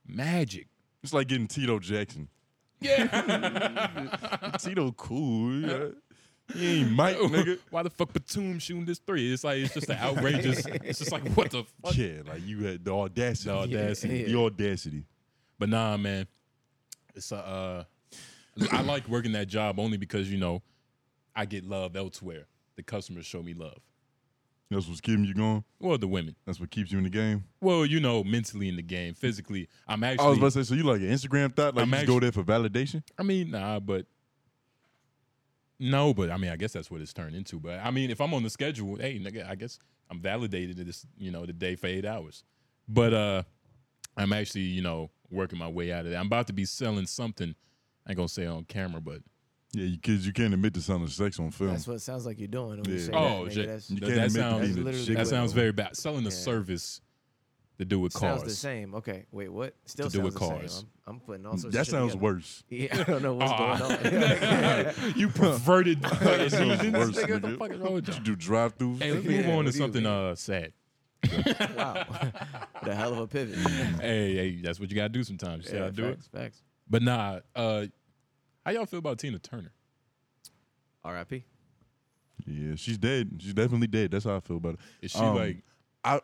Speaker 2: magic.
Speaker 1: It's like getting Tito Jackson. Yeah. Tito cool. yeah. He ain't Mike, nigga.
Speaker 2: Why the fuck Batum shooting this three? It's like it's just an outrageous. it's just like what the fuck.
Speaker 1: Yeah, like you had the audacity.
Speaker 2: The audacity.
Speaker 1: The audacity.
Speaker 2: But nah, man, it's a. Uh, I like working that job only because you know, I get love elsewhere. The customers show me love.
Speaker 1: That's what's keeping you going.
Speaker 2: Well, the women.
Speaker 1: That's what keeps you in the game.
Speaker 2: Well, you know, mentally in the game, physically, I'm actually.
Speaker 1: I was about to say, so you like an Instagram thought? Like
Speaker 2: I'm
Speaker 1: you just go there for validation?
Speaker 2: I mean, nah, but no, but I mean, I guess that's what it's turned into. But I mean, if I'm on the schedule, hey, nigga, I guess I'm validated this, you know, the day for eight hours. But uh I'm actually, you know, working my way out of that. I'm about to be selling something. I ain't gonna say on camera, but
Speaker 1: Yeah, you kids, you can't admit to selling sex on film.
Speaker 3: That's what it sounds like you're doing. When you
Speaker 1: Yeah.
Speaker 3: say
Speaker 2: oh,
Speaker 3: that, nigga.
Speaker 2: shit.
Speaker 3: That's,
Speaker 1: You
Speaker 2: that,
Speaker 1: can't
Speaker 2: that
Speaker 1: admit to
Speaker 2: sounds
Speaker 1: being a
Speaker 3: literally
Speaker 1: chick.
Speaker 2: that
Speaker 3: what-
Speaker 2: sounds very bad. Selling a
Speaker 3: Yeah.
Speaker 2: service to do with
Speaker 3: sounds the
Speaker 2: cars.
Speaker 3: same. Okay, wait, what? Still
Speaker 2: To do
Speaker 3: sounds
Speaker 2: with
Speaker 3: the
Speaker 2: cars.
Speaker 3: same. I'm, I'm putting all sorts.
Speaker 1: Mm, That
Speaker 3: of shit
Speaker 1: sounds
Speaker 3: together.
Speaker 1: worse.
Speaker 3: Yeah, I don't know what's going on.
Speaker 2: Ah. you perverted.
Speaker 1: That
Speaker 2: fucking
Speaker 1: sounds
Speaker 2: heathens.
Speaker 1: worse,
Speaker 2: Nigga, what the
Speaker 1: nigga.
Speaker 2: fuck is wrong with
Speaker 1: You
Speaker 2: y'all?
Speaker 1: do drive through.
Speaker 2: Hey, let's
Speaker 3: Yeah,
Speaker 2: move on to
Speaker 3: what do you
Speaker 2: something
Speaker 3: mean?
Speaker 2: uh sad.
Speaker 3: wow, what a hell of a pivot.
Speaker 2: hey, hey, that's what you gotta do sometimes. You see how I do it.
Speaker 3: facts, facts.
Speaker 2: But nah, uh, how y'all feel about Tina Turner?
Speaker 3: R.I.P.
Speaker 1: Yeah, she's dead. She's definitely dead. That's how I feel about it.
Speaker 2: Is she
Speaker 1: Um,
Speaker 2: like?
Speaker 1: I-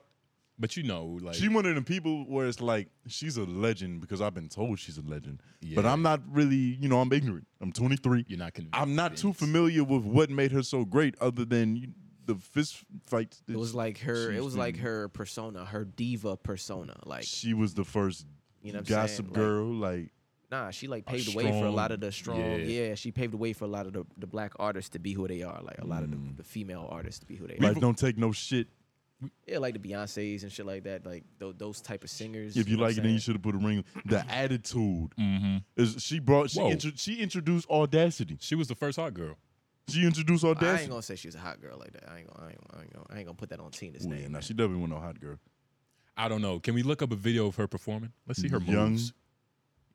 Speaker 2: But you know, like
Speaker 1: She one of them people where it's like she's a legend because I've been told she's a legend. But
Speaker 2: Yeah.
Speaker 1: I'm not really, you know, I'm ignorant. I'm 23.
Speaker 2: you're not convinced.
Speaker 1: I'm not too familiar with what made her so great, other than you, the fist fights. that
Speaker 3: It was like her.
Speaker 1: she
Speaker 3: It was like
Speaker 1: in.
Speaker 3: her persona, her diva persona. Like
Speaker 1: She was the first
Speaker 3: you know, what I'm saying?
Speaker 1: Gossip
Speaker 3: Like,
Speaker 1: Girl. Like,
Speaker 3: nah, she like paved the way for a lot of the
Speaker 2: strong-
Speaker 3: strong.
Speaker 2: yeah.
Speaker 3: Yeah, she paved the way for a lot of the, the black artists to be who they are. Like a lot of the, the female artists to be who they are.
Speaker 1: Mm. like don't take no shit.
Speaker 3: yeah, like the Beyonces and shit like that. Like tho- those type of singers.
Speaker 1: If you
Speaker 3: know what
Speaker 1: like it,
Speaker 3: I'm
Speaker 1: then you should
Speaker 3: saying?
Speaker 1: have put a ring. The attitude
Speaker 2: hmm
Speaker 1: is she brought. She,
Speaker 2: Whoa.
Speaker 1: intro, she introduced audacity.
Speaker 2: She was the first hot girl.
Speaker 1: She introduced
Speaker 3: I ain't
Speaker 1: audacity.
Speaker 3: gonna say she's a hot girl like that. I ain't gonna. I ain't, I ain't gonna, I ain't gonna put that on Tina's
Speaker 1: Ooh,
Speaker 3: name.
Speaker 1: yeah, nah, she definitely went no hot girl.
Speaker 2: I don't know. Can we look up a video of her performing? Let's see her
Speaker 1: Young.
Speaker 2: moves.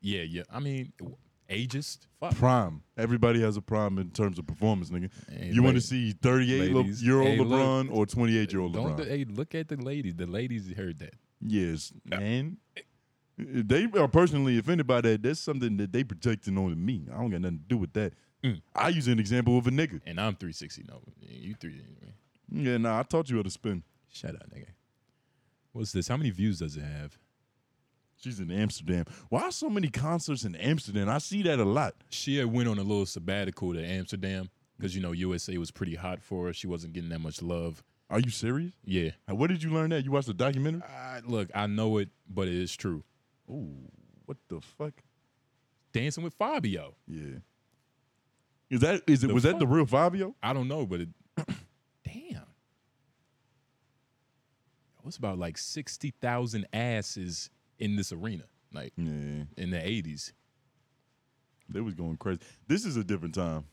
Speaker 2: Yeah, yeah. I mean, w- ageist. Fuck.
Speaker 1: Prime. Everybody has a prime in terms of performance, nigga.
Speaker 2: Hey,
Speaker 1: you want to
Speaker 2: ladies.
Speaker 1: see 38 le-
Speaker 2: Ladies.
Speaker 1: year old
Speaker 2: Hey, look.
Speaker 1: LeBron or 28 year old
Speaker 2: Don't
Speaker 1: LeBron?
Speaker 2: the, hey, look at the ladies. The ladies heard that.
Speaker 1: Yes, man. They are personally offended by that. That's something that they projecting onto me. I don't got nothing to do with that.
Speaker 2: Mm.
Speaker 1: I use an example of a nigga.
Speaker 2: And I'm 360. No, you three.
Speaker 1: Yeah, nah, I taught you how to spin.
Speaker 2: Shut up, nigga. What's this? How many views does it have?
Speaker 1: She's in Amsterdam. Why are so many concerts in Amsterdam? I see that a lot.
Speaker 2: she had went on a little sabbatical to Amsterdam because you know USA was pretty hot for her. She wasn't getting that much love.
Speaker 1: Are you serious?
Speaker 2: Yeah.
Speaker 1: How- Where did you learn that? You watched the documentary?
Speaker 2: I, look, I know it, but it is true.
Speaker 1: Ooh, what the fuck?
Speaker 2: Dancing with Fabio.
Speaker 1: Yeah. Is that is it
Speaker 2: The
Speaker 1: was that the real Fabio?
Speaker 2: I don't know, but it, damn. It was about like 60,000 asses in this arena, like
Speaker 1: Yeah,
Speaker 2: in the 80s.
Speaker 1: they was going crazy. This is a different time.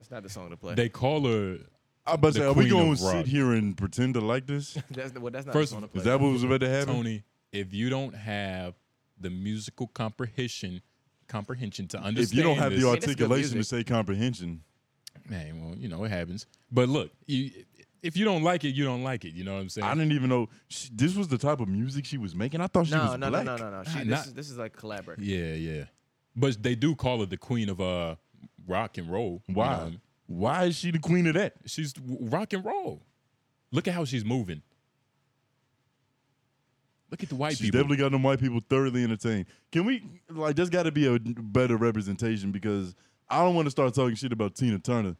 Speaker 3: It's not the song to play.
Speaker 2: They call her,
Speaker 1: I about to
Speaker 2: The
Speaker 1: say, are we
Speaker 2: queen of
Speaker 1: going to sit
Speaker 2: rock.
Speaker 1: here and pretend to like this?
Speaker 3: that's, well, that's not
Speaker 2: First
Speaker 3: the song to play.
Speaker 1: Is that what was about to happen?
Speaker 2: Tony, if you don't have the musical comprehension, comprehension to understand
Speaker 1: if you don't have
Speaker 2: this-
Speaker 1: the
Speaker 3: Man, that's good
Speaker 1: articulation to
Speaker 3: music.
Speaker 1: say comprehension,
Speaker 2: Man, well, you know it happens. But look, you, if you don't like it, you don't like it. You know what I'm saying?
Speaker 1: I didn't even know she, this was the type of music she was making. I thought she
Speaker 3: no,
Speaker 1: was
Speaker 3: no, no,
Speaker 1: black.
Speaker 3: no, no, no.
Speaker 2: Nah,
Speaker 3: She,
Speaker 2: not-
Speaker 3: this, is, this is like collaborative.
Speaker 2: yeah, yeah. But they do call her the queen of uh rock and roll. you
Speaker 1: Why?
Speaker 2: know?
Speaker 1: Why is she the queen of that?
Speaker 2: She's w- rock and roll. Look at how she's moving. Look at the white
Speaker 1: She's
Speaker 2: people.
Speaker 1: definitely got them white people thoroughly entertained. Can we like? There's got to be a better representation because I don't want to start talking shit about Tina Turner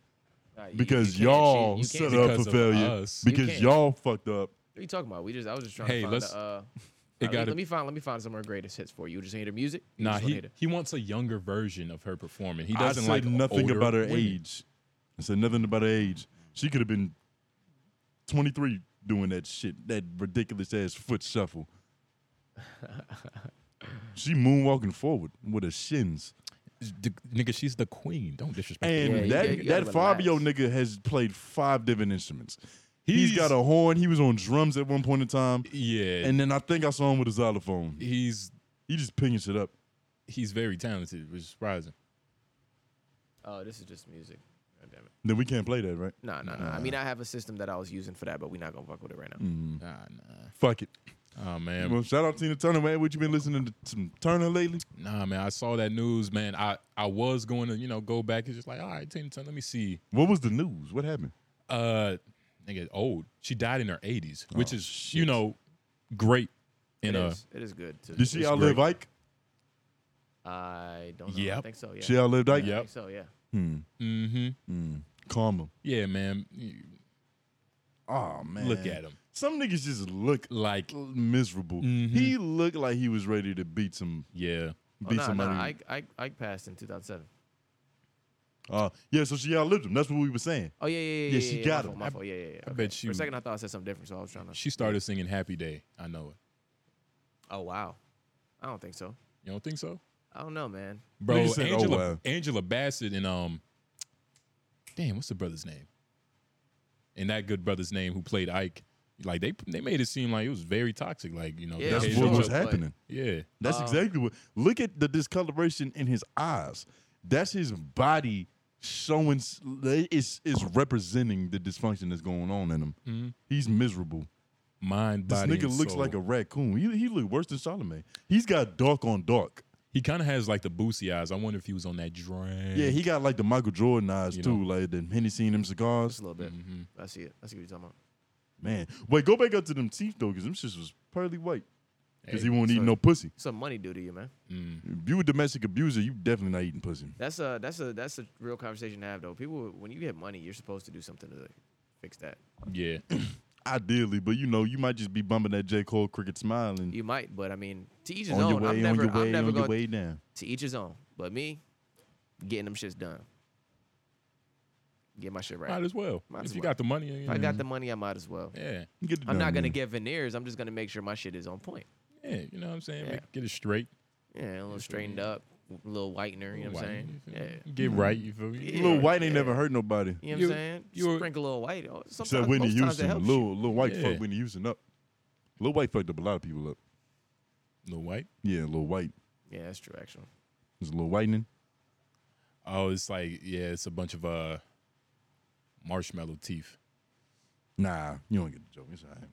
Speaker 3: Nah, you- you
Speaker 1: because
Speaker 3: can't- she-
Speaker 1: y'all
Speaker 3: you
Speaker 1: set
Speaker 3: can't-
Speaker 1: her up
Speaker 2: Because
Speaker 1: for
Speaker 2: of
Speaker 1: failure.
Speaker 2: us. You
Speaker 1: Because
Speaker 3: can't.
Speaker 1: y'all fucked up.
Speaker 3: What are you talking about? We just I was just trying
Speaker 2: Hey,
Speaker 3: to find
Speaker 2: let's-
Speaker 3: the, uh,
Speaker 2: it
Speaker 3: let me-
Speaker 2: gotta-
Speaker 3: let me find let me find some of her greatest hits for you. You just ain't her music. You
Speaker 2: nah,
Speaker 3: just wanna
Speaker 2: he,
Speaker 3: hate her.
Speaker 2: he wants a younger version of her performing. He
Speaker 1: I
Speaker 2: doesn't
Speaker 1: said
Speaker 2: like
Speaker 1: nothing
Speaker 2: older
Speaker 1: about her
Speaker 2: women.
Speaker 1: age. I said nothing about her age. She could have been 23 doing that shit, that ridiculous ass foot shuffle. she moonwalking forward with her shins.
Speaker 2: the, nigga, she's the queen. Don't disrespect. her.
Speaker 1: And
Speaker 3: you
Speaker 1: that
Speaker 3: gotta- you gotta
Speaker 1: that Fabio
Speaker 3: relax.
Speaker 1: nigga has played five different instruments. he's
Speaker 2: He's-
Speaker 1: got a horn. He was on drums at one point in time,
Speaker 2: yeah, and
Speaker 1: and then I think I saw him with a xylophone.
Speaker 2: he's
Speaker 1: He just picking shit up.
Speaker 2: he's very talented, which is surprising.
Speaker 3: Oh, this is just music. God damn it.
Speaker 1: Then we can't play that, right?
Speaker 3: No, no, no. I mean, I have a system that I was using for that, but we're not gonna fuck with it right now.
Speaker 2: Nah, nah.
Speaker 1: Fuck it.
Speaker 2: Oh man,
Speaker 1: Well, shout out Tina Turner, man. What you been listening to some Turner lately?
Speaker 2: nah, man. I saw that news, man. I I was going to you know go back and just like, all right, Tina Turner, let me see.
Speaker 1: What was the news? What happened?
Speaker 2: Uh, nigga, old. She died in her eighties, which is you know great. In
Speaker 3: It
Speaker 2: a
Speaker 3: is- it is good. To,
Speaker 1: Did she
Speaker 2: It's
Speaker 1: outlive
Speaker 2: great.
Speaker 1: Ike?
Speaker 3: I don't know. I
Speaker 2: Yep.
Speaker 3: think so. Yeah.
Speaker 1: She outlived Ike.
Speaker 3: I
Speaker 2: Yep.
Speaker 3: think so. Yeah.
Speaker 2: mm-hmm.
Speaker 1: Karma.
Speaker 2: Yeah, man.
Speaker 1: Oh man.
Speaker 2: Look at him.
Speaker 1: Some niggas just look
Speaker 2: Like
Speaker 1: miserable.
Speaker 2: Mhm.
Speaker 1: He looked like he was ready to beat some
Speaker 2: yeah.
Speaker 3: Oh,
Speaker 1: beat
Speaker 3: nah,
Speaker 1: somebody.
Speaker 3: nah. Ike, Ike, Ike passed in 2007.
Speaker 1: Uh, yeah, so she outlived him. That's what we were saying.
Speaker 3: Oh yeah, yeah, yeah.
Speaker 1: Yeah,
Speaker 3: yeah
Speaker 1: she
Speaker 3: yeah,
Speaker 1: got
Speaker 3: my
Speaker 1: him.
Speaker 3: fault, my fault. Yeah, yeah, yeah.
Speaker 2: I
Speaker 3: okay.
Speaker 2: bet
Speaker 3: For
Speaker 2: you-
Speaker 3: a second, I thought I said something different, so I was trying to.
Speaker 2: She started singing Happy Day. I know it.
Speaker 3: Oh wow. I don't think so.
Speaker 2: You don't think so?
Speaker 3: I don't know, man.
Speaker 2: Bro,
Speaker 1: Nigga said, "Oh,
Speaker 2: Angela,
Speaker 1: wow."
Speaker 2: Angela Bassett and um, damn, what's the brother's name? And that good brother's name who played Ike, like they they made it seem like it was very toxic, like you know,
Speaker 3: Yeah,
Speaker 2: they
Speaker 1: That's
Speaker 3: I'm
Speaker 2: hated
Speaker 1: what
Speaker 2: each
Speaker 1: was
Speaker 3: sure,
Speaker 2: other.
Speaker 3: but-
Speaker 1: happening.
Speaker 2: Yeah,
Speaker 1: That's
Speaker 3: Um,
Speaker 1: exactly what. Look at the discoloration in his eyes. That's his body showing. s- It's it's representing the dysfunction that's going on in him. He's miserable.
Speaker 2: mind,
Speaker 1: This
Speaker 2: Mm-hmm. body.
Speaker 1: nigga
Speaker 2: and
Speaker 1: looks
Speaker 2: soul.
Speaker 1: like a raccoon. He he look worse than Charlemagne. He's got dark on dark.
Speaker 2: He kind of has like the boosie eyes. I wonder if he was on that drain.
Speaker 1: Yeah, he got like the Michael Jordan eyes
Speaker 2: You
Speaker 1: too,
Speaker 2: know.
Speaker 1: like the Henny seen them
Speaker 3: Just
Speaker 1: cigars.
Speaker 3: a little bit.
Speaker 1: Mm-hmm.
Speaker 3: I see it. I see what you're talking about.
Speaker 1: Man, wait, go back up to them teeth though, because them shits was pearly white. Because
Speaker 2: Hey,
Speaker 1: he won't eat
Speaker 3: so-
Speaker 1: no pussy.
Speaker 3: Some money due to you, man.
Speaker 1: If you a domestic abuser, you definitely not eating pussy.
Speaker 3: That's a that's a that's a real conversation to have though. People, when you get money, you're supposed to do something to fix that.
Speaker 2: yeah.
Speaker 1: Ideally, but you know, you might just be bumping that J. Cole cricket smile and
Speaker 3: You might, but I mean, to each his
Speaker 1: on your
Speaker 3: own.
Speaker 1: way,
Speaker 3: I'm
Speaker 1: on
Speaker 3: never,
Speaker 1: your
Speaker 3: I'm
Speaker 1: way,
Speaker 3: never
Speaker 1: on your
Speaker 3: going
Speaker 1: way down.
Speaker 3: to each his own. But me, getting them shits done, get my shit right.
Speaker 2: Might as well.
Speaker 3: Might
Speaker 2: if
Speaker 3: as
Speaker 2: you
Speaker 3: well.
Speaker 2: got the money, you
Speaker 3: if I
Speaker 2: know.
Speaker 3: got the money, I might as well.
Speaker 2: yeah,
Speaker 1: Mm-hmm. Get it
Speaker 3: I'm
Speaker 1: done,
Speaker 3: not gonna
Speaker 1: man.
Speaker 3: get veneers. I'm just gonna make sure my shit is on point.
Speaker 2: yeah. You know what I'm saying?
Speaker 3: Yeah.
Speaker 2: Get it straight.
Speaker 3: Yeah, a little straightened up, a little whitener. You know what I'm saying?
Speaker 2: White, you
Speaker 3: Yeah.
Speaker 2: feel me? Get right. You feel me?
Speaker 3: Yeah.
Speaker 1: Mm-hmm. Lil White ain't never hurt nobody.
Speaker 3: You know what
Speaker 2: You-
Speaker 3: I'm saying?
Speaker 2: you were-
Speaker 3: Sprinkle a little white. Oh,
Speaker 1: Except
Speaker 3: Sometimes,
Speaker 1: Whitney
Speaker 3: most times it
Speaker 1: Houston.
Speaker 3: helps you.
Speaker 1: Lil, Lil White
Speaker 2: Yeah.
Speaker 1: fucked Whitney Houston up. Lil White fucked up a lot of people up.
Speaker 2: Little white.
Speaker 1: Yeah, Lil White.
Speaker 3: Yeah, that's true. Actually,
Speaker 1: It's a little whitening.
Speaker 2: Oh, it's like yeah, it's a bunch of uh marshmallow teeth.
Speaker 1: Nah, you don't get the joke. It's all right.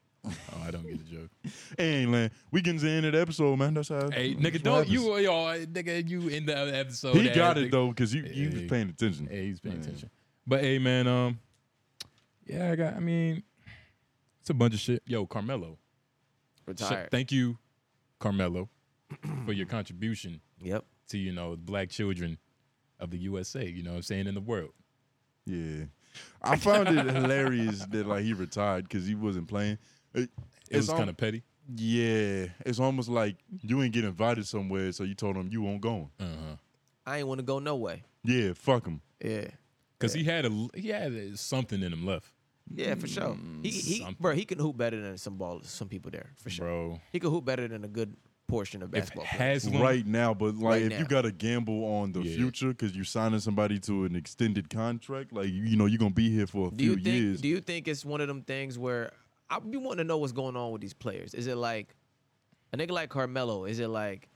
Speaker 2: Oh, I don't get the joke.
Speaker 1: Hey, man, we getting to the end of the episode, man. That's how.
Speaker 2: hey,
Speaker 1: that's
Speaker 2: nigga,
Speaker 1: what
Speaker 2: don't
Speaker 1: happens.
Speaker 2: you uh, y'all nigga you in the other episode.
Speaker 1: He
Speaker 2: that
Speaker 1: got
Speaker 2: nigga-
Speaker 1: it though, cause you you
Speaker 2: Hey.
Speaker 1: was paying attention.
Speaker 2: Hey, he's paying
Speaker 1: Man.
Speaker 2: attention. But hey, man, um, yeah, I got. I mean, it's a bunch of shit. Yo, Carmelo, sh-
Speaker 3: retired.
Speaker 2: thank you, Carmelo, for your contribution
Speaker 3: yep.
Speaker 2: to you know black children of the USA. You know, what I'm saying in the world.
Speaker 1: Yeah, I found it hilarious that like he retired because he wasn't playing. It,
Speaker 2: It
Speaker 1: it's
Speaker 2: was
Speaker 1: al-
Speaker 2: kind of petty.
Speaker 1: yeah. It's almost like you ain't get invited somewhere, so you told him you won't go.
Speaker 2: Uh huh.
Speaker 3: I ain't want to go no way.
Speaker 1: Yeah, fuck him.
Speaker 3: Yeah.
Speaker 2: Because he had a he had a, something in him left,
Speaker 3: Yeah, for sure. He, he
Speaker 2: Mm, something.
Speaker 3: bro, he can hoop better than some ballers, some people there for sure.
Speaker 2: bro.
Speaker 3: He can hoop better than a good portion of
Speaker 2: If
Speaker 3: basketball. players.
Speaker 2: Haslam,
Speaker 1: Right now, but like
Speaker 3: Right
Speaker 1: if you
Speaker 3: now.
Speaker 1: gotta gamble on the
Speaker 2: Yeah.
Speaker 1: future because you're signing somebody to an extended contract, like you, you know you're gonna be here for a
Speaker 3: do
Speaker 1: few
Speaker 3: you think?
Speaker 1: years.
Speaker 3: Do you think it's one of them things where I be wanting to know what's going on with these players? Is it like a nigga like Carmelo? Is it like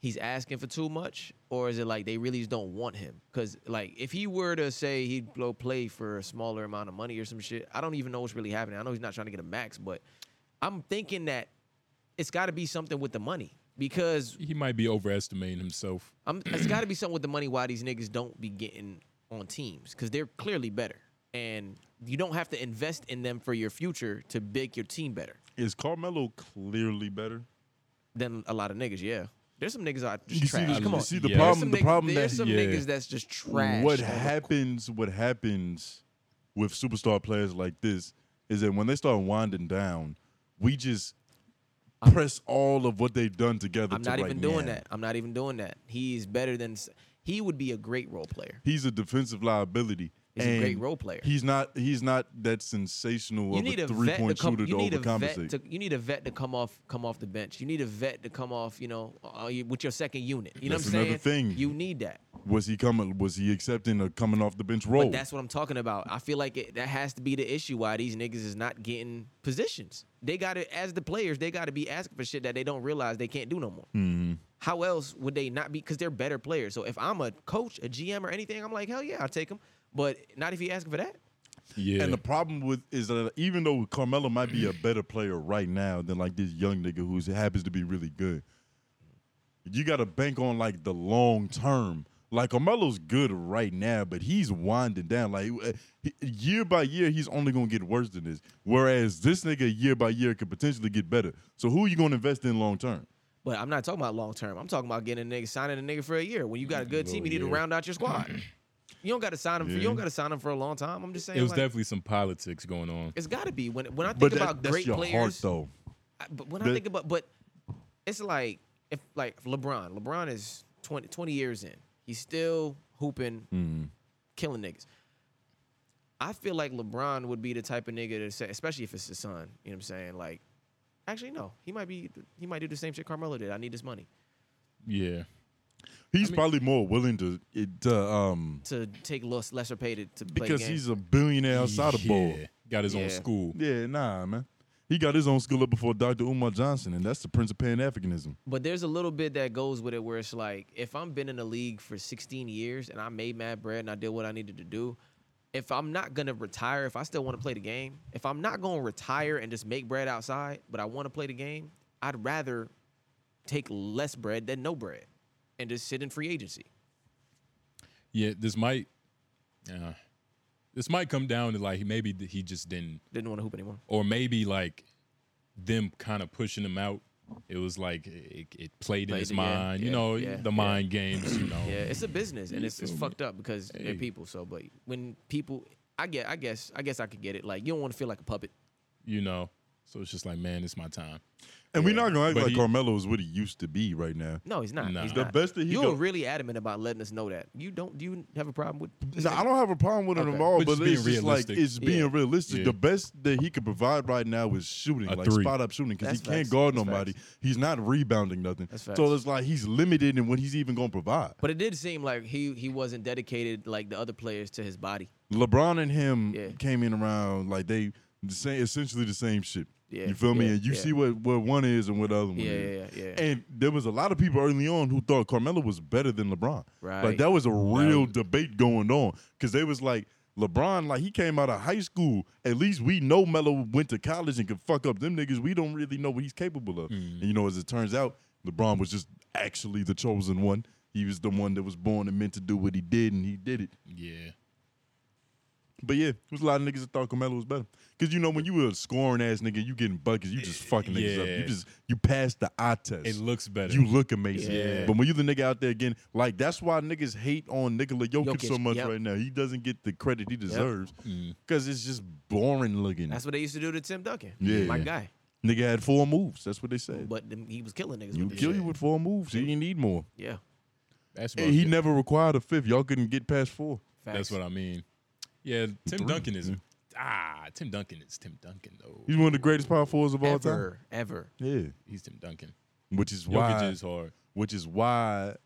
Speaker 3: he's asking for too much, or is it like they really just don't want him? Because like if he were to say he'd go play for a smaller amount of money or some shit, I don't even know what's really happening. I know he's not trying to get a max, but I'm thinking that it's got to be something with the money because
Speaker 2: he might be overestimating himself.
Speaker 3: I'm, it's got to be something with the money why these niggas don't be getting on teams because they're clearly better, and you don't have to invest in them for your future to make your team better
Speaker 1: Is Carmelo clearly better?
Speaker 3: than a lot of niggas. Yeah, there's some niggas out
Speaker 1: You
Speaker 3: just
Speaker 1: see
Speaker 3: trash.
Speaker 1: the-
Speaker 3: Come on,
Speaker 1: you see the
Speaker 2: Yeah.
Speaker 3: There's
Speaker 1: problem.
Speaker 3: some
Speaker 1: The
Speaker 3: niggas-
Speaker 1: problem
Speaker 3: There's
Speaker 1: that
Speaker 3: some
Speaker 2: yeah.
Speaker 3: niggas that's just trash.
Speaker 1: What
Speaker 3: on the
Speaker 1: happens? What happens with superstar players like this is that when they start winding down, we just press all of what they've done together.
Speaker 3: I'm
Speaker 1: to
Speaker 3: not
Speaker 1: right
Speaker 3: even doing
Speaker 1: now.
Speaker 3: that. I'm not even doing that. He's better than. s- He would be a great role player.
Speaker 1: He's a defensive liability.
Speaker 3: He's a great
Speaker 1: and
Speaker 3: role player.
Speaker 1: He's not. He's not that sensational
Speaker 3: You
Speaker 1: of
Speaker 3: need a
Speaker 1: a three
Speaker 3: vet to
Speaker 1: point
Speaker 3: come.
Speaker 1: shooter
Speaker 3: You
Speaker 1: to
Speaker 3: need a
Speaker 1: overcompensate.
Speaker 3: vet to. You need a vet to come off. Come off the bench. You need a vet to come off. You know, uh, you- with your second unit. You know
Speaker 1: That's
Speaker 3: what I'm
Speaker 1: another
Speaker 3: saying?
Speaker 1: thing.
Speaker 3: You need that.
Speaker 1: was he coming? Was he accepting a coming off the bench role?
Speaker 3: But that's what I'm talking about. I feel like it, that has to be the issue why these niggas is not getting positions. They got to, as the players, they got to be asking for shit that they don't realize they can't do no more.
Speaker 1: Mm-hmm.
Speaker 3: How else would they not be? Because they're better players. So if I'm a coach, a GM, or anything, I'm like, hell yeah, I'll take him. But not if he asking for that.
Speaker 2: Yeah.
Speaker 1: And the problem with is that even though Carmelo might be a better player right now than like this young nigga who happens to be really good, you got to bank on like the long term. Like Carmelo's good right now, but he's winding down. Like uh, he- year by year, he's only gonna get worse than this. Whereas this nigga year by year could potentially get better. So who you gonna invest in long term?
Speaker 3: But I'm not talking about long term. I'm talking about getting a nigga signing a nigga for a year. When you got a good team, you need to
Speaker 2: yeah.
Speaker 3: round out your squad. you don't got to sign him. For, you
Speaker 1: Oh, Yeah.
Speaker 3: don't got to sign him for a long time. I'm just saying.
Speaker 2: it was
Speaker 3: like,
Speaker 2: definitely some politics going on.
Speaker 3: It's got to be when when I think
Speaker 1: But that-
Speaker 3: about
Speaker 1: that's
Speaker 3: great
Speaker 1: your
Speaker 3: players.
Speaker 1: heart though.
Speaker 3: I- but when I
Speaker 1: The-
Speaker 3: think about, but it's like if like LeBron, LeBron is 20, 20 years in, he's still hooping,
Speaker 1: Mm-hmm.
Speaker 3: killing niggas. I feel like LeBron would be the type of nigga to say, especially if it's his son. You know what I'm saying? Like, actually, no, he might be, he might do the same shit Carmelo did. I need this money
Speaker 2: Yeah.
Speaker 1: He's probably more willing to it, to um
Speaker 3: to take less, lesser paid to play
Speaker 1: because
Speaker 3: games.
Speaker 1: he's a billionaire outside of ball.
Speaker 2: Yeah. Got his
Speaker 3: Yeah.
Speaker 2: own school.
Speaker 1: Yeah, nah, man. He got his own school up before Dr. Umar Johnson, and that's the Prince of Pan Africanism.
Speaker 3: But there's a little bit that goes with it where it's like, if I'm been in the league for 16 years and I made mad bread and I did what I needed to do, if I'm not gonna retire, if I still want to play the game, if I'm not gonna retire and just make bread outside, but I want to play the game, I'd rather take less bread than no bread and just sit in free agency.
Speaker 2: Yeah. This might. Uh, this might come down to like maybe th- he just didn't,
Speaker 3: Didn't want to hoop anymore.
Speaker 2: or maybe like them kind of pushing him out. It was like it, it played in
Speaker 3: Played
Speaker 2: his
Speaker 3: it, yeah,
Speaker 2: mind, you
Speaker 3: yeah,
Speaker 2: know,
Speaker 3: yeah,
Speaker 2: the
Speaker 3: yeah.
Speaker 2: mind games, you know.
Speaker 3: Yeah, it's a business and it's, it's
Speaker 2: so-
Speaker 3: fucked up because they're
Speaker 2: Hey.
Speaker 3: people. So, but when people, I get, I guess, I guess I could get it. Like you don't want to feel like a puppet.
Speaker 2: you know. So it's just like, man, it's my time.
Speaker 1: And we're not gonna act
Speaker 2: But
Speaker 1: like
Speaker 2: he-
Speaker 1: Carmelo is what he used to be right now.
Speaker 3: No, he's not.
Speaker 2: Nah.
Speaker 3: He's
Speaker 2: The
Speaker 3: not.
Speaker 1: best that he
Speaker 3: you
Speaker 1: go-
Speaker 3: were really adamant about letting us know that. You don't. Do you have a problem with? this
Speaker 1: No,
Speaker 3: nigga?
Speaker 1: I don't have a problem with him
Speaker 3: Okay.
Speaker 1: at all,
Speaker 2: We're
Speaker 1: but
Speaker 2: just
Speaker 1: it's
Speaker 2: being
Speaker 1: just like
Speaker 2: realistic.
Speaker 1: it's being
Speaker 3: Yeah.
Speaker 1: realistic.
Speaker 2: Yeah.
Speaker 1: The best that he could provide right now is shooting,
Speaker 2: A
Speaker 1: like
Speaker 2: three.
Speaker 1: spot up shooting, because
Speaker 3: That's
Speaker 1: he can't
Speaker 3: facts.
Speaker 1: guard
Speaker 3: That's
Speaker 1: nobody. He's not rebounding nothing.
Speaker 3: That's facts.
Speaker 1: So it's like he's limited in what he's even gonna provide.
Speaker 3: But it did seem like he he wasn't dedicated like the other players to his body.
Speaker 1: LeBron and him
Speaker 3: Yeah.
Speaker 1: came in around like they the same, essentially the same shit.
Speaker 3: Yeah,
Speaker 1: You feel me?
Speaker 3: yeah,
Speaker 1: and you
Speaker 3: yeah.
Speaker 1: see what what one is and what the other one
Speaker 3: Yeah,
Speaker 1: is.
Speaker 3: yeah, yeah, yeah.
Speaker 1: And there was a lot of people early on who thought Carmelo was better than LeBron.
Speaker 3: Right.
Speaker 1: Like that was a real
Speaker 2: was-
Speaker 1: debate going on because they was like. LeBron, like he came out of high school. At least we know Melo went to college and could fuck up them niggas. We don't really know what he's capable of. And you know, as it turns out, LeBron was just actually the chosen one. He was the one that was born and meant to do what he did, and he did it.
Speaker 2: Yeah.
Speaker 1: But yeah, it was a lot of niggas that thought Carmelo was better. Cause you know when you were a scoring ass nigga, you getting buckets, you just fucking niggas up. You
Speaker 2: Yeah.
Speaker 1: just you pass the eye test.
Speaker 2: It looks better.
Speaker 1: you look amazing.
Speaker 2: Yeah.
Speaker 1: But when you the nigga out there again, like that's why niggas hate on Nikola Jokic,
Speaker 3: Jokic,
Speaker 1: so much
Speaker 3: yep.
Speaker 1: right now. He doesn't get the credit he deserves
Speaker 2: Mm.
Speaker 1: because it's just boring looking.
Speaker 3: That's what they used to do to Tim Duncan.
Speaker 1: Yeah.
Speaker 3: my guy.
Speaker 1: nigga had four moves. That's what they said.
Speaker 3: But them- he was killing niggas.
Speaker 1: you
Speaker 3: with this
Speaker 1: kill
Speaker 3: shit.
Speaker 1: you with four moves. You didn't need more.
Speaker 3: Yeah,
Speaker 2: That's what
Speaker 1: And he never required a fifth. Y'all couldn't get past four.
Speaker 3: facts.
Speaker 2: That's what I mean. Yeah, Tim Duncan is ah, Tim Duncan is Tim Duncan though.
Speaker 1: He's one of the greatest power fours of all time.
Speaker 3: ever, ever.
Speaker 1: Yeah.
Speaker 2: He's Tim Duncan.
Speaker 1: Which is why
Speaker 2: Jokic is hard.
Speaker 1: which is why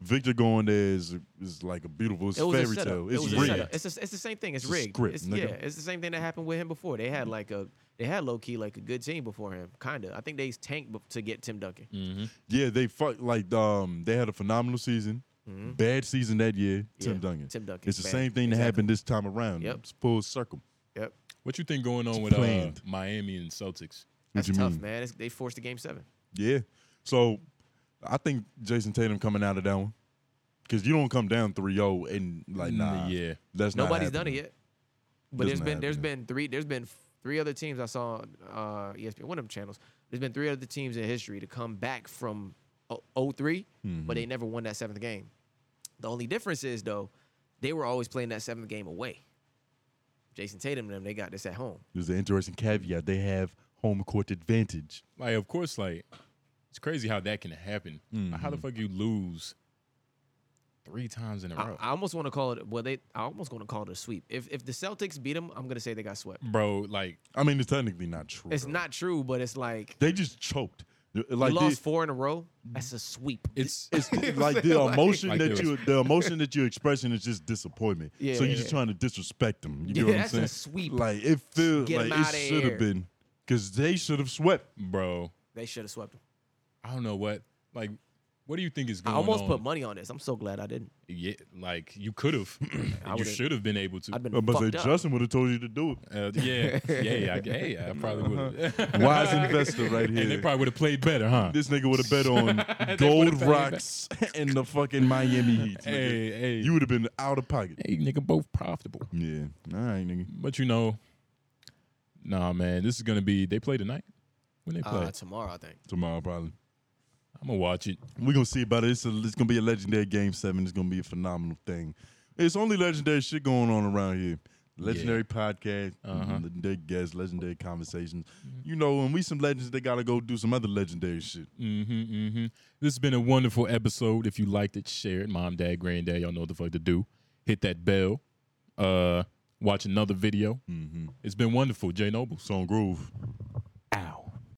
Speaker 1: Victor going there is is like a beautiful it's
Speaker 3: It was a
Speaker 1: fairy
Speaker 3: setup.
Speaker 1: tale.
Speaker 3: It
Speaker 1: It's
Speaker 3: was a
Speaker 1: real.
Speaker 3: setup. It's, a, it's the same thing. It's,
Speaker 1: It's a
Speaker 3: rigged.
Speaker 1: script,
Speaker 3: it's,
Speaker 1: nigga.
Speaker 3: yeah, it's the same thing that happened with him before. They had like a they had low key like a good team before him, kind of. I think they tanked bef- to get Tim Duncan.
Speaker 2: Mm-hmm.
Speaker 1: Yeah, they fuck like um they had a phenomenal season. Bad season that year. Tim
Speaker 3: Mm-hmm. Yeah,
Speaker 1: Duncan.
Speaker 3: Tim Duncan,
Speaker 1: It's the
Speaker 3: bad.
Speaker 1: same thing that
Speaker 3: Exactly.
Speaker 1: happened this time around.
Speaker 3: Yep.
Speaker 1: It's full circle.
Speaker 3: Yep,
Speaker 2: What you think going on with uh,
Speaker 1: planned.
Speaker 2: Miami and Celtics?
Speaker 1: What
Speaker 3: that's
Speaker 1: you
Speaker 3: tough,
Speaker 1: mean?
Speaker 3: man. It's, they forced a game seven.
Speaker 1: Yeah. So I think Jason Tatum coming out of that one. Cause you don't come down 3-0 and like nah.
Speaker 2: yeah.
Speaker 1: That's not
Speaker 3: Nobody's done it
Speaker 1: happening.
Speaker 3: yet. But
Speaker 1: Doesn't
Speaker 3: there's been there's
Speaker 1: happen.
Speaker 3: been three there's been f- three other teams I saw on, uh ESPN one of them channels. There's been three other teams in history to come back from o- 3 but they never won that seventh game. The only difference is though, they were always playing that seventh game away. Jason Tatum and them they got this at home.
Speaker 1: There's an interesting caveat. They have home court advantage.
Speaker 2: Like of course, like it's crazy how that can happen. Like, How the
Speaker 1: Mm-hmm.
Speaker 2: fuck you lose three times in a
Speaker 3: I,
Speaker 2: row?
Speaker 3: I almost want to call it well they I almost want to call it a sweep. If if the Celtics beat them, I'm gonna say they got swept.
Speaker 2: Bro, like
Speaker 1: I mean, it's technically not true.
Speaker 3: It's
Speaker 1: though.
Speaker 3: not true, but it's like
Speaker 1: They just choked. Like Mm-hmm.
Speaker 3: you
Speaker 1: the-
Speaker 3: lost four in a row. That's a sweep.
Speaker 2: It's
Speaker 1: it's like the emotion
Speaker 2: Like
Speaker 1: that
Speaker 2: this.
Speaker 1: you the emotion that you're expressing is just disappointment.
Speaker 3: Yeah,
Speaker 1: so you're
Speaker 3: yeah,
Speaker 1: just
Speaker 3: yeah.
Speaker 1: trying to disrespect them. You
Speaker 3: yeah,
Speaker 1: know what I'm
Speaker 3: that's a
Speaker 1: saying?
Speaker 3: sweep.
Speaker 1: Like it feels
Speaker 3: Get 'em
Speaker 1: like
Speaker 3: outta
Speaker 1: it should
Speaker 3: here.
Speaker 1: have been because they should have swept.
Speaker 2: bro.
Speaker 3: they should have swept him.
Speaker 2: I don't know what. Like, what do you think is
Speaker 3: I
Speaker 2: going on?
Speaker 3: almost put money on this. I'm so glad I didn't.
Speaker 2: Yeah, like you could have. you
Speaker 3: would've-
Speaker 2: should have been able to.
Speaker 3: I'd been
Speaker 1: I must say
Speaker 3: fucked up.
Speaker 1: Uh, Justin would have told you to do it.
Speaker 2: Uh, yeah, yeah, yeah, I, yeah, yeah, I probably would. have.
Speaker 1: Wise investor right
Speaker 2: And they
Speaker 1: here.
Speaker 2: probably would have played better, huh?
Speaker 1: This nigga would have bet on
Speaker 2: They would've
Speaker 1: gold
Speaker 2: bet.
Speaker 1: rocks and the fucking Miami Heat. nigga.
Speaker 2: hey, hey,
Speaker 1: You would have been out of pocket.
Speaker 2: hey, nigga, both profitable.
Speaker 1: Yeah. All right, nigga.
Speaker 2: But you know, nah, man, this is gonna be. They play tonight. When they play,
Speaker 3: Uh, tomorrow, I think.
Speaker 1: Tomorrow probably.
Speaker 2: I'm gonna watch it.
Speaker 1: We're gonna see about it. It's, a, it's gonna be a legendary game seven. It's gonna be a phenomenal thing. It's only legendary shit going on around here. Legendary podcast,
Speaker 2: Uh-huh.
Speaker 1: legendary guests, legendary conversations. You know, when we some legends, they gotta go do some other legendary shit.
Speaker 2: Mm-hmm, mm-hmm. This has been a wonderful episode. If you liked it, share it. Mom, dad, granddad, y'all know what the fuck to do. Hit that bell. Uh, watch another video.
Speaker 1: Mm-hmm.
Speaker 2: It's been wonderful. Jay Nobles.
Speaker 1: Song groove.